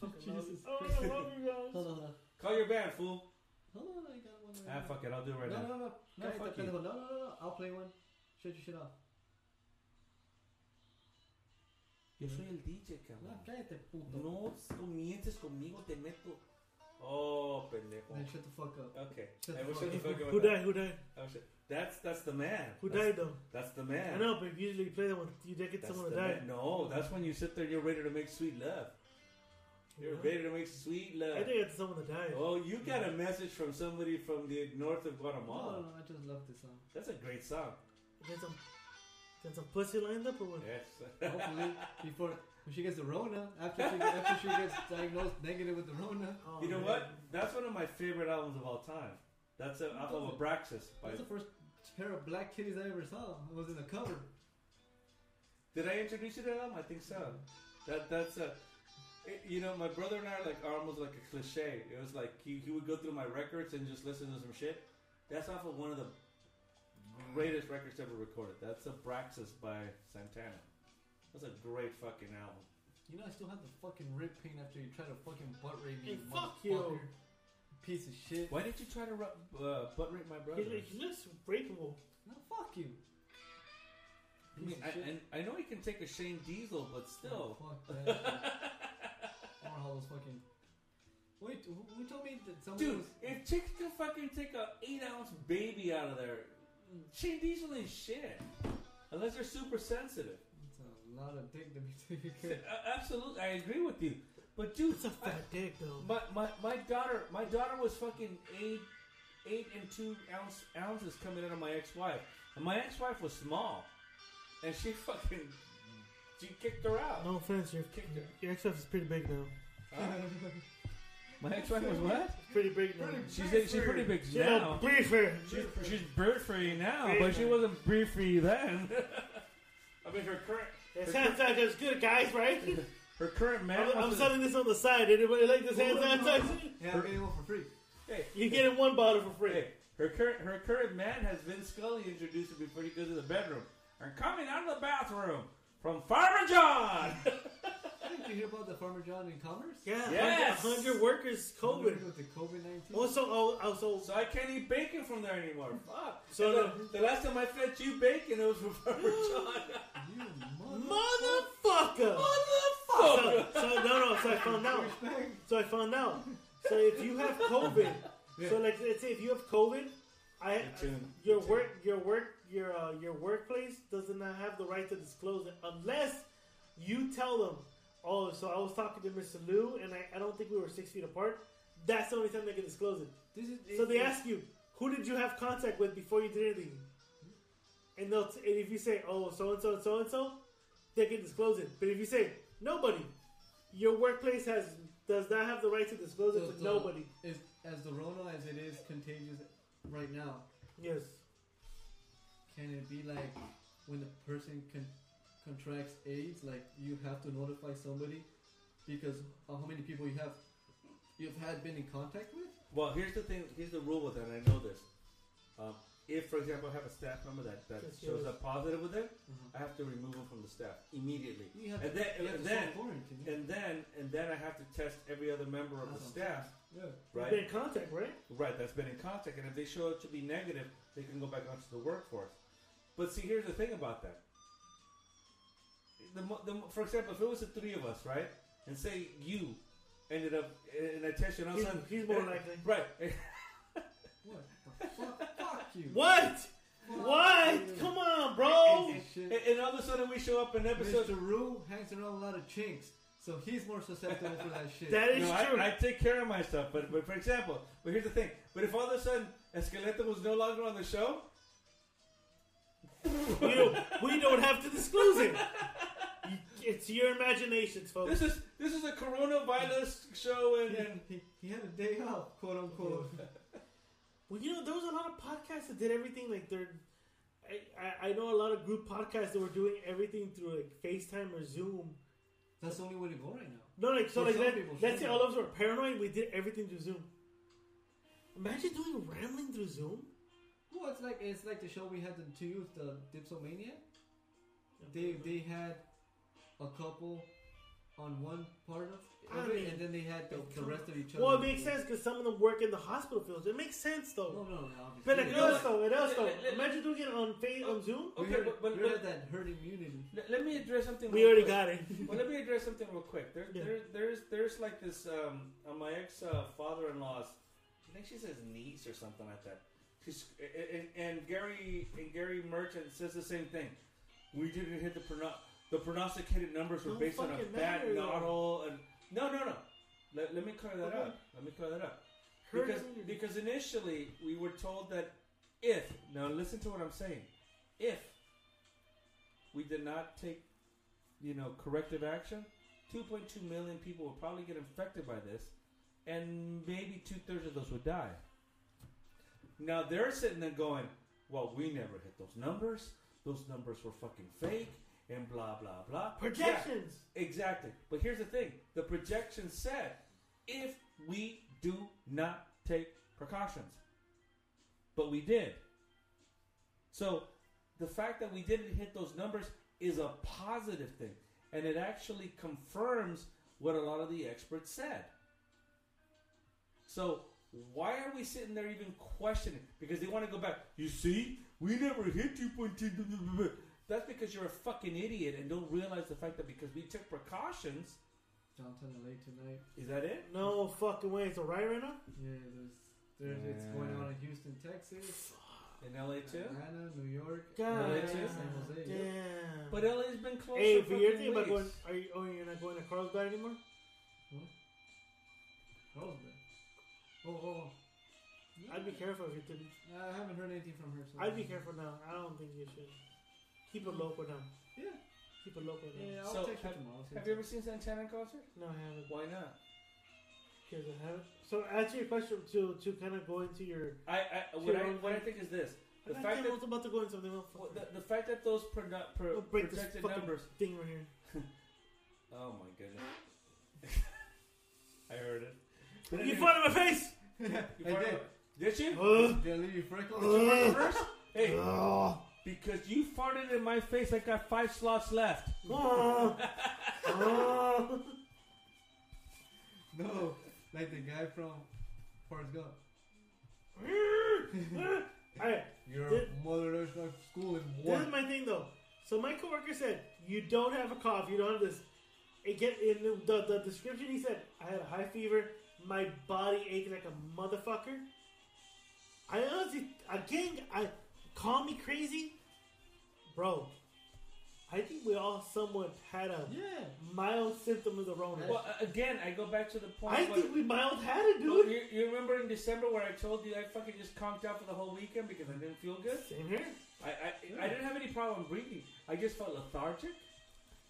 [SPEAKER 1] Fucking love you.
[SPEAKER 2] Jesus
[SPEAKER 1] Oh, I
[SPEAKER 2] Christ.
[SPEAKER 1] love you guys.
[SPEAKER 2] Hold on, hold on.
[SPEAKER 4] Call your band, fool.
[SPEAKER 2] Hold on, I got one.
[SPEAKER 4] Ah,
[SPEAKER 2] right
[SPEAKER 4] fuck it. I'll do it
[SPEAKER 2] now.
[SPEAKER 4] right
[SPEAKER 2] No,
[SPEAKER 4] now.
[SPEAKER 2] no, no.
[SPEAKER 4] No,
[SPEAKER 2] Guys,
[SPEAKER 4] fuck
[SPEAKER 2] depends on- no, no, no, no. I'll play one. Shut your shit off.
[SPEAKER 4] Yo soy el DJ,
[SPEAKER 2] No,
[SPEAKER 4] cabrón.
[SPEAKER 2] cállate, puto.
[SPEAKER 4] No comiences conmigo, te meto. Oh, pendejo.
[SPEAKER 2] Then shut the fuck up.
[SPEAKER 4] Okay.
[SPEAKER 2] Shut
[SPEAKER 4] I
[SPEAKER 2] the
[SPEAKER 4] wish I
[SPEAKER 2] fuck
[SPEAKER 4] was
[SPEAKER 2] up.
[SPEAKER 4] fucking
[SPEAKER 1] Who
[SPEAKER 4] with that.
[SPEAKER 1] died? Who died?
[SPEAKER 4] I wish I- That's that's the man.
[SPEAKER 1] Who
[SPEAKER 4] That's-
[SPEAKER 1] died though?
[SPEAKER 4] That's the
[SPEAKER 1] I
[SPEAKER 4] man.
[SPEAKER 1] know, but usually you play that when you did get
[SPEAKER 4] That's
[SPEAKER 1] someone
[SPEAKER 4] the
[SPEAKER 1] to die.
[SPEAKER 4] man. No, that's when you sit there and you're ready to make sweet love. You're
[SPEAKER 1] Yeah.
[SPEAKER 4] ready to make sweet
[SPEAKER 1] I
[SPEAKER 4] love.
[SPEAKER 1] did get someone to die.
[SPEAKER 4] Oh, you got a message from somebody from the north of
[SPEAKER 2] No, no,
[SPEAKER 1] Oh.
[SPEAKER 4] Guatemala.
[SPEAKER 2] no, I just love this song.
[SPEAKER 4] That's a great song.
[SPEAKER 1] Get some, get some pussy lined up or what?
[SPEAKER 4] Yes.
[SPEAKER 2] Hopefully, before when she gets the Rona, after she after she gets diagnosed negative with the Rona.
[SPEAKER 1] Oh,
[SPEAKER 4] You know
[SPEAKER 1] man.
[SPEAKER 4] what? That's one of my favorite albums of all time. That's a, off of Abraxas by
[SPEAKER 2] That's the first pair of black kitties I ever saw was in the cover.
[SPEAKER 4] Did I introduce you to them? I think so. That that's a. it- you know, my brother and I are like almost like a cliche. It was like he, he would go through my records and just listen to some shit. That's off of one of the greatest records ever recorded. That's Abraxas by Santana. That's a great fucking album.
[SPEAKER 2] You know, I still have the fucking rib pain after you try to fucking butt rape me.
[SPEAKER 1] Hey, fuck
[SPEAKER 2] motherfucker.
[SPEAKER 1] you.
[SPEAKER 2] Piece of shit.
[SPEAKER 4] Why did you try to ru- uh, butt rape my brother?
[SPEAKER 1] He, he looks rapeable.
[SPEAKER 2] No, fuck you.
[SPEAKER 4] I mean, I, and I know he can take a Shane Diesel, but still.
[SPEAKER 2] Oh, fuck that. I don't know how those fucking. Wait, who, who told me that somebody
[SPEAKER 4] Dude,
[SPEAKER 2] was.
[SPEAKER 4] if chicks can fucking take a eight ounce baby out of there, Shane Diesel ain't shit. Unless they're super sensitive.
[SPEAKER 2] It's a lot of dick to be taken
[SPEAKER 4] Uh,
[SPEAKER 2] care of.
[SPEAKER 4] absolutely, I agree with you. But dude,
[SPEAKER 1] It's a fat dick, though.
[SPEAKER 4] my, my my daughter my daughter was fucking eight eight and two ounce ounces coming out of my ex wife, and my ex wife was small, and she fucking she kicked her out.
[SPEAKER 1] No offense, your,
[SPEAKER 4] Kicked her.
[SPEAKER 1] your ex-wife is pretty big now.
[SPEAKER 4] My ex wife was what?
[SPEAKER 1] It's pretty big now.
[SPEAKER 4] She's she's pretty big
[SPEAKER 1] She's
[SPEAKER 4] now.
[SPEAKER 1] a briefer.
[SPEAKER 4] She's, she's bird free now,
[SPEAKER 1] Bird
[SPEAKER 4] but she
[SPEAKER 1] free.
[SPEAKER 4] wasn't bird free then. I mean, her current
[SPEAKER 1] This hand sanitizer is good, guys, right?
[SPEAKER 4] her current man.
[SPEAKER 1] I'm, I'm
[SPEAKER 4] was-
[SPEAKER 1] selling this on the side. Anybody like this hand sanitizer?
[SPEAKER 2] Yeah, I'm getting one for free.
[SPEAKER 4] Hey,
[SPEAKER 1] You get it one bottle for free.
[SPEAKER 4] hey, her current her current man has Vince Scully introduced her before he goes to the bedroom. And coming out of the bathroom from Farmer John.
[SPEAKER 2] Did you hear about the Farmer John in Commerce?
[SPEAKER 1] Yeah,
[SPEAKER 4] Yes.
[SPEAKER 1] 100, 100 workers COVID.
[SPEAKER 2] With the COVID 19?
[SPEAKER 1] Also, oh, also,
[SPEAKER 4] so I can't eat bacon from there anymore. Fuck.
[SPEAKER 1] So
[SPEAKER 4] So the, the last time I fed you bacon, it was from Farmer John.
[SPEAKER 2] You mother.
[SPEAKER 1] motherfucker. So,
[SPEAKER 4] Motherfucker.
[SPEAKER 1] so no, no. So I found out. So I found out. So if you have COVID, so like let's say if you have COVID, I
[SPEAKER 4] tuned.
[SPEAKER 1] your work, your work, your uh, your workplace does not have the right to disclose it unless you tell them. Oh, so I was talking to Mr. Liu, and I, I don't think we were six feet apart. That's the only time they can disclose it.
[SPEAKER 2] This is,
[SPEAKER 1] So they
[SPEAKER 2] it-
[SPEAKER 1] ask you, who did you have contact with before you did anything? And they'll t- and if you say, oh, so and so and so and so, they can disclose it. But if you say nobody, your workplace has does not have the right to disclose it
[SPEAKER 2] So-
[SPEAKER 4] Uh-huh.
[SPEAKER 1] to
[SPEAKER 2] so
[SPEAKER 1] nobody.
[SPEAKER 2] Is, as the Rona as it is contagious right now,
[SPEAKER 1] Yes.
[SPEAKER 2] can it be like when the person con- contracts AIDS, like you have to notify somebody because of how many people you have you've had been in contact with?
[SPEAKER 4] Well, here's the thing. Here's the rule with that. And I know this. Um, if, for example, I have a staff member that, that
[SPEAKER 1] Yes,
[SPEAKER 4] shows
[SPEAKER 1] yes.
[SPEAKER 4] up positive with it, I have to remove him from the staff immediately.
[SPEAKER 2] You have
[SPEAKER 4] Mm-hmm. and
[SPEAKER 2] to,
[SPEAKER 4] then,
[SPEAKER 2] you
[SPEAKER 4] and
[SPEAKER 2] have to
[SPEAKER 4] then,
[SPEAKER 2] self-quarantine.
[SPEAKER 4] and then, and then I have to test every other member of the
[SPEAKER 2] Awesome.
[SPEAKER 4] staff.
[SPEAKER 2] Yeah.
[SPEAKER 1] You've
[SPEAKER 4] Right.
[SPEAKER 1] Been in contact, right?
[SPEAKER 4] Right, that's been in contact, and if they show up to be negative, they can go back onto the workforce. But see, here's the thing about that. The, mo- the, mo- for example, if it was the three of us, right, and say you ended up in a test, and all of a
[SPEAKER 1] He's-
[SPEAKER 4] sudden,
[SPEAKER 1] he's more likely.
[SPEAKER 4] right?
[SPEAKER 2] What the fuck? fuck you.
[SPEAKER 1] What?
[SPEAKER 2] Fuck you.
[SPEAKER 1] What? Oh! Come on, bro.
[SPEAKER 2] Is it
[SPEAKER 4] and, and all of a sudden, we show up in
[SPEAKER 2] Mr.
[SPEAKER 4] episode.
[SPEAKER 2] Rue hangs around a lot of chinks, so he's more susceptible for that shit.
[SPEAKER 1] That is
[SPEAKER 4] No, I,
[SPEAKER 1] true.
[SPEAKER 4] I take care of myself, but, but for example, but here's the thing. But if all of a sudden Esqueleto was no longer on the show,
[SPEAKER 1] we, don't, we don't have to disclose it. You- It's your imaginations, folks.
[SPEAKER 4] this is this is a coronavirus show, and, and
[SPEAKER 2] he, he had a day off, quote unquote.
[SPEAKER 1] Well, you know, there was a lot of podcasts that did everything like they're. I, I, I know a lot of group podcasts that were doing everything through like FaceTime or Zoom.
[SPEAKER 2] That's the only way to go right now.
[SPEAKER 1] No, like so,
[SPEAKER 2] For
[SPEAKER 1] like
[SPEAKER 2] some
[SPEAKER 1] let,
[SPEAKER 2] people,
[SPEAKER 1] let's say
[SPEAKER 2] sure.
[SPEAKER 1] all of us were paranoid. We did everything through Zoom. Imagine doing rambling through Zoom.
[SPEAKER 2] Well, it's like it's like the show we had in two youth, the Dipsomania. They they had a couple on one part of
[SPEAKER 1] I
[SPEAKER 2] it,
[SPEAKER 1] mean,
[SPEAKER 2] and then they had the, the rest of each other.
[SPEAKER 1] Well, it makes sense because some of them work in the hospital fields. It makes sense
[SPEAKER 2] No, no,
[SPEAKER 1] though.
[SPEAKER 2] no. obviously.
[SPEAKER 1] But it
[SPEAKER 2] We're
[SPEAKER 1] does
[SPEAKER 2] not-
[SPEAKER 1] though. It does though.
[SPEAKER 4] let- let-
[SPEAKER 1] Imagine doing it on fa- on Zoom.
[SPEAKER 2] we're
[SPEAKER 4] Okay,
[SPEAKER 2] not-
[SPEAKER 4] but- but-
[SPEAKER 2] we're not
[SPEAKER 4] but-
[SPEAKER 2] that herd immunity.
[SPEAKER 4] let, let me address something.
[SPEAKER 1] We
[SPEAKER 4] real
[SPEAKER 1] already
[SPEAKER 4] quick.
[SPEAKER 1] got it.
[SPEAKER 4] well, let me address something real quick. There,
[SPEAKER 1] Yeah.
[SPEAKER 4] there, there's, there's like this. Um, uh, my ex uh, father-in-law's. I think she says niece or something like that. She's a- a- and, and Gary and Gary Merchant says the same thing. We didn't hit the prono- the prognosticated numbers were
[SPEAKER 1] Don't
[SPEAKER 4] based on a
[SPEAKER 1] fucking
[SPEAKER 4] bad
[SPEAKER 1] matter, though.
[SPEAKER 4] noddle and no, no, no. Let, let me clear that
[SPEAKER 1] Okay.
[SPEAKER 4] up. Let me clear that up.
[SPEAKER 1] Herd
[SPEAKER 4] Because,
[SPEAKER 1] immunity.
[SPEAKER 4] because initially we were told that if now listen to what I'm saying, if we did not take you know corrective action, 2.2 million people would probably get infected by this, and maybe two thirds of those would die. Now they're sitting there going, well, we never hit those numbers. Those numbers were fucking fake and blah, blah, blah. Yeah.
[SPEAKER 1] Projections.
[SPEAKER 4] Exactly. But here's the thing the projection said if we do not take precautions. But we did. So the fact that we didn't hit those numbers is a positive thing. And it actually confirms what a lot of the experts said. So why are we sitting there even questioning? Because they want to go back. You see, we never hit 2.2. That's because you're a fucking idiot and don't realize the fact that because we took precautions,
[SPEAKER 2] Jonathan LA tonight.
[SPEAKER 4] is that it?
[SPEAKER 1] No fucking way. It's a riot right now.
[SPEAKER 2] Yeah, there's, there's it's going on in Houston, Texas,
[SPEAKER 4] In LA too?
[SPEAKER 2] Atlanta, New York,
[SPEAKER 1] God
[SPEAKER 4] No,
[SPEAKER 2] LA,
[SPEAKER 4] it is.
[SPEAKER 2] San Jose.
[SPEAKER 1] damn.
[SPEAKER 2] yeah.
[SPEAKER 4] But LA's been closed
[SPEAKER 1] hey,
[SPEAKER 4] for
[SPEAKER 1] but you're
[SPEAKER 4] fucking
[SPEAKER 1] thinking about going.
[SPEAKER 4] weeks.
[SPEAKER 1] Are you? Oh, you're not going to Carlsbad anymore?
[SPEAKER 2] Carlsbad. Oh, oh.
[SPEAKER 1] I'd be careful if you didn't.
[SPEAKER 2] I haven't heard anything from her. So
[SPEAKER 1] I'd be careful now. I don't think you should. Keep it local now.
[SPEAKER 2] Yeah.
[SPEAKER 1] Keep it local now.
[SPEAKER 2] Yeah, I'll
[SPEAKER 4] So,
[SPEAKER 2] take her tomorrow.
[SPEAKER 4] Have you ever seen Santana in concert?
[SPEAKER 1] No, I haven't.
[SPEAKER 4] Why not?
[SPEAKER 1] Because I haven't. So answer your question to to kind of go into your.
[SPEAKER 4] I, I what I
[SPEAKER 1] Sure.
[SPEAKER 4] what I think is this: the
[SPEAKER 1] I thought
[SPEAKER 4] fact
[SPEAKER 1] I
[SPEAKER 4] that
[SPEAKER 1] was about to go into something else.
[SPEAKER 4] well, the, the fact that those pro, pro,
[SPEAKER 1] Don't break this
[SPEAKER 4] projected
[SPEAKER 1] fucking
[SPEAKER 4] numbers.
[SPEAKER 1] thing right here.
[SPEAKER 4] Oh my goodness! I heard it.
[SPEAKER 1] You fought in my face. Ah!
[SPEAKER 4] You
[SPEAKER 2] I
[SPEAKER 4] part of
[SPEAKER 2] did.
[SPEAKER 4] it? Did you?
[SPEAKER 1] Ugh.
[SPEAKER 2] Did I leave you freckles?
[SPEAKER 4] Hey, because you farted in my face, I got five slots left.
[SPEAKER 1] Oh. Oh.
[SPEAKER 2] No, like the guy from Forrest Gump.
[SPEAKER 1] Alright,
[SPEAKER 2] Your
[SPEAKER 1] Did-
[SPEAKER 2] mother left my school in
[SPEAKER 1] this is
[SPEAKER 2] one.
[SPEAKER 1] my thing though. So my coworker said, "You don't have a cough. You don't have this." It get in the, the, the description. He said, "I had a high fever. My body ached like a motherfucker." I honestly, again, I call me crazy, bro. I think we all somewhat had a
[SPEAKER 2] Yeah.
[SPEAKER 1] mild symptom of the Rona.
[SPEAKER 4] Well, a- again, I go back to the point.
[SPEAKER 1] I
[SPEAKER 4] what-
[SPEAKER 1] think we mild had it,
[SPEAKER 4] Well,
[SPEAKER 1] dude.
[SPEAKER 4] you, you remember in December where I told you I fucking just conked out for the whole weekend because I didn't feel good?
[SPEAKER 1] Same here.
[SPEAKER 4] I, I, I didn't have any problem breathing. I just felt lethargic.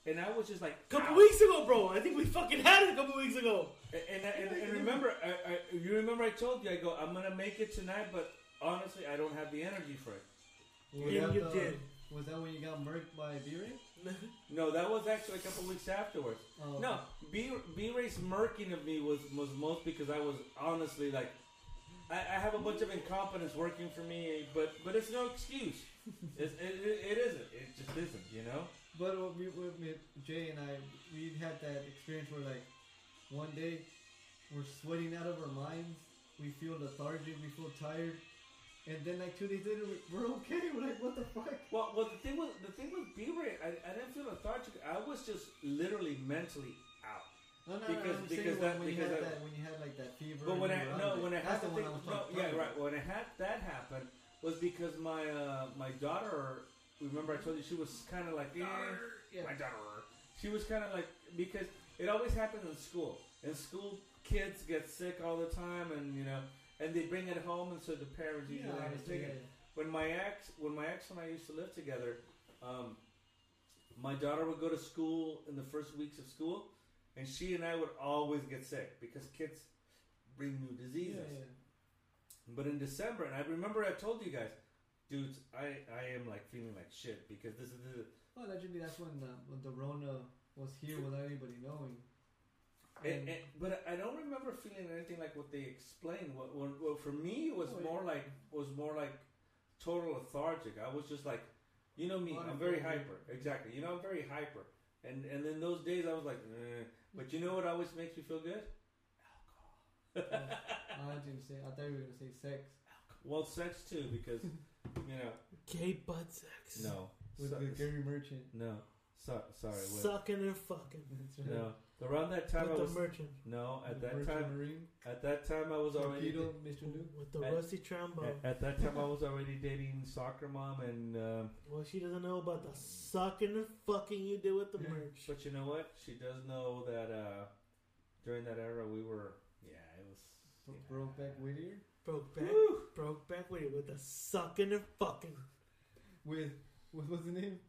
[SPEAKER 4] And I was just like,
[SPEAKER 1] couple
[SPEAKER 4] "Ow."
[SPEAKER 1] weeks ago, bro. I think we fucking had it a couple weeks ago.
[SPEAKER 4] And, and, and, and remember, I, I, you remember I told you, I go, I'm going to make it tonight, but honestly, I don't have the energy for it.
[SPEAKER 2] Was
[SPEAKER 1] Yeah,
[SPEAKER 2] that
[SPEAKER 1] you
[SPEAKER 2] the-
[SPEAKER 1] did.
[SPEAKER 2] Was that when you got murked by B-Ray?
[SPEAKER 4] No, that was actually a couple weeks afterwards.
[SPEAKER 2] Oh,
[SPEAKER 4] No, B B Ray's murking of me was, was most because I was honestly like, I, I have a bunch of incompetence working for me, but but it's no excuse. It's, it, it, it isn't. It just isn't. You know.
[SPEAKER 2] But what we, what me, Jay and I, we had that experience where like one day we're sweating out of our minds, we feel lethargic, we feel tired, and then like two days later we- we're okay. We're like, what the fuck?
[SPEAKER 4] Well, well, the thing was the thing with B Ray, I, I didn't feel lethargic. I was just literally mentally out.
[SPEAKER 2] No, no,
[SPEAKER 4] Because-
[SPEAKER 2] no, I'm
[SPEAKER 4] because
[SPEAKER 2] saying
[SPEAKER 4] that-
[SPEAKER 2] when you
[SPEAKER 4] because
[SPEAKER 2] had
[SPEAKER 4] I-
[SPEAKER 2] that, when you had like that fever.
[SPEAKER 4] But
[SPEAKER 2] and
[SPEAKER 4] when
[SPEAKER 2] you
[SPEAKER 4] I
[SPEAKER 2] were out of
[SPEAKER 4] no,
[SPEAKER 2] it.
[SPEAKER 4] when I had
[SPEAKER 2] that's
[SPEAKER 4] the
[SPEAKER 2] the
[SPEAKER 4] thing,
[SPEAKER 2] one I was
[SPEAKER 4] no,
[SPEAKER 2] talking
[SPEAKER 4] yeah,
[SPEAKER 2] about.
[SPEAKER 4] right. When I had that happen was because my uh, my daughter. Remember, I told you she was kind of like eh,
[SPEAKER 2] Yeah.
[SPEAKER 4] my daughter. She was kind of like because it always happens in school. In school, kids get sick all the time, and you know, and they bring it home, and so the parents
[SPEAKER 2] Yeah,
[SPEAKER 4] usually have to
[SPEAKER 2] obviously,
[SPEAKER 4] take it
[SPEAKER 2] yeah.
[SPEAKER 4] when my ex when my ex and I used to live together, um, my daughter would go to school in the first weeks of school, and she and I would always get sick because kids bring new diseases.
[SPEAKER 2] Yeah, yeah.
[SPEAKER 4] But in December, and I remember I told you guys, dudes, I, I am like feeling like shit because this is the,
[SPEAKER 2] Well, allegedly that's when the, when the Rona was here without anybody knowing.
[SPEAKER 4] and, and, but I don't remember feeling anything like what they explained. What, what, what for me was
[SPEAKER 2] Oh, yeah.
[SPEAKER 4] more like was more like total lethargic. I was just like, you know me, I'm very hyper. Exactly, you know I'm very hyper. And and then those days I was like, eh. but you know what always makes me feel good?
[SPEAKER 2] uh, I didn't say. I thought you were gonna say sex
[SPEAKER 4] Well, sex too, because you know
[SPEAKER 1] Gay butt sex.
[SPEAKER 4] no,
[SPEAKER 2] with
[SPEAKER 4] So-
[SPEAKER 2] the Gary Merchant.
[SPEAKER 4] no, so, sorry, wait.
[SPEAKER 1] Sucking and fucking.
[SPEAKER 2] That's right.
[SPEAKER 4] no. Around that time
[SPEAKER 1] With
[SPEAKER 4] I
[SPEAKER 1] the
[SPEAKER 4] was
[SPEAKER 1] merchant.
[SPEAKER 4] no at
[SPEAKER 2] The
[SPEAKER 4] that
[SPEAKER 2] Merchant
[SPEAKER 4] time
[SPEAKER 2] Marine,
[SPEAKER 4] at that time I was already
[SPEAKER 2] Torpedo, Mr. Luke.
[SPEAKER 1] With the
[SPEAKER 4] At-
[SPEAKER 1] rusty trombone.
[SPEAKER 4] at, at that time I was already dating soccer mom and. Um,
[SPEAKER 1] Well, she doesn't know about the sucking and fucking you did with the
[SPEAKER 2] Yeah.
[SPEAKER 1] merch.
[SPEAKER 4] But you know what? She does know that uh, during that era we were. Yeah, it was.
[SPEAKER 2] Bro-
[SPEAKER 4] yeah.
[SPEAKER 2] Brokeback Whittier
[SPEAKER 1] Broke back. Broke back with it with the sucking and fucking.
[SPEAKER 2] with what was the name?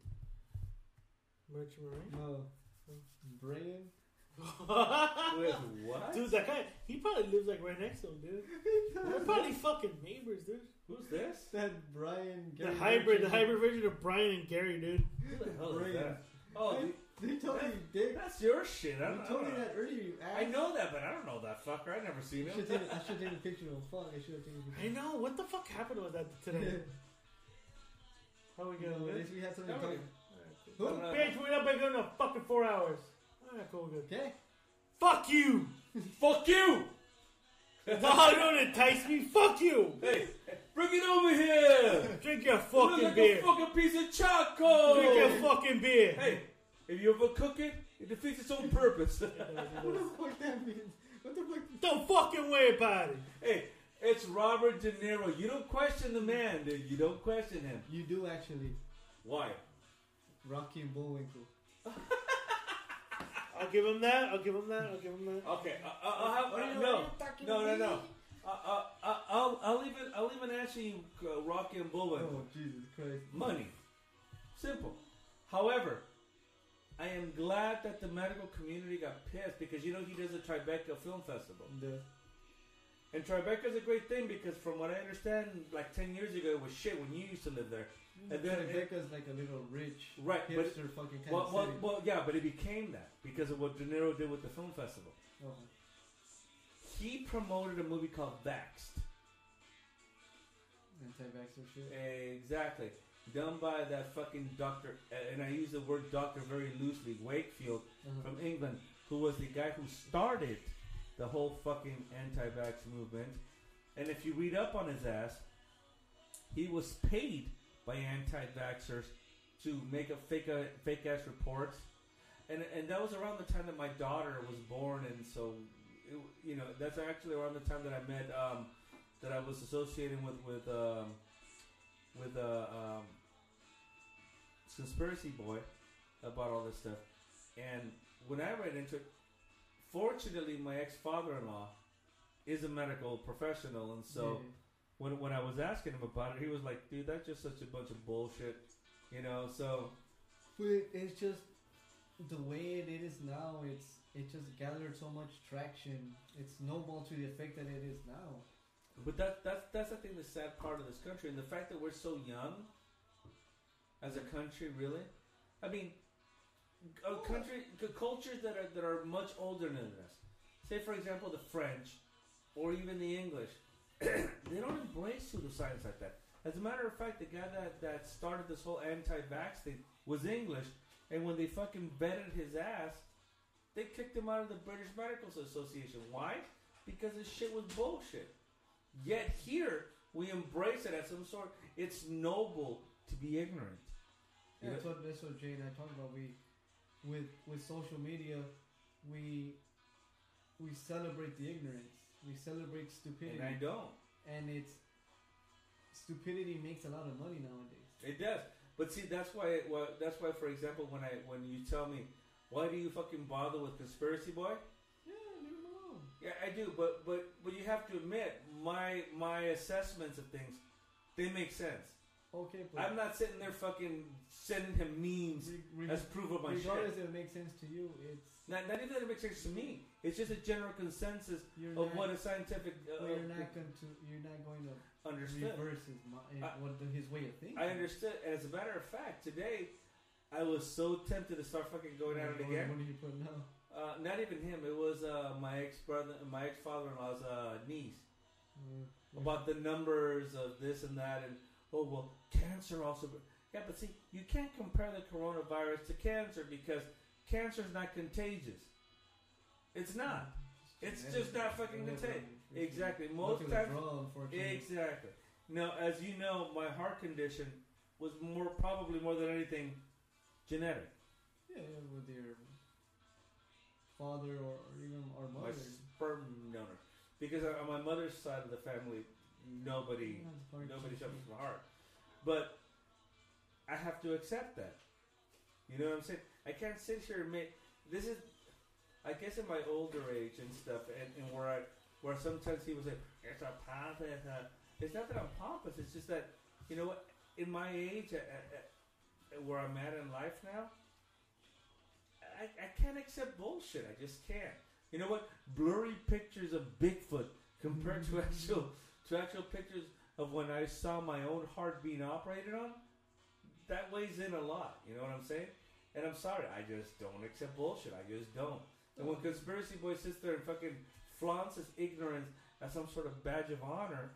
[SPEAKER 1] Merch marine.
[SPEAKER 2] No, Brian.
[SPEAKER 4] With what?
[SPEAKER 1] dude, that guy, he probably lives like right next to him, dude. They're probably fucking neighbors, dude.
[SPEAKER 4] Who's this?
[SPEAKER 2] That Brian.
[SPEAKER 1] The
[SPEAKER 2] Gary
[SPEAKER 1] hybrid, the
[SPEAKER 2] Richardson-
[SPEAKER 1] hybrid version of Brian and Gary, dude.
[SPEAKER 4] Who the hell is
[SPEAKER 2] Brains.
[SPEAKER 4] that? Oh,
[SPEAKER 2] Hey, They told me, Dave.
[SPEAKER 4] that's your shit. I
[SPEAKER 2] You
[SPEAKER 4] don't, I
[SPEAKER 2] told
[SPEAKER 4] don't
[SPEAKER 2] me
[SPEAKER 4] know.
[SPEAKER 2] that earlier. You asked.
[SPEAKER 4] I know that, but I don't know that fucker. I never seen
[SPEAKER 2] I
[SPEAKER 4] him.
[SPEAKER 2] should take, I should take a picture of him. Fuck, I should have taken a
[SPEAKER 1] I
[SPEAKER 2] picture.
[SPEAKER 1] know. What the fuck happened with that today?
[SPEAKER 2] Yeah.
[SPEAKER 1] How we
[SPEAKER 2] no,
[SPEAKER 1] going?
[SPEAKER 2] at
[SPEAKER 1] man?
[SPEAKER 2] least we had something
[SPEAKER 4] That
[SPEAKER 2] to talk
[SPEAKER 4] would-
[SPEAKER 2] Who?
[SPEAKER 4] I don't know.
[SPEAKER 1] Bitch, we're not back on a fucking four hours. Alright, cool, we're good.
[SPEAKER 2] Okay.
[SPEAKER 1] Fuck you!
[SPEAKER 4] Fuck you!
[SPEAKER 1] No, don't entice me. Fuck you!
[SPEAKER 4] Hey, bring it over here!
[SPEAKER 1] Drink your
[SPEAKER 4] You look
[SPEAKER 1] fucking
[SPEAKER 4] like
[SPEAKER 1] beer.
[SPEAKER 4] a fucking piece of charcoal!
[SPEAKER 1] Drink your fucking beer.
[SPEAKER 4] Hey, if you overcook it, it defeats its own purpose.
[SPEAKER 2] What the fuck that means? What the fuck?
[SPEAKER 1] Don't fucking worry about it.
[SPEAKER 4] hey, it's Robert De Niro. You don't question the man, dude. You don't question him.
[SPEAKER 2] You do actually.
[SPEAKER 4] Why?
[SPEAKER 2] Rocky and Bullwinkle.
[SPEAKER 1] I'll give him that. I'll give him that. I'll give him that.
[SPEAKER 4] Okay, I, I, I'll have uh,
[SPEAKER 2] Are you-
[SPEAKER 4] no,
[SPEAKER 2] are you talking
[SPEAKER 4] no,
[SPEAKER 2] to
[SPEAKER 4] no,
[SPEAKER 2] me?
[SPEAKER 4] no. I, I, I'll, I'll even, I'll even answer you, uh, Rocky and Bullwinkle.
[SPEAKER 2] Oh, Jesus Christ.
[SPEAKER 4] Money, simple. However, I am glad that the medical community got pissed because you know he does the Tribeca Film Festival.
[SPEAKER 2] The,
[SPEAKER 4] And Tribeca is a great thing because, from what I understand, like 10 years ago, it was shit when you used to live there.
[SPEAKER 2] Mm-hmm.
[SPEAKER 4] And then, it,
[SPEAKER 2] Tribeca's like a little rich,
[SPEAKER 4] Right, but-
[SPEAKER 2] hipster fucking kind
[SPEAKER 4] well,
[SPEAKER 2] of
[SPEAKER 4] well,
[SPEAKER 2] city.
[SPEAKER 4] well, yeah, but it became that because of what De Niro did with the film festival.
[SPEAKER 2] Oh,
[SPEAKER 4] He promoted a movie called Vaxxed.
[SPEAKER 2] anti-vaxxer shit.
[SPEAKER 4] Exactly. Done by that fucking doctor, and I use the word doctor very loosely, Wakefield
[SPEAKER 2] Uh-huh.
[SPEAKER 4] from England, who was the guy who started the whole fucking anti-vax movement. And if you read up on his ass, he was paid by anti-vaxxers to make a fake uh, fake ass reports, and and that was around the time that my daughter was born, and so it, you know that's actually around the time that I met um, that I was associating with with um, with uh, um, conspiracy boy about all this stuff, and when I read into it, fortunately my ex father in law is a medical professional, and so
[SPEAKER 2] Mm-hmm.
[SPEAKER 4] when when I was asking him about it, he was like, "Dude, that's just such a bunch of bullshit," you know. So
[SPEAKER 2] Yeah. But it's just the way it is now. It's it just gathered so much traction. It's snowballed to the effect that it is now.
[SPEAKER 4] But that that's that's I think the sad part of this country and the fact that we're so young as a country, really. I mean, a country c- cultures that are that are much older than us. Say for example the French, or even the English, they don't embrace pseudoscience like that. As a matter of fact, the guy that, that started this whole anti-vax thing was English, and when they fucking vetted his ass, they kicked him out of the British Medical Association. Why? Because his shit was bullshit. Yet here we embrace it as some sort. It's noble to be ignorant.
[SPEAKER 2] Yeah,
[SPEAKER 4] Yeah.
[SPEAKER 2] That's what that's what Jay and I talked about. We with with social media, we we celebrate the ignorance. We celebrate stupidity,
[SPEAKER 4] And I don't.
[SPEAKER 2] and it's stupidity makes a lot of money nowadays.
[SPEAKER 4] It does. But see, that's why. Well, that's why. For example, when I when you tell me, why do you fucking bother with conspiracy boy?
[SPEAKER 2] Yeah, leave them alone.
[SPEAKER 4] Yeah, I do. But but but you have to admit, my my assessments of things, they make sense.
[SPEAKER 2] Okay, but
[SPEAKER 4] I'm not sitting there fucking sending him memes
[SPEAKER 2] re- re-
[SPEAKER 4] as proof of my shit.
[SPEAKER 2] regardless if it makes sense to you, it's
[SPEAKER 4] Not, not even that it makes sense to me. It's just a general consensus
[SPEAKER 2] you're
[SPEAKER 4] of
[SPEAKER 2] not,
[SPEAKER 4] what a scientific uh,
[SPEAKER 2] well, you're not going to you're not going to
[SPEAKER 4] understood.
[SPEAKER 2] reverse his mi-
[SPEAKER 4] I-
[SPEAKER 2] what the, his way of thinking.
[SPEAKER 4] I understood. And as a matter of fact, today I was so tempted to start fucking going at it
[SPEAKER 2] What-
[SPEAKER 4] again.
[SPEAKER 2] What are you putting out?
[SPEAKER 4] Uh, not even him. It was uh, my ex brother, my ex father in law's uh, niece
[SPEAKER 2] Mm.
[SPEAKER 4] about the numbers of this and that, and oh well, cancer also. Yeah, but see, you can't compare the coronavirus to cancer because cancer's not contagious. It's not. It's just not fucking
[SPEAKER 2] Whatever.
[SPEAKER 4] contagious. Exactly.
[SPEAKER 2] Look
[SPEAKER 4] Most
[SPEAKER 2] at the
[SPEAKER 4] times
[SPEAKER 2] draw, unfortunately.
[SPEAKER 4] Exactly. Now, as you know, my heart condition was more probably more than anything genetic.
[SPEAKER 2] Yeah, with your father or, or even our
[SPEAKER 4] My
[SPEAKER 2] mother.
[SPEAKER 4] sperm donor, because I- on my mother's side of the family, nobody nobody suffers from heart. But I have to accept that. You know what I'm saying? I can't sit here and make this is. I guess in my older age and stuff, and, and where I where sometimes he was like, "It's a pompous." uh," It's not that I'm pompous. It's just that you know what? In my age, I, I, I- where I'm at in life now, I, I can't accept bullshit. I just can't. You know what? Blurry pictures of Bigfoot compared to actual to actual pictures of when I saw my own heart being operated on. That weighs in a lot. You know what I'm saying? And I'm sorry, I just don't accept bullshit. I just don't. And when conspiracy boy sits there and fucking flaunts his ignorance as some sort of badge of honor,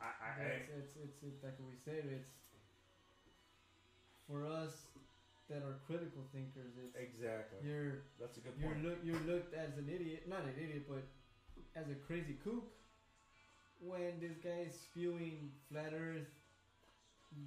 [SPEAKER 4] I, I, I
[SPEAKER 2] It's, it's, it's, it's like we said, it's for us that are critical thinkers. It's
[SPEAKER 4] exactly.
[SPEAKER 2] you're
[SPEAKER 4] That's a good
[SPEAKER 2] you're
[SPEAKER 4] point.
[SPEAKER 2] look you're looked as an idiot, not an idiot, but as a crazy kook when this guy is spewing flat Earth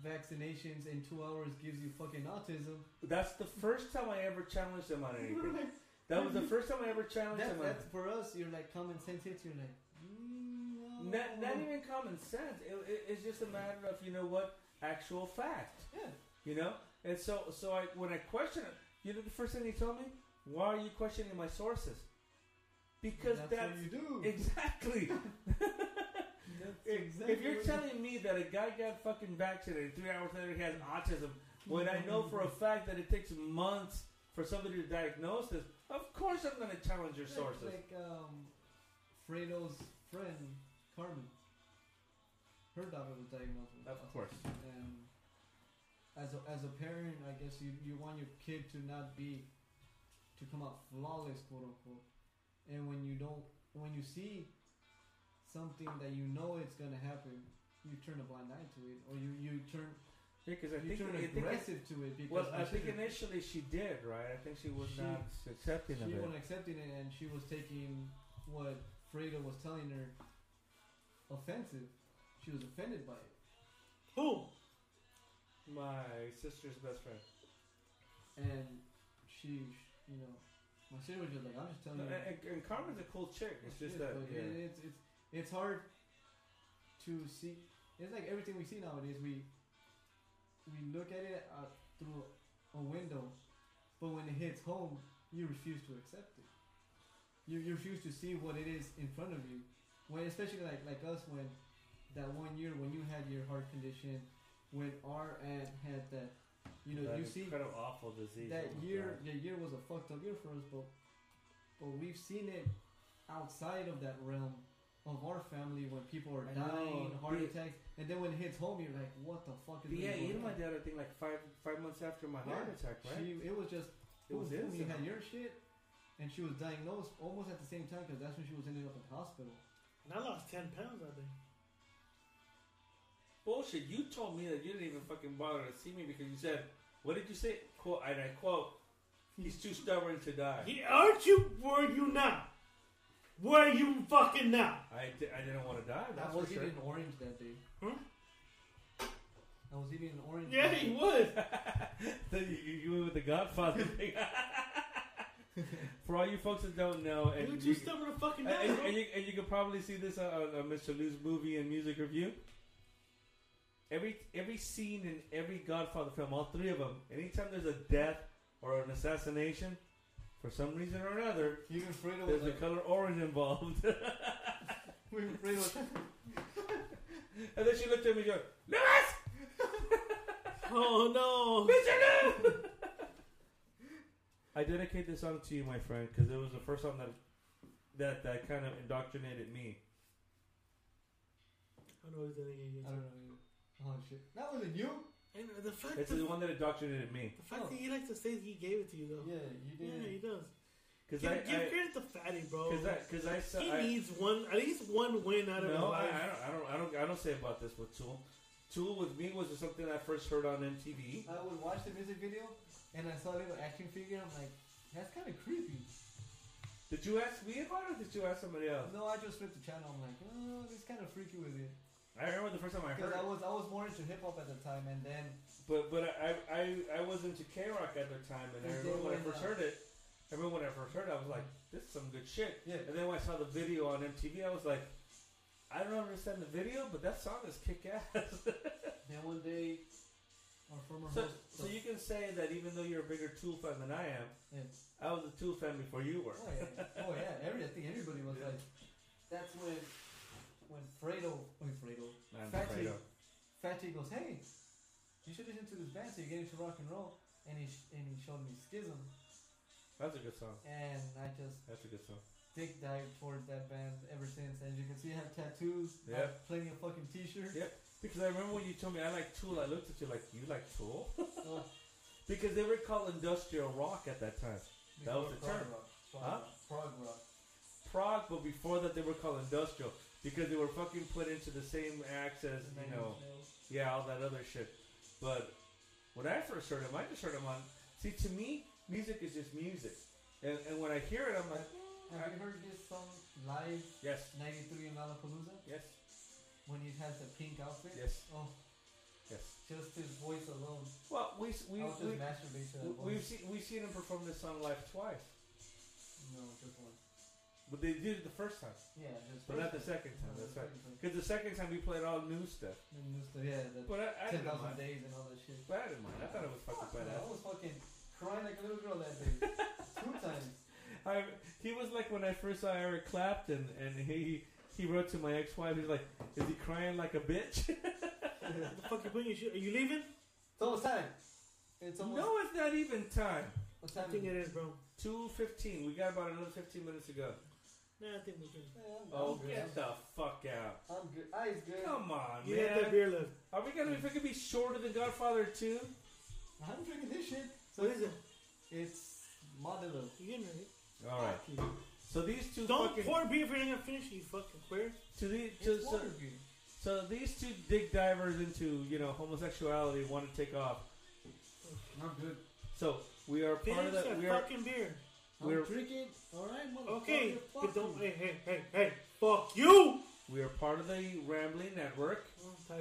[SPEAKER 2] vaccinations in two hours gives you fucking autism.
[SPEAKER 4] That's the first time I ever challenged him on anything. That was the first time I ever challenged
[SPEAKER 2] That,
[SPEAKER 4] him on.
[SPEAKER 2] that's for us. You're like common sense hits. You're like, mm, no.
[SPEAKER 4] Not, not even common sense. It, it, it's just a matter of you know what actual fact.
[SPEAKER 2] Yeah.
[SPEAKER 4] You know, and so so I when I question it, you know the first thing he told me, why are you questioning my sources? Because
[SPEAKER 2] that's,
[SPEAKER 4] that's,
[SPEAKER 2] what you do.
[SPEAKER 4] exactly.
[SPEAKER 2] That's exactly
[SPEAKER 4] if you're
[SPEAKER 2] what
[SPEAKER 4] telling me that a guy got fucking vaccinated, three hours later he has autism, when I know for a fact that it takes months for somebody to diagnose this, of course I'm going to challenge your
[SPEAKER 2] Like-
[SPEAKER 4] sources.
[SPEAKER 2] Like, um, Fredo's friend, Carmen. Her daughter was diagnosed with
[SPEAKER 4] Of
[SPEAKER 2] autism.
[SPEAKER 4] course.
[SPEAKER 2] And as a, as a parent, I guess you, you want your kid to not be, to come out flawless, quote unquote. And when you don't, when you see something that you know it's going to happen, you turn a blind eye to it, or you, you turn
[SPEAKER 4] Yeah, because I
[SPEAKER 2] you
[SPEAKER 4] think,
[SPEAKER 2] turn
[SPEAKER 4] I think
[SPEAKER 2] aggressive to it because
[SPEAKER 4] Well,
[SPEAKER 2] you
[SPEAKER 4] I think
[SPEAKER 2] shouldn't.
[SPEAKER 4] initially she did, right? I think she was
[SPEAKER 2] She-
[SPEAKER 4] not accepting of
[SPEAKER 2] she
[SPEAKER 4] it.
[SPEAKER 2] wasn't accepting it and she was taking what Freda was telling her offensive. She was offended by it.
[SPEAKER 1] Who?
[SPEAKER 4] My sister's best friend.
[SPEAKER 2] And she, you know, my sister was just like, I'm just telling
[SPEAKER 4] No,
[SPEAKER 2] you.
[SPEAKER 4] and, and- and Carmen's a cool chick. It's just that.
[SPEAKER 2] But it-
[SPEAKER 4] Yeah.
[SPEAKER 2] it's, it's, it's hard to see. It's like everything we see nowadays. We we look at it uh, through a window, but when it hits home, you refuse to accept it. You, you refuse to see what it is in front of you. When especially like like us when that one year when you had your heart condition, when our aunt had that, you know,
[SPEAKER 4] that
[SPEAKER 2] you see
[SPEAKER 4] incredible awful disease.
[SPEAKER 2] that
[SPEAKER 4] Oh my
[SPEAKER 2] year
[SPEAKER 4] God.
[SPEAKER 2] the year was a fucked up year for us but but we've seen it outside of that realm of our family when people are
[SPEAKER 4] I
[SPEAKER 2] dying
[SPEAKER 4] know.
[SPEAKER 2] heart
[SPEAKER 4] The-
[SPEAKER 2] attacks and then when it hits home you're like what the fuck is
[SPEAKER 4] Yeah,
[SPEAKER 2] really
[SPEAKER 4] even my
[SPEAKER 2] going on?
[SPEAKER 4] dad, I think, like five five months after my heart
[SPEAKER 2] Yeah,
[SPEAKER 4] attack, right?
[SPEAKER 2] she, it was just
[SPEAKER 4] it was
[SPEAKER 2] boom, boom, you
[SPEAKER 4] instant.
[SPEAKER 2] had your shit and she was diagnosed almost at the same time because that's when she was ended up in the hospital
[SPEAKER 1] And I lost 10 pounds that day.
[SPEAKER 4] Bullshit! You told me that you didn't even fucking bother to see me because you said, "What did you say?" Quote, and I quote, "He's too stubborn to die."
[SPEAKER 1] He, aren't you? Were you not? Were you fucking not?
[SPEAKER 4] I, di- I didn't want to die.
[SPEAKER 2] I
[SPEAKER 4] That's
[SPEAKER 2] was
[SPEAKER 4] for sure.
[SPEAKER 2] eating an orange that day
[SPEAKER 1] Hmm?
[SPEAKER 2] I was eating an orange
[SPEAKER 1] Yeah,
[SPEAKER 2] that
[SPEAKER 1] he
[SPEAKER 2] day.
[SPEAKER 1] was.
[SPEAKER 4] So you, you you went with the Godfather thing. For all you folks that don't know, and
[SPEAKER 1] Dude,
[SPEAKER 4] you-
[SPEAKER 1] you stumbled a fucking
[SPEAKER 4] and,
[SPEAKER 1] die,
[SPEAKER 4] and-
[SPEAKER 1] bro.
[SPEAKER 4] and you, and you can probably see this uh, on, on- on Mr. Lou's movie and music review. Every every scene in every Godfather film, all three of them, anytime there's a death or an assassination, for some reason or another,
[SPEAKER 2] even Fredo was
[SPEAKER 4] there's the
[SPEAKER 2] like
[SPEAKER 4] color orange involved.
[SPEAKER 2] even Fredo was
[SPEAKER 4] and then she looked at me and goes, "Louis,
[SPEAKER 1] Oh
[SPEAKER 4] Mr. Lou!" I dedicate this song to you, my friend, because it was the first song that that that kind of indoctrinated me.
[SPEAKER 1] no! I know he's an idiot.
[SPEAKER 2] I don't know oh shit that wasn't you
[SPEAKER 1] And the fact
[SPEAKER 4] It's
[SPEAKER 1] that,
[SPEAKER 4] the one that indoctrinated me.
[SPEAKER 1] the fact that he likes to say he gave it to you though.
[SPEAKER 2] yeah you
[SPEAKER 1] Yeah,
[SPEAKER 2] did
[SPEAKER 1] he does.
[SPEAKER 4] Because
[SPEAKER 1] Give,
[SPEAKER 4] I,
[SPEAKER 1] give credit to Fatty, bro.
[SPEAKER 4] because I, because I, saw-
[SPEAKER 1] he
[SPEAKER 4] I-
[SPEAKER 1] needs one, at least one win out of his
[SPEAKER 4] no, I,
[SPEAKER 1] life.
[SPEAKER 4] I don't, I don't, I don't, I don't say about this with Tool. Tool with me was just something I first heard on MTV.
[SPEAKER 2] I would watch the music video and I saw a little action figure. I'm like, that's kind of creepy.
[SPEAKER 4] Did you ask me about it? or Did you ask somebody else?
[SPEAKER 2] No, I just flipped the channel. I'm like, oh, this kind of freaky with it.
[SPEAKER 4] I remember the first time I
[SPEAKER 2] Because
[SPEAKER 4] heard. it.
[SPEAKER 2] I was I was more into hip hop at the time, and then
[SPEAKER 4] But but I I, I was into K Rock at the time, and I
[SPEAKER 2] You
[SPEAKER 4] remember
[SPEAKER 2] did
[SPEAKER 4] when I
[SPEAKER 2] when,
[SPEAKER 4] first
[SPEAKER 2] uh,
[SPEAKER 4] heard it. I remember when I first heard it, I was like, this is some good shit.
[SPEAKER 2] Yeah.
[SPEAKER 4] And then when I saw the video on MTV, I was like, I don't understand the video, but that song is kick ass.
[SPEAKER 2] then one day, our former
[SPEAKER 4] so
[SPEAKER 2] host.
[SPEAKER 4] so you can say that even though you're a bigger Tool fan than I am,
[SPEAKER 2] yeah.
[SPEAKER 4] I was a Tool fan before you were.
[SPEAKER 2] Oh yeah, oh yeah. Every I think everybody was
[SPEAKER 4] Yeah.
[SPEAKER 2] like, that's when when Fredo, when Fredo,
[SPEAKER 4] Man,
[SPEAKER 2] Fatty,
[SPEAKER 4] Fredo.
[SPEAKER 2] Fatty goes, hey, you should listen to this band so you get into rock and roll. And he sh- and he showed me Schism,
[SPEAKER 4] That's a good song.
[SPEAKER 2] and I just
[SPEAKER 4] That's a good song.
[SPEAKER 2] dick dived towards that band ever since. As you can see, I have tattoos. I have plenty of fucking t-shirts.
[SPEAKER 4] Yeah. Because I remember when you told me I like Tool, I looked at you like, you like Tool?
[SPEAKER 2] Oh.
[SPEAKER 4] because they were called industrial rock at that time. That was
[SPEAKER 2] Before
[SPEAKER 4] the
[SPEAKER 2] prog
[SPEAKER 4] term.
[SPEAKER 2] Rock, prog
[SPEAKER 4] Huh?
[SPEAKER 2] rock, Prog rock.
[SPEAKER 4] Prog, but before that they were called industrial because they were fucking put into the same acts as, you
[SPEAKER 2] And then
[SPEAKER 4] know,
[SPEAKER 2] Nails.
[SPEAKER 4] yeah, all that other shit. But when I first heard him, I just heard him on. See, to me, music is just music. And, and when I hear it, I'm like, "Hmm,
[SPEAKER 2] Have you heard this song live
[SPEAKER 4] yes,
[SPEAKER 2] '93 in Lollapalooza
[SPEAKER 4] yes,
[SPEAKER 2] when he has the pink outfit?
[SPEAKER 4] yes,
[SPEAKER 2] Oh,
[SPEAKER 4] yes.
[SPEAKER 2] just his voice alone.
[SPEAKER 4] Well, we, s- we,
[SPEAKER 2] I would
[SPEAKER 4] we,
[SPEAKER 2] just masturbate to that
[SPEAKER 4] we- we've,
[SPEAKER 2] voice.
[SPEAKER 4] seen, we've seen him perform this song live twice.
[SPEAKER 2] No, just one.
[SPEAKER 4] But they did it the first time.
[SPEAKER 2] Yeah, just.
[SPEAKER 4] But not the second time, that's right. Because the second time we played all new stuff.
[SPEAKER 2] Yeah, the
[SPEAKER 4] But I, I
[SPEAKER 2] ten
[SPEAKER 4] didn't
[SPEAKER 2] thousand
[SPEAKER 4] mind.
[SPEAKER 2] days and all that shit.
[SPEAKER 4] But I didn't mind. I thought it was fucking
[SPEAKER 2] Man, I
[SPEAKER 4] badass.
[SPEAKER 2] was fucking crying like a little girl that day. Two times.
[SPEAKER 4] I, he was like when I first saw Eric Clapton, and he he wrote to my ex-wife. He's like, "Is he crying like a bitch?"
[SPEAKER 1] What the fuck you putting your shit? Are you leaving?
[SPEAKER 2] It's almost time. It's almost
[SPEAKER 4] no, it's not even time.
[SPEAKER 2] What
[SPEAKER 1] I
[SPEAKER 2] time
[SPEAKER 1] think it
[SPEAKER 2] is it?
[SPEAKER 1] is, bro.
[SPEAKER 4] Two fifteen. We got about another fifteen minutes to go.
[SPEAKER 1] Nah, I think we can.
[SPEAKER 2] Man, I'm
[SPEAKER 4] Oh,
[SPEAKER 2] good.
[SPEAKER 4] get the fuck out!
[SPEAKER 2] I'm good. Ice good.
[SPEAKER 4] Come on,
[SPEAKER 1] You have that
[SPEAKER 4] man.
[SPEAKER 1] beer left.
[SPEAKER 4] Are we gonna be freaking be shorter than Godfather Two?
[SPEAKER 2] I'm drinking this shit. So
[SPEAKER 1] What is it?
[SPEAKER 2] It's Modelo.
[SPEAKER 1] You getting it?
[SPEAKER 4] All right.
[SPEAKER 2] Fuck you.
[SPEAKER 4] So these 2
[SPEAKER 1] Don't
[SPEAKER 4] fucking
[SPEAKER 1] pour beer if you're not gonna finish it, you fucking queer.
[SPEAKER 4] to these
[SPEAKER 2] It's
[SPEAKER 4] to, so,
[SPEAKER 2] water beer.
[SPEAKER 4] so these two dick divers into you know homosexuality want to take off.
[SPEAKER 2] I'm good.
[SPEAKER 4] So we are part
[SPEAKER 1] Finish
[SPEAKER 4] of that.
[SPEAKER 1] that
[SPEAKER 4] We are
[SPEAKER 1] fucking beer.
[SPEAKER 2] I'm
[SPEAKER 4] We're-
[SPEAKER 2] drinking. All right, motherfucker.
[SPEAKER 1] Okay,
[SPEAKER 2] Fuck
[SPEAKER 1] but don't.
[SPEAKER 2] you.
[SPEAKER 1] Hey, hey, hey, hey. Fuck you.
[SPEAKER 4] we are part of the Rambling Network.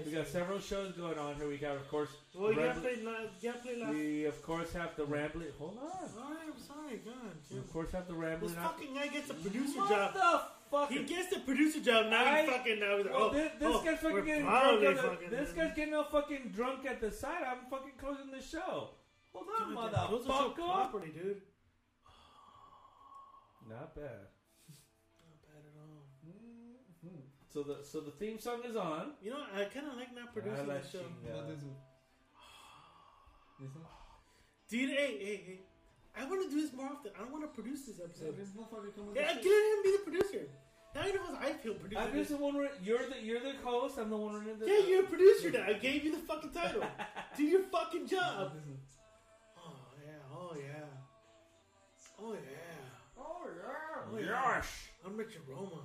[SPEAKER 4] We got several shows going on here. We got of course.
[SPEAKER 1] Well, you gotta
[SPEAKER 4] Ramble-
[SPEAKER 1] play. li- You gotta play last.
[SPEAKER 4] we of course have the Rambling. Hold on.
[SPEAKER 1] Alright, I'm sorry, God.
[SPEAKER 4] We
[SPEAKER 1] dude.
[SPEAKER 4] of course have the
[SPEAKER 1] This
[SPEAKER 4] Rambling.
[SPEAKER 1] fucking guy gets a producer
[SPEAKER 4] what
[SPEAKER 1] job.
[SPEAKER 4] the fuck?
[SPEAKER 1] He gets the producer job now.
[SPEAKER 4] I-
[SPEAKER 1] he fucking now. He's like,
[SPEAKER 4] Well,
[SPEAKER 1] oh,
[SPEAKER 4] this, this
[SPEAKER 1] oh,
[SPEAKER 4] guy's
[SPEAKER 1] we're
[SPEAKER 4] fucking getting drunk.
[SPEAKER 1] probably
[SPEAKER 4] on the-
[SPEAKER 1] fucking-
[SPEAKER 4] this guy's getting all fucking drunk at the side. I'm fucking closing the show. Hold on,
[SPEAKER 1] God damn, those are so
[SPEAKER 4] motherfucker.
[SPEAKER 1] property, dude.
[SPEAKER 4] Not bad.
[SPEAKER 1] Not bad at all.
[SPEAKER 4] So the so the theme song is on.
[SPEAKER 1] You know, I kind of like not
[SPEAKER 4] I
[SPEAKER 1] producing
[SPEAKER 4] like
[SPEAKER 1] the show.
[SPEAKER 4] you,
[SPEAKER 2] Not
[SPEAKER 4] uh,
[SPEAKER 2] this one. This one?
[SPEAKER 1] Dude, hey, hey, hey. I want to do this more often. I don't want to produce this
[SPEAKER 2] So
[SPEAKER 1] episode.
[SPEAKER 2] this motherfucker comes with
[SPEAKER 1] Yeah,
[SPEAKER 2] this
[SPEAKER 1] get him to be the producer. Now you know how I feel
[SPEAKER 4] I'm
[SPEAKER 1] producing.
[SPEAKER 4] just
[SPEAKER 1] this.
[SPEAKER 4] the one. Re- you're the you're the host. I'm the one running the.
[SPEAKER 1] Yeah, you're a producer now. I gave you the fucking title. do your fucking job.
[SPEAKER 2] This one.
[SPEAKER 1] Oh, yeah, oh, yeah. Oh, yeah.
[SPEAKER 2] Oh, yeah.
[SPEAKER 1] Oh, yeah.
[SPEAKER 4] Gosh.
[SPEAKER 1] I'm Richard Roma.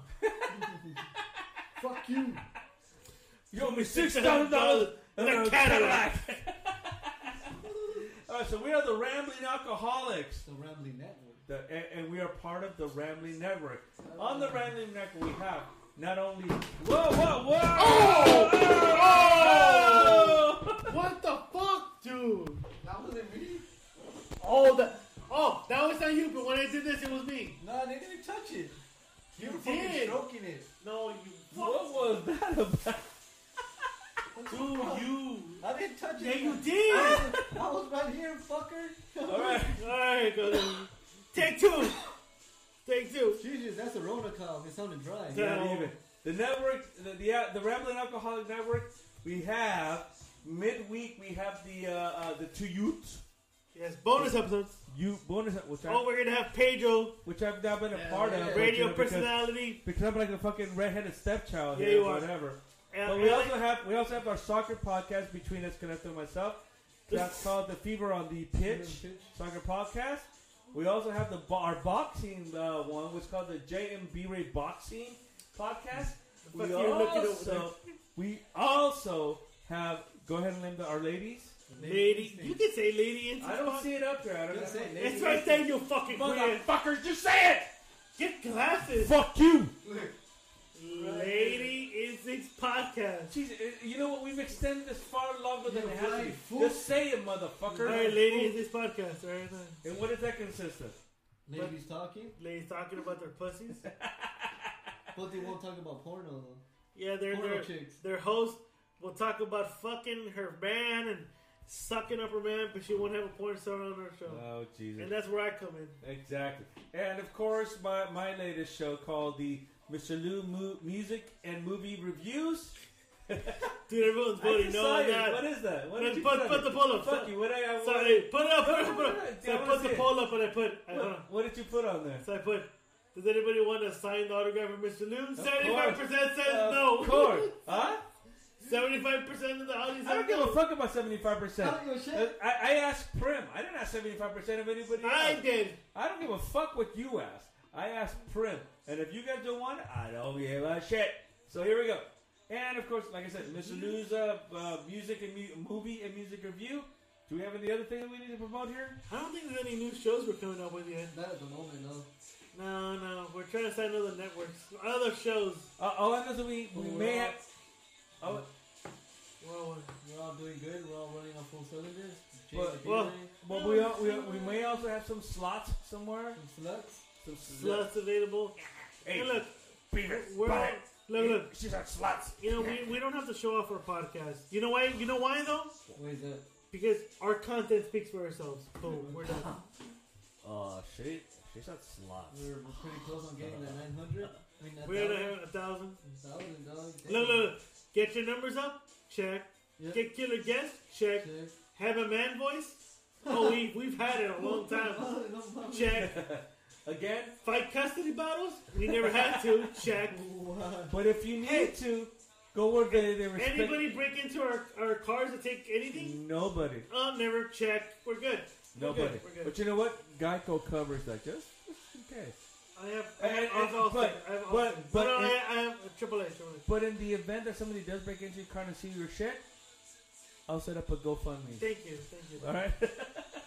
[SPEAKER 2] Fuck you.
[SPEAKER 4] You owe me six thousand dollars and
[SPEAKER 1] And
[SPEAKER 4] a
[SPEAKER 1] a
[SPEAKER 4] Cadillac. All right, so we are the Rambling Alcoholics,
[SPEAKER 2] The Rambling Network.
[SPEAKER 4] the, and, and we are part of the Rambling Network. On the Rambling Network, we have not only whoa, whoa, whoa! Oh!
[SPEAKER 1] What the fuck, dude?
[SPEAKER 2] That wasn't me.
[SPEAKER 1] Oh, the oh, that was not you. But when I did this, it was me.
[SPEAKER 2] No, they didn't touch it. You,
[SPEAKER 1] You
[SPEAKER 2] were fucking
[SPEAKER 1] did.
[SPEAKER 2] stroking it.
[SPEAKER 1] No, you.
[SPEAKER 4] What was that about?
[SPEAKER 1] Dude, you.
[SPEAKER 2] I didn't touch
[SPEAKER 1] Yeah,
[SPEAKER 2] it.
[SPEAKER 1] you did.
[SPEAKER 2] I was right here, fucker.
[SPEAKER 4] All right,
[SPEAKER 1] All right, go. then. Take two. Take two.
[SPEAKER 2] Jesus, that's a Rona call. It sounded dry.
[SPEAKER 4] not even the network, the the, uh, the Rambling Alcoholic Network. We have midweek. We have the uh, uh, the two youths.
[SPEAKER 1] Yes, bonus episodes.
[SPEAKER 4] You bonus, which I,
[SPEAKER 1] Oh, we're gonna have Pedro,
[SPEAKER 4] which I've now been a
[SPEAKER 2] Yeah,
[SPEAKER 4] part of.
[SPEAKER 2] yeah.
[SPEAKER 4] but, you
[SPEAKER 1] radio
[SPEAKER 4] know, because-
[SPEAKER 1] personality.
[SPEAKER 4] Because I'm like a fucking redheaded stepchild
[SPEAKER 1] Yeah,
[SPEAKER 4] here,
[SPEAKER 1] you are.
[SPEAKER 4] whatever.
[SPEAKER 1] and-
[SPEAKER 4] But
[SPEAKER 1] and
[SPEAKER 4] we
[SPEAKER 1] like-
[SPEAKER 4] also have we also have our soccer podcast between us, Connector and myself. That's called the Fever on the Pitch
[SPEAKER 2] Pitch.
[SPEAKER 4] Soccer Podcast. We also have the bo- our boxing uh, one, which is called the JMB Ray Boxing Podcast.
[SPEAKER 1] Fuck
[SPEAKER 4] We
[SPEAKER 1] you, look it over
[SPEAKER 4] also we also have go ahead and name the, our ladies.
[SPEAKER 1] lady, you can say lady. In
[SPEAKER 4] I don't see it up there. I don't
[SPEAKER 2] Just say
[SPEAKER 4] know.
[SPEAKER 2] ladies.
[SPEAKER 1] It's right there. You fucking queer.
[SPEAKER 4] Motherfuckers, just say
[SPEAKER 1] Get
[SPEAKER 4] it.
[SPEAKER 1] glasses.
[SPEAKER 4] Fuck you.
[SPEAKER 1] Lady in Six podcast.
[SPEAKER 4] Jeez, uh, you know what? We've extended this far longer than
[SPEAKER 2] You
[SPEAKER 4] it has to
[SPEAKER 2] bloody
[SPEAKER 4] be.
[SPEAKER 2] fool.
[SPEAKER 4] Just say it, motherfucker.
[SPEAKER 1] All right, lady in Six podcast. All right. then.
[SPEAKER 4] And what is that consist of?
[SPEAKER 2] Ladies talking,
[SPEAKER 1] Ladies talking about their pussies.
[SPEAKER 2] but they won't talk about porno though.
[SPEAKER 1] Yeah, their
[SPEAKER 2] Porno
[SPEAKER 1] their,
[SPEAKER 2] chicks.
[SPEAKER 1] their host will talk about fucking her man and sucking up her man, but she won't have a porn star on her show.
[SPEAKER 4] Oh,
[SPEAKER 1] and
[SPEAKER 4] Jesus.
[SPEAKER 1] that's where I come in.
[SPEAKER 4] Exactly. And of course, my, my latest show called the Mr. Lou Mu- Music and Movie Reviews.
[SPEAKER 1] Dude, everyone's voting
[SPEAKER 4] just
[SPEAKER 1] no
[SPEAKER 4] saw
[SPEAKER 1] on
[SPEAKER 4] you.
[SPEAKER 1] that.
[SPEAKER 4] What is that? What
[SPEAKER 1] Put-
[SPEAKER 4] did you
[SPEAKER 1] put-
[SPEAKER 4] put, on
[SPEAKER 1] put
[SPEAKER 4] it?
[SPEAKER 1] the poll up.
[SPEAKER 4] Fuck you. What did I? What,
[SPEAKER 1] Sorry, put it up, put it
[SPEAKER 4] No,
[SPEAKER 1] up,
[SPEAKER 4] no,
[SPEAKER 1] put it
[SPEAKER 4] no, no,
[SPEAKER 1] up.
[SPEAKER 4] I
[SPEAKER 1] So I
[SPEAKER 4] wanna
[SPEAKER 1] put
[SPEAKER 4] see
[SPEAKER 1] the
[SPEAKER 4] it.
[SPEAKER 1] poll up and I put, I hold on.
[SPEAKER 4] what, what did you put on there?
[SPEAKER 1] So I put, does anybody want to sign the autograph of Mr. Loom? Seventy-five percent says
[SPEAKER 4] Of
[SPEAKER 1] no.
[SPEAKER 4] course. Huh?
[SPEAKER 1] Seventy-five percent of the audience
[SPEAKER 4] I
[SPEAKER 1] says
[SPEAKER 4] don't give a
[SPEAKER 1] no.
[SPEAKER 4] fuck about seventy five
[SPEAKER 2] I
[SPEAKER 4] percent.
[SPEAKER 2] don't give a
[SPEAKER 4] I,
[SPEAKER 2] shit.
[SPEAKER 4] I asked Prim. I didn't ask seventy five percent of anybody.
[SPEAKER 1] I
[SPEAKER 4] else.
[SPEAKER 1] did.
[SPEAKER 4] I don't give a fuck what you ask. I asked Prim. And if you guys don't want it, I don't give a shit. So here we go. And of course, like I said, Mr. Lou's uh, uh, music and mu- movie and music review. Do we have any other thing that we need to promote here?
[SPEAKER 1] I don't think there's any new shows we're coming up with yet.
[SPEAKER 2] Not at the moment, no.
[SPEAKER 1] No, no, we're trying to sign other networks, other shows.
[SPEAKER 4] Uh, all I know is that we, we may have. Oh,
[SPEAKER 1] Well, uh,
[SPEAKER 2] We're all doing good. We're all running on full cylinders.
[SPEAKER 4] Well,
[SPEAKER 2] Jason
[SPEAKER 1] well,
[SPEAKER 2] Avery,
[SPEAKER 4] but we, all, we, we may also have some slots somewhere.
[SPEAKER 2] some sluts.
[SPEAKER 4] Some
[SPEAKER 1] slots available.
[SPEAKER 4] Hey,
[SPEAKER 1] and look,
[SPEAKER 4] Peter,
[SPEAKER 1] we're all,
[SPEAKER 4] buy it.
[SPEAKER 1] look, look.
[SPEAKER 4] She's on slots.
[SPEAKER 1] You know, we, we don't have to show off our podcast. You know why? You know why though?
[SPEAKER 2] What is that?
[SPEAKER 1] Because our content speaks for ourselves. Boom, we're done.
[SPEAKER 4] Oh, she, she's on slots.
[SPEAKER 2] We're, we're pretty close on getting that 900. I mean, that
[SPEAKER 1] We're gonna have a thousand.
[SPEAKER 2] 1,000, dog.
[SPEAKER 1] Look, look,
[SPEAKER 2] Damn.
[SPEAKER 1] look. Get your numbers up. Check.
[SPEAKER 2] Yep.
[SPEAKER 1] Get killer guests. Check.
[SPEAKER 2] Check.
[SPEAKER 1] Have a man voice. Oh, we we've had it a long time.
[SPEAKER 2] Oh,
[SPEAKER 1] Check.
[SPEAKER 4] Again,
[SPEAKER 1] Fight custody battles. We never had to. Check.
[SPEAKER 2] What?
[SPEAKER 4] but if you need to, go work at it.
[SPEAKER 1] Anybody break into our, our cars to take anything?
[SPEAKER 4] Nobody.
[SPEAKER 1] Oh, never. Check. We're good. We're
[SPEAKER 4] Nobody.
[SPEAKER 1] Good. We're good.
[SPEAKER 4] But you know what? Geico covers that just, just in case.
[SPEAKER 1] I have. I
[SPEAKER 4] And-
[SPEAKER 1] have, I have
[SPEAKER 4] and-
[SPEAKER 1] all
[SPEAKER 4] but-
[SPEAKER 1] set. I have all
[SPEAKER 4] but-
[SPEAKER 1] set.
[SPEAKER 4] but
[SPEAKER 1] no, no,
[SPEAKER 4] it-
[SPEAKER 1] I, I have triple A. Triple A.
[SPEAKER 4] But in the event that somebody does break into your car and see your shit, I'll set up a GoFundMe.
[SPEAKER 1] Thank you. Thank you.
[SPEAKER 4] All right,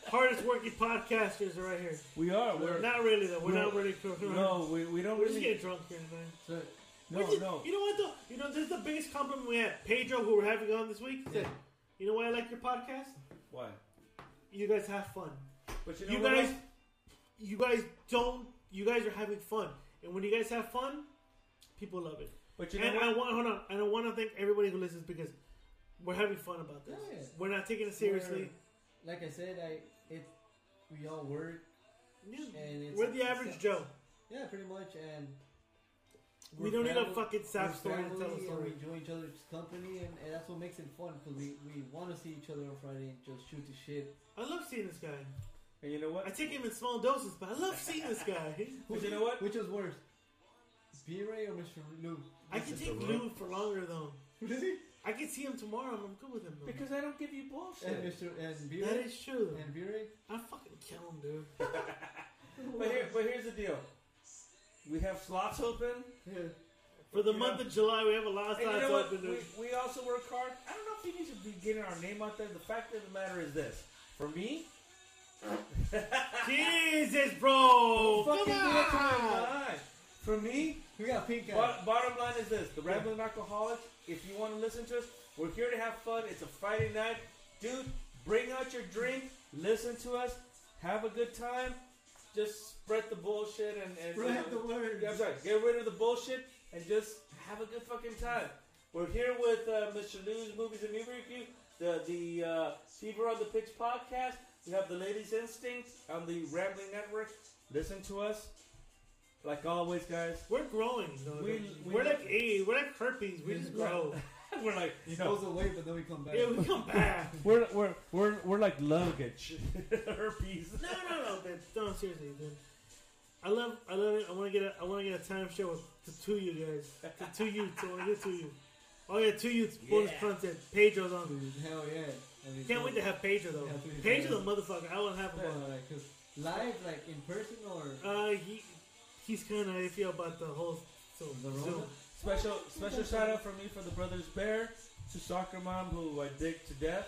[SPEAKER 1] Hardest working podcasters are right here.
[SPEAKER 4] we are. We're
[SPEAKER 1] not really though. We're
[SPEAKER 4] we're-
[SPEAKER 1] not really.
[SPEAKER 4] no, we, we don't
[SPEAKER 1] We're just
[SPEAKER 4] really.
[SPEAKER 1] getting drunk here tonight.
[SPEAKER 2] Check.
[SPEAKER 4] No,
[SPEAKER 1] We did-
[SPEAKER 4] no.
[SPEAKER 1] You know what though? You know this is the biggest compliment we had. Pedro, who we're having on this week, said, "You know why I like your podcast?
[SPEAKER 4] Why?
[SPEAKER 1] You guys have fun.
[SPEAKER 4] But
[SPEAKER 1] You, guys, you guys don't. You guys are having fun, and when you guys have fun, people love it.
[SPEAKER 4] But you know
[SPEAKER 1] and
[SPEAKER 4] what?
[SPEAKER 1] I want hold on. And I want to thank everybody who listens because we're having fun about this.
[SPEAKER 2] Yeah.
[SPEAKER 1] We're not taking it seriously.
[SPEAKER 2] Like I said, I it we all work.
[SPEAKER 1] Yeah.
[SPEAKER 2] And it's-
[SPEAKER 1] We're the average
[SPEAKER 2] it's-
[SPEAKER 1] Joe.
[SPEAKER 2] Yeah, pretty much. And
[SPEAKER 1] We
[SPEAKER 2] we're
[SPEAKER 1] don't need a
[SPEAKER 2] family-
[SPEAKER 1] fucking
[SPEAKER 2] we're
[SPEAKER 1] sad story to tell a
[SPEAKER 2] family and We
[SPEAKER 1] story.
[SPEAKER 2] enjoy each other's company, and, and that's what makes it fun because we, we want to see each other on Friday and just shoot the shit.
[SPEAKER 1] I love seeing this guy.
[SPEAKER 4] and you know what?
[SPEAKER 1] I take him in small doses, but I love seeing this guy.
[SPEAKER 4] But you know what?
[SPEAKER 2] Which was worse, B Ray or Mr. Lou?
[SPEAKER 1] I can take Lou for longer though.
[SPEAKER 2] Really?
[SPEAKER 1] I can see him tomorrow. I'm good with him. Though.
[SPEAKER 4] Because I don't give you
[SPEAKER 2] And
[SPEAKER 4] bullshit.
[SPEAKER 2] Mr. and B
[SPEAKER 1] that
[SPEAKER 2] Ray
[SPEAKER 1] is true.
[SPEAKER 2] and B Ray.
[SPEAKER 1] I fucking kill him, dude.
[SPEAKER 4] But here, but here's the deal. We have slots open.
[SPEAKER 2] Yeah.
[SPEAKER 1] For the
[SPEAKER 4] You
[SPEAKER 1] month
[SPEAKER 4] know-
[SPEAKER 1] of July, we have a lot of
[SPEAKER 4] And you
[SPEAKER 1] slots
[SPEAKER 4] know what?
[SPEAKER 1] open,
[SPEAKER 4] We,
[SPEAKER 1] dude.
[SPEAKER 4] we also work hard. I don't know if we need to be getting our name out there. The fact of the matter is this. For me,
[SPEAKER 1] Jesus, bro!
[SPEAKER 4] fucking
[SPEAKER 1] Come
[SPEAKER 4] do it to my
[SPEAKER 1] on!
[SPEAKER 4] mind. For me,
[SPEAKER 2] We got pink
[SPEAKER 4] bo-
[SPEAKER 2] eye.
[SPEAKER 4] bottom line is this. The Rambling Alcoholics, if you want to listen to us, we're here to have fun. It's a Friday night. Dude, bring out your drink. Listen to us. Have a good time. Just spread the bullshit and... and
[SPEAKER 2] Spread the word.
[SPEAKER 4] Yeah, I'm sorry. Get rid of the bullshit and just have a good fucking time. We're here with uh, Mr. News Movies and Movie Review, the the uh, Fever on the Pitch podcast. We have the Ladies Instincts on the Rambling Network. Listen to us, like always, guys.
[SPEAKER 1] We're growing, though.
[SPEAKER 4] We-
[SPEAKER 1] dude.
[SPEAKER 4] we-
[SPEAKER 1] we're like AIDS. We're like herpes. We
[SPEAKER 2] We
[SPEAKER 1] just
[SPEAKER 2] grow.
[SPEAKER 1] grow.
[SPEAKER 4] we're like
[SPEAKER 2] It
[SPEAKER 4] no,
[SPEAKER 2] goes away, but then we come back.
[SPEAKER 1] yeah, we come back.
[SPEAKER 4] we're we're we're we're like luggage, herpes.
[SPEAKER 1] No, no, no, but no, seriously, dude. I love, I love it. I want to get, a, I want to get a time show with the two you guys, the two youths. I want to get two you. Oh yeah, two youths bonus
[SPEAKER 4] Yeah.
[SPEAKER 1] content. Pedro's on.
[SPEAKER 2] Dude, hell yeah. I mean,
[SPEAKER 1] Can't wait to have Pedro though.
[SPEAKER 2] Yeah, please,
[SPEAKER 1] Pedro
[SPEAKER 2] yeah.
[SPEAKER 1] the motherfucker. I want to have him
[SPEAKER 2] Yeah,
[SPEAKER 1] on.
[SPEAKER 2] like, 'cause live, like in person or
[SPEAKER 1] Uh, he he's kind of iffy about the whole so,
[SPEAKER 2] the
[SPEAKER 1] so
[SPEAKER 2] Rona?
[SPEAKER 4] Special special shout out from me for the brothers Bear to soccer mom who I dig to death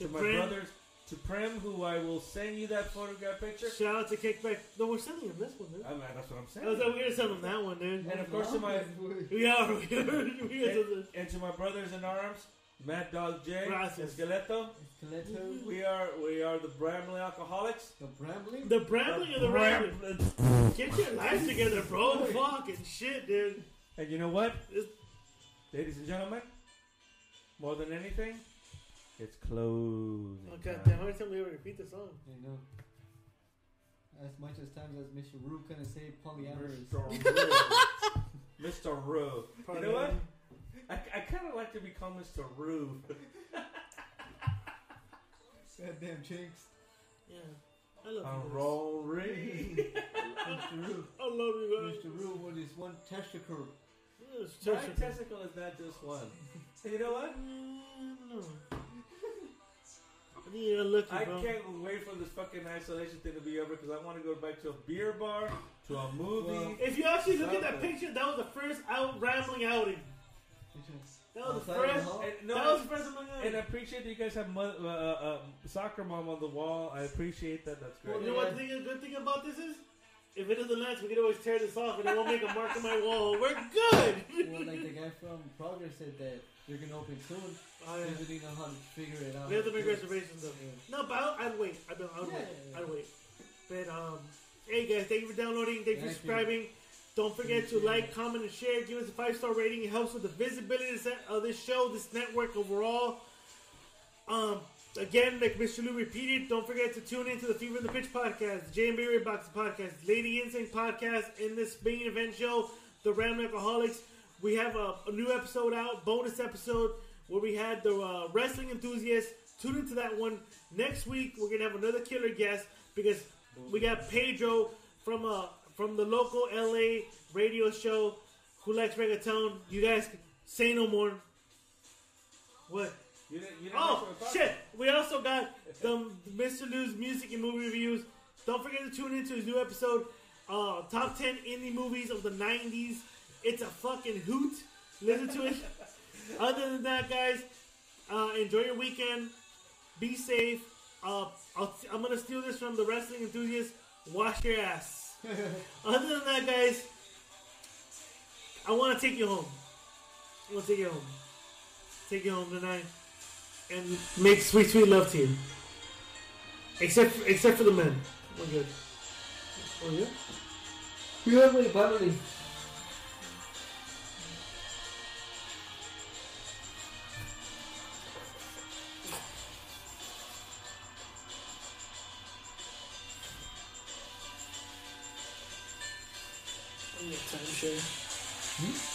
[SPEAKER 4] to,
[SPEAKER 1] To
[SPEAKER 4] my
[SPEAKER 1] Prim.
[SPEAKER 4] brothers to Prim who I will send you that photograph picture.
[SPEAKER 1] Shout out to Kickback. No, we're sending him this one, dude. Oh,
[SPEAKER 4] I mean, that's what I'm
[SPEAKER 1] I was
[SPEAKER 4] saying.
[SPEAKER 1] like, we're gonna send him that one, dude.
[SPEAKER 4] And of course to my
[SPEAKER 1] We are. We are. We are
[SPEAKER 4] and, and to my brothers in arms, Mad Dog J,
[SPEAKER 1] Gracias.
[SPEAKER 4] Esqueleto.
[SPEAKER 2] Coletto,
[SPEAKER 4] We are we are the Bramley alcoholics.
[SPEAKER 2] the Brambling.
[SPEAKER 1] the brambling of the rabbit.
[SPEAKER 4] Bram-
[SPEAKER 1] Get your life together, bro. Fucking shit, dude.
[SPEAKER 4] and you know what,
[SPEAKER 1] It's-
[SPEAKER 4] ladies and gentlemen, more than anything, it's closing.
[SPEAKER 1] Oh god
[SPEAKER 4] time.
[SPEAKER 1] damn! How many times we ever repeat the song?
[SPEAKER 2] You know, as much as times as Mr. Rue couldn't say polyamorous.
[SPEAKER 4] Mr. Rowe. Mr. Rowe. You know what?
[SPEAKER 10] I, I kind of like to be comments to Rube.
[SPEAKER 2] That damn chinks.
[SPEAKER 1] Yeah. I love you.
[SPEAKER 10] I'm
[SPEAKER 1] guys.
[SPEAKER 10] Rory.
[SPEAKER 2] Mr. Roo.
[SPEAKER 1] I love you guys.
[SPEAKER 2] Mr. Roo with his one testicle.
[SPEAKER 1] Yes,
[SPEAKER 10] My
[SPEAKER 1] Chester.
[SPEAKER 10] testicle is not just one. You know what?
[SPEAKER 1] Mm, no. I think you're lucky,
[SPEAKER 10] I
[SPEAKER 1] bro.
[SPEAKER 10] can't wait for this fucking isolation thing to be over because I want to go back to a beer bar, to a movie.
[SPEAKER 2] Well,
[SPEAKER 1] If you actually look at that
[SPEAKER 10] Something.
[SPEAKER 1] picture, that was the first out rambling outing. That was the
[SPEAKER 2] Outside the
[SPEAKER 1] first.
[SPEAKER 2] hall?
[SPEAKER 10] and,
[SPEAKER 1] that was the first of my
[SPEAKER 10] and I
[SPEAKER 1] life.
[SPEAKER 10] appreciate that you guys have mo- uh, uh, um, soccer mom on the wall. I appreciate that. That's
[SPEAKER 2] uh,
[SPEAKER 10] great.
[SPEAKER 1] You know what the thing, good thing about this is? If it doesn't last, we can always tear this off and it won't make a mark on my wall. We're good!
[SPEAKER 2] Well, like the guy from Progress said that they're gonna open soon.
[SPEAKER 1] Oh,
[SPEAKER 2] They
[SPEAKER 1] yeah.
[SPEAKER 2] really know how to figure it out.
[SPEAKER 1] We have to make reservations though. No, but I'll, I'll wait. I'll, I'll
[SPEAKER 2] Yeah,
[SPEAKER 1] wait.
[SPEAKER 2] yeah,
[SPEAKER 1] I'll
[SPEAKER 2] yeah.
[SPEAKER 1] wait. But um, hey guys, thank you for downloading. Thank you for
[SPEAKER 2] Thank you.
[SPEAKER 1] subscribing. Don't forget to
[SPEAKER 2] Thank you.
[SPEAKER 1] like, comment, and share. Give us a five star rating. It helps with the visibility of this- of this show, this network overall. Um, again, like Mr. Lou repeated, don't forget to tune into the Fever of the Pitch podcast, the JMB Box podcast, Lady Instinct podcast, in this main event show, the Ram Alcoholics. We have a, a new episode out, bonus episode, where we had the uh, wrestling enthusiasts. Tune into that one. Next week, we're going to have another killer guest because we got Pedro from uh, from the local LA radio show who likes reggaeton. You guys, say no more. What?
[SPEAKER 10] You didn't, you didn't
[SPEAKER 1] Oh
[SPEAKER 10] mention soccer.
[SPEAKER 1] shit! We also got the Mr. Lou's music and movie reviews. Don't forget to tune into his new episode, uh, top ten indie movies of the '90s. It's a fucking hoot. Listen to it. Other than that, guys, uh, enjoy your weekend. Be safe. Uh, I'll, I'm gonna steal this from the wrestling enthusiast. Wash your ass. Other than that, guys, I want to take you home. I want to take you home. Take you home tonight and make sweet, sweet love to you. Except, except for the men. We're good. We're good.
[SPEAKER 2] You have my family.
[SPEAKER 1] I'm gonna time share.
[SPEAKER 2] Hmm?